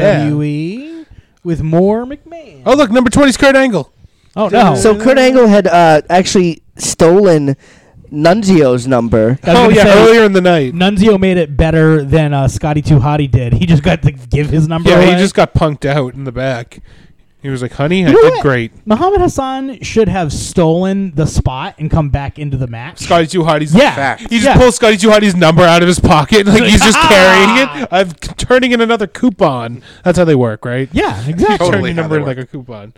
[SPEAKER 1] WWE with more McMahon.
[SPEAKER 2] Oh look, number 20's Kurt Angle.
[SPEAKER 1] Oh, no!
[SPEAKER 3] So Kurt Angle had uh, actually stolen Nunzio's number.
[SPEAKER 1] I was
[SPEAKER 2] Oh
[SPEAKER 1] gonna
[SPEAKER 2] yeah,
[SPEAKER 1] say,
[SPEAKER 2] earlier in the night.
[SPEAKER 1] Nunzio made it better than uh, Scotty Too Hotty did. He just got to give his number.
[SPEAKER 2] Yeah,
[SPEAKER 1] away.
[SPEAKER 2] he just got punked out in the back. He was like, "Honey, I
[SPEAKER 1] know
[SPEAKER 2] did
[SPEAKER 1] what?
[SPEAKER 2] great."
[SPEAKER 1] Muhammad Hassan should have stolen the spot and come back into the match.
[SPEAKER 2] Scotty Too Hotty's
[SPEAKER 1] yeah,
[SPEAKER 8] fact.
[SPEAKER 2] He just
[SPEAKER 1] yeah.
[SPEAKER 2] pulls Scotty Juhati's number out of his pocket, like he's just
[SPEAKER 1] Ah!
[SPEAKER 2] carrying it. I'm c- turning in another coupon. That's how they work, right?
[SPEAKER 1] Yeah,
[SPEAKER 2] You
[SPEAKER 1] exactly.
[SPEAKER 8] Totally
[SPEAKER 2] turn your
[SPEAKER 8] how
[SPEAKER 2] number
[SPEAKER 8] they
[SPEAKER 2] in like
[SPEAKER 8] work.
[SPEAKER 2] a coupon.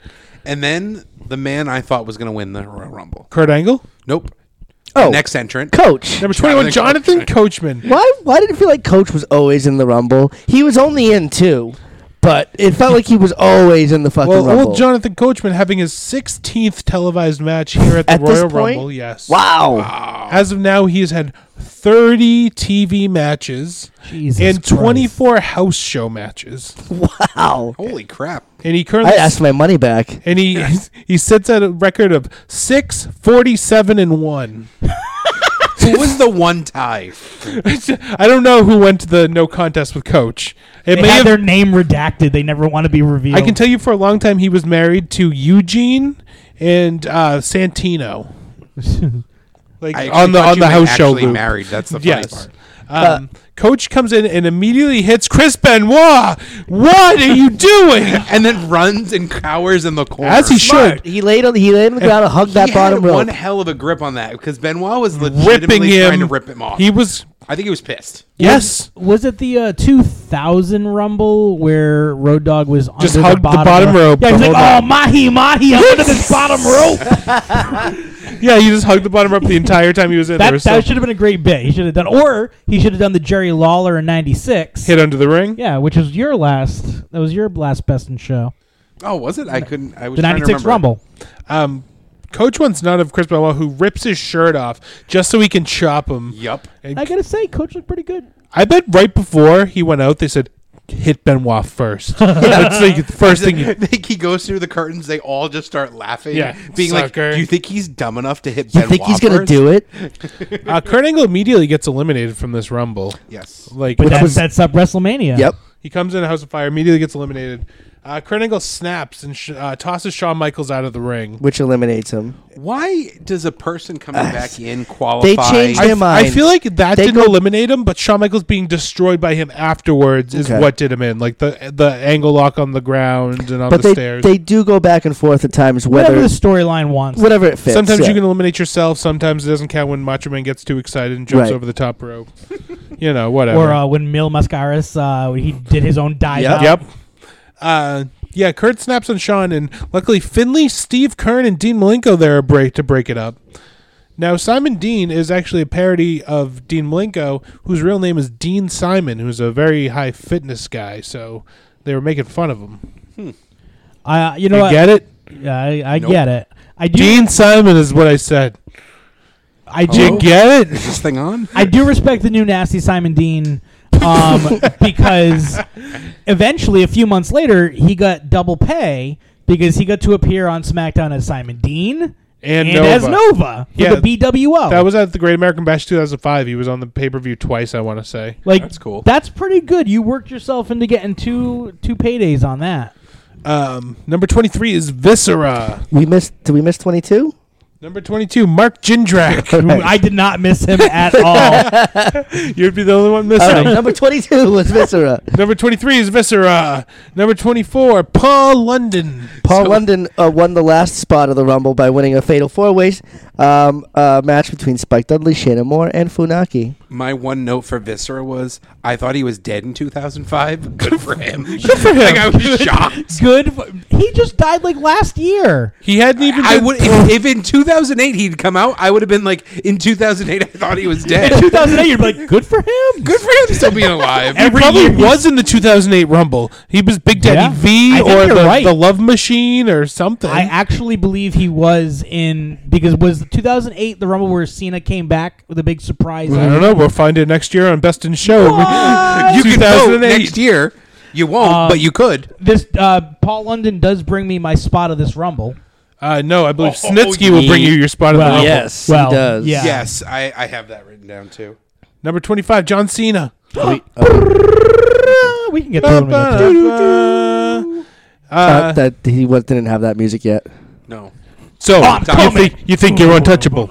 [SPEAKER 8] And then the man I thought was going to win the Royal Rumble.
[SPEAKER 2] Kurt Angle,
[SPEAKER 8] Nope.
[SPEAKER 3] Oh,
[SPEAKER 8] Next entrant.
[SPEAKER 3] coach.
[SPEAKER 2] number twenty-one,
[SPEAKER 8] Jonathan
[SPEAKER 2] Jonathan Coachman.
[SPEAKER 3] Why? Why did it feel like Coach was always in the Rumble? He was only in two, but it felt like he was always in the fucking
[SPEAKER 2] Well,
[SPEAKER 3] Rumble.
[SPEAKER 2] old Jonathan Coachman having his sixteenth televised match here at the
[SPEAKER 3] At this
[SPEAKER 2] Royal
[SPEAKER 3] point?
[SPEAKER 2] Rumble. Yes.
[SPEAKER 3] wow.
[SPEAKER 2] As of now, he has had thirty TV matches
[SPEAKER 1] Jesus
[SPEAKER 2] and
[SPEAKER 1] Christ.
[SPEAKER 2] twenty-four house show matches,
[SPEAKER 3] Wow.
[SPEAKER 8] Holy crap!
[SPEAKER 2] and he currently
[SPEAKER 3] I asked my money back.
[SPEAKER 2] and he he sits at a record of six forty-seven and one.
[SPEAKER 8] Who was the one tie?
[SPEAKER 2] I don't know who went to the no contest with Coach. It
[SPEAKER 1] They
[SPEAKER 2] may
[SPEAKER 1] had
[SPEAKER 2] have.
[SPEAKER 1] their name redacted. They never want to be revealed.
[SPEAKER 2] I can tell you for a long time he was married to Eugene and uh, Santino, like
[SPEAKER 8] I actually
[SPEAKER 2] on the
[SPEAKER 8] thought you
[SPEAKER 2] on the
[SPEAKER 8] meant
[SPEAKER 2] house show.
[SPEAKER 8] Actually
[SPEAKER 2] Loop.
[SPEAKER 8] married. That's the funny
[SPEAKER 2] Yes.
[SPEAKER 8] part.
[SPEAKER 2] Um, Coach comes in and immediately hits Chris Benoit. What are you doing?
[SPEAKER 8] And then runs and cowers in the corner.
[SPEAKER 2] As he
[SPEAKER 3] Smart.
[SPEAKER 2] should.
[SPEAKER 3] He laid on he laid on the ground and hugged
[SPEAKER 8] He
[SPEAKER 3] that
[SPEAKER 8] had
[SPEAKER 3] bottom
[SPEAKER 8] one
[SPEAKER 3] rope.
[SPEAKER 8] hell of a grip on that because Benoit was
[SPEAKER 2] Ripping
[SPEAKER 8] legitimately
[SPEAKER 2] him.
[SPEAKER 8] trying to rip him off.
[SPEAKER 2] He was.
[SPEAKER 8] I think he was pissed.
[SPEAKER 2] Yes.
[SPEAKER 1] Was it the uh, 2000 Rumble where Road Dog was
[SPEAKER 2] Just
[SPEAKER 1] under
[SPEAKER 2] hugged the
[SPEAKER 1] the bottom,
[SPEAKER 2] bottom rope
[SPEAKER 1] Yeah, he's
[SPEAKER 2] the
[SPEAKER 1] like,
[SPEAKER 2] whole
[SPEAKER 1] oh mahi mahi, I'm under this bottom rope.
[SPEAKER 2] Yeah, he just hugged the bottom up the entire time he was in there.
[SPEAKER 1] That,
[SPEAKER 2] was still
[SPEAKER 1] that should have been a great bit. He should have done, or he should have done the Jerry Lawler in '96.
[SPEAKER 2] hit under the ring.
[SPEAKER 1] Yeah, which was your last. That was your last best in show.
[SPEAKER 8] Oh, was it? I couldn't. I was
[SPEAKER 1] The
[SPEAKER 8] trying to
[SPEAKER 1] '96
[SPEAKER 8] remember.
[SPEAKER 1] Rumble.
[SPEAKER 2] Um, Coach wants none of Chris Benoit, who rips his shirt off just so he can chop him.
[SPEAKER 8] Yup.
[SPEAKER 2] And
[SPEAKER 1] I gotta say, Coach looked pretty good.
[SPEAKER 2] I bet right before he went out, they said, hit Benoit first. That's like the first thing
[SPEAKER 8] I
[SPEAKER 2] you.
[SPEAKER 8] think he goes through the curtains. They all just start laughing.
[SPEAKER 2] Yeah,
[SPEAKER 8] being
[SPEAKER 2] sucker.
[SPEAKER 8] like, "Do you think he's dumb enough to hit?"
[SPEAKER 3] You think he's gonna do it?
[SPEAKER 2] Uh, Kurt Angle immediately gets eliminated from this Rumble.
[SPEAKER 8] Yes.
[SPEAKER 2] Like,
[SPEAKER 1] But that
[SPEAKER 3] was-
[SPEAKER 1] sets up WrestleMania.
[SPEAKER 3] Yep.
[SPEAKER 2] he comes in a House of Fire, immediately gets eliminated. Uh, Kurt Angle snaps and sh- uh, tosses Shawn Michaels out of the ring.
[SPEAKER 3] Which eliminates him.
[SPEAKER 8] Why does a person coming back in qualify?
[SPEAKER 3] They changed
[SPEAKER 2] I,
[SPEAKER 3] their
[SPEAKER 2] f- I
[SPEAKER 3] mind.
[SPEAKER 2] feel like that
[SPEAKER 3] They
[SPEAKER 2] didn't
[SPEAKER 3] go-
[SPEAKER 2] eliminate him, but Shawn Michaels being destroyed by him afterwards is
[SPEAKER 3] Okay.
[SPEAKER 2] what did him in. Like the the angle lock on the ground and on
[SPEAKER 3] but
[SPEAKER 2] the
[SPEAKER 3] they
[SPEAKER 2] stairs.
[SPEAKER 3] they do go back and forth at times
[SPEAKER 1] Whatever the
[SPEAKER 3] whether
[SPEAKER 1] storyline wants.
[SPEAKER 3] whatever it fits.
[SPEAKER 2] Sometimes
[SPEAKER 3] yeah.
[SPEAKER 2] you can eliminate yourself. Sometimes it doesn't count when Macho Man gets too excited and jumps
[SPEAKER 3] Right.
[SPEAKER 2] over the top rope. you know, whatever.
[SPEAKER 1] Or uh, when Mil Mascaris, uh, he did his own dive.
[SPEAKER 3] Yep.
[SPEAKER 1] out.
[SPEAKER 2] yep. Um, Uh, yeah, Kurt snaps on Sean, and luckily Finley, Steve Kern, and Dean Malenko there are break to break it up. Now Simon Dean is actually a parody of Dean Malenko, whose real name is Dean Simon, who's a very high fitness guy. So they were making fun of him.
[SPEAKER 1] I, uh, you know
[SPEAKER 2] You
[SPEAKER 1] what?
[SPEAKER 2] get it?
[SPEAKER 1] Yeah, I, I
[SPEAKER 8] Nope.
[SPEAKER 1] get it. I do.
[SPEAKER 2] Dean Simon is what I said.
[SPEAKER 1] I do.
[SPEAKER 2] Did you get it?
[SPEAKER 8] Is this thing on?
[SPEAKER 1] I do respect the new nasty Simon Dean um, because eventually, a few months later, he got double pay because he got to appear on SmackDown as Simon Dean
[SPEAKER 2] And,
[SPEAKER 1] and
[SPEAKER 2] Nova.
[SPEAKER 1] as Nova for
[SPEAKER 2] Yeah,
[SPEAKER 1] the BWO.
[SPEAKER 2] That was at the Great American Bash 2005. He was on the pay per view twice. I want to say.
[SPEAKER 1] like
[SPEAKER 8] That's cool.
[SPEAKER 1] That's pretty good. You worked yourself into getting two two paydays on that.
[SPEAKER 2] Um, number 23 is Viscera.
[SPEAKER 3] we missed did we miss twenty two?
[SPEAKER 2] Number 22, Mark Jindrak.
[SPEAKER 1] Who- I did not miss him at all.
[SPEAKER 2] You'd be the only one
[SPEAKER 3] All
[SPEAKER 2] missing.
[SPEAKER 3] right, Oh, number 22 was Viscera.
[SPEAKER 2] Number 23 is Viscera. Number 24, Paul London.
[SPEAKER 3] Paul London uh, won the last spot of the Rumble by winning a fatal four ways um, uh, match between Spike Dudley, Shannon Moore, and Funaki.
[SPEAKER 8] My one note for Viscera was I thought he was dead in 2005. Good for him. Good
[SPEAKER 2] for him.
[SPEAKER 8] Like, I was shocked.
[SPEAKER 1] Good. f- He just died like last year.
[SPEAKER 2] He hadn't even
[SPEAKER 8] I
[SPEAKER 2] been-
[SPEAKER 8] would if, if in 2008 he'd come out, I would have been like, in 2008 I thought he was dead.
[SPEAKER 1] In 2008, you'd be like, good for him.
[SPEAKER 8] Good for him still being alive.
[SPEAKER 2] He probably was in the 2008 Rumble. He was Big Daddy
[SPEAKER 1] Yeah. I
[SPEAKER 2] V
[SPEAKER 1] think
[SPEAKER 2] or
[SPEAKER 1] you're
[SPEAKER 2] the,
[SPEAKER 1] right.
[SPEAKER 2] the Love Machine or something.
[SPEAKER 1] I actually believe he was in because was 2008 the Rumble where Cena came back with a big surprise.
[SPEAKER 2] I don't know. We'll find it next year on Best in Show.
[SPEAKER 8] you could vote
[SPEAKER 2] 2008.
[SPEAKER 8] next year. You won't, but you could.
[SPEAKER 1] This uh, Paul London does bring me my spot of this Rumble.
[SPEAKER 2] Uh, no, I believe Snitsky will bring you your spot in the
[SPEAKER 1] Well,
[SPEAKER 2] Rumble.
[SPEAKER 3] Yes,
[SPEAKER 1] Well,
[SPEAKER 3] he does.
[SPEAKER 1] yeah.
[SPEAKER 8] Yes, I, I have that written down too.
[SPEAKER 2] Number 25, John Cena.
[SPEAKER 1] Uh, we can get through him. again.
[SPEAKER 3] Uh, that he was, didn't have that music yet.
[SPEAKER 8] No.
[SPEAKER 2] So, you
[SPEAKER 8] Oh, coming. Oh,
[SPEAKER 2] think, you think you're untouchable.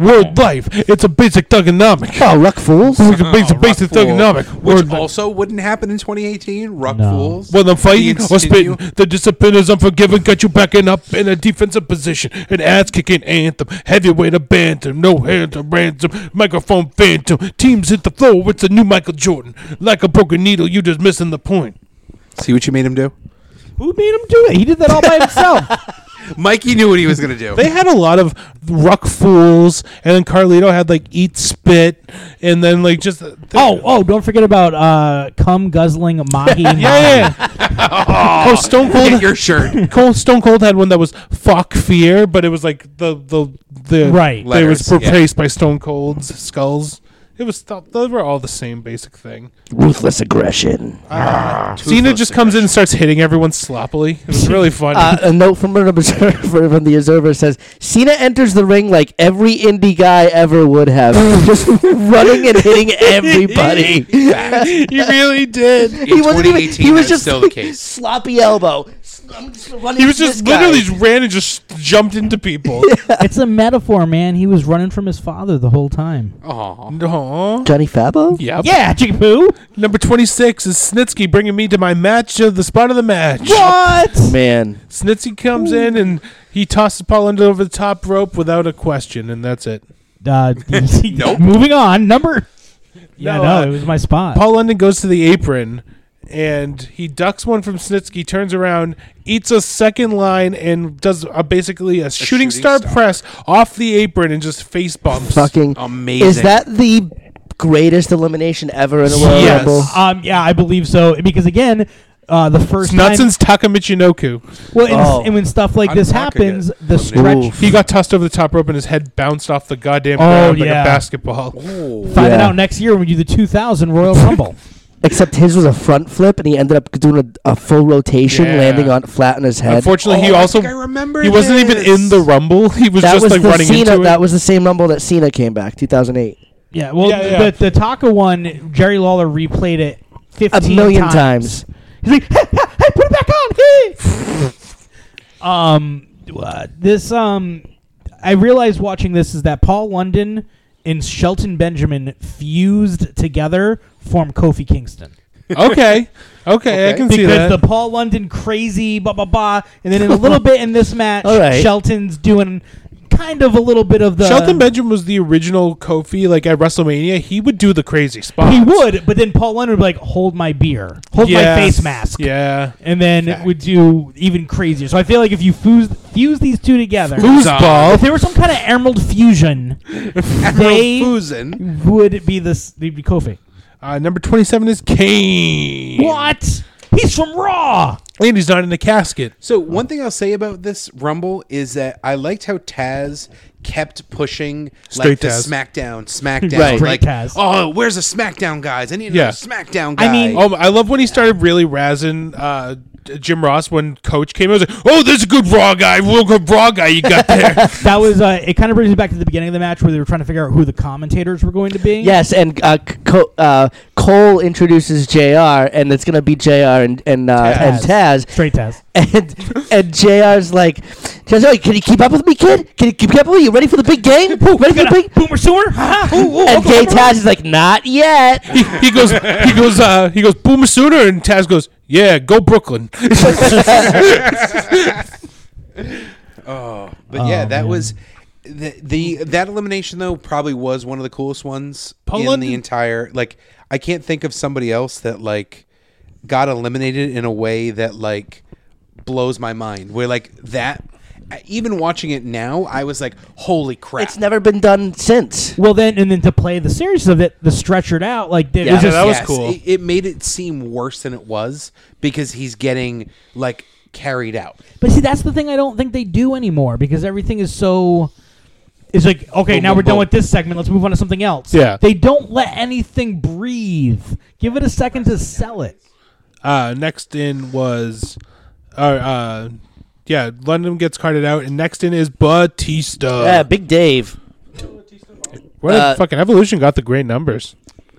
[SPEAKER 2] World life, it's a basic thugonomic.
[SPEAKER 3] Oh, luck fools!
[SPEAKER 2] It's a basic, basic
[SPEAKER 8] Fool,
[SPEAKER 2] thugonomic.
[SPEAKER 8] Ah, Uh, Which
[SPEAKER 2] World life.
[SPEAKER 8] also wouldn't happen in 2018. Ruck
[SPEAKER 1] No.
[SPEAKER 8] fools.
[SPEAKER 2] When I'm fighting
[SPEAKER 8] The
[SPEAKER 2] or spitting,
[SPEAKER 8] insidious-
[SPEAKER 2] the discipline is unforgiving. Got you backing up in a defensive position. An ass kicking anthem. Heavyweight a bantam. No hand to ransom. Microphone phantom. Teams hit the floor. It's a new Michael Jordan. Like a broken needle, you just missing the point.
[SPEAKER 8] See what you made him do?
[SPEAKER 1] Who made him do it? He did that all by himself.
[SPEAKER 8] Mikey knew what he was going to do.
[SPEAKER 2] They had a lot of ruck fools, and then Carlito had like eat spit, and then like just uh,
[SPEAKER 1] oh, oh! Don't forget about uh, cum guzzling Mahi.
[SPEAKER 2] yeah, yeah. oh, Stone
[SPEAKER 8] Get
[SPEAKER 2] Cold.
[SPEAKER 8] your shirt.
[SPEAKER 2] Cold Stone Cold had one that was "fuck fear," but it was like the the the
[SPEAKER 1] Right.
[SPEAKER 2] They
[SPEAKER 8] Letters,
[SPEAKER 2] was
[SPEAKER 8] yeah.
[SPEAKER 2] replaced by Stone Cold's skulls. It was th- they were all the same basic thing.
[SPEAKER 3] Ruthless aggression.
[SPEAKER 2] Cena just comes in and starts hitting everyone sloppily. It was really funny.
[SPEAKER 3] Uh, a note from an observer from the Observer says Cena enters the ring like every indie guy ever would have, just running and hitting everybody.
[SPEAKER 2] he really did.
[SPEAKER 8] In 2018, that's still the
[SPEAKER 3] like,
[SPEAKER 8] case.
[SPEAKER 3] sloppy elbow. S- I'm just running
[SPEAKER 2] He was
[SPEAKER 3] to
[SPEAKER 2] just
[SPEAKER 3] this guy.
[SPEAKER 2] literally just ran and just jumped into people.
[SPEAKER 1] it's a metaphor, man. He was running from his father the whole time.
[SPEAKER 8] Aw.
[SPEAKER 2] Aw.
[SPEAKER 3] Johnny Fabo.
[SPEAKER 2] Yep.
[SPEAKER 1] Yeah, chicken poo.
[SPEAKER 2] uh-huh. Number 26 is Snitsky bringing me to my match of the spot of the match.
[SPEAKER 1] What?
[SPEAKER 3] Man,
[SPEAKER 2] Snitsky comes in and he tosses Paul under over the top rope without a question, and that's it.
[SPEAKER 1] Uh,
[SPEAKER 8] Nope.
[SPEAKER 1] Moving on. Number. Yeah,
[SPEAKER 2] No,
[SPEAKER 1] no,
[SPEAKER 2] uh,
[SPEAKER 1] it was my spot.
[SPEAKER 2] Paul London goes to the apron and he ducks one from Snitsky, turns around, eats a second line, and does a, basically a,
[SPEAKER 8] shooting
[SPEAKER 2] shooting, star,
[SPEAKER 8] star.
[SPEAKER 2] press off the apron and just face bumps.
[SPEAKER 3] fucking
[SPEAKER 8] Amazing.
[SPEAKER 3] Is that the greatest elimination ever in a Royal
[SPEAKER 2] Yes.
[SPEAKER 3] Rumble?
[SPEAKER 1] Um, yeah, I believe so because again, uh, the first
[SPEAKER 2] It's not
[SPEAKER 1] time-
[SPEAKER 2] since Takamichinoku.
[SPEAKER 1] Well, and,
[SPEAKER 3] Oh.
[SPEAKER 1] and when stuff like
[SPEAKER 8] I'm
[SPEAKER 1] this
[SPEAKER 8] not gonna
[SPEAKER 1] happens,
[SPEAKER 8] get
[SPEAKER 1] the stretch.
[SPEAKER 3] Oof.
[SPEAKER 2] He got tossed over the top rope and his head bounced off the goddamn
[SPEAKER 1] Oh,
[SPEAKER 2] ground like
[SPEAKER 1] yeah.
[SPEAKER 2] a basketball.
[SPEAKER 1] Find it
[SPEAKER 3] Yeah.
[SPEAKER 1] out next year when we do the 2000 Royal Rumble.
[SPEAKER 3] Except his was a front flip, and he ended up doing a, a full rotation,
[SPEAKER 2] Yeah.
[SPEAKER 3] landing on flat on his head.
[SPEAKER 2] Unfortunately, he
[SPEAKER 8] Oh, I
[SPEAKER 2] also
[SPEAKER 8] think I remember
[SPEAKER 2] he wasn't even
[SPEAKER 8] this.
[SPEAKER 2] in the rumble. He was
[SPEAKER 3] that
[SPEAKER 2] just
[SPEAKER 3] was
[SPEAKER 2] like
[SPEAKER 3] the
[SPEAKER 2] running
[SPEAKER 3] Cena.
[SPEAKER 2] into it.
[SPEAKER 3] That was the same Rumble that Cena came back, 2008.
[SPEAKER 1] yeah, well,
[SPEAKER 2] Yeah, yeah.
[SPEAKER 1] The, the Taka one, Jerry Lawler replayed it 15
[SPEAKER 3] A million times.
[SPEAKER 1] He's like, hey, hey, hey, put it back on. Hey. um, uh, this um, I realized watching this is that Paul London and Shelton Benjamin fused together form Kofi Kingston.
[SPEAKER 2] okay. okay, I can see
[SPEAKER 1] because
[SPEAKER 2] that.
[SPEAKER 1] the Paul London crazy blah blah blah, and then in a little bit in this match,
[SPEAKER 3] All right.
[SPEAKER 1] Shelton's doing kind of a little bit of the
[SPEAKER 2] Shelton Benjamin was the original Kofi. Like at WrestleMania, he would do the crazy spots.
[SPEAKER 1] He would, but then Paul London would be like, "Hold my beer, hold
[SPEAKER 2] Yeah.
[SPEAKER 1] my face mask,"
[SPEAKER 2] Yeah.
[SPEAKER 1] and then it would do even crazier. So I feel like if you fuse fuse these two together, if
[SPEAKER 2] Foosball.
[SPEAKER 1] there was some kind of Emerald fusion, they
[SPEAKER 8] Foozin.
[SPEAKER 1] would be this. They'd be Kofi.
[SPEAKER 2] Uh, number 27 is Kane.
[SPEAKER 1] What? He's from Raw.
[SPEAKER 2] And he's not in a casket.
[SPEAKER 8] So one thing I'll say about this Rumble is that I liked how Taz kept pushing
[SPEAKER 2] Straight
[SPEAKER 8] like the
[SPEAKER 2] Taz.
[SPEAKER 8] SmackDown, SmackDown.
[SPEAKER 3] Right.
[SPEAKER 8] Like,
[SPEAKER 1] Straight Taz.
[SPEAKER 8] oh, where's the SmackDown guys? I need
[SPEAKER 2] Yeah.
[SPEAKER 8] a SmackDown guy.
[SPEAKER 1] I mean-
[SPEAKER 2] Oh, I love when he started really razzing uh, Jim Ross when Coach came. I was like, oh, there's a good Raw guy. Real good Raw guy you got there.
[SPEAKER 1] That was uh, it. Kind of brings me back to the beginning of the match where they were trying to figure out who the commentators were going to be.
[SPEAKER 3] Yes, and uh, co- uh, Cole introduces Jr. and it's gonna be Jr. and and uh, and Taz,
[SPEAKER 1] Straight Taz.
[SPEAKER 3] and and Jr's like, Jr's like, can you keep up with me, kid? Can you keep up with me? You ready for the big game? Ready for the big?
[SPEAKER 1] Boomer sewer? Ha ha, ooh, ooh,
[SPEAKER 3] And
[SPEAKER 1] Uncle
[SPEAKER 3] Jay
[SPEAKER 1] Boomer.
[SPEAKER 3] Taz is like, not yet.
[SPEAKER 2] He, he goes, he goes, uh, he goes, boom sooner, and Taz goes, yeah, go Brooklyn.
[SPEAKER 8] Oh, but yeah, that was the, the that elimination though probably was one of the coolest ones in
[SPEAKER 2] Poland-
[SPEAKER 8] the entire. Like, I can't think of somebody else that like got eliminated in a way that like blows my mind. Where like that, even watching it now, I was like, holy crap!
[SPEAKER 3] It's never been done since.
[SPEAKER 1] Well, then, and then to play the series of it, the stretchered out, like, there-
[SPEAKER 3] Yeah.
[SPEAKER 1] there's
[SPEAKER 3] Yeah,
[SPEAKER 1] just-
[SPEAKER 2] that was cool.
[SPEAKER 8] It, it made it seem worse than it was because he's getting like carried out.
[SPEAKER 1] But see, that's the thing I don't think they do anymore because everything is so. It's like okay, now
[SPEAKER 8] boom,
[SPEAKER 1] we're done
[SPEAKER 8] boom.
[SPEAKER 1] with this segment. Let's move on to something else.
[SPEAKER 2] Yeah.
[SPEAKER 1] they don't let anything breathe. Give it a second to sell it.
[SPEAKER 2] Uh, next in was, uh, uh, yeah, London gets carted out, and next in is Batista.
[SPEAKER 3] Yeah, Big Dave.
[SPEAKER 2] what a
[SPEAKER 3] uh,
[SPEAKER 2] fucking evolution got the great numbers.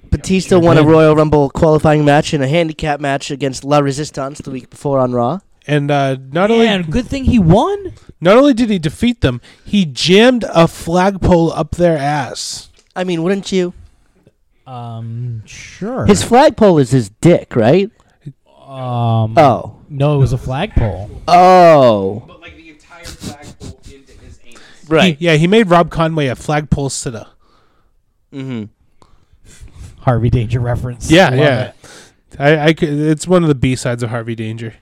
[SPEAKER 3] Batista won a Royal Rumble qualifying match and a handicap match against La Resistance the week before on Raw.
[SPEAKER 2] And uh, not
[SPEAKER 1] Man,
[SPEAKER 2] only
[SPEAKER 1] good thing he won.
[SPEAKER 2] not only did he defeat them, he jammed a flagpole up their ass.
[SPEAKER 3] I mean, wouldn't you?
[SPEAKER 1] Um, sure.
[SPEAKER 3] His flagpole is his dick, right?
[SPEAKER 1] um,
[SPEAKER 3] Oh.
[SPEAKER 1] no, it was a flagpole.
[SPEAKER 3] Oh.
[SPEAKER 8] But like the entire flagpole into his anus.
[SPEAKER 3] Right.
[SPEAKER 2] He- yeah, he made Rob Conway a flagpole sitter.
[SPEAKER 1] Harvey Danger reference.
[SPEAKER 2] Yeah,
[SPEAKER 1] Love
[SPEAKER 2] yeah.
[SPEAKER 1] it.
[SPEAKER 2] I, I could, it's one of the B sides of Harvey Danger.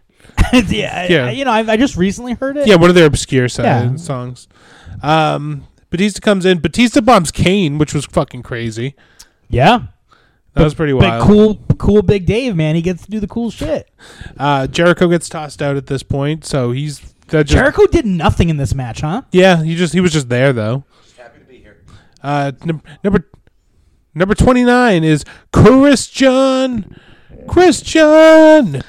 [SPEAKER 1] yeah, I-
[SPEAKER 2] Yeah.
[SPEAKER 1] I- you know, I, I just recently heard it.
[SPEAKER 2] Yeah, one of their obscure side
[SPEAKER 1] Yeah.
[SPEAKER 2] songs. Um, Batista comes in. Batista bombs Kane, which was fucking crazy.
[SPEAKER 1] yeah.
[SPEAKER 2] That was pretty
[SPEAKER 1] But
[SPEAKER 2] wild.
[SPEAKER 1] cool, cool, big Dave, man. He gets to do the cool shit.
[SPEAKER 2] Uh, Jericho gets tossed out at this point, so he's that just,
[SPEAKER 1] Jericho did nothing in this match, huh?
[SPEAKER 2] Yeah, he just he was just there though. Happy to be here. Uh, num- number number twenty nine is Christian. Christian.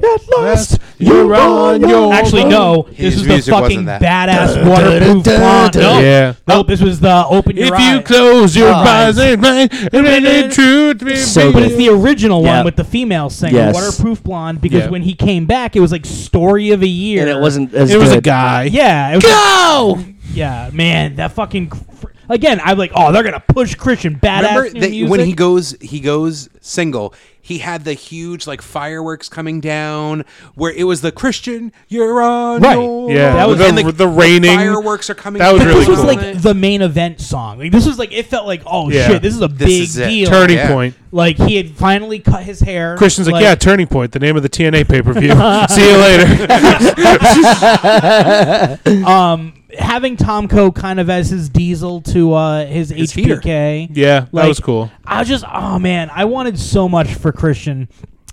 [SPEAKER 2] At last, you're on your
[SPEAKER 1] Actually,
[SPEAKER 2] own.
[SPEAKER 1] no.
[SPEAKER 8] Oh, His
[SPEAKER 1] this was the
[SPEAKER 8] music wasn't
[SPEAKER 1] fucking
[SPEAKER 8] that.
[SPEAKER 1] badass waterproof blonde. No,
[SPEAKER 2] Yeah.
[SPEAKER 1] nope. This was the open your
[SPEAKER 2] If you
[SPEAKER 1] eyes.
[SPEAKER 2] close your eyes and mine, and it ain't true to be
[SPEAKER 3] So
[SPEAKER 1] but it's the original
[SPEAKER 3] Yeah.
[SPEAKER 1] one with the female singer,
[SPEAKER 3] Yes.
[SPEAKER 1] waterproof blonde. Because
[SPEAKER 2] Yeah.
[SPEAKER 1] when he came back, it was like story of a year,
[SPEAKER 3] And it wasn't as
[SPEAKER 2] it was a
[SPEAKER 3] good.
[SPEAKER 2] guy.
[SPEAKER 1] Yeah, it was go. yeah, man, that fucking. cr- Again, I'm like, oh, they're gonna push Christian
[SPEAKER 8] Remember
[SPEAKER 1] badass new
[SPEAKER 8] that
[SPEAKER 1] music.
[SPEAKER 8] when he goes, he goes single. He had the huge like fireworks coming down, where it was the Christian you're on.
[SPEAKER 1] Right.
[SPEAKER 8] your
[SPEAKER 2] Yeah,
[SPEAKER 8] own."
[SPEAKER 1] that was-
[SPEAKER 2] the-
[SPEAKER 8] And
[SPEAKER 2] the raining-
[SPEAKER 8] fireworks are coming.
[SPEAKER 2] that was
[SPEAKER 1] but
[SPEAKER 8] down
[SPEAKER 2] really
[SPEAKER 1] this was
[SPEAKER 2] cool.
[SPEAKER 8] on
[SPEAKER 1] like
[SPEAKER 8] it.
[SPEAKER 1] the main event song. Like this was like it felt like, oh
[SPEAKER 2] Yeah.
[SPEAKER 1] shit, this is a big
[SPEAKER 8] is it.
[SPEAKER 1] deal.
[SPEAKER 2] Turning
[SPEAKER 8] Yeah.
[SPEAKER 2] point.
[SPEAKER 1] Like he had finally cut his hair.
[SPEAKER 2] Christian's like, yeah, turning point. The name of the TNA pay per view. See you later.
[SPEAKER 1] um, having Tomko kind of as his diesel to uh, his,
[SPEAKER 8] His heater.
[SPEAKER 1] HPK.
[SPEAKER 2] yeah, that
[SPEAKER 1] Like,
[SPEAKER 2] was cool.
[SPEAKER 1] I was just, oh man, I wanted so much for Christian.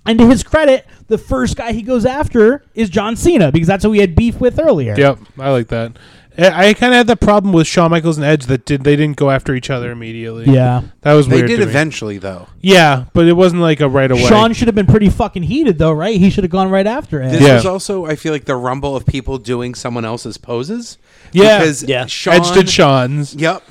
[SPEAKER 1] And to his credit, the first guy he goes after is John Cena because that's who he had beef with earlier.
[SPEAKER 2] Yep, I like that. I kind of had that problem with Shawn Michaels and Edge that did they didn't go after each other immediately.
[SPEAKER 1] Yeah.
[SPEAKER 2] that was
[SPEAKER 8] They
[SPEAKER 2] weird.
[SPEAKER 8] did
[SPEAKER 2] to me.
[SPEAKER 8] eventually though.
[SPEAKER 2] Yeah, but it wasn't like a right away.
[SPEAKER 1] Sean should have been pretty fucking heated though, right? He should have gone right after it.
[SPEAKER 8] This
[SPEAKER 2] Yeah.
[SPEAKER 8] was also, I feel like, the rumble of people doing someone else's poses.
[SPEAKER 2] Yeah.
[SPEAKER 8] because
[SPEAKER 3] Yeah.
[SPEAKER 8] Sean,
[SPEAKER 2] Edge did Sean's.
[SPEAKER 8] Yep.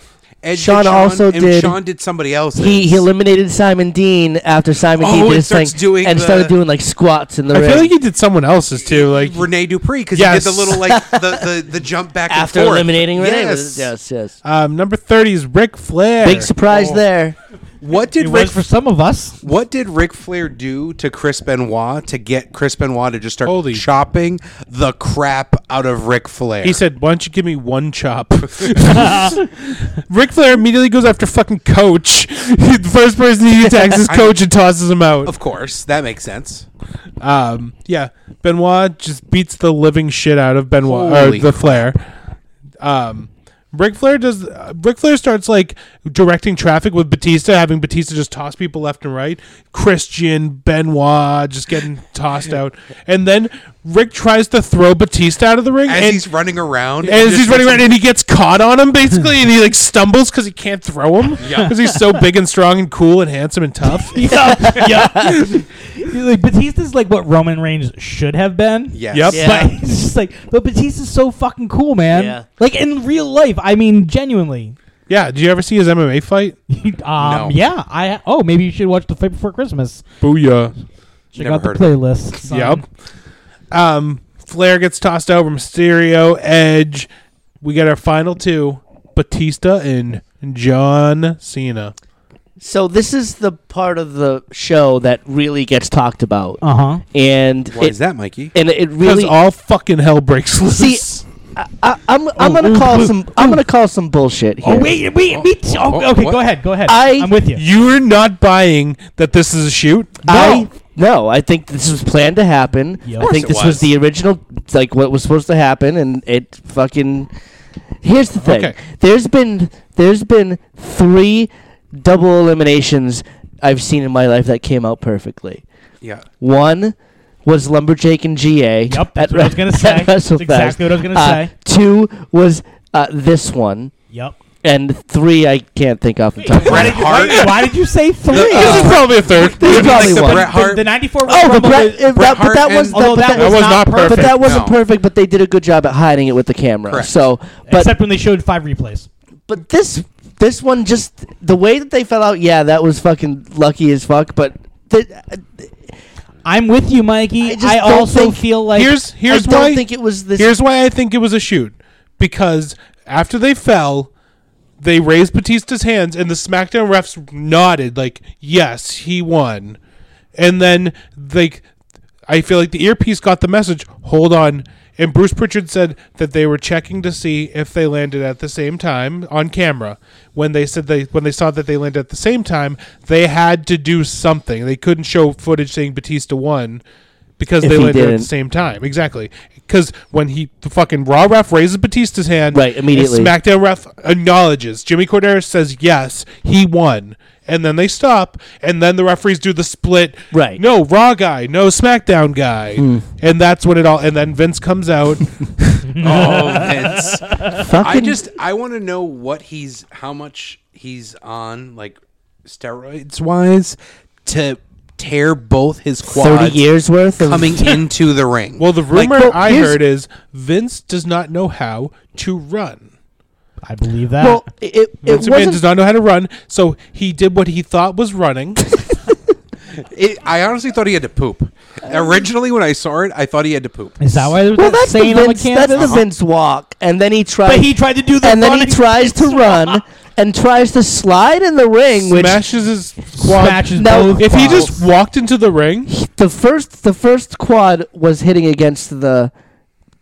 [SPEAKER 8] Edge
[SPEAKER 3] Sean
[SPEAKER 8] did
[SPEAKER 3] also
[SPEAKER 8] and
[SPEAKER 3] did-
[SPEAKER 8] Sean did somebody else.
[SPEAKER 3] He, he eliminated Simon Dean after Simon
[SPEAKER 8] Oh,
[SPEAKER 3] Dean
[SPEAKER 8] and
[SPEAKER 3] did his thing
[SPEAKER 8] starts doing
[SPEAKER 3] and
[SPEAKER 8] the-
[SPEAKER 3] started doing like squats in the
[SPEAKER 2] I
[SPEAKER 3] ring.
[SPEAKER 2] feel like he did someone else's too. Like
[SPEAKER 8] Rene Dupree because
[SPEAKER 2] Yes.
[SPEAKER 8] he did the little like the, the, the jump back
[SPEAKER 3] after
[SPEAKER 8] and forth.
[SPEAKER 3] eliminating Renee.
[SPEAKER 8] Yes.
[SPEAKER 3] yes, yes.
[SPEAKER 2] um, number thirty is Ric Flair.
[SPEAKER 3] Big surprise there.
[SPEAKER 8] What
[SPEAKER 1] It
[SPEAKER 8] did
[SPEAKER 1] was
[SPEAKER 8] Rick
[SPEAKER 1] for some of us.
[SPEAKER 8] What did Ric Flair do to Chris Benoit to get Chris Benoit to just start
[SPEAKER 2] Holy-
[SPEAKER 8] chopping the crap out of Ric Flair?
[SPEAKER 2] He said, "Why don't you give me one chop?" Ric Flair immediately goes after fucking Coach. the first person he attacks is Coach and tosses him out.
[SPEAKER 8] "Of course, that makes sense."
[SPEAKER 2] Um, yeah, Benoit just beats the living shit out of Benoit
[SPEAKER 8] Holy
[SPEAKER 2] or the Flair. Um, Ric Flair does. Uh, Ric Flair starts like directing traffic with Batista, having Batista just toss people left and right. Christian Benoit just getting tossed out, and then Rick tries to throw Batista out of the ring,
[SPEAKER 8] As
[SPEAKER 2] and
[SPEAKER 8] he's running around,
[SPEAKER 2] and as
[SPEAKER 8] just
[SPEAKER 2] he's running
[SPEAKER 8] gets-
[SPEAKER 2] around and he gets caught on him basically and he like stumbles because he can't throw him because he's so big and strong and cool and handsome and tough
[SPEAKER 1] yeah, yeah. like Batista's like what Roman Reigns should have been.
[SPEAKER 8] Yes.
[SPEAKER 2] Yep.
[SPEAKER 3] Yeah.
[SPEAKER 1] But he's just like, but Batista's so fucking cool, man.
[SPEAKER 3] Yeah.
[SPEAKER 1] Like in real life, I mean, genuinely.
[SPEAKER 2] Yeah. Did you ever see his MMA fight?
[SPEAKER 8] No.
[SPEAKER 1] um, Yeah. I oh maybe you should watch the fight before Christmas.
[SPEAKER 2] Booyah.
[SPEAKER 1] Check
[SPEAKER 8] Never
[SPEAKER 1] out the
[SPEAKER 8] heard of it.
[SPEAKER 1] playlist. son.
[SPEAKER 2] Yep. Um, Flair gets tossed over. Mysterio, Edge. We got our final two: Batista and John Cena.
[SPEAKER 3] So this is the part of the show that really gets talked about,
[SPEAKER 1] Uh huh.
[SPEAKER 3] and
[SPEAKER 8] Why
[SPEAKER 3] it,
[SPEAKER 8] is that, Mikey?
[SPEAKER 3] and it
[SPEAKER 2] Because
[SPEAKER 3] really.
[SPEAKER 2] all fucking hell breaks loose.
[SPEAKER 3] See, I, I, I'm I'm gonna
[SPEAKER 1] ooh,
[SPEAKER 3] call
[SPEAKER 1] ooh,
[SPEAKER 3] some I'm gonna call some bullshit here.
[SPEAKER 1] Oh wait, wait, me too.
[SPEAKER 8] oh, oh,
[SPEAKER 1] okay,
[SPEAKER 8] what?
[SPEAKER 1] go ahead, go ahead.
[SPEAKER 3] I-
[SPEAKER 1] I'm with you.
[SPEAKER 2] You're not buying that this is a shoot.
[SPEAKER 3] I no, I think this was planned to happen.
[SPEAKER 1] Yeah. Of
[SPEAKER 3] I
[SPEAKER 1] course
[SPEAKER 3] think
[SPEAKER 8] it
[SPEAKER 3] this was.
[SPEAKER 8] was.
[SPEAKER 3] the original, like what was supposed to happen, and it fucking. Here's the thing.
[SPEAKER 2] Okay.
[SPEAKER 3] There's been there's been three double eliminations I've seen in my life that came out perfectly.
[SPEAKER 8] yeah.
[SPEAKER 3] One was Lumberjack and GA.
[SPEAKER 1] Yep,
[SPEAKER 3] at
[SPEAKER 1] that's what I was gonna say.
[SPEAKER 3] at
[SPEAKER 1] That's
[SPEAKER 3] WrestleFest.
[SPEAKER 1] exactly what I was gonna
[SPEAKER 3] Uh,
[SPEAKER 1] say.
[SPEAKER 3] Two was uh, this one,
[SPEAKER 1] Yep.
[SPEAKER 3] and three I can't think off the top. of my
[SPEAKER 8] Bret
[SPEAKER 3] head.
[SPEAKER 8] Hart.
[SPEAKER 1] Why did you say three?
[SPEAKER 8] uh,
[SPEAKER 2] There's probably a third.
[SPEAKER 3] There's probably
[SPEAKER 8] the
[SPEAKER 3] one.
[SPEAKER 8] Bret
[SPEAKER 1] the,
[SPEAKER 8] Hart.
[SPEAKER 1] the 94
[SPEAKER 3] Oh,
[SPEAKER 1] Rumble
[SPEAKER 3] but Bret,
[SPEAKER 1] was-
[SPEAKER 3] uh, that, but
[SPEAKER 8] Hart
[SPEAKER 3] that was
[SPEAKER 8] and-
[SPEAKER 1] although
[SPEAKER 3] but
[SPEAKER 1] that, was, not perfect.
[SPEAKER 3] But that wasn't
[SPEAKER 8] No.
[SPEAKER 3] perfect. But they did a good job at hiding it with the camera.
[SPEAKER 8] Correct.
[SPEAKER 3] So, but
[SPEAKER 1] except when they showed five replays.
[SPEAKER 3] but this this one just the way that they fell out. Yeah, that was fucking lucky as fuck. But th-
[SPEAKER 1] I'm with you, Mikey.
[SPEAKER 3] I
[SPEAKER 1] I,
[SPEAKER 3] just don't
[SPEAKER 1] also
[SPEAKER 3] think-
[SPEAKER 1] feel like
[SPEAKER 2] here's
[SPEAKER 3] I
[SPEAKER 2] here's
[SPEAKER 3] don't
[SPEAKER 2] why
[SPEAKER 3] think it was this.
[SPEAKER 2] here's why I think it was a shoot because after they fell, they raised Batista's hands and the SmackDown refs nodded like yes he won, and then like I feel like the earpiece got the message. Hold on. And Bruce Pritchard said that they were checking to see if they landed at the same time on camera. When they said they when they saw that they landed at the same time, they had to do something. They couldn't show footage saying Batista won because
[SPEAKER 3] If
[SPEAKER 2] they
[SPEAKER 3] he
[SPEAKER 2] landed at
[SPEAKER 3] didn't.
[SPEAKER 2] the same time. Exactly. Because when he the fucking raw ref raises Batista's hand,
[SPEAKER 3] Right, immediately.
[SPEAKER 2] and SmackDown ref acknowledges. Jimmy Corderas says yes, he won. And then they stop, and then the referees do the split.
[SPEAKER 3] Right. Hmm.
[SPEAKER 2] No, no Raw guy, no SmackDown guy, and that's when it all. And then Vince comes out.
[SPEAKER 8] Oh, Vince. I
[SPEAKER 3] fucking
[SPEAKER 8] just I want to know what he's how much he's on like steroids wise to tear both his quads.
[SPEAKER 3] thirty years worth of
[SPEAKER 8] coming into the ring.
[SPEAKER 2] well, the
[SPEAKER 8] Like,
[SPEAKER 2] rumor I
[SPEAKER 3] here's-
[SPEAKER 2] heard is Vince does not know how to run.
[SPEAKER 1] I believe that.
[SPEAKER 3] Well, it it, it
[SPEAKER 2] Vince McMahon does
[SPEAKER 3] wasn't.
[SPEAKER 2] not know how to run, so he did what he thought was running.
[SPEAKER 8] it, I honestly thought he had to poop. Originally, when I saw it, I thought he had to poop.
[SPEAKER 1] Is that why they
[SPEAKER 3] Well,
[SPEAKER 1] were
[SPEAKER 3] that's the,
[SPEAKER 1] saying on the
[SPEAKER 3] Vince, that's
[SPEAKER 1] canvas?
[SPEAKER 3] the Vince walk, and then he tried.
[SPEAKER 1] But he tried to do the
[SPEAKER 3] and then he
[SPEAKER 1] running
[SPEAKER 3] tries to
[SPEAKER 1] Vince
[SPEAKER 3] run and tries to slide in the ring, which
[SPEAKER 2] Smashes his quad.
[SPEAKER 1] Smashes
[SPEAKER 3] No,
[SPEAKER 1] both.
[SPEAKER 2] if he just
[SPEAKER 1] balls.
[SPEAKER 2] walked into the ring,
[SPEAKER 3] the first the first quad was hitting against the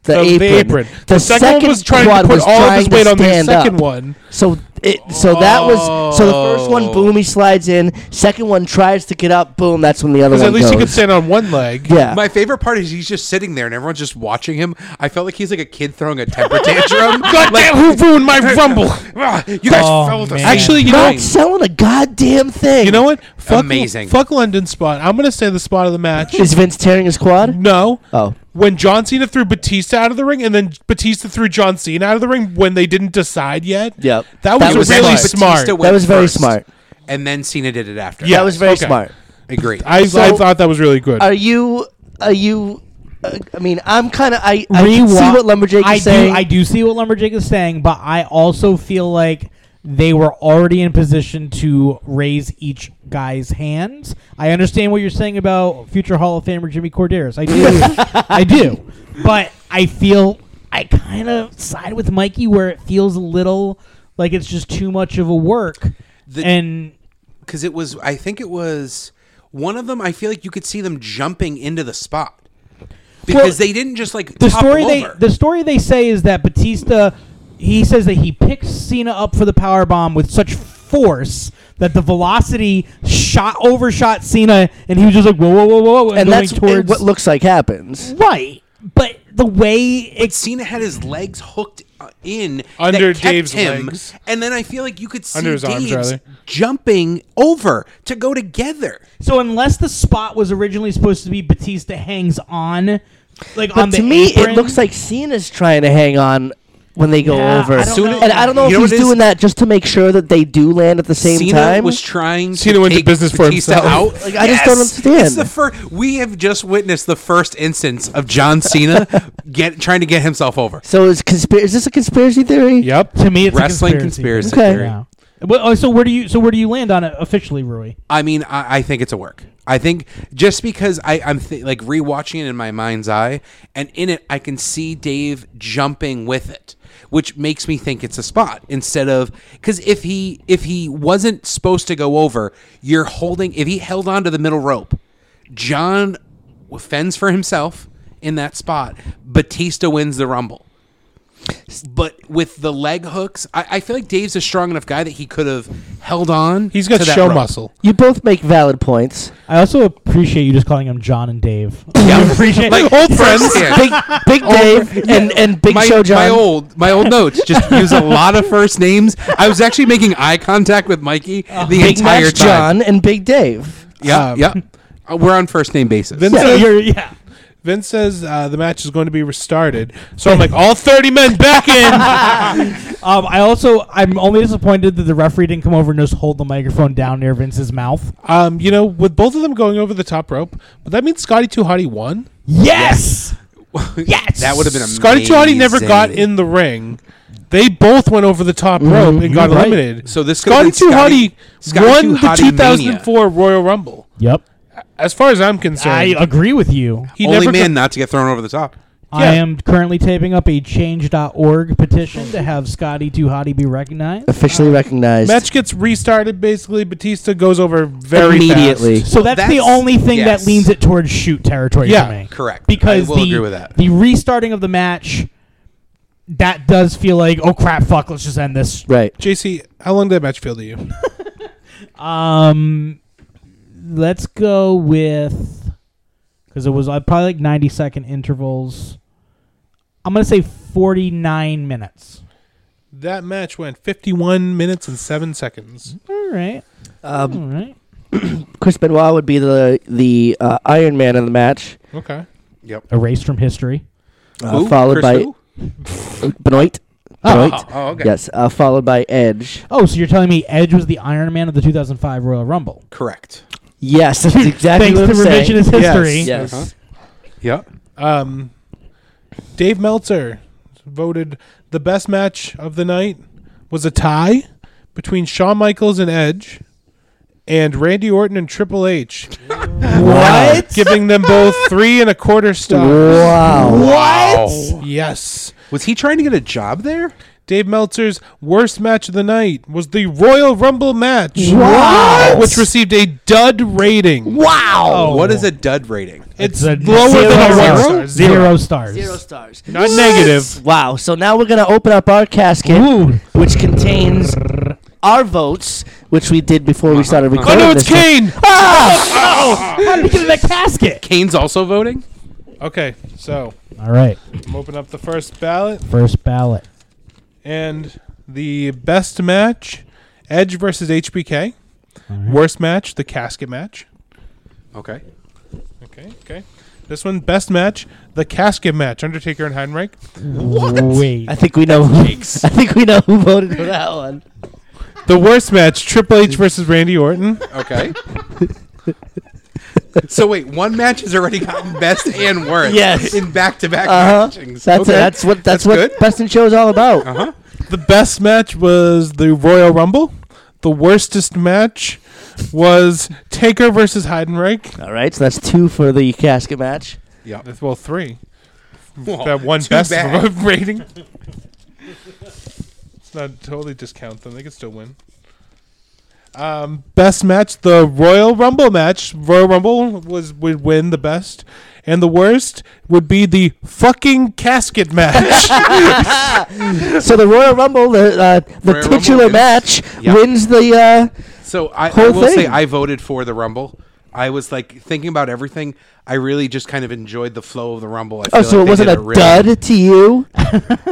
[SPEAKER 3] the,
[SPEAKER 2] the,
[SPEAKER 3] apron.
[SPEAKER 2] the apron. The, second, one was trying
[SPEAKER 3] quad
[SPEAKER 2] to put
[SPEAKER 3] was
[SPEAKER 2] all of
[SPEAKER 3] trying
[SPEAKER 2] his
[SPEAKER 3] to
[SPEAKER 2] weight on the
[SPEAKER 3] stand
[SPEAKER 2] second
[SPEAKER 3] up.
[SPEAKER 2] one. Oh.
[SPEAKER 3] So it so that was so the first one boom he slides in. Second one tries to get up. Boom. That's when the other
[SPEAKER 2] Because
[SPEAKER 3] one
[SPEAKER 2] at least he could
[SPEAKER 3] goes.
[SPEAKER 2] stand on one leg.
[SPEAKER 3] yeah.
[SPEAKER 8] My favorite part is he's just sitting there and everyone's just watching him. I felt like he's like a kid throwing a temper tantrum. like,
[SPEAKER 2] God damn, who ruined my rumble?
[SPEAKER 8] "Ah, you guys
[SPEAKER 1] Oh,
[SPEAKER 8] fell the
[SPEAKER 1] man.
[SPEAKER 2] Actually, you know
[SPEAKER 3] not selling a goddamn thing.
[SPEAKER 2] You know what? Fuck,
[SPEAKER 8] Amazing.
[SPEAKER 2] Fuck London spot. I'm gonna say the spot of the match.
[SPEAKER 3] Is Vince tearing his quad?
[SPEAKER 2] no.
[SPEAKER 3] Oh.
[SPEAKER 2] When John Cena threw Batista out of the ring, and then Batista threw John Cena out of the ring when they didn't decide yet.
[SPEAKER 3] Yep.
[SPEAKER 2] That was,
[SPEAKER 3] That was
[SPEAKER 2] really
[SPEAKER 3] smart.
[SPEAKER 2] smart.
[SPEAKER 8] Batista
[SPEAKER 3] That was very
[SPEAKER 8] first,
[SPEAKER 3] smart.
[SPEAKER 8] And then Cena did it after.
[SPEAKER 2] Yeah.
[SPEAKER 3] That was very
[SPEAKER 2] okay.
[SPEAKER 3] smart.
[SPEAKER 8] Agree.
[SPEAKER 2] I, I
[SPEAKER 3] So-
[SPEAKER 2] thought that was really good.
[SPEAKER 3] Are you? Are you? Uh, I mean, I'm kind of. I, I
[SPEAKER 1] Rewa-
[SPEAKER 3] can see what lumberjack
[SPEAKER 1] I
[SPEAKER 3] is saying.
[SPEAKER 1] Do, I do see what lumberjack is saying, but I also feel like they were already in position to raise each guy's hands. I understand what you're saying about future Hall of Famer Jimmy Corderas. I do, I do, but I feel I kind of side with Mikey where it feels a little like it's just too much of a work,
[SPEAKER 8] The-
[SPEAKER 1] and
[SPEAKER 8] because it was i think it was one of them i feel like you could see them jumping into the spot because
[SPEAKER 1] Well,
[SPEAKER 8] they didn't just like
[SPEAKER 1] the
[SPEAKER 8] topple
[SPEAKER 1] story they
[SPEAKER 8] over.
[SPEAKER 1] the story they say is that Batista he says that he picks Cena up for the power bomb with such force that the velocity shot overshot Cena and he was just like whoa whoa whoa whoa and,
[SPEAKER 3] and
[SPEAKER 1] going
[SPEAKER 3] that's
[SPEAKER 1] towards
[SPEAKER 3] what looks like happens.
[SPEAKER 1] right but the way
[SPEAKER 8] But
[SPEAKER 1] it's
[SPEAKER 8] Cena had his legs hooked uh, in
[SPEAKER 2] Under
[SPEAKER 8] that kept
[SPEAKER 2] Dave's
[SPEAKER 8] him,
[SPEAKER 2] legs.
[SPEAKER 8] and then I feel like you could see
[SPEAKER 2] Under his arms,
[SPEAKER 8] Dave's
[SPEAKER 2] rather.
[SPEAKER 8] jumping over to go together.
[SPEAKER 1] so unless the spot was originally supposed to be Batista hangs on like
[SPEAKER 3] But
[SPEAKER 1] on the
[SPEAKER 3] to me,
[SPEAKER 1] apron,
[SPEAKER 3] it looks like Cena's trying to hang on when they go
[SPEAKER 1] Yeah,
[SPEAKER 3] over.
[SPEAKER 1] I don't Soon- know.
[SPEAKER 3] and I don't
[SPEAKER 8] You
[SPEAKER 3] know if
[SPEAKER 8] know
[SPEAKER 3] he's
[SPEAKER 8] what it is?
[SPEAKER 3] doing that just to make sure that they do land at the same
[SPEAKER 8] Cena
[SPEAKER 3] time.
[SPEAKER 8] was trying
[SPEAKER 2] Cena
[SPEAKER 8] to
[SPEAKER 2] went to
[SPEAKER 8] take
[SPEAKER 2] business for
[SPEAKER 8] Batista
[SPEAKER 2] himself.
[SPEAKER 8] out.
[SPEAKER 3] Like, I just don't understand.
[SPEAKER 8] It's the first. We have just witnessed the first instance of John Cena get trying to get himself over.
[SPEAKER 3] so is conspir- Is this a conspiracy theory?
[SPEAKER 2] Yep.
[SPEAKER 1] To me, it's
[SPEAKER 8] Wrestling
[SPEAKER 1] a
[SPEAKER 8] conspiracy,
[SPEAKER 3] Okay.
[SPEAKER 8] theory.
[SPEAKER 1] Yeah. Well, oh, so where do you so where do you land on it officially, Rui?
[SPEAKER 8] I mean, I, I think it's a work. I think just because I, I'm th- like rewatching it in my mind's eye, and in it I can see Dave jumping with it, which makes me think it's a spot instead of because if he if he wasn't supposed to go over, you're holding. If he held on to the middle rope, John fends for himself in that spot. Batista wins the Rumble but with the leg hooks, I, I feel like Dave's a strong enough guy that he could have held on.
[SPEAKER 2] He's got
[SPEAKER 8] to that
[SPEAKER 2] show
[SPEAKER 8] rope.
[SPEAKER 2] muscle.
[SPEAKER 3] You both make valid points.
[SPEAKER 1] I also appreciate you just calling them John and Dave. Yeah, appreciate
[SPEAKER 8] Like old friends. Yeah.
[SPEAKER 3] Big Big Dave and, and Big
[SPEAKER 8] My,
[SPEAKER 3] Show John.
[SPEAKER 8] my old my old notes just use a lot of first names. I was actually making eye contact with Mikey the
[SPEAKER 3] Uh, Big
[SPEAKER 8] entire
[SPEAKER 3] Max
[SPEAKER 8] time.
[SPEAKER 3] John and Big Dave.
[SPEAKER 8] Yeah,
[SPEAKER 2] Um,
[SPEAKER 8] yeah. Uh, We're on first name basis.
[SPEAKER 2] Vince,
[SPEAKER 1] So
[SPEAKER 2] says,
[SPEAKER 1] you're, yeah.
[SPEAKER 2] Vince says uh, the match is going to be restarted. So I'm like, all 30 men back in.
[SPEAKER 1] Um, I also I'm only disappointed that the referee didn't come over and just hold the microphone down near Vince's mouth.
[SPEAKER 2] um, you know, with both of them going over the top rope, would that mean Scotty Too Hotty won?
[SPEAKER 1] Yes. Yes.
[SPEAKER 8] that would have been amazing.
[SPEAKER 2] Scotty Too Hotty never got in the ring. They both went over the top rope and got
[SPEAKER 1] you're right.
[SPEAKER 2] eliminated.
[SPEAKER 8] So this could've
[SPEAKER 2] Scotty
[SPEAKER 8] been
[SPEAKER 2] Too Hotty
[SPEAKER 8] Scotty- Scotty
[SPEAKER 2] won
[SPEAKER 8] Too
[SPEAKER 2] the
[SPEAKER 8] Hotty
[SPEAKER 2] 2004 Royal Rumble.
[SPEAKER 1] Yep.
[SPEAKER 2] As far as I'm concerned,
[SPEAKER 1] I agree with you.
[SPEAKER 2] he
[SPEAKER 8] Only
[SPEAKER 2] never
[SPEAKER 8] man
[SPEAKER 2] got-
[SPEAKER 8] not to get thrown over the top.
[SPEAKER 1] I am currently taping up a change.org petition to have Scotty Too Hottie be recognized.
[SPEAKER 3] Officially recognized.
[SPEAKER 2] match gets restarted. Basically, Batista goes over very
[SPEAKER 3] immediately.
[SPEAKER 2] fast.
[SPEAKER 1] So that's, the
[SPEAKER 8] that's-
[SPEAKER 1] only thing
[SPEAKER 8] yes.
[SPEAKER 1] that leans it towards shoot territory
[SPEAKER 2] Yeah,
[SPEAKER 1] for me.
[SPEAKER 8] correct.
[SPEAKER 1] Because
[SPEAKER 8] I will
[SPEAKER 1] the,
[SPEAKER 8] agree with that.
[SPEAKER 1] the restarting of the match, that does feel like, oh crap, fuck, let's just end this.
[SPEAKER 3] right.
[SPEAKER 2] JC, how long did that match feel to you?
[SPEAKER 1] Um, let's go with because it was uh, probably like ninety second intervals. I'm gonna say forty nine minutes.
[SPEAKER 2] That match went 51 minutes and seven seconds.
[SPEAKER 1] All right.
[SPEAKER 3] Um,
[SPEAKER 1] All right.
[SPEAKER 3] Chris Benoit would be the the uh, Iron Man of the match,
[SPEAKER 2] Okay.
[SPEAKER 1] Erased from history.
[SPEAKER 3] uh,
[SPEAKER 8] Who?
[SPEAKER 3] followed
[SPEAKER 8] Chris
[SPEAKER 3] by
[SPEAKER 8] who?
[SPEAKER 3] Benoit. Benoit.
[SPEAKER 8] oh, okay.
[SPEAKER 3] Yes, uh, followed by Edge.
[SPEAKER 1] Oh, so you're telling me Edge was the Iron Man of the 2005 Royal Rumble?
[SPEAKER 8] Correct.
[SPEAKER 3] Yes, that's exactly
[SPEAKER 1] Thanks
[SPEAKER 3] what
[SPEAKER 1] to
[SPEAKER 3] I'm saying.
[SPEAKER 1] revisionist
[SPEAKER 2] Yes,
[SPEAKER 1] history.
[SPEAKER 3] Yes.
[SPEAKER 8] Uh-huh. Yeah.
[SPEAKER 2] Um, Dave Meltzer voted the best match of the night was a tie between Shawn Michaels and Edge and Randy Orton and Triple H,
[SPEAKER 3] What?
[SPEAKER 2] giving them both three and a quarter stars.
[SPEAKER 3] Wow.
[SPEAKER 8] What?
[SPEAKER 2] Yes.
[SPEAKER 8] Was he trying to get a job there?
[SPEAKER 2] Dave Meltzer's worst match of the night was the Royal Rumble match,
[SPEAKER 3] What?
[SPEAKER 2] which received a dud rating.
[SPEAKER 6] Oh,
[SPEAKER 3] Wow.
[SPEAKER 8] What is a dud rating?
[SPEAKER 2] It's
[SPEAKER 1] It's a
[SPEAKER 2] lower than a
[SPEAKER 1] zero.
[SPEAKER 2] one
[SPEAKER 1] Zero
[SPEAKER 2] star.
[SPEAKER 1] stars.
[SPEAKER 3] stars.
[SPEAKER 2] Not negative.
[SPEAKER 3] Wow. So now we're gonna open up our casket,
[SPEAKER 1] Ooh.
[SPEAKER 3] which contains our votes, which we did before
[SPEAKER 8] Uh-huh.
[SPEAKER 3] we started
[SPEAKER 2] Oh
[SPEAKER 3] recording.
[SPEAKER 2] no, it's
[SPEAKER 3] this thing.
[SPEAKER 2] Kane.
[SPEAKER 1] How did he get in that casket?
[SPEAKER 8] Kane's also voting.
[SPEAKER 2] Okay, so
[SPEAKER 1] All right.
[SPEAKER 2] I'm opening up the first ballot
[SPEAKER 1] First ballot.
[SPEAKER 2] and the best match: Edge versus HBK. Worst match: the casket match.
[SPEAKER 8] Okay.
[SPEAKER 2] Okay, okay. This one, best match: the casket match. Undertaker and Heidenreich.
[SPEAKER 1] Wait.
[SPEAKER 3] I think we know. Who, I think we know who voted for that one.
[SPEAKER 2] The worst match: Triple H versus Randy Orton.
[SPEAKER 8] Okay. so wait, one match has already gotten best and worst.
[SPEAKER 3] Yes.
[SPEAKER 8] In back to back
[SPEAKER 3] Uh huh.
[SPEAKER 8] matchings.
[SPEAKER 3] That's that's what that's, what
[SPEAKER 8] good.
[SPEAKER 3] Best in Show is all about.
[SPEAKER 8] Uh-huh.
[SPEAKER 2] The best match was the Royal Rumble. The worstest match was Taker versus Heidenreich.
[SPEAKER 3] All right, so that's two for the casket match.
[SPEAKER 8] Yeah.
[SPEAKER 2] Well, three.
[SPEAKER 8] Well,
[SPEAKER 2] that one
[SPEAKER 8] Oh, too
[SPEAKER 2] best
[SPEAKER 8] bad.
[SPEAKER 2] rating. Let's not totally discount them. They could still win. Um, best match, the Royal Rumble match. Royal Rumble was would win the best, and the worst would be the fucking casket match.
[SPEAKER 3] So the Royal Rumble, the uh, the
[SPEAKER 8] Royal
[SPEAKER 3] titular
[SPEAKER 8] Rumble wins.
[SPEAKER 3] match,
[SPEAKER 8] Yeah.
[SPEAKER 3] wins the. Uh,
[SPEAKER 8] So I, I
[SPEAKER 3] Whole
[SPEAKER 8] will
[SPEAKER 3] thing.
[SPEAKER 8] say I voted for the Rumble. I was like thinking about everything. I really just kind of enjoyed the flow of the Rumble. I feel
[SPEAKER 3] oh, so
[SPEAKER 8] like
[SPEAKER 3] it
[SPEAKER 8] they
[SPEAKER 3] wasn't
[SPEAKER 8] did
[SPEAKER 3] a
[SPEAKER 8] really-
[SPEAKER 3] dud to you.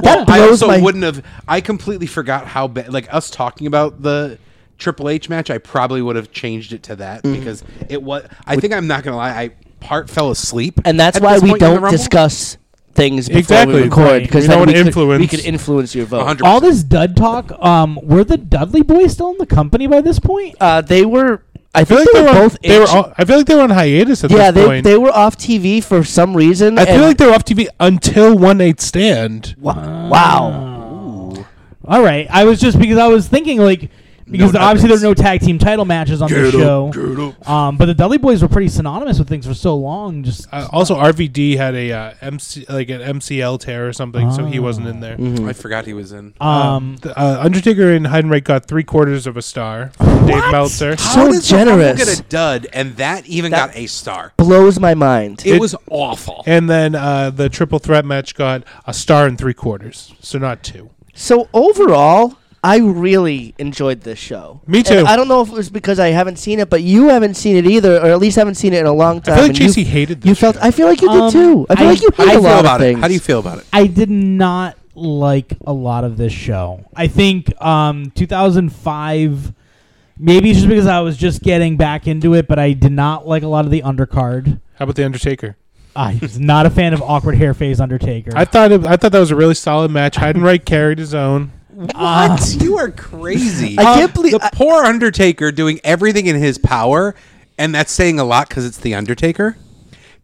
[SPEAKER 8] Well, I
[SPEAKER 3] blows
[SPEAKER 8] also
[SPEAKER 3] my-
[SPEAKER 8] wouldn't have. I completely forgot how bad. Like us talking about the Triple H match, I probably would have changed it to that
[SPEAKER 3] Mm.
[SPEAKER 8] because it was. I think I'm not gonna lie. I part fell asleep,
[SPEAKER 3] And that's
[SPEAKER 8] at
[SPEAKER 3] why
[SPEAKER 8] this
[SPEAKER 3] we
[SPEAKER 8] point in the
[SPEAKER 3] don't
[SPEAKER 8] Rumble.
[SPEAKER 3] discuss things before
[SPEAKER 2] Exactly,
[SPEAKER 3] we record
[SPEAKER 2] right.
[SPEAKER 3] because
[SPEAKER 2] We don't
[SPEAKER 3] then
[SPEAKER 2] want
[SPEAKER 3] we,
[SPEAKER 2] to
[SPEAKER 3] Could, we
[SPEAKER 2] influence.
[SPEAKER 3] could influence your vote.
[SPEAKER 8] 100%.
[SPEAKER 1] All this dud talk. Um, were the Dudley boys still in the company by this point?
[SPEAKER 3] Uh, they were. I
[SPEAKER 2] I feel
[SPEAKER 3] think
[SPEAKER 2] like
[SPEAKER 3] they
[SPEAKER 2] they
[SPEAKER 3] were
[SPEAKER 2] were, on,
[SPEAKER 3] both.
[SPEAKER 2] they were
[SPEAKER 3] itch-
[SPEAKER 2] all, I feel like they were on hiatus at
[SPEAKER 3] yeah,
[SPEAKER 2] this
[SPEAKER 3] they,
[SPEAKER 2] point.
[SPEAKER 3] they were off TV for some reason.
[SPEAKER 2] I feel
[SPEAKER 3] and-
[SPEAKER 2] like they were off TV until One Night Stand.
[SPEAKER 3] wow.
[SPEAKER 1] All right, I was just because I was thinking like because obviously there were no tag team title matches on the show. Um, but the Dudley Boys were pretty synonymous with things for so long. Just
[SPEAKER 2] Uh, also, RVD had a uh, MC like an MCL tear or something, so he wasn't in there.
[SPEAKER 3] Mm-hmm.
[SPEAKER 8] I forgot he was in.
[SPEAKER 1] um,
[SPEAKER 2] The, uh, Undertaker and Heidenreich got three quarters of a star from Dave Meltzer.
[SPEAKER 3] So generous.
[SPEAKER 8] Get a dud, and that even got a star.
[SPEAKER 3] Blows my mind.
[SPEAKER 8] It,
[SPEAKER 2] It-
[SPEAKER 8] was awful.
[SPEAKER 2] And then uh, the triple threat match got a star and three quarters, so not two.
[SPEAKER 3] So overall, I really enjoyed this show.
[SPEAKER 2] Me
[SPEAKER 3] And
[SPEAKER 2] too.
[SPEAKER 3] I don't know if it was because I haven't seen it, but you haven't seen it either, or at least haven't seen it in a long time.
[SPEAKER 2] I feel like
[SPEAKER 3] and you-
[SPEAKER 2] JC hated this.
[SPEAKER 3] You felt.
[SPEAKER 2] show.
[SPEAKER 3] I feel like you did
[SPEAKER 1] Um,
[SPEAKER 3] too. I feel
[SPEAKER 1] I-
[SPEAKER 3] like you
[SPEAKER 8] How
[SPEAKER 3] hate
[SPEAKER 8] do
[SPEAKER 3] a
[SPEAKER 8] you feel
[SPEAKER 3] lot
[SPEAKER 8] about
[SPEAKER 3] of
[SPEAKER 8] it?
[SPEAKER 3] things.
[SPEAKER 8] How do you feel about it?
[SPEAKER 1] I did not like a lot of this show. I think um, 2005, maybe it's just because I was just getting back into it, but I did not like a lot of the undercard.
[SPEAKER 2] How about the Undertaker?
[SPEAKER 1] I was not a fan of awkward hair phase Undertaker.
[SPEAKER 2] I thought it, I thought that was a really solid match. Heidenreich carried his own.
[SPEAKER 8] What? you are crazy.
[SPEAKER 3] I
[SPEAKER 1] Uh,
[SPEAKER 3] can't believe-
[SPEAKER 8] the
[SPEAKER 3] I-
[SPEAKER 8] poor Undertaker doing everything in his power, and that's saying a lot because it's the Undertaker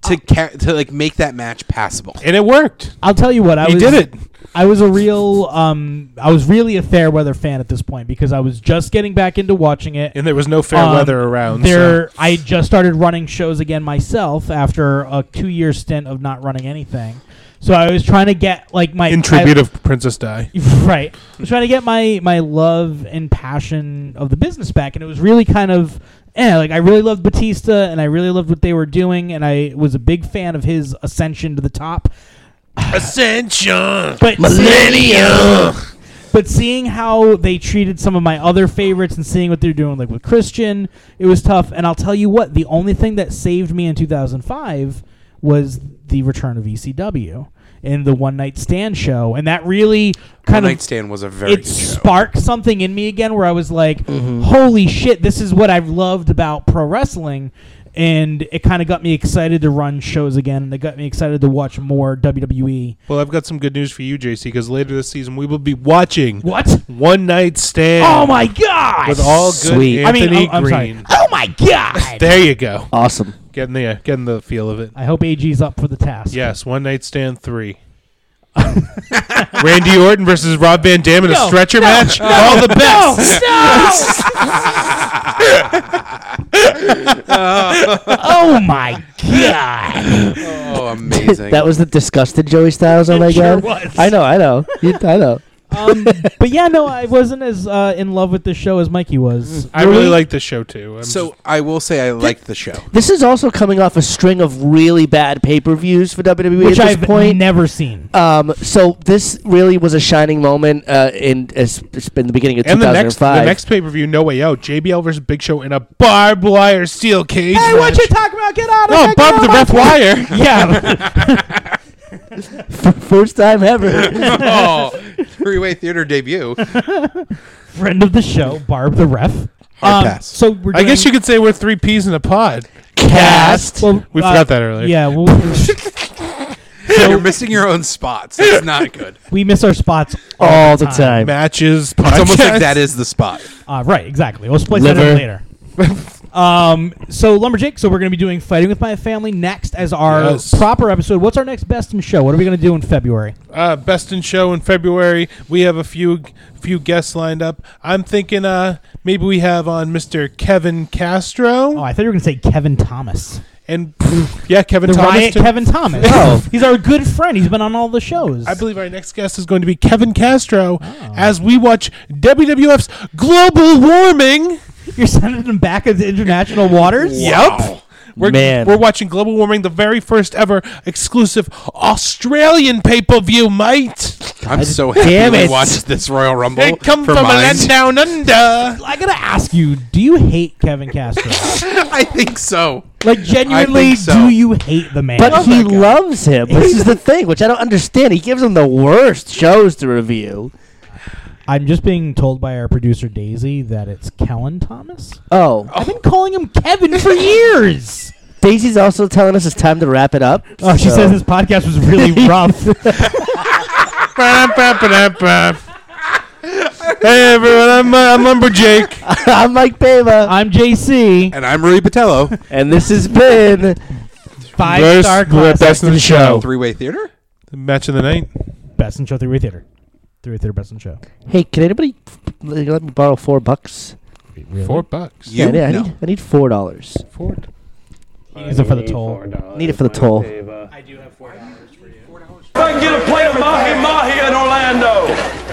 [SPEAKER 8] to ca- to like make that match passable.
[SPEAKER 2] And it worked.
[SPEAKER 1] I'll tell you what, I
[SPEAKER 2] He
[SPEAKER 1] was,
[SPEAKER 2] did it.
[SPEAKER 1] I was a real, um, I was really a fair weather fan at this point because I was just getting back into watching it.
[SPEAKER 2] And there was no fair
[SPEAKER 1] Um,
[SPEAKER 2] weather around. so-
[SPEAKER 1] There, I just started running shows again myself after a two-year stint of not running anything. So I was trying to get like my
[SPEAKER 2] in
[SPEAKER 1] I-
[SPEAKER 2] tribute of Princess Di.
[SPEAKER 1] right. I was trying to get my my love and passion of the business back, and it was really kind of eh, like I really loved Batista, and I really loved what they were doing, and I was a big fan of his ascension to the top.
[SPEAKER 2] Ascension.
[SPEAKER 1] But millennium. But seeing how they treated some of my other favorites and seeing what they're doing, like with Christian, it was tough. And I'll tell you what, the only thing that saved me in 2005 was the return of E ECW and the one night stand show, and that really kind
[SPEAKER 8] Night
[SPEAKER 1] of
[SPEAKER 8] Stand was a very
[SPEAKER 1] it
[SPEAKER 8] good show. Mm-hmm.
[SPEAKER 1] sparked something in me again where I was like, holy shit, this is what I've loved about pro wrestling. And it kind of got me excited to run shows again, and it got me excited to watch more E. WWE.
[SPEAKER 2] Well, I've got some good news for you, JC, because later this season we will be watching
[SPEAKER 1] What?
[SPEAKER 2] One Night Stand.
[SPEAKER 1] Oh my god!
[SPEAKER 2] With all good
[SPEAKER 3] Sweet.
[SPEAKER 1] I mean,
[SPEAKER 2] Anthony
[SPEAKER 1] oh, I'm sorry.
[SPEAKER 2] Green.
[SPEAKER 1] Oh my god!
[SPEAKER 2] There you go.
[SPEAKER 3] Awesome.
[SPEAKER 2] Getting the uh, getting the feel of it.
[SPEAKER 1] I hope AG's up for the task.
[SPEAKER 2] Yes, One Night Stand three. Randy Orton versus Rob Van Dam in
[SPEAKER 1] No,
[SPEAKER 2] a stretcher
[SPEAKER 1] no,
[SPEAKER 2] match.
[SPEAKER 1] no,
[SPEAKER 2] All Oh, the best.
[SPEAKER 1] No! oh my god!
[SPEAKER 8] Oh, amazing!
[SPEAKER 3] That was the disgusted Joey Styles. Oh my
[SPEAKER 1] sure
[SPEAKER 3] god.
[SPEAKER 1] was.
[SPEAKER 3] I know. I know. You, I know.
[SPEAKER 1] Um, but yeah, no, I wasn't as uh, in love with this show as Mikey was.
[SPEAKER 2] I really like this show too. I'm
[SPEAKER 8] so.
[SPEAKER 2] just-
[SPEAKER 8] I will say I liked the show.
[SPEAKER 3] This is also coming off a string of really bad pay per views for WWE
[SPEAKER 1] which
[SPEAKER 3] at this
[SPEAKER 1] I've
[SPEAKER 3] point.
[SPEAKER 1] never seen.
[SPEAKER 3] um, so this really was a shining moment uh, in it's, it's been the beginning of
[SPEAKER 2] and the next the
[SPEAKER 3] 2005.
[SPEAKER 2] next pay per view, No Way Out, JBL versus Big Show in a barbed wire steel cage.
[SPEAKER 1] Hey, what
[SPEAKER 2] match.
[SPEAKER 1] you talking about? Get out of
[SPEAKER 2] Oh,
[SPEAKER 1] here!
[SPEAKER 2] barbed the ref wire.
[SPEAKER 1] yeah,
[SPEAKER 3] First time ever.
[SPEAKER 8] oh, three way theater debut.
[SPEAKER 1] friend of the show, Barb the ref.
[SPEAKER 8] Hard
[SPEAKER 1] Um,
[SPEAKER 8] pass.
[SPEAKER 1] So we're
[SPEAKER 2] I guess you
[SPEAKER 1] doing-
[SPEAKER 2] could say we're three peas in a pod.
[SPEAKER 3] Cast.
[SPEAKER 1] Well,
[SPEAKER 2] We
[SPEAKER 1] uh,
[SPEAKER 2] forgot that earlier.
[SPEAKER 1] Yeah, well,
[SPEAKER 8] You're missing your own spots. That's not good.
[SPEAKER 1] we miss our spots all,
[SPEAKER 3] all the time.
[SPEAKER 2] Matches.
[SPEAKER 8] It's almost
[SPEAKER 2] podcasts.
[SPEAKER 8] like that is the spot.
[SPEAKER 1] Uh, right, exactly. We'll split that
[SPEAKER 3] Liver.
[SPEAKER 1] in later. um, so Lumberjack, so we're going to be doing Fighting with My Family next as our
[SPEAKER 2] Yes.
[SPEAKER 1] proper episode. What's our next best in show? What are we going to do in February?
[SPEAKER 2] uh, best in show in February. We have a few few guests lined up. I'm thinking uh, maybe we have on Mr. Kevin Castro
[SPEAKER 1] Oh, I thought you were going to say Kevin Thomas.
[SPEAKER 2] and yeah, Kevin
[SPEAKER 1] The
[SPEAKER 2] Thomas.
[SPEAKER 1] Riot
[SPEAKER 2] too.
[SPEAKER 1] Kevin Thomas.
[SPEAKER 3] Oh.
[SPEAKER 1] He's our good friend. He's been on all the shows.
[SPEAKER 2] I believe our next guest is going to be Kevin Castro
[SPEAKER 1] Oh.
[SPEAKER 2] as we watch WWF's Global Warming.
[SPEAKER 1] You're sending him back into international waters?
[SPEAKER 2] Yep. We're,
[SPEAKER 3] Man.
[SPEAKER 2] we're watching Global Warming, the very first ever exclusive Australian pay per view, mate.
[SPEAKER 8] I'm so happy
[SPEAKER 3] damn
[SPEAKER 8] we
[SPEAKER 3] it.
[SPEAKER 8] watched this Royal Rumble.
[SPEAKER 2] They come
[SPEAKER 8] for
[SPEAKER 2] from a
[SPEAKER 8] mine.
[SPEAKER 2] land down under.
[SPEAKER 1] I got to ask you, do you hate Kevin Castro?
[SPEAKER 8] I think so.
[SPEAKER 1] like, genuinely,
[SPEAKER 8] so.
[SPEAKER 1] do you hate the man?
[SPEAKER 3] But he loves him, which is the thing, which I don't understand. He gives him the worst shows to review.
[SPEAKER 1] I'm just being told by our producer, Daisy, that it's Kellen Thomas.
[SPEAKER 3] Oh,
[SPEAKER 1] I've been calling him Kevin for years.
[SPEAKER 3] Daisy's also telling us it's time to wrap it up.
[SPEAKER 1] Oh, she
[SPEAKER 3] so-
[SPEAKER 1] says this podcast was really rough.
[SPEAKER 2] hey everyone, I'm, uh, I'm Lumberjake.
[SPEAKER 3] I'm Mike Bava,
[SPEAKER 1] I'm JC.
[SPEAKER 8] And I'm Rui Patello.
[SPEAKER 3] and this has been
[SPEAKER 1] Five
[SPEAKER 2] Worst-
[SPEAKER 1] star
[SPEAKER 2] we're
[SPEAKER 1] classic.
[SPEAKER 2] best in the show.
[SPEAKER 8] Three way theater?
[SPEAKER 2] Match of the night.
[SPEAKER 1] Best in show three way theater. Three way theater best in show.
[SPEAKER 3] Hey, can anybody f- let me borrow four bucks?
[SPEAKER 2] Four bucks.
[SPEAKER 8] You?
[SPEAKER 3] yeah, I need, I
[SPEAKER 8] No.
[SPEAKER 3] need, I need four dollars.
[SPEAKER 2] Four.
[SPEAKER 1] Use it for the toll.
[SPEAKER 3] Need it for the toll.
[SPEAKER 10] I can get a plate of mahi mahi in Orlando.